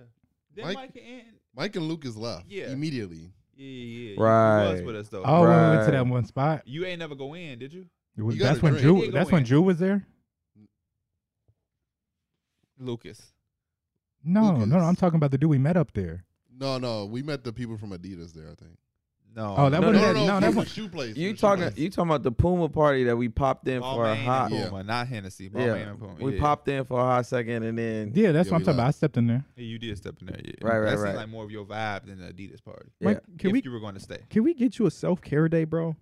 [SPEAKER 2] Then Mike,
[SPEAKER 4] Mike-
[SPEAKER 2] and
[SPEAKER 4] Mike and Lucas left.
[SPEAKER 2] Yeah.
[SPEAKER 4] immediately.
[SPEAKER 2] yeah, yeah, yeah. He was
[SPEAKER 5] Right.
[SPEAKER 2] with us though.
[SPEAKER 3] Oh, when we went to
[SPEAKER 5] Right.
[SPEAKER 3] that one spot.
[SPEAKER 2] You ain't never go in, did you?
[SPEAKER 3] It was-
[SPEAKER 4] You got
[SPEAKER 3] that's
[SPEAKER 4] a
[SPEAKER 3] when
[SPEAKER 4] drink.
[SPEAKER 2] He
[SPEAKER 3] Drew.
[SPEAKER 2] did go
[SPEAKER 3] That's when
[SPEAKER 2] in.
[SPEAKER 3] Drew was there.
[SPEAKER 2] Lucas.
[SPEAKER 3] No,
[SPEAKER 4] Lucas.
[SPEAKER 3] no, no. I'm talking about the dude we met up there.
[SPEAKER 4] No, no, we met the people from Adidas there. I think.
[SPEAKER 2] No.
[SPEAKER 3] Oh, that
[SPEAKER 5] No,
[SPEAKER 3] was
[SPEAKER 5] no,
[SPEAKER 3] that.
[SPEAKER 5] no,
[SPEAKER 3] No,
[SPEAKER 4] from
[SPEAKER 3] that
[SPEAKER 4] the
[SPEAKER 3] was.
[SPEAKER 4] shoe place. from the
[SPEAKER 5] You
[SPEAKER 4] shoe
[SPEAKER 5] talking?
[SPEAKER 4] place.
[SPEAKER 5] You talking about the Puma party that we popped in for a
[SPEAKER 2] Balmain
[SPEAKER 5] hot?
[SPEAKER 2] and
[SPEAKER 4] Yeah.
[SPEAKER 2] Puma, not Hennessy.
[SPEAKER 5] Yeah.
[SPEAKER 2] Balmain and Puma.
[SPEAKER 5] We
[SPEAKER 2] yeah.
[SPEAKER 5] popped in for a hot second, and then
[SPEAKER 3] Yeah, that's
[SPEAKER 4] Yeah,
[SPEAKER 3] what I'm
[SPEAKER 4] we
[SPEAKER 3] talking about. I stepped in
[SPEAKER 2] [laughs]
[SPEAKER 3] there.
[SPEAKER 2] Yeah, you did step in there. Yeah.
[SPEAKER 5] Right, right,
[SPEAKER 2] that seemed
[SPEAKER 5] right.
[SPEAKER 2] like more of your vibe than the Adidas party.
[SPEAKER 5] Yeah.
[SPEAKER 1] Mike, can
[SPEAKER 2] if
[SPEAKER 1] we
[SPEAKER 2] you were going to stay.
[SPEAKER 1] can we get you a self care day, bro?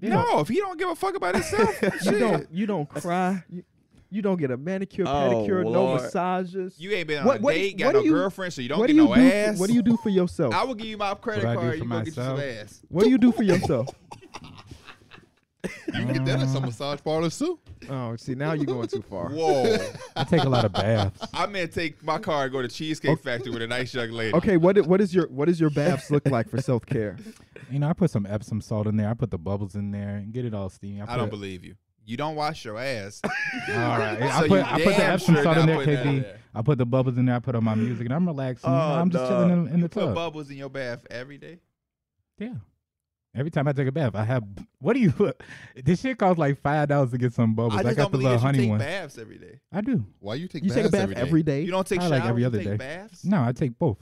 [SPEAKER 1] You
[SPEAKER 2] No, if he don't give a fuck
[SPEAKER 5] [laughs]
[SPEAKER 2] about himself,
[SPEAKER 1] You
[SPEAKER 2] shit.
[SPEAKER 1] don't you don't cry. You, you don't get a manicure,
[SPEAKER 5] Oh,
[SPEAKER 1] pedicure, no
[SPEAKER 5] Lord.
[SPEAKER 1] massages.
[SPEAKER 2] You ain't been on
[SPEAKER 1] What-
[SPEAKER 2] a
[SPEAKER 1] what-
[SPEAKER 2] date,
[SPEAKER 1] what
[SPEAKER 2] got
[SPEAKER 1] do
[SPEAKER 2] no
[SPEAKER 1] you-
[SPEAKER 2] girlfriend, so you don't
[SPEAKER 1] what
[SPEAKER 2] get
[SPEAKER 1] do you
[SPEAKER 2] no
[SPEAKER 1] do?
[SPEAKER 2] ass.
[SPEAKER 1] What do you do for yourself?
[SPEAKER 2] I will give you my credit
[SPEAKER 3] What I do
[SPEAKER 2] card. You
[SPEAKER 3] for
[SPEAKER 2] go get you some
[SPEAKER 3] myself?
[SPEAKER 2] ass.
[SPEAKER 1] what do you
[SPEAKER 2] [laughs]
[SPEAKER 1] do for yourself?
[SPEAKER 4] You can get
[SPEAKER 3] Um,
[SPEAKER 4] that at some massage parlors too.
[SPEAKER 1] oh, see now you're going too
[SPEAKER 2] [laughs]
[SPEAKER 1] far.
[SPEAKER 2] Whoa!
[SPEAKER 3] I take a lot of baths.
[SPEAKER 2] I meant take my car and go to Cheesecake Factory with a nice young
[SPEAKER 1] [laughs]
[SPEAKER 2] lady.
[SPEAKER 1] Okay, what i- what is your what does your baths look like for self
[SPEAKER 2] [laughs]
[SPEAKER 1] care?
[SPEAKER 3] You know, I put some Epsom salt in there. I put the bubbles in there and get it all steamy.
[SPEAKER 2] I don't believe you. You don't wash your ass.
[SPEAKER 3] [laughs]
[SPEAKER 2] [laughs]
[SPEAKER 3] All right,
[SPEAKER 2] So
[SPEAKER 3] I
[SPEAKER 2] you
[SPEAKER 3] put I put the
[SPEAKER 2] damn
[SPEAKER 3] Epsom
[SPEAKER 2] sure
[SPEAKER 3] salt in there,
[SPEAKER 2] not putting that in
[SPEAKER 3] KB.
[SPEAKER 2] there.
[SPEAKER 3] I put the bubbles in there. I put on my music, and I'm relaxing. you know,
[SPEAKER 5] Oh,
[SPEAKER 3] I'm just chilling in, in the
[SPEAKER 2] Put
[SPEAKER 3] tub.
[SPEAKER 2] bubbles in your bath every day.
[SPEAKER 3] yeah. Every time I take a bath, I have. What do you? This shit costs like five dollars to get some bubbles.
[SPEAKER 2] I
[SPEAKER 3] I,
[SPEAKER 2] just
[SPEAKER 3] got
[SPEAKER 2] don't
[SPEAKER 3] the
[SPEAKER 2] believe
[SPEAKER 3] little
[SPEAKER 2] that you
[SPEAKER 3] honey
[SPEAKER 2] take
[SPEAKER 3] one.
[SPEAKER 2] baths every day.
[SPEAKER 3] I do.
[SPEAKER 4] Why you take
[SPEAKER 1] You
[SPEAKER 4] baths
[SPEAKER 1] take a bath every
[SPEAKER 4] day?
[SPEAKER 1] day.
[SPEAKER 2] You don't take
[SPEAKER 3] I
[SPEAKER 2] showers.
[SPEAKER 3] like every
[SPEAKER 2] you
[SPEAKER 3] other
[SPEAKER 2] take
[SPEAKER 3] day.
[SPEAKER 2] baths.
[SPEAKER 3] No, I take both.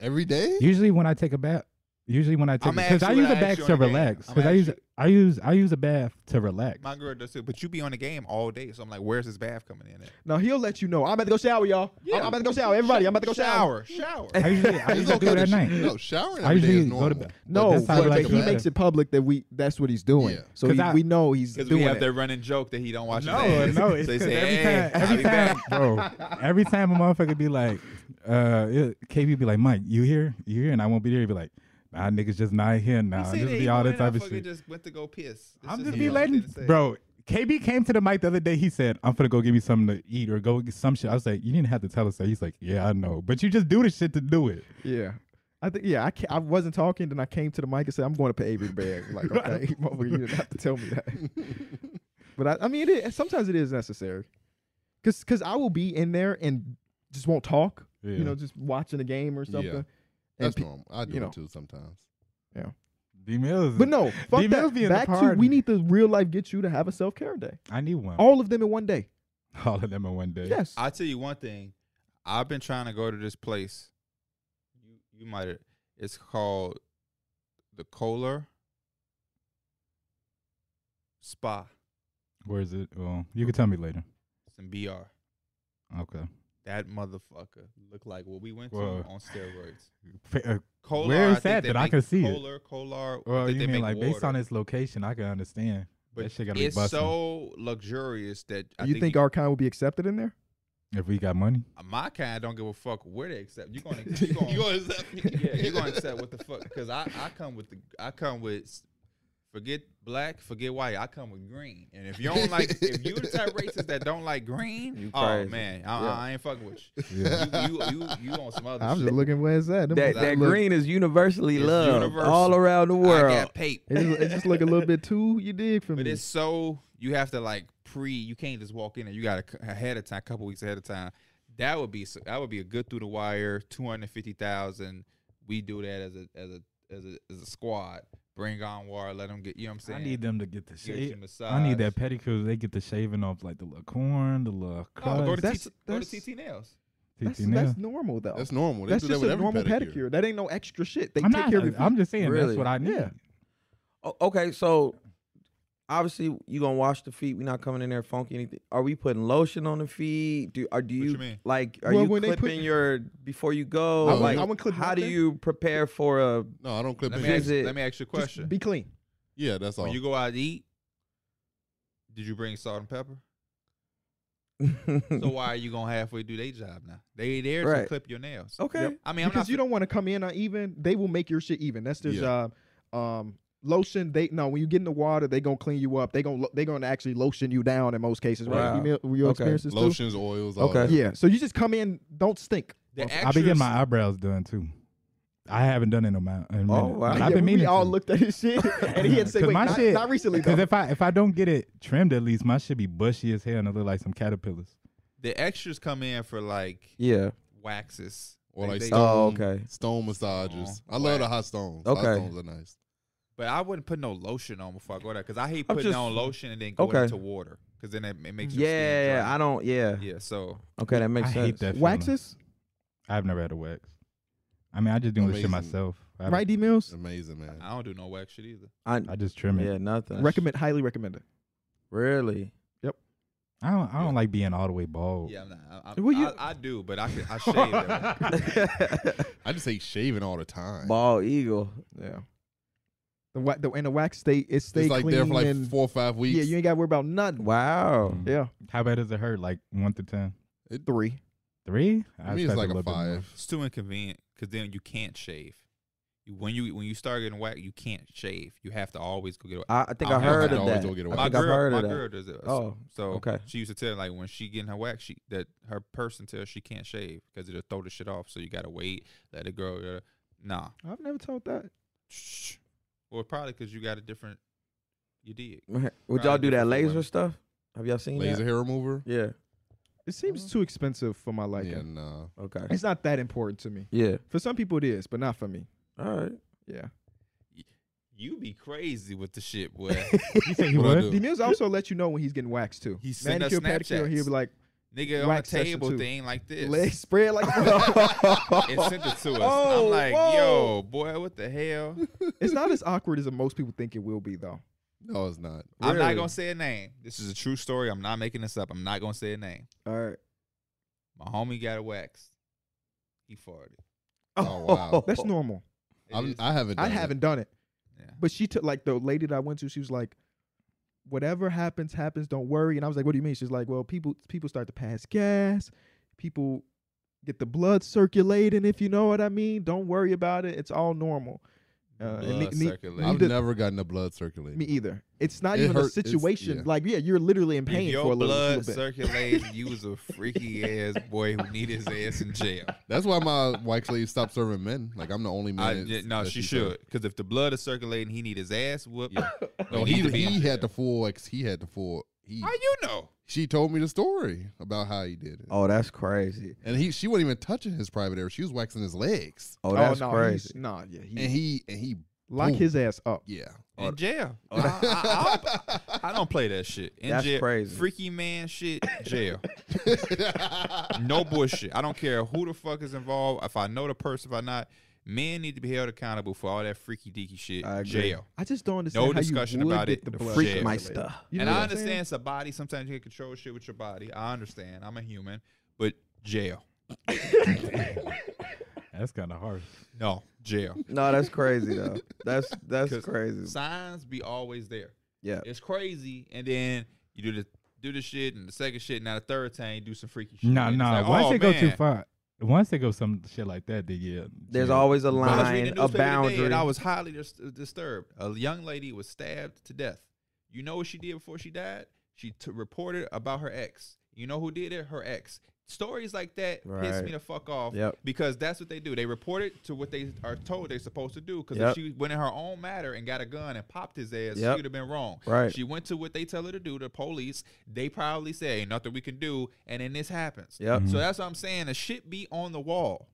[SPEAKER 4] Every day?
[SPEAKER 3] Usually when I take a bath, usually when I take
[SPEAKER 2] I'ma
[SPEAKER 3] because
[SPEAKER 2] ask
[SPEAKER 3] I
[SPEAKER 2] you
[SPEAKER 3] use a
[SPEAKER 2] what I
[SPEAKER 3] bath
[SPEAKER 2] asked you
[SPEAKER 3] to
[SPEAKER 2] on the game.
[SPEAKER 3] relax.
[SPEAKER 2] I'ma
[SPEAKER 3] Because I
[SPEAKER 2] ask
[SPEAKER 3] use
[SPEAKER 2] you.
[SPEAKER 3] I use I use a bath to relax.
[SPEAKER 2] My girl does too, but you be on the game all day. So I'm like, where's this bath coming in? At?
[SPEAKER 1] No, he'll let you know. I'm about to go shower, y'all.
[SPEAKER 2] Yeah.
[SPEAKER 1] I'm, I'm about
[SPEAKER 2] [laughs]
[SPEAKER 1] to go shower. Everybody, I'm about to go shower.
[SPEAKER 2] Shower, shower.
[SPEAKER 3] I
[SPEAKER 2] [laughs]
[SPEAKER 3] usually I
[SPEAKER 4] It's
[SPEAKER 3] usually do
[SPEAKER 4] okay
[SPEAKER 3] it
[SPEAKER 4] to
[SPEAKER 3] at
[SPEAKER 4] sh-
[SPEAKER 3] night.
[SPEAKER 4] No, showering
[SPEAKER 3] I
[SPEAKER 4] every day is
[SPEAKER 3] usually go to
[SPEAKER 4] normal.
[SPEAKER 3] bed.
[SPEAKER 1] No,
[SPEAKER 3] That's how I
[SPEAKER 1] but
[SPEAKER 3] like
[SPEAKER 1] he
[SPEAKER 3] to relax.
[SPEAKER 1] makes it public that we that's what he's doing.
[SPEAKER 4] Yeah.
[SPEAKER 1] So
[SPEAKER 3] 'Cause
[SPEAKER 1] he,
[SPEAKER 3] I-
[SPEAKER 1] we know he's
[SPEAKER 2] Because
[SPEAKER 1] doing
[SPEAKER 2] we have
[SPEAKER 1] it.
[SPEAKER 2] that running joke that he don't watch. his
[SPEAKER 3] No,
[SPEAKER 2] ass.
[SPEAKER 3] no,
[SPEAKER 2] So
[SPEAKER 3] it's
[SPEAKER 2] he
[SPEAKER 3] 'cause
[SPEAKER 2] say,
[SPEAKER 3] every
[SPEAKER 2] "Hey,
[SPEAKER 3] time,
[SPEAKER 2] I'll
[SPEAKER 3] every
[SPEAKER 2] be
[SPEAKER 3] time,
[SPEAKER 2] back."
[SPEAKER 3] bro, every time a motherfucker be like, uh, it, KB be like, Mike, you here? You here? And I won't be there. He be like, Nah, niggas just not here now.
[SPEAKER 2] He
[SPEAKER 3] This be
[SPEAKER 2] said he
[SPEAKER 3] all that
[SPEAKER 2] went
[SPEAKER 3] type
[SPEAKER 2] and
[SPEAKER 3] of
[SPEAKER 2] fucking
[SPEAKER 3] shit.
[SPEAKER 2] Just went to go piss. It's
[SPEAKER 3] I'm just
[SPEAKER 2] he
[SPEAKER 3] be
[SPEAKER 2] don't
[SPEAKER 3] letting,
[SPEAKER 2] didn't say.
[SPEAKER 3] bro. KB came to the mic the other day. He said, "I'm finna go give me something to eat or go get some shit." I was like, "You didn't have to tell us that." He's like, "Yeah, I know, but you just do the shit to do it."
[SPEAKER 1] Yeah. I think yeah, I ca I wasn't talking, then I came to the mic and said, I'm going to pay Avery bag. Like, okay, [laughs] motherfucker, you didn't have to tell me that. but I, I mean it is, sometimes it is necessary. Cause cause I will be in there and just won't talk.
[SPEAKER 3] Yeah.
[SPEAKER 1] You know, just watching a game or
[SPEAKER 4] Yeah.
[SPEAKER 1] something.
[SPEAKER 4] That's
[SPEAKER 1] pe-
[SPEAKER 4] normal. I do
[SPEAKER 1] you know.
[SPEAKER 4] it too sometimes.
[SPEAKER 3] D Mills.
[SPEAKER 1] But no, fuck
[SPEAKER 3] D-Mills
[SPEAKER 1] that.
[SPEAKER 3] be in the
[SPEAKER 1] Back to
[SPEAKER 3] party.
[SPEAKER 1] we need to real life get you to have a self care day.
[SPEAKER 3] I need one. [laughs]
[SPEAKER 1] All of them in one day.
[SPEAKER 3] All of them in one day.
[SPEAKER 1] Oh. Yes.
[SPEAKER 2] I tell you one thing. I've been trying to go to this place. You you might have. It's called the Kohler Spa.
[SPEAKER 3] Where is it? Well, you can tell me later.
[SPEAKER 2] It's in BR.
[SPEAKER 3] Okay.
[SPEAKER 2] That motherfucker looked like what we went to
[SPEAKER 3] Whoa.
[SPEAKER 2] on steroids.
[SPEAKER 3] Fa- uh,
[SPEAKER 2] Kohler,
[SPEAKER 3] Where is
[SPEAKER 2] I think
[SPEAKER 3] that
[SPEAKER 2] they
[SPEAKER 3] that I
[SPEAKER 2] make
[SPEAKER 3] can see it?
[SPEAKER 2] Kohler, Kohler. I
[SPEAKER 3] well,
[SPEAKER 2] think
[SPEAKER 3] you
[SPEAKER 2] they
[SPEAKER 3] mean
[SPEAKER 2] make
[SPEAKER 3] like based
[SPEAKER 2] water.
[SPEAKER 3] on its location, I can understand.
[SPEAKER 2] But
[SPEAKER 3] that shit gotta be
[SPEAKER 2] it's
[SPEAKER 3] bustin'.
[SPEAKER 2] so luxurious that I
[SPEAKER 1] you
[SPEAKER 2] think,
[SPEAKER 1] think
[SPEAKER 2] you-
[SPEAKER 1] our kind would be accepted in there?
[SPEAKER 3] If we got
[SPEAKER 1] [laughs]
[SPEAKER 3] money,
[SPEAKER 2] my kind don't give a fuck where they accept. You
[SPEAKER 5] [laughs]
[SPEAKER 2] gonna you gonna,
[SPEAKER 4] You gonna accept me?
[SPEAKER 2] [laughs] yeah you gonna accept what the fuck? Because I I come with the I come with s- forget black forget white. I come with green. And if you don't like if you the type of racist that don't like green,
[SPEAKER 5] You
[SPEAKER 2] oh
[SPEAKER 5] crazy.
[SPEAKER 2] man, I, I-
[SPEAKER 5] Yeah.
[SPEAKER 2] I ain't fucking with
[SPEAKER 5] [laughs]
[SPEAKER 2] you.
[SPEAKER 3] yeah.
[SPEAKER 2] You you you, you on some other
[SPEAKER 1] I'm
[SPEAKER 2] Oh, shit.
[SPEAKER 1] just looking where's that. Them
[SPEAKER 5] that
[SPEAKER 1] motherfuckers
[SPEAKER 5] that
[SPEAKER 1] look-
[SPEAKER 5] green is universally
[SPEAKER 2] It's
[SPEAKER 5] loved
[SPEAKER 2] universal.
[SPEAKER 5] all around the
[SPEAKER 2] I
[SPEAKER 5] world.
[SPEAKER 2] got paid.
[SPEAKER 1] It just, it just look a little bit too. You dig for
[SPEAKER 2] But
[SPEAKER 1] me?
[SPEAKER 2] it's so you have to like pre. You can't just walk in there. You got to ahead of time, couple weeks ahead of time. That would be so- that would be a good through the wire, two hundred fifty thousand. We do that as a as a as a as a squad. Bring on war. Let them get. You know what I'm saying.
[SPEAKER 3] I need them to get the
[SPEAKER 2] Get you
[SPEAKER 3] shave.
[SPEAKER 2] massage.
[SPEAKER 3] I need that pedicure. They get the shaving off like the little corn, the little
[SPEAKER 2] Oh, go
[SPEAKER 3] crust.
[SPEAKER 2] to
[SPEAKER 1] That's-
[SPEAKER 2] TT go to
[SPEAKER 1] that's-
[SPEAKER 2] TT nails.
[SPEAKER 3] teeth
[SPEAKER 1] that's,
[SPEAKER 3] and nail.
[SPEAKER 1] that's normal though.
[SPEAKER 4] That's normal. They
[SPEAKER 1] That's
[SPEAKER 4] do
[SPEAKER 1] just
[SPEAKER 4] that with
[SPEAKER 1] a
[SPEAKER 4] every
[SPEAKER 1] normal pedicure.
[SPEAKER 4] pedicure.
[SPEAKER 1] That ain't no extra shit. They
[SPEAKER 3] I'm
[SPEAKER 1] take
[SPEAKER 3] not.
[SPEAKER 1] care of it.
[SPEAKER 3] I'm just saying
[SPEAKER 5] Really?
[SPEAKER 3] that's what I need.
[SPEAKER 1] Yeah.
[SPEAKER 5] O- okay, so obviously you gonna wash the feet. we not coming in there funky. Anything? Are we putting lotion on the feet? Do are do
[SPEAKER 2] What
[SPEAKER 5] you,
[SPEAKER 2] you mean?
[SPEAKER 5] like? Are
[SPEAKER 1] Well,
[SPEAKER 5] you
[SPEAKER 1] when they
[SPEAKER 5] clipping
[SPEAKER 1] put-
[SPEAKER 5] your before you go?
[SPEAKER 1] I
[SPEAKER 4] would-
[SPEAKER 5] like,
[SPEAKER 1] I would clip
[SPEAKER 5] how do
[SPEAKER 1] nothing.
[SPEAKER 5] you prepare for a?
[SPEAKER 4] No, I don't clip
[SPEAKER 2] Let
[SPEAKER 4] it.
[SPEAKER 2] me ask,
[SPEAKER 5] Visit.
[SPEAKER 2] let me ask you a
[SPEAKER 1] Just
[SPEAKER 2] question.
[SPEAKER 1] be clean.
[SPEAKER 4] Yeah, that's all.
[SPEAKER 2] When you go out to eat, did you bring salt and pepper?
[SPEAKER 3] [laughs]
[SPEAKER 5] [laughs]
[SPEAKER 2] So why are you gonna halfway do their job now? They there to
[SPEAKER 5] Right.
[SPEAKER 2] clip your nails.
[SPEAKER 5] okay,
[SPEAKER 1] Yep.
[SPEAKER 2] I mean, I'm
[SPEAKER 1] because
[SPEAKER 2] not
[SPEAKER 1] you don't want to come in uneven. They will make your shit even. That's their
[SPEAKER 4] Yeah.
[SPEAKER 1] job. Um, lotion. They no. When you get in the water, they gonna clean you up. They gonna lo- they gonna actually lotion you down in most cases. Right?
[SPEAKER 5] Wow.
[SPEAKER 1] You, mil- your
[SPEAKER 5] Okay.
[SPEAKER 1] experiences too.
[SPEAKER 4] Lotions, oils, all
[SPEAKER 5] Okay.
[SPEAKER 4] that.
[SPEAKER 1] Yeah. So you just come in. Don't stink.
[SPEAKER 2] The
[SPEAKER 3] I'll be
[SPEAKER 2] extras-
[SPEAKER 3] getting my eyebrows done too. I haven't done it in a mou- in a minute.
[SPEAKER 5] Oh, wow.
[SPEAKER 3] Like,
[SPEAKER 1] Yeah,
[SPEAKER 3] I've been
[SPEAKER 1] we,
[SPEAKER 3] meaning.
[SPEAKER 1] we all
[SPEAKER 3] to.
[SPEAKER 1] looked at his
[SPEAKER 4] [laughs]
[SPEAKER 1] shit, and he had said,
[SPEAKER 3] Cause
[SPEAKER 1] "Wait,
[SPEAKER 3] my
[SPEAKER 1] not,
[SPEAKER 3] shit-
[SPEAKER 1] not recently
[SPEAKER 3] Because
[SPEAKER 1] though."
[SPEAKER 3] if I if I don't get it trimmed at least, my shit be bushy as hell and it look like some caterpillars.
[SPEAKER 2] the extras come in for like
[SPEAKER 5] yeah,
[SPEAKER 2] waxes
[SPEAKER 4] Or like
[SPEAKER 2] They-
[SPEAKER 4] stone,
[SPEAKER 2] they-
[SPEAKER 5] Oh, okay.
[SPEAKER 4] stone massages.
[SPEAKER 2] Oh,
[SPEAKER 4] I love the
[SPEAKER 2] whack.
[SPEAKER 4] hot stones. Hot
[SPEAKER 5] Okay.
[SPEAKER 4] stones are nice.
[SPEAKER 2] but I wouldn't put no lotion on before I go there because I hate
[SPEAKER 5] I'm
[SPEAKER 2] putting
[SPEAKER 5] just-
[SPEAKER 2] on lotion and then going
[SPEAKER 5] Okay.
[SPEAKER 2] into water because then it, it makes your
[SPEAKER 5] yeah,
[SPEAKER 2] skin
[SPEAKER 5] yeah. I don't. Yeah.
[SPEAKER 2] dry. yeah. So
[SPEAKER 5] Okay, that makes
[SPEAKER 3] I
[SPEAKER 5] sense.
[SPEAKER 3] hate that. feeling.
[SPEAKER 1] Waxes.
[SPEAKER 3] I've never had a wax. I mean, I just doing this shit
[SPEAKER 4] Amazing.
[SPEAKER 3] myself. I,
[SPEAKER 1] Right, D Mills.
[SPEAKER 4] Amazing, man.
[SPEAKER 2] I don't do no wax shit either.
[SPEAKER 5] I,
[SPEAKER 3] I just trim it.
[SPEAKER 5] yeah, nothing.
[SPEAKER 1] Recommend highly recommend
[SPEAKER 4] [laughs]
[SPEAKER 1] it.
[SPEAKER 5] really?
[SPEAKER 3] I don't. I don't
[SPEAKER 2] Yeah.
[SPEAKER 3] like being all the way bald.
[SPEAKER 2] Yeah, I'm not. I, I,
[SPEAKER 1] Well, you-
[SPEAKER 2] I, I do, but I can, I shave. everything.
[SPEAKER 5] [laughs]
[SPEAKER 4] I just hate shaving all the time.
[SPEAKER 5] Bald eagle.
[SPEAKER 1] Yeah. The wa- the and the wax stay it stay
[SPEAKER 4] it's like
[SPEAKER 1] clean
[SPEAKER 4] there for like
[SPEAKER 1] and
[SPEAKER 4] four or five weeks.
[SPEAKER 1] yeah you ain't got to worry about nothing.
[SPEAKER 5] Wow.
[SPEAKER 3] Mm.
[SPEAKER 1] Yeah,
[SPEAKER 3] How bad does it hurt? Like one to ten?
[SPEAKER 1] three.
[SPEAKER 3] Three?
[SPEAKER 4] I mean, it's
[SPEAKER 3] expect
[SPEAKER 4] like a
[SPEAKER 3] little bit more.
[SPEAKER 4] five.
[SPEAKER 2] It's too inconvenient because then you can't shave. When you when you start getting whack, you can't shave. You have to always go get a
[SPEAKER 5] I, I think I,
[SPEAKER 2] I
[SPEAKER 5] heard
[SPEAKER 2] always
[SPEAKER 5] of
[SPEAKER 4] go
[SPEAKER 5] that.
[SPEAKER 4] get a
[SPEAKER 5] I
[SPEAKER 4] wax.
[SPEAKER 2] My
[SPEAKER 5] think I've
[SPEAKER 2] girl,
[SPEAKER 5] heard
[SPEAKER 2] my
[SPEAKER 5] of that.
[SPEAKER 2] girl does it.
[SPEAKER 5] Oh,
[SPEAKER 2] so
[SPEAKER 5] okay.
[SPEAKER 2] She used to tell like when she getting her whack, she that her person tells she can't shave because it'll throw the shit off. So you gotta wait, let it grow. uh, Nah,
[SPEAKER 1] I've never told that.
[SPEAKER 2] Shh. well probably because you got a different. You did.
[SPEAKER 5] [laughs] Would
[SPEAKER 2] Probably
[SPEAKER 5] y'all do
[SPEAKER 2] different
[SPEAKER 5] that
[SPEAKER 2] for
[SPEAKER 5] laser
[SPEAKER 2] women.
[SPEAKER 5] stuff? Have y'all seen
[SPEAKER 4] Laser
[SPEAKER 5] that?
[SPEAKER 4] hair remover.
[SPEAKER 5] Yeah.
[SPEAKER 1] It seems too expensive for my liking.
[SPEAKER 4] yeah, nah.
[SPEAKER 5] Okay.
[SPEAKER 1] It's not that important to me.
[SPEAKER 5] Yeah.
[SPEAKER 1] For some people it is, but not for me.
[SPEAKER 5] All right.
[SPEAKER 1] Yeah.
[SPEAKER 2] You be crazy with the
[SPEAKER 1] [laughs]
[SPEAKER 2] shit, boy.
[SPEAKER 3] You
[SPEAKER 2] [laughs]
[SPEAKER 3] say he
[SPEAKER 4] What I
[SPEAKER 3] would?
[SPEAKER 4] do?
[SPEAKER 1] D Mills also let you know when he's getting waxed too.
[SPEAKER 2] He send us
[SPEAKER 1] Manicure, pedicure, he'll
[SPEAKER 2] Snapchats.
[SPEAKER 1] be like
[SPEAKER 2] Nigga on a
[SPEAKER 1] Wax session
[SPEAKER 2] table
[SPEAKER 1] too.
[SPEAKER 2] thing like this.
[SPEAKER 1] legs spread like.
[SPEAKER 2] and sent it
[SPEAKER 1] [laughs]
[SPEAKER 2] to us.
[SPEAKER 1] Oh,
[SPEAKER 2] I'm like,
[SPEAKER 1] whoa.
[SPEAKER 2] yo, boy, what the hell?
[SPEAKER 1] it's not as awkward as most people think it will be though.
[SPEAKER 4] No, it's not.
[SPEAKER 2] I'm
[SPEAKER 5] Really?
[SPEAKER 2] not gonna say a name. This is a true story. I'm not making this up. I'm not gonna say a name.
[SPEAKER 5] All right.
[SPEAKER 2] My homie got a wax. He farted.
[SPEAKER 4] Oh, wow.
[SPEAKER 1] That's normal.
[SPEAKER 2] It
[SPEAKER 4] I'm,
[SPEAKER 2] is-
[SPEAKER 4] I haven't.
[SPEAKER 1] I
[SPEAKER 4] done it.
[SPEAKER 1] haven't done it,
[SPEAKER 2] yeah.
[SPEAKER 1] but she took like the lady that I went to. She was like, "Whatever happens, happens. Don't worry." And I was like, "What do you mean?" She's like, "Well, people people start to pass gas. People get the blood circulating. If you know what I mean, don't worry about it. It's all normal." Uh, and
[SPEAKER 2] Blood
[SPEAKER 1] ne- ne-
[SPEAKER 2] circulation.
[SPEAKER 4] I've
[SPEAKER 1] neither-
[SPEAKER 4] never gotten the blood circulating.
[SPEAKER 1] Me either. It's not
[SPEAKER 4] It
[SPEAKER 1] even a
[SPEAKER 4] hurt- it's-
[SPEAKER 1] situation.
[SPEAKER 4] yeah.
[SPEAKER 1] Like, yeah, you're literally in pain
[SPEAKER 2] if your
[SPEAKER 1] for a little,
[SPEAKER 2] blood
[SPEAKER 1] little bit. [laughs]
[SPEAKER 2] circulates, you was a freaky ass boy who need his ass in jail.
[SPEAKER 4] That's why my wife lady stopped serving men. Like I'm the only man.
[SPEAKER 2] I
[SPEAKER 4] that's-
[SPEAKER 2] did- no,
[SPEAKER 4] that
[SPEAKER 2] she
[SPEAKER 4] served.
[SPEAKER 2] should. Because if the blood is circulating, he need his ass whooped. [laughs]
[SPEAKER 4] No,
[SPEAKER 2] need
[SPEAKER 4] he
[SPEAKER 2] to be in
[SPEAKER 4] he had
[SPEAKER 2] jail.
[SPEAKER 4] the full. Ex, he had the full. He,
[SPEAKER 2] How you know?
[SPEAKER 4] she told me the story about how he did it,
[SPEAKER 5] Oh, that's crazy.
[SPEAKER 4] and he she wasn't even touching his private area. She was waxing his legs,
[SPEAKER 5] Oh, that's
[SPEAKER 1] no, he's-
[SPEAKER 5] crazy.
[SPEAKER 1] Nah, yeah, he,
[SPEAKER 4] and he and he
[SPEAKER 1] lock
[SPEAKER 4] boom.
[SPEAKER 1] his ass up.
[SPEAKER 4] yeah.
[SPEAKER 2] In jail. [laughs] I, I- I
[SPEAKER 4] [laughs]
[SPEAKER 2] don't- I don't play that shit. In
[SPEAKER 5] That's
[SPEAKER 2] jail.
[SPEAKER 5] crazy.
[SPEAKER 2] Freaky man shit, jail. no bullshit. I don't care who the fuck is involved. If I know the person, if I not, men need to be held accountable for all that freaky deaky shit.
[SPEAKER 5] I agree.
[SPEAKER 2] Jail.
[SPEAKER 1] I just don't understand how
[SPEAKER 2] discussion
[SPEAKER 1] you would
[SPEAKER 2] about
[SPEAKER 1] get
[SPEAKER 2] it.
[SPEAKER 1] the
[SPEAKER 2] The
[SPEAKER 1] blood
[SPEAKER 2] freak
[SPEAKER 1] circulating.
[SPEAKER 5] meister.
[SPEAKER 1] You know
[SPEAKER 2] and
[SPEAKER 1] what
[SPEAKER 2] I
[SPEAKER 1] I'm saying?
[SPEAKER 2] understand it's a body. Sometimes you can control shit with your body. I understand. I'm a human, but jail.
[SPEAKER 3] That's kind of harsh.
[SPEAKER 2] No, jail.
[SPEAKER 5] No, that's crazy though. [laughs] That's that's
[SPEAKER 2] 'Cause [laughs]
[SPEAKER 5] crazy.
[SPEAKER 2] Signs be always there.
[SPEAKER 5] Yeah.
[SPEAKER 2] It's crazy, and then you do the do the shit, and the second shit, now the third time you do some freaky shit.
[SPEAKER 3] No,
[SPEAKER 2] It's
[SPEAKER 3] no.
[SPEAKER 2] like,
[SPEAKER 3] Once
[SPEAKER 2] oh,
[SPEAKER 3] they go too
[SPEAKER 2] man.
[SPEAKER 3] far, once they go some shit like that, then yeah.
[SPEAKER 5] There's
[SPEAKER 3] yeah.
[SPEAKER 5] always a
[SPEAKER 2] I was reading
[SPEAKER 5] line,
[SPEAKER 2] the
[SPEAKER 5] a
[SPEAKER 2] newspaper today,
[SPEAKER 5] boundary.
[SPEAKER 2] and I was highly dis- disturbed. A young lady was stabbed to death. You know what she did before she died? She t- reported about her ex. You know who did it? Her ex. Stories like that piss
[SPEAKER 5] Right.
[SPEAKER 2] me the fuck off
[SPEAKER 5] Yep.
[SPEAKER 2] because that's what they do. They report it to what they are told they're supposed to do. Because
[SPEAKER 5] Yep.
[SPEAKER 2] if she went in her own matter and got a gun and popped his ass,
[SPEAKER 5] Yep.
[SPEAKER 2] she would have been wrong.
[SPEAKER 5] Right.
[SPEAKER 2] She went to what they tell her to do. The police. They probably say "Ain't nothing we can do, and then this happens.
[SPEAKER 5] Yep. Mm-hmm.
[SPEAKER 2] So that's what I'm saying. The shit be on the wall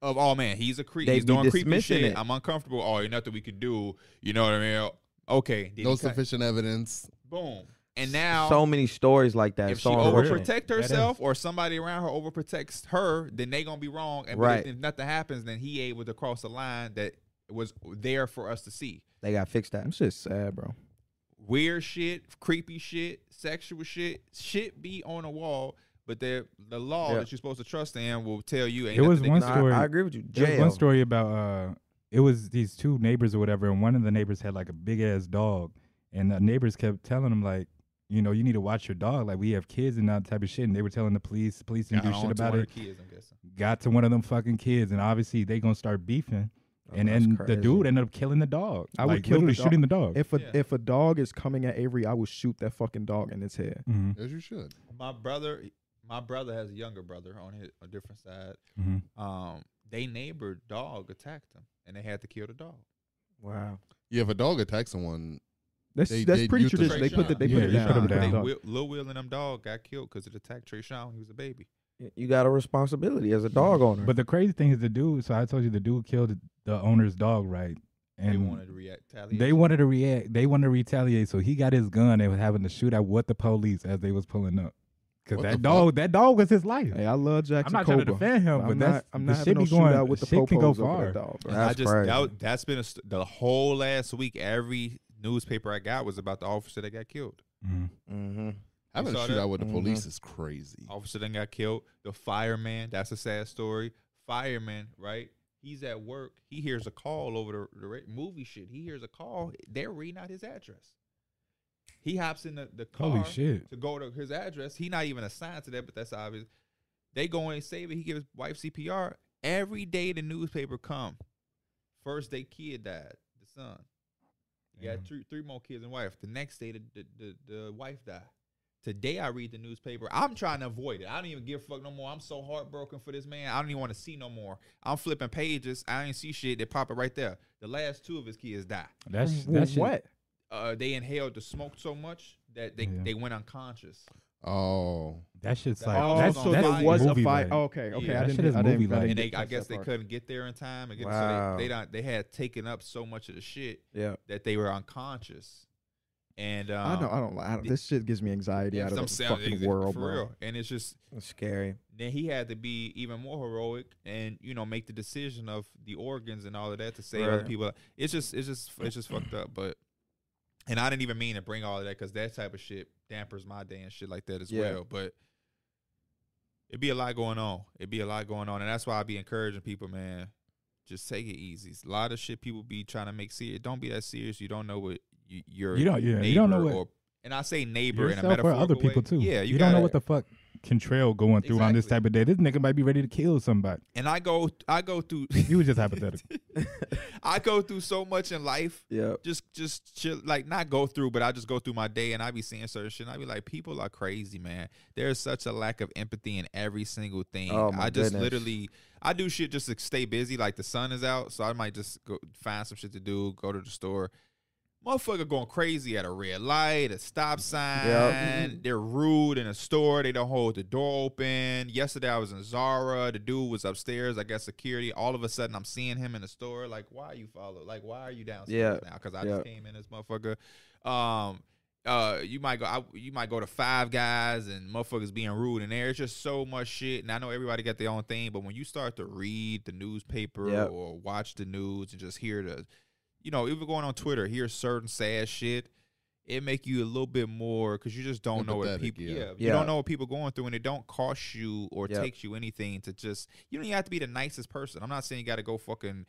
[SPEAKER 2] of oh man, he's a creep.
[SPEAKER 5] They
[SPEAKER 2] He's
[SPEAKER 5] be
[SPEAKER 2] doing creepy
[SPEAKER 5] dismissing
[SPEAKER 2] shit.
[SPEAKER 5] it.
[SPEAKER 2] I'm uncomfortable. Oh, ain't nothing we could do. You know what I mean? Okay, did
[SPEAKER 4] No
[SPEAKER 2] he cut?
[SPEAKER 4] sufficient evidence.
[SPEAKER 2] Boom. And now,
[SPEAKER 5] so many stories like that.
[SPEAKER 2] if she
[SPEAKER 5] so unfortunate.
[SPEAKER 2] overprotect
[SPEAKER 3] That
[SPEAKER 2] herself
[SPEAKER 3] is-
[SPEAKER 2] or somebody around her overprotects her, then they gonna be wrong. And
[SPEAKER 5] Right.
[SPEAKER 2] but if, if nothing happens, then he able to cross the line that was there for us to see.
[SPEAKER 5] They got fixed that.
[SPEAKER 1] That shit's sad, bro.
[SPEAKER 2] Weird shit, creepy shit, sexual shit, shit be on the wall. But the the law
[SPEAKER 5] Yeah.
[SPEAKER 2] that you're supposed to trust in will tell you. Ain't
[SPEAKER 3] It was
[SPEAKER 2] nothing they
[SPEAKER 3] one
[SPEAKER 2] can-
[SPEAKER 5] No,
[SPEAKER 3] story-
[SPEAKER 5] I, I agree with you.
[SPEAKER 3] There was one
[SPEAKER 5] Jail.
[SPEAKER 3] story about uh, it was these two neighbors or whatever, and one of the neighbors had like a big ass dog, and the neighbors kept telling him like, you know, you need to watch your dog. Like we have kids and that type of shit, and they were telling the police, police didn't do
[SPEAKER 2] Got on
[SPEAKER 3] shit
[SPEAKER 2] to
[SPEAKER 3] about
[SPEAKER 2] one of
[SPEAKER 3] it.
[SPEAKER 2] the kids, I'm guessing.
[SPEAKER 3] Got to one of them fucking kids, and obviously they gonna start beefing,
[SPEAKER 5] Oh,
[SPEAKER 3] and
[SPEAKER 5] that's
[SPEAKER 3] then the
[SPEAKER 5] crazy.
[SPEAKER 3] dude ended up killing the dog.
[SPEAKER 1] I would
[SPEAKER 3] Like,
[SPEAKER 1] kill the
[SPEAKER 3] literally
[SPEAKER 1] dog.
[SPEAKER 3] shooting the dog.
[SPEAKER 1] If a
[SPEAKER 2] Yeah.
[SPEAKER 1] if a dog is coming at Avery, I will shoot that fucking dog in its head.
[SPEAKER 3] Mhm,
[SPEAKER 4] As you should.
[SPEAKER 2] my brother my brother has a younger brother on his a different side
[SPEAKER 3] mhm.
[SPEAKER 2] um they neighbor dog attacked him and they had to kill the dog
[SPEAKER 5] Wow.
[SPEAKER 4] Yeah, if a dog attacks someone,
[SPEAKER 1] That's
[SPEAKER 4] They-
[SPEAKER 1] that's
[SPEAKER 4] they
[SPEAKER 1] pretty
[SPEAKER 4] used to
[SPEAKER 1] traditional. They put the, they
[SPEAKER 3] Yeah,
[SPEAKER 1] put it
[SPEAKER 3] you put
[SPEAKER 1] down.
[SPEAKER 3] 'em
[SPEAKER 1] They
[SPEAKER 3] down.
[SPEAKER 1] put the
[SPEAKER 2] Will, Lil Will and them dog got killed because it attacked Trey Sean when he was a baby.
[SPEAKER 5] You got a responsibility as a dog owner.
[SPEAKER 3] But the crazy thing is the dude. So I told you the dude killed the owner's dog, right? And
[SPEAKER 2] they wanted to react.
[SPEAKER 3] They wanted to react. They wanted to retaliate. So he got his gun and was having to shoot at what the police as they was pulling up. because
[SPEAKER 4] What the
[SPEAKER 3] that dog, that dog was his life.
[SPEAKER 1] Hey, I love
[SPEAKER 3] I'm
[SPEAKER 1] Jackson
[SPEAKER 3] not
[SPEAKER 1] Cobra.
[SPEAKER 3] trying to defend him,
[SPEAKER 1] I'm
[SPEAKER 3] but
[SPEAKER 1] not,
[SPEAKER 3] that's
[SPEAKER 1] I'm
[SPEAKER 3] the
[SPEAKER 1] not
[SPEAKER 3] shit
[SPEAKER 1] having
[SPEAKER 3] be
[SPEAKER 1] no
[SPEAKER 3] going.
[SPEAKER 1] shootout with the
[SPEAKER 3] shit can go
[SPEAKER 1] popos over
[SPEAKER 3] far.
[SPEAKER 1] that dog, bro.
[SPEAKER 2] I
[SPEAKER 5] That's
[SPEAKER 2] just
[SPEAKER 5] crazy.
[SPEAKER 2] that, that's been a st- the whole last week. Every newspaper I got was about the officer that got killed.
[SPEAKER 3] Mhm.
[SPEAKER 5] Mm-hmm.
[SPEAKER 4] Having a
[SPEAKER 2] saw that?
[SPEAKER 4] shootout with the
[SPEAKER 5] Mhm.
[SPEAKER 2] Mm-hmm.
[SPEAKER 4] police is crazy.
[SPEAKER 2] Officer that got killed. The fireman. That's a sad story. Fireman, right? He's at work. He hears a call over the, the ra- movie shit. He hears a call. They're reading out his address. He hops in the, the car.
[SPEAKER 3] Holy shit!
[SPEAKER 2] to go to his address. He not even assigned to that, but that's obvious. They go in and save it. He gives wife CPR. Every day the newspaper come. First day kid died, the son. He got
[SPEAKER 3] Damn.
[SPEAKER 2] three three more kids and wife. The next day the, the, the, the wife died. Today I read the newspaper. I'm trying to avoid it. I don't even give a fuck no more. I'm so heartbroken for this man. I don't even want to see no more. I'm flipping pages. I ain't see shit. They pop it right there. The last two of his kids died
[SPEAKER 3] That's
[SPEAKER 1] Well,
[SPEAKER 3] that shit.
[SPEAKER 1] what?
[SPEAKER 2] uh, they inhaled the smoke so much that they,
[SPEAKER 3] Yeah.
[SPEAKER 2] they went unconscious.
[SPEAKER 4] Oh,
[SPEAKER 3] That shit's
[SPEAKER 2] Oh,
[SPEAKER 3] like
[SPEAKER 1] Oh,
[SPEAKER 3] that's
[SPEAKER 1] so
[SPEAKER 3] that's
[SPEAKER 1] there was a
[SPEAKER 3] movie
[SPEAKER 1] fight.
[SPEAKER 3] like.
[SPEAKER 1] Oh, okay, okay.
[SPEAKER 2] Yeah,
[SPEAKER 1] I
[SPEAKER 2] that
[SPEAKER 1] didn't.
[SPEAKER 3] shit is
[SPEAKER 1] I didn't,
[SPEAKER 3] movie-like.
[SPEAKER 1] I
[SPEAKER 2] And
[SPEAKER 1] didn't
[SPEAKER 2] they,
[SPEAKER 1] get
[SPEAKER 2] I
[SPEAKER 1] that
[SPEAKER 2] guess they
[SPEAKER 1] part.
[SPEAKER 2] couldn't get there in time. And get,
[SPEAKER 5] Wow.
[SPEAKER 2] So they, they don't. They had taken up so much of the shit
[SPEAKER 5] Yeah.
[SPEAKER 2] that they were unconscious. And um,
[SPEAKER 1] I know. I don't. I don't this shit gives me anxiety
[SPEAKER 2] yeah,
[SPEAKER 1] out of
[SPEAKER 2] some
[SPEAKER 1] the
[SPEAKER 2] sound-
[SPEAKER 1] fucking
[SPEAKER 2] exa-
[SPEAKER 1] world,
[SPEAKER 2] for
[SPEAKER 1] bro.
[SPEAKER 2] real. And it's just
[SPEAKER 5] It's scary.
[SPEAKER 2] then he had to be even more heroic and you know make the decision of the organs and all of that to save other
[SPEAKER 5] Right.
[SPEAKER 2] people. It's just it's just it's just fucked up. But and I didn't even mean to bring all of that because that type of shit dampers my day and shit like that as
[SPEAKER 5] Yeah.
[SPEAKER 2] well. But it'd be a lot going on. It'd be a lot going on, and that's why I be encouraging people, man. Just take it easy. It's A lot of shit people be trying to make serious. Don't be that serious. You don't know what you, your
[SPEAKER 3] You don't- yeah, you don't know
[SPEAKER 2] neighbor
[SPEAKER 3] what-
[SPEAKER 2] Or, and I say neighbor in a
[SPEAKER 3] yourself or
[SPEAKER 2] metaphorical
[SPEAKER 3] other people
[SPEAKER 2] way.
[SPEAKER 3] too.
[SPEAKER 2] Yeah,
[SPEAKER 3] you, don't know
[SPEAKER 2] gotta-
[SPEAKER 3] what the fuck Contrail going through on this
[SPEAKER 2] Exactly.
[SPEAKER 3] type of day. This nigga might be ready to kill somebody.
[SPEAKER 2] And I go, I go through.
[SPEAKER 3] You was just hypothetical.
[SPEAKER 2] [laughs] I go through so much in life.
[SPEAKER 5] Yep.
[SPEAKER 2] Just, just chill, like not go through, but I just go through my day and I be seeing certain shit. And I be like, people are crazy, man. There's such a lack of empathy in every single thing.
[SPEAKER 5] Oh, my
[SPEAKER 2] I just
[SPEAKER 5] goodness.
[SPEAKER 2] literally, I do shit just to stay busy. Like the sun is out, so I might just go find some shit to do, go to the store. Motherfucker going crazy at a red light, a stop sign.
[SPEAKER 5] Mm-hmm.
[SPEAKER 2] They're rude in a store. They don't hold the door open. Yesterday I was in Zara. The dude was upstairs. I got security. All of a sudden I'm seeing him in the store. Like, why are you follow? Like, why are you downstairs
[SPEAKER 5] Yeah.
[SPEAKER 2] now? Because I
[SPEAKER 5] Yeah.
[SPEAKER 2] just came in this motherfucker. Um, uh, you might go, I, you might go to Five Guys and motherfuckers being rude in there. It's just so much shit, and I know everybody got their own thing, but when you start to read the newspaper
[SPEAKER 5] Yep.
[SPEAKER 2] or watch the news and just hear the, you know, even going on Twitter, hear certain sad shit, it make you a little bit more because you just don't know what
[SPEAKER 4] Empathetic,
[SPEAKER 2] people, yeah.
[SPEAKER 4] yeah.
[SPEAKER 2] you
[SPEAKER 5] Yeah.
[SPEAKER 2] don't know what people going through, and it don't cost you or
[SPEAKER 5] Yep.
[SPEAKER 2] takes you anything to just. You don't even have to be the nicest person. I'm not saying you got to go fucking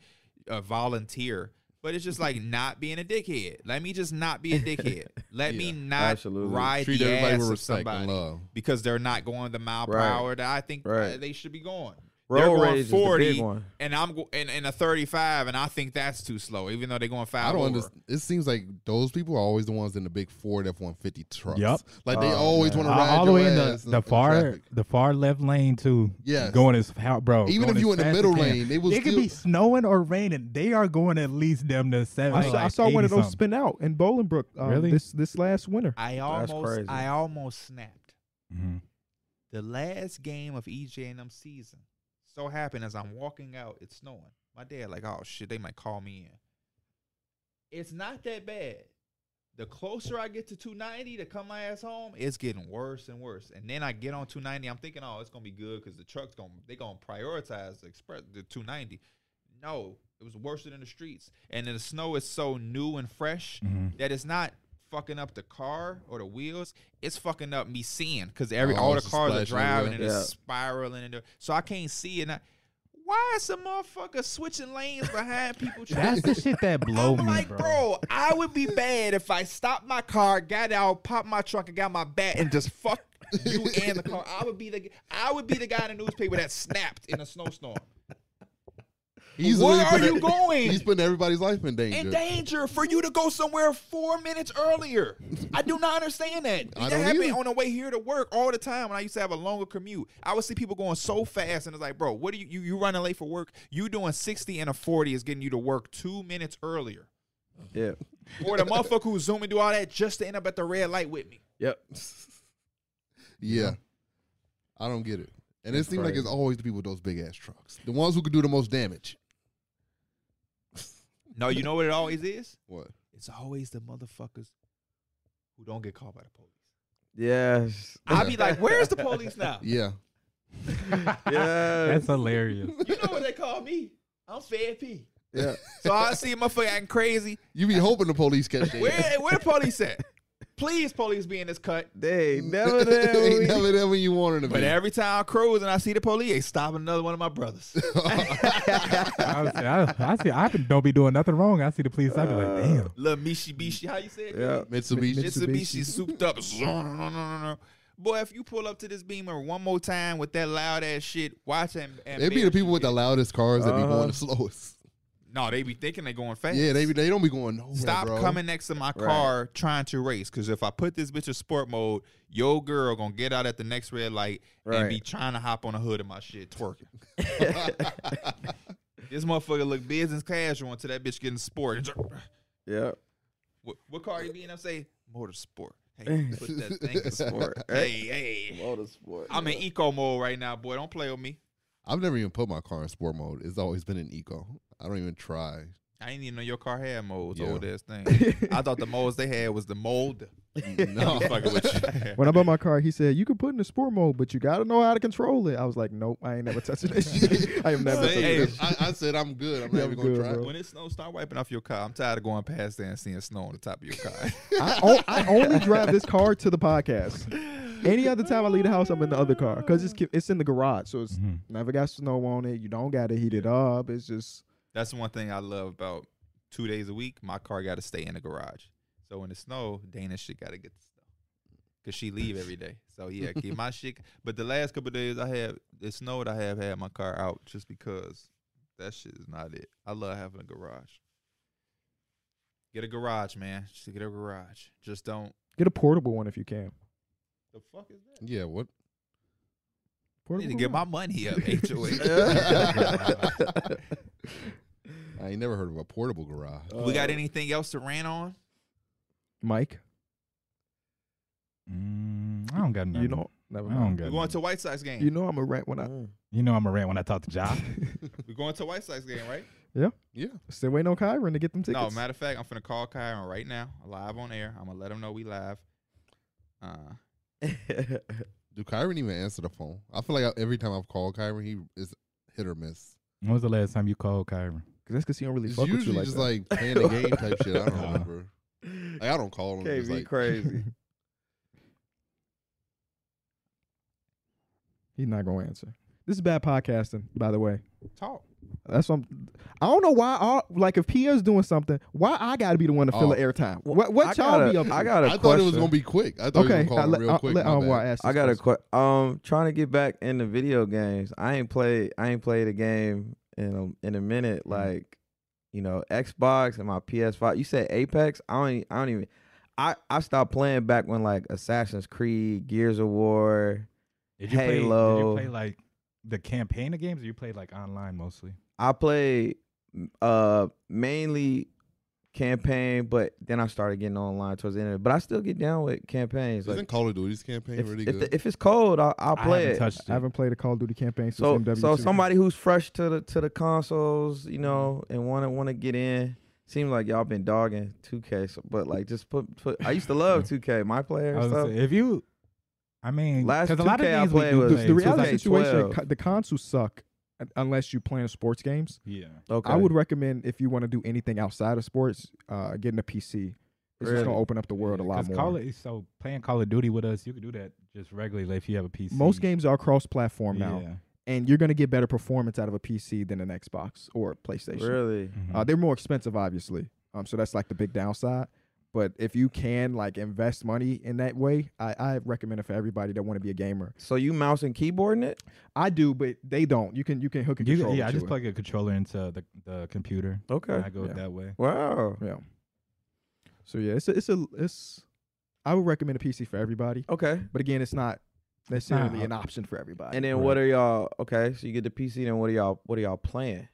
[SPEAKER 2] uh, volunteer. But it's just
[SPEAKER 5] [laughs]
[SPEAKER 2] like not being a dickhead. Let me just not be a dickhead. Let me
[SPEAKER 4] Yeah.
[SPEAKER 2] not
[SPEAKER 5] Absolutely.
[SPEAKER 2] ride
[SPEAKER 4] treat
[SPEAKER 2] the
[SPEAKER 4] everybody
[SPEAKER 2] ass
[SPEAKER 4] with
[SPEAKER 2] of
[SPEAKER 4] respect and
[SPEAKER 2] somebody
[SPEAKER 4] love.
[SPEAKER 2] because they're not going the mile per
[SPEAKER 5] Right.
[SPEAKER 2] hour that I think uh,
[SPEAKER 5] Right.
[SPEAKER 2] they should be going. They're
[SPEAKER 5] Road
[SPEAKER 2] going
[SPEAKER 5] rage is the
[SPEAKER 2] 40.
[SPEAKER 5] big one.
[SPEAKER 2] And I'm go- and, and a 35, and I think that's too slow, even though they're going five.
[SPEAKER 4] I don't
[SPEAKER 2] over.
[SPEAKER 4] understand. It seems like those people are always the ones in the big Ford F one fifty trucks.
[SPEAKER 3] Yup.
[SPEAKER 4] Like they
[SPEAKER 5] Oh,
[SPEAKER 4] always
[SPEAKER 5] man.
[SPEAKER 4] want to
[SPEAKER 3] all
[SPEAKER 4] ride
[SPEAKER 3] all the
[SPEAKER 4] your
[SPEAKER 3] way in the,
[SPEAKER 4] ass
[SPEAKER 3] the far
[SPEAKER 4] traffic.
[SPEAKER 3] the far left lane too.
[SPEAKER 4] Yes.
[SPEAKER 3] going as how bro. Oh,
[SPEAKER 4] Even
[SPEAKER 3] going
[SPEAKER 4] if you
[SPEAKER 3] as
[SPEAKER 4] in the
[SPEAKER 3] fast as
[SPEAKER 4] middle
[SPEAKER 3] can.
[SPEAKER 4] lane, they will
[SPEAKER 3] it could
[SPEAKER 4] still-
[SPEAKER 3] be snowing or raining. They are going at least them to seven.
[SPEAKER 1] I saw, I
[SPEAKER 3] like
[SPEAKER 1] saw one of
[SPEAKER 3] 80
[SPEAKER 1] those
[SPEAKER 3] something.
[SPEAKER 1] spin out in Bolingbrook. Um,
[SPEAKER 3] Really?
[SPEAKER 1] This this last winter.
[SPEAKER 2] I
[SPEAKER 5] That's
[SPEAKER 2] almost
[SPEAKER 5] crazy.
[SPEAKER 2] I almost snapped.
[SPEAKER 3] Mhm.
[SPEAKER 2] The last game of EJ and them season. So happened as I'm walking out, it's snowing. My dad like, oh shit, they might call me in. It's not that bad. The closer I get to 290 to come my ass home, it's getting worse and worse. And then I get on 290, I'm thinking, oh, it's gonna be good because the truck's gonna they gonna prioritize the express the 290. No, it was worse than the streets. And then the snow is so new and fresh
[SPEAKER 3] Mhm.
[SPEAKER 2] that it's not fucking up the car or the wheels. It's fucking up me seeing because every
[SPEAKER 4] Oh,
[SPEAKER 2] all the
[SPEAKER 4] it's just
[SPEAKER 2] cars are
[SPEAKER 4] splashing
[SPEAKER 2] driving
[SPEAKER 4] everywhere.
[SPEAKER 2] and it's
[SPEAKER 5] Yeah.
[SPEAKER 2] spiraling and so I can't see it. And I, why is some motherfucker switching lanes behind people?
[SPEAKER 3] That's
[SPEAKER 2] Trying
[SPEAKER 3] the shit
[SPEAKER 4] [laughs]
[SPEAKER 3] that blow
[SPEAKER 2] I'm
[SPEAKER 3] me,
[SPEAKER 2] like, bro. I would be bad if I stopped my car, got out, popped my trunk, and got my bat, and just fuck you and the car. I would be the I would be the guy in the newspaper that snapped in a snowstorm.
[SPEAKER 4] [laughs] He's
[SPEAKER 2] Where
[SPEAKER 4] literally
[SPEAKER 2] are
[SPEAKER 4] putting-
[SPEAKER 2] you going?
[SPEAKER 4] He's putting everybody's life in danger.
[SPEAKER 2] in danger for you to go somewhere four minutes earlier. I do not understand that.
[SPEAKER 4] I
[SPEAKER 2] that
[SPEAKER 4] don't
[SPEAKER 2] happened
[SPEAKER 4] either.
[SPEAKER 2] on the way here to work all the time. When I used to have a longer commute, I would see people going so fast, and it's like, bro, what are you? You, you running late for work? You doing sixty and a forty is getting you to work two minutes earlier.
[SPEAKER 5] Yeah.
[SPEAKER 2] Or the motherfucker who zoom and do all that just to end up at the red light with me.
[SPEAKER 5] Yep.
[SPEAKER 4] Yeah. I don't get it. And it
[SPEAKER 5] It's
[SPEAKER 4] seems like it's
[SPEAKER 5] crazy.
[SPEAKER 4] always the people with those big ass trucks. The ones who could do the most damage.
[SPEAKER 2] No, you know what it always is?
[SPEAKER 4] What?
[SPEAKER 2] It's always the motherfuckers who don't get caught by the police.
[SPEAKER 5] [laughs] Yes.
[SPEAKER 2] I'd be like, where's the police [laughs] now?
[SPEAKER 4] Yeah.
[SPEAKER 5] Yes.
[SPEAKER 3] That's hilarious.
[SPEAKER 2] You know what they call me? I'm Fed P.
[SPEAKER 1] Yeah.
[SPEAKER 2] So I see my motherfucker acting crazy.
[SPEAKER 4] You be hoping the police catch you.
[SPEAKER 2] Where where the police at? Please, police be in this cut.
[SPEAKER 5] [laughs] They ain't never there.
[SPEAKER 4] [laughs]
[SPEAKER 5] when
[SPEAKER 4] Ain't
[SPEAKER 5] we- [laughs]
[SPEAKER 4] never there when you wanted to be.
[SPEAKER 2] But every time I cruise and I see the police, they stopping another one of my brothers.
[SPEAKER 3] I, was, I, I see. I don't be doing nothing wrong. I see the police. I be
[SPEAKER 4] Uh,
[SPEAKER 3] like, damn.
[SPEAKER 2] Little Mitsubishi, how you say it?
[SPEAKER 5] Yeah.
[SPEAKER 4] Mitsubishi.
[SPEAKER 2] Mitsubishi souped up. Boy, if you pull up to this Beamer one more time with that loud ass shit, watch and, and
[SPEAKER 4] They be the people with the loudest cars that be
[SPEAKER 5] Uh-huh.
[SPEAKER 4] going the slowest.
[SPEAKER 2] No, they be thinking they going fast.
[SPEAKER 4] Yeah, they be, they don't be going nowhere.
[SPEAKER 2] Stop
[SPEAKER 4] bro.
[SPEAKER 2] coming next to my
[SPEAKER 5] Right.
[SPEAKER 2] car trying to race. Cause if I put this bitch in sport mode, your girl gonna get out at the next red light and
[SPEAKER 5] Right.
[SPEAKER 2] be trying to hop on the hood of my shit twerking. this motherfucker look business casual until that bitch getting sport.
[SPEAKER 5] Yeah.
[SPEAKER 2] What, what car you being? I say motorsport. Hey, put that thing in sport. hey, hey.
[SPEAKER 5] Motorsport.
[SPEAKER 2] I'm in eco mode right now, boy. Don't play with me.
[SPEAKER 4] I've never even put my car in sport mode. It's always been in eco. I don't even try.
[SPEAKER 2] I didn't even know your car had modes.
[SPEAKER 4] Yeah.
[SPEAKER 2] Old ass thing. I thought the modes they had was the mold.
[SPEAKER 4] No.
[SPEAKER 2] Fucking with
[SPEAKER 1] [laughs]
[SPEAKER 2] you.
[SPEAKER 1] When I bought my car, he said you can put it in the sport mode, but you gotta know how to control it. I was like, nope, I ain't never touching that shit. [laughs] I am never touching
[SPEAKER 2] Hey,
[SPEAKER 1] that.
[SPEAKER 4] I, I said I'm good. I'm
[SPEAKER 1] Yeah,
[SPEAKER 4] not
[SPEAKER 1] I'm
[SPEAKER 4] even gonna
[SPEAKER 1] good,
[SPEAKER 4] try.
[SPEAKER 1] bro.
[SPEAKER 2] When it snows, start wiping off your car. I'm tired of going past there and seeing snow on the top of your [laughs] car.
[SPEAKER 1] I, o- I only drive this car to the podcast. Any other time I leave the house, I'm in the other car because it's ki- it's in the garage, so
[SPEAKER 4] mm-hmm.
[SPEAKER 1] it's
[SPEAKER 3] Mhm.
[SPEAKER 1] never got snow on it. You don't got to heat it up. It's just
[SPEAKER 2] That's one thing I love about two days a week. My car got to stay in the garage. So when it snow, Dana shit got to get the snow because she leave every day. So yeah, [laughs] keep my shit. But the last couple of days I have it snowed. I have had my car out just because that shit is not it. I love having a garage. Get a garage, man. Just get a garage. Just don't.
[SPEAKER 1] get a portable one if you can.
[SPEAKER 2] The fuck is that?
[SPEAKER 4] Yeah,
[SPEAKER 1] [laughs]
[SPEAKER 4] what?
[SPEAKER 2] I
[SPEAKER 1] Portable
[SPEAKER 2] need to get my
[SPEAKER 1] garage.
[SPEAKER 2] money up. [laughs] HOA.
[SPEAKER 4] I ain't never heard of a portable
[SPEAKER 1] [laughs]
[SPEAKER 4] garage.
[SPEAKER 2] we got anything else to rant on?
[SPEAKER 1] Mike.
[SPEAKER 3] Mm, I don't got nothing.
[SPEAKER 1] You know, never
[SPEAKER 3] I
[SPEAKER 4] uh,
[SPEAKER 3] don't
[SPEAKER 1] mind.
[SPEAKER 3] got.
[SPEAKER 2] We're going
[SPEAKER 3] nothing.
[SPEAKER 2] to White Sox game.
[SPEAKER 1] You know I'm a rant when I
[SPEAKER 5] Mm.
[SPEAKER 3] You know, I'm a rant when I talk to Josh.
[SPEAKER 2] We're going to White Sox game, right?
[SPEAKER 4] Yeah.
[SPEAKER 1] still waiting on Kyron to get them tickets.
[SPEAKER 2] No, matter of fact, I'm finna call Kyron right now, live on air. I'm gonna let him know we live. Uh,
[SPEAKER 5] [laughs]
[SPEAKER 4] Do Kyron even answer the phone? I feel like I, every time I've called Kyron, he is hit or miss.
[SPEAKER 3] when was the last time you called Kyron?
[SPEAKER 1] Cause that's because he don't really
[SPEAKER 4] It's
[SPEAKER 1] fuck with you
[SPEAKER 4] usually
[SPEAKER 1] like
[SPEAKER 4] just
[SPEAKER 1] that.
[SPEAKER 4] like playing the
[SPEAKER 1] [laughs]
[SPEAKER 4] game type shit. I don't
[SPEAKER 3] Uh-huh.
[SPEAKER 4] remember. Like, I don't call him.
[SPEAKER 5] Can't
[SPEAKER 4] Just
[SPEAKER 5] be
[SPEAKER 4] like,
[SPEAKER 5] crazy.
[SPEAKER 4] [laughs]
[SPEAKER 1] He's not gonna answer. This is bad podcasting, by the way.
[SPEAKER 2] talk.
[SPEAKER 1] That's what I'm, I don't know why. All, like if Pia's doing something, why I gotta be the one to fill
[SPEAKER 4] Oh.
[SPEAKER 1] the airtime? What what
[SPEAKER 5] I
[SPEAKER 1] y'all
[SPEAKER 5] got
[SPEAKER 1] be
[SPEAKER 5] a-
[SPEAKER 1] up? to?
[SPEAKER 5] I got a
[SPEAKER 4] I thought it was
[SPEAKER 5] question.
[SPEAKER 4] gonna be quick. I thought
[SPEAKER 1] okay.
[SPEAKER 4] he was
[SPEAKER 1] I
[SPEAKER 4] gonna call him
[SPEAKER 1] let,
[SPEAKER 4] real
[SPEAKER 1] I'll
[SPEAKER 4] quick.
[SPEAKER 1] let
[SPEAKER 4] my
[SPEAKER 1] Anwar
[SPEAKER 4] bad.
[SPEAKER 1] ask
[SPEAKER 5] I
[SPEAKER 1] this
[SPEAKER 5] got a
[SPEAKER 1] question.
[SPEAKER 5] qu- um trying to get back into video games. I ain't play I ain't played a game in a, in a minute
[SPEAKER 4] Mm-hmm.
[SPEAKER 5] like you know Xbox and my PS5. You said Apex? I don't e- I don't even I I stopped playing back when like Assassin's Creed, Gears of War.
[SPEAKER 3] Did you play? Did
[SPEAKER 5] Halo.
[SPEAKER 3] you play like the campaign of games, or you played like online mostly?
[SPEAKER 5] I played uh mainly campaign, but then I started getting online towards the end of it. But I still get down with campaigns.
[SPEAKER 4] Isn't
[SPEAKER 5] Like
[SPEAKER 4] Call of Duty's campaign
[SPEAKER 5] if,
[SPEAKER 4] really
[SPEAKER 5] if,
[SPEAKER 4] good?
[SPEAKER 5] the- if it's cold, I'll, I'll
[SPEAKER 3] I
[SPEAKER 5] play
[SPEAKER 3] haven't
[SPEAKER 5] it.
[SPEAKER 3] touched it.
[SPEAKER 1] I haven't played a Call of Duty campaign since
[SPEAKER 5] So
[SPEAKER 1] MW2.
[SPEAKER 5] so somebody who's fresh to the to the consoles, you know, and want to want to get in. Seems like y'all been dogging 2K, so, but like just put put. I used to love 2K, my player
[SPEAKER 3] I
[SPEAKER 5] and
[SPEAKER 3] was
[SPEAKER 5] stuff.
[SPEAKER 3] gonna say, if you, I mean,
[SPEAKER 5] Last
[SPEAKER 3] because a lot of
[SPEAKER 5] 2K I
[SPEAKER 3] games we
[SPEAKER 5] played
[SPEAKER 3] do
[SPEAKER 5] was-
[SPEAKER 1] the,
[SPEAKER 3] play,
[SPEAKER 1] the
[SPEAKER 3] it's
[SPEAKER 1] reality
[SPEAKER 3] like-
[SPEAKER 5] 2012.
[SPEAKER 1] situation, co- the consoles suck uh, unless you're playing sports games.
[SPEAKER 3] yeah,
[SPEAKER 5] Okay,
[SPEAKER 1] I would recommend if you want to do anything outside of sports, uh, getting a PC. It's just gonna
[SPEAKER 5] Really?
[SPEAKER 1] open up the world a lot
[SPEAKER 3] 'cause
[SPEAKER 1] more.
[SPEAKER 3] Call of- so playing Call of Duty with us, you can do that just regularly if you have a PC.
[SPEAKER 1] Most games are cross-platform now,
[SPEAKER 3] Yeah.
[SPEAKER 1] and you're gonna get better performance out of a PC than an Xbox or a PlayStation.
[SPEAKER 5] really.
[SPEAKER 3] Mhm.
[SPEAKER 1] Uh, they're more expensive, obviously. Um, so that's like the big downside. But if you can like invest money in that way, I, I recommend it for everybody that want to be a gamer.
[SPEAKER 5] So you mouse and keyboarding it?
[SPEAKER 1] I do, but they don't. You can you can hook a
[SPEAKER 3] You-
[SPEAKER 1] controller.
[SPEAKER 3] yeah, I
[SPEAKER 1] to
[SPEAKER 3] just
[SPEAKER 1] it.
[SPEAKER 3] plug a controller into the, the computer.
[SPEAKER 5] Okay.
[SPEAKER 3] and I go
[SPEAKER 1] Yeah.
[SPEAKER 3] that way.
[SPEAKER 5] Wow.
[SPEAKER 1] Yeah. So yeah, it's a, it's a it's. I would recommend a PC for everybody,
[SPEAKER 5] Okay.
[SPEAKER 1] but again, it's not necessarily
[SPEAKER 3] not-
[SPEAKER 1] an option for everybody.
[SPEAKER 5] And then what are y'all? Okay, so you get the PC. Then what are y'all? What are y'all playing?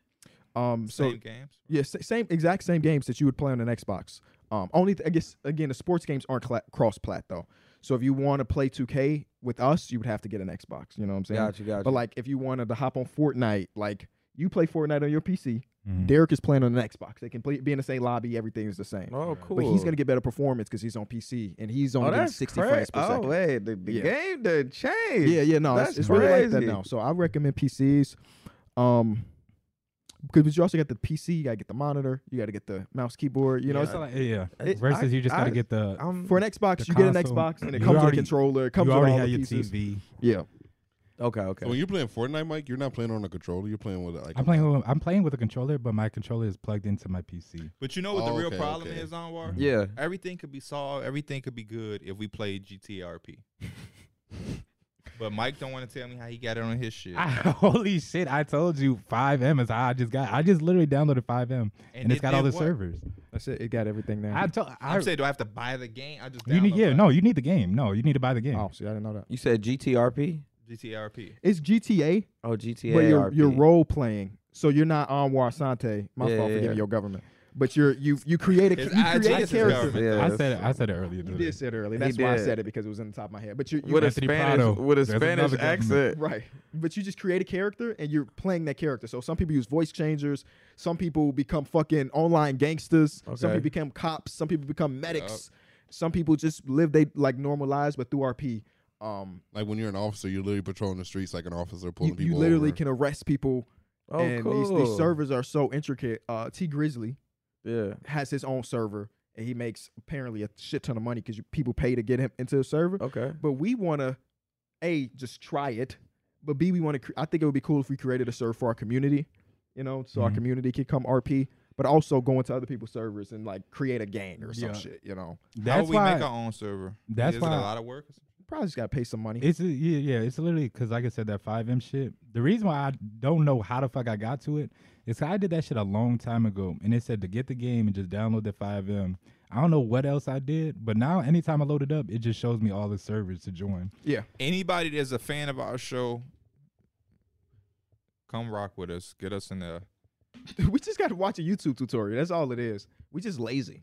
[SPEAKER 1] um, so
[SPEAKER 2] Same games.
[SPEAKER 1] yeah, sa- same exact same games that you would play on an Xbox. Um, only th- I guess again, the sports games aren't cla- cross plat though. So if you want to play 2K with us, you would have to get an Xbox. You know what I'm saying?
[SPEAKER 5] Got you. Got you.
[SPEAKER 1] But like, if you wanted to hop on Fortnite, like you play Fortnite on your PC,
[SPEAKER 3] Mhm.
[SPEAKER 1] Derek is playing on an Xbox. They can play, be in the same lobby. Everything is the same.
[SPEAKER 5] Oh, cool.
[SPEAKER 1] But he's gonna get better performance because he's on PC and he's
[SPEAKER 5] oh,
[SPEAKER 1] only getting
[SPEAKER 5] that's
[SPEAKER 1] 60
[SPEAKER 5] cra-
[SPEAKER 1] frames per
[SPEAKER 5] oh,
[SPEAKER 1] second.
[SPEAKER 5] wait, the, the
[SPEAKER 1] Yeah.
[SPEAKER 5] game done changed.
[SPEAKER 1] Yeah, yeah, no,
[SPEAKER 5] That's
[SPEAKER 1] it's, it's really like that
[SPEAKER 5] crazy.
[SPEAKER 1] now. So I recommend PCs. Um, because you also got the PC, you gotta get the monitor, you gotta get the mouse keyboard. You know,
[SPEAKER 3] yeah,
[SPEAKER 1] it's
[SPEAKER 3] so like, yeah.
[SPEAKER 5] It-
[SPEAKER 3] Versus
[SPEAKER 5] I-
[SPEAKER 3] you just gotta
[SPEAKER 5] I-
[SPEAKER 3] get the.
[SPEAKER 5] I'm,
[SPEAKER 1] for an Xbox,
[SPEAKER 3] The
[SPEAKER 1] you get an
[SPEAKER 3] console.
[SPEAKER 1] Xbox and it
[SPEAKER 3] You
[SPEAKER 1] comes with a
[SPEAKER 3] already-
[SPEAKER 1] controller. It comes
[SPEAKER 3] you
[SPEAKER 1] with
[SPEAKER 3] already
[SPEAKER 1] all
[SPEAKER 3] have
[SPEAKER 1] the
[SPEAKER 3] your
[SPEAKER 1] pieces.
[SPEAKER 3] TV.
[SPEAKER 1] Yeah,
[SPEAKER 5] okay,
[SPEAKER 4] So
[SPEAKER 5] okay.
[SPEAKER 4] when you're playing Fortnite, Mike, you're not playing on a controller. You're playing with like
[SPEAKER 3] I'm
[SPEAKER 4] a-
[SPEAKER 3] playing. With, I'm playing with a controller, but my controller is plugged into my PC.
[SPEAKER 2] But you know what the
[SPEAKER 4] Oh,
[SPEAKER 2] real
[SPEAKER 4] okay,
[SPEAKER 2] problem
[SPEAKER 4] okay.
[SPEAKER 2] is, Anwar?
[SPEAKER 3] Mm-hmm.
[SPEAKER 5] yeah.
[SPEAKER 2] Everything could be solved. Everything could be good if we played GTRP.
[SPEAKER 3] [laughs]
[SPEAKER 2] but Mike don't want to tell me how he got it on his shit.
[SPEAKER 3] I, [laughs] holy shit! I told you, 5M is how I just got. I just literally downloaded 5M, and,
[SPEAKER 2] And
[SPEAKER 3] it's
[SPEAKER 2] it
[SPEAKER 3] got all
[SPEAKER 2] did
[SPEAKER 3] the
[SPEAKER 2] what?
[SPEAKER 3] servers.
[SPEAKER 1] that's it. It got everything there.
[SPEAKER 3] I told. I,
[SPEAKER 2] I'm saying, do I have to buy the game? I just
[SPEAKER 3] you need.
[SPEAKER 2] download
[SPEAKER 3] Yeah,
[SPEAKER 2] that.
[SPEAKER 3] no, you need the game. No, you need to buy the game.
[SPEAKER 1] oh, see, I didn't know that.
[SPEAKER 5] You said GTRP?
[SPEAKER 2] GTRP.
[SPEAKER 1] It's GTA,
[SPEAKER 5] Oh, GTA.
[SPEAKER 1] but you're
[SPEAKER 5] RP.
[SPEAKER 1] you're role playing, so you're not Anwar Sante. My
[SPEAKER 5] Yeah,
[SPEAKER 1] fault for
[SPEAKER 5] yeah.
[SPEAKER 1] giving your government. But you're you you create a
[SPEAKER 2] His
[SPEAKER 1] you
[SPEAKER 2] IG
[SPEAKER 1] create a
[SPEAKER 2] is his
[SPEAKER 1] character.
[SPEAKER 2] government.
[SPEAKER 5] Yeah,
[SPEAKER 3] I said. It, I said it earlier.
[SPEAKER 1] You
[SPEAKER 3] today.
[SPEAKER 1] did say it earlier.
[SPEAKER 5] He
[SPEAKER 1] That's why I
[SPEAKER 5] did.
[SPEAKER 1] said it because it was in the top of my head. But you you
[SPEAKER 5] with a
[SPEAKER 3] Anthony
[SPEAKER 5] Spanish
[SPEAKER 3] Prado.
[SPEAKER 5] with a
[SPEAKER 3] There's
[SPEAKER 5] Spanish
[SPEAKER 3] another government.
[SPEAKER 5] accent.
[SPEAKER 1] Right. But you just create a character and you're playing that character. So some people use voice changers. Some people become fucking online gangsters. Some
[SPEAKER 5] Okay.
[SPEAKER 1] people become cops. Some people become medics. Some people just live they like normal lives, but through RP, um,
[SPEAKER 4] like when you're an officer, you're literally patrolling the streets like an officer pulling
[SPEAKER 1] you,
[SPEAKER 4] people.
[SPEAKER 1] you literally
[SPEAKER 4] over.
[SPEAKER 1] can arrest people.
[SPEAKER 5] Oh,
[SPEAKER 1] and
[SPEAKER 5] cool.
[SPEAKER 1] these, these servers are so intricate. Uh, T Grizzly
[SPEAKER 5] Yeah.
[SPEAKER 1] has his own server, and he makes apparently a shit ton of money because people pay to get him into a server.
[SPEAKER 5] Okay.
[SPEAKER 1] But we want to a just try it, but b we want to. Cre- I think it would be cool if we created a server for our community, you know, so our
[SPEAKER 3] Mhm.
[SPEAKER 1] community could come RP, but also go into other people's servers and like create a gang or some
[SPEAKER 3] Yeah.
[SPEAKER 1] shit, you know.
[SPEAKER 2] how
[SPEAKER 3] That's
[SPEAKER 2] would we
[SPEAKER 3] why.
[SPEAKER 2] make our own server?
[SPEAKER 3] that's
[SPEAKER 2] is
[SPEAKER 3] why-
[SPEAKER 2] it a lot of work.
[SPEAKER 1] Probably just gotta pay some money.
[SPEAKER 3] It's a, yeah, yeah. It's literally because, like I said, that five M shit. The reason why I don't know how the fuck I got to it is 'cause I did that shit a long time ago, and it said to get the game and just download the five M. I don't know what else I did, but now anytime I load it up, it just shows me all the servers to join.
[SPEAKER 2] Anybody that's a fan of our show, come rock with us. Get us in there.
[SPEAKER 1] [laughs] we just gotta watch a YouTube tutorial. That's all it is. We just lazy.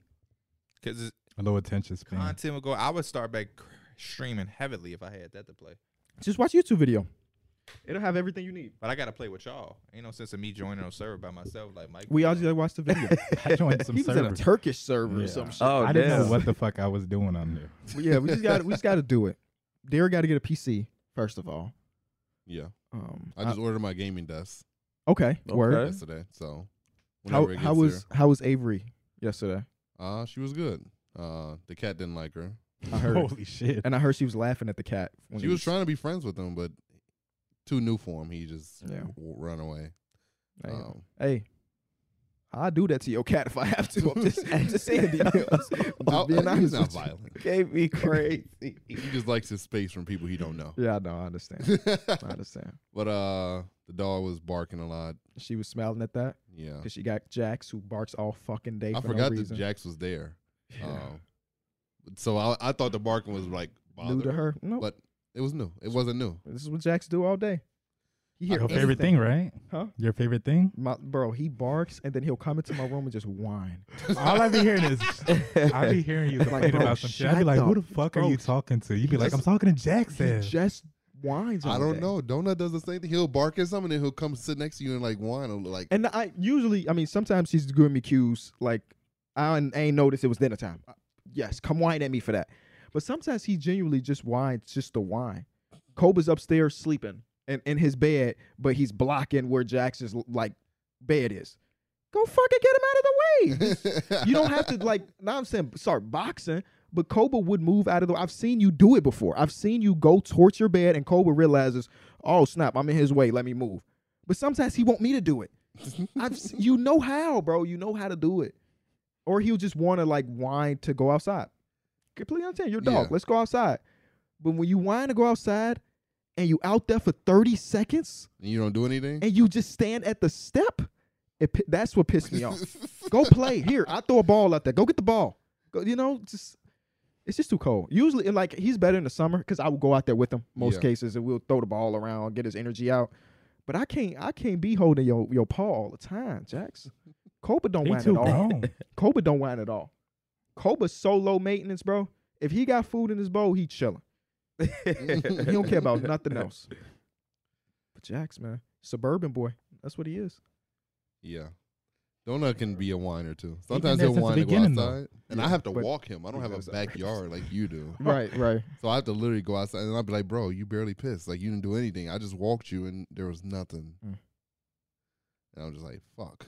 [SPEAKER 2] Because
[SPEAKER 3] A low attention span.
[SPEAKER 2] content will go. I would start back cr- streaming heavily if I had that to play.
[SPEAKER 1] Just watch a YouTube video. It'll have everything you need.
[SPEAKER 2] But I got to play with y'all. Ain't no sense of me joining no server by myself like Mike.
[SPEAKER 1] We all
[SPEAKER 2] did.
[SPEAKER 1] just gotta watch the
[SPEAKER 3] [laughs]
[SPEAKER 1] video.
[SPEAKER 3] I joined some
[SPEAKER 1] he was in a
[SPEAKER 3] servers.
[SPEAKER 1] Turkish server or
[SPEAKER 3] Yeah.
[SPEAKER 1] some shit.
[SPEAKER 5] Oh,
[SPEAKER 3] I didn't
[SPEAKER 5] damn.
[SPEAKER 3] know what the fuck I was doing on there.
[SPEAKER 1] Well, yeah, we just got to we just got to do it. Derek got to get a PC first of all.
[SPEAKER 4] [laughs] Yeah,
[SPEAKER 1] Um,
[SPEAKER 4] I just ordered my gaming desk
[SPEAKER 1] okay, word.
[SPEAKER 5] Okay.
[SPEAKER 4] yesterday, so
[SPEAKER 1] How
[SPEAKER 4] whenever it
[SPEAKER 1] how
[SPEAKER 4] gets
[SPEAKER 1] was
[SPEAKER 4] here-
[SPEAKER 1] how was Avery yesterday?
[SPEAKER 4] Uh, she was good. Uh, the cat didn't like her.
[SPEAKER 1] I heard.
[SPEAKER 3] Holy shit!
[SPEAKER 1] And I heard she was laughing at the cat. when
[SPEAKER 4] She
[SPEAKER 1] he
[SPEAKER 4] was trying to be friends with him, but too new for him. He just
[SPEAKER 1] Yeah.
[SPEAKER 4] w- run away.
[SPEAKER 1] Hey, [laughs]
[SPEAKER 4] Um,
[SPEAKER 1] hey, I do that to your cat if I have to. I'm just, I'm just saying. To you. I'm
[SPEAKER 4] [laughs]
[SPEAKER 1] just
[SPEAKER 4] I-
[SPEAKER 1] being honest
[SPEAKER 4] he's not
[SPEAKER 1] with you.
[SPEAKER 4] violent.
[SPEAKER 5] Gave me crazy.
[SPEAKER 4] He just likes his space from people
[SPEAKER 1] [laughs]
[SPEAKER 4] he don't know. [laughs]
[SPEAKER 1] Yeah, I know. I understand. I understand.
[SPEAKER 4] but uh, the dog was barking a lot.
[SPEAKER 1] She was smiling at that
[SPEAKER 4] Yeah,
[SPEAKER 1] because she got Jax who barks all fucking day.
[SPEAKER 4] I
[SPEAKER 1] for
[SPEAKER 4] forgot
[SPEAKER 1] no
[SPEAKER 4] that
[SPEAKER 1] reason.
[SPEAKER 4] Jax was there.
[SPEAKER 1] Yeah.
[SPEAKER 4] Um, so I, I thought the barking was like
[SPEAKER 1] new to
[SPEAKER 4] bothering-
[SPEAKER 1] her. No,
[SPEAKER 4] but it was new. It
[SPEAKER 1] [laughs]
[SPEAKER 4] wasn't new.
[SPEAKER 1] this is what Jax do all day. He hear
[SPEAKER 3] [laughs] Your
[SPEAKER 1] everything.
[SPEAKER 3] favorite thing, right?
[SPEAKER 1] Huh?
[SPEAKER 3] Your favorite thing?
[SPEAKER 1] My, bro, he barks and then he'll come into my room and just whine.
[SPEAKER 3] All I be hearing is I be hearing you complain
[SPEAKER 1] bro,
[SPEAKER 3] about some shit. I
[SPEAKER 1] shut
[SPEAKER 3] be like, who
[SPEAKER 1] up.
[SPEAKER 3] the fuck
[SPEAKER 1] Bro,
[SPEAKER 3] are you talking to? You be like,
[SPEAKER 1] just-
[SPEAKER 3] I'm talking to
[SPEAKER 1] He
[SPEAKER 3] Jackson.
[SPEAKER 1] just whines.
[SPEAKER 4] [laughs] I
[SPEAKER 1] all
[SPEAKER 4] don't
[SPEAKER 1] day.
[SPEAKER 4] know. Donut does the same thing. He'll bark at something, and he'll come sit next to you and like whine. Or, like
[SPEAKER 1] And I usually, I mean, sometimes she's giving me cues like I ain't- ain't noticed it was dinner time. Yes, come whine at me for that. But sometimes he genuinely just whines, just to whine. Koba's upstairs sleeping and in his bed, but he's blocking where Jackson's like bed is. Go fucking get him out of the way. You don't have to like. Now I'm saying start boxing, but Cobra would move out of the. I've seen you do it before. I've seen you go towards your bed, and Cobra realizes, oh snap, I'm in his way. Let me move. But sometimes he want me to do it. I've s- you know how, bro. You know how to do it, or he'll just want to like whine to go outside. Completely understand. Your dog.
[SPEAKER 4] Yeah.
[SPEAKER 1] Let's go outside. But when you whine to go outside, and you out there for thirty seconds,
[SPEAKER 4] [laughs] And you don't do anything.
[SPEAKER 1] and you just stand at the step, it, pi- that's what pissed
[SPEAKER 4] [laughs]
[SPEAKER 1] me off. Go play here. I throw a ball out there. Go get the ball. Go, you know, just it's just too cold. Usually, and like he's better in the summer because I will go out there with him most
[SPEAKER 4] Yeah.
[SPEAKER 1] cases, and we'll throw the ball around, get his energy out. But I can't, I can't be holding your your paw all the time, Jax. Cobra don't
[SPEAKER 3] They
[SPEAKER 1] whine
[SPEAKER 3] too
[SPEAKER 1] at all.
[SPEAKER 3] grown.
[SPEAKER 1] Cobra don't whine at all. Cobra's so low maintenance, bro. If he got food in his bowl, he chilling. he don't care about [laughs] nothing else. But Jax, man, suburban boy, that's what he is.
[SPEAKER 4] [laughs] Yeah. Donut can be a whiner too. Sometimes
[SPEAKER 3] there
[SPEAKER 4] he'll
[SPEAKER 3] since the
[SPEAKER 4] whine to go
[SPEAKER 3] beginning, though.
[SPEAKER 4] outside, and I
[SPEAKER 1] Yeah,
[SPEAKER 4] have to
[SPEAKER 1] but-
[SPEAKER 4] walk him. I don't have a backyard like you do,
[SPEAKER 1] Right, right.
[SPEAKER 4] so I have to literally go outside, and I'll be like, "Bro, you barely pissed. Like you didn't do anything. I just walked you, and there was nothing."
[SPEAKER 1] Mm.
[SPEAKER 4] And I'm just like, "Fuck!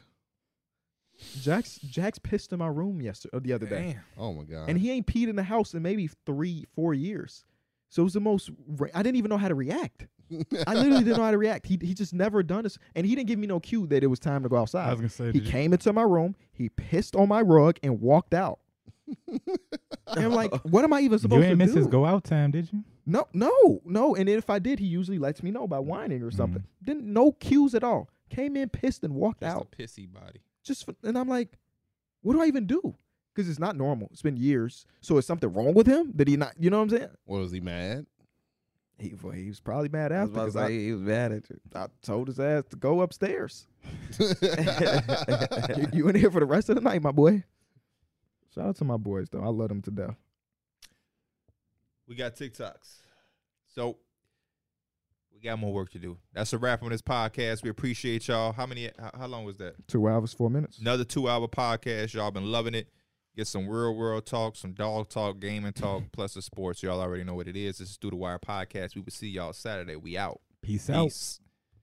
[SPEAKER 1] Jack's Jack's pissed in my room yesterday, uh, the other day,
[SPEAKER 2] Damn.
[SPEAKER 4] Oh my god!"
[SPEAKER 1] and he ain't peed in the house in maybe three, four years. So it was the most. ra- I didn't even know how to react. I literally didn't know how to react. He he just never done this, and he didn't give me no cue that it was time to go
[SPEAKER 3] I
[SPEAKER 1] outside.
[SPEAKER 3] was gonna say,
[SPEAKER 1] He
[SPEAKER 3] did you-
[SPEAKER 1] came into my room, he pissed on my rug, and walked out. and I'm like, what am I even
[SPEAKER 3] [laughs] you
[SPEAKER 1] supposed
[SPEAKER 3] ain't
[SPEAKER 1] to
[SPEAKER 3] miss
[SPEAKER 1] do?
[SPEAKER 3] his go out time, did you?
[SPEAKER 1] No, no, no. And if I did, he usually lets me know by whining
[SPEAKER 3] Mm-hmm.
[SPEAKER 1] or something. Didn't no cues at all. Came in, pissed, and walked
[SPEAKER 2] Just
[SPEAKER 1] out.
[SPEAKER 2] a pissy body.
[SPEAKER 1] Just for, and I'm like, what do I even do? Because it's not normal. It's been years. So is something wrong with him? Did he not? You know what I'm saying?
[SPEAKER 4] [laughs] what was
[SPEAKER 1] [laughs]
[SPEAKER 4] he mad? [laughs]
[SPEAKER 1] He, well, he was probably mad
[SPEAKER 5] I
[SPEAKER 1] after
[SPEAKER 5] was about to
[SPEAKER 1] 'cause
[SPEAKER 5] say, he was mad at you.
[SPEAKER 1] I, I told his ass to go [laughs] upstairs.
[SPEAKER 4] That's
[SPEAKER 1] you, you in here for the rest of the night, my boy. Shout out to my boys though. I love them to death.
[SPEAKER 2] We got TikToks. So we got more work to do. That's a wrap on this podcast. We appreciate y'all. How many? How, how long was that?
[SPEAKER 1] Two hours, four minutes.
[SPEAKER 2] Another two-hour podcast. Y'all been loving it. Get some real world talk, some dog talk, gaming talk, plus the sports. Y'all already know what it is. This is Through the Wire podcast. We will see y'all Saturday. We out.
[SPEAKER 3] Peace out.
[SPEAKER 2] Peace.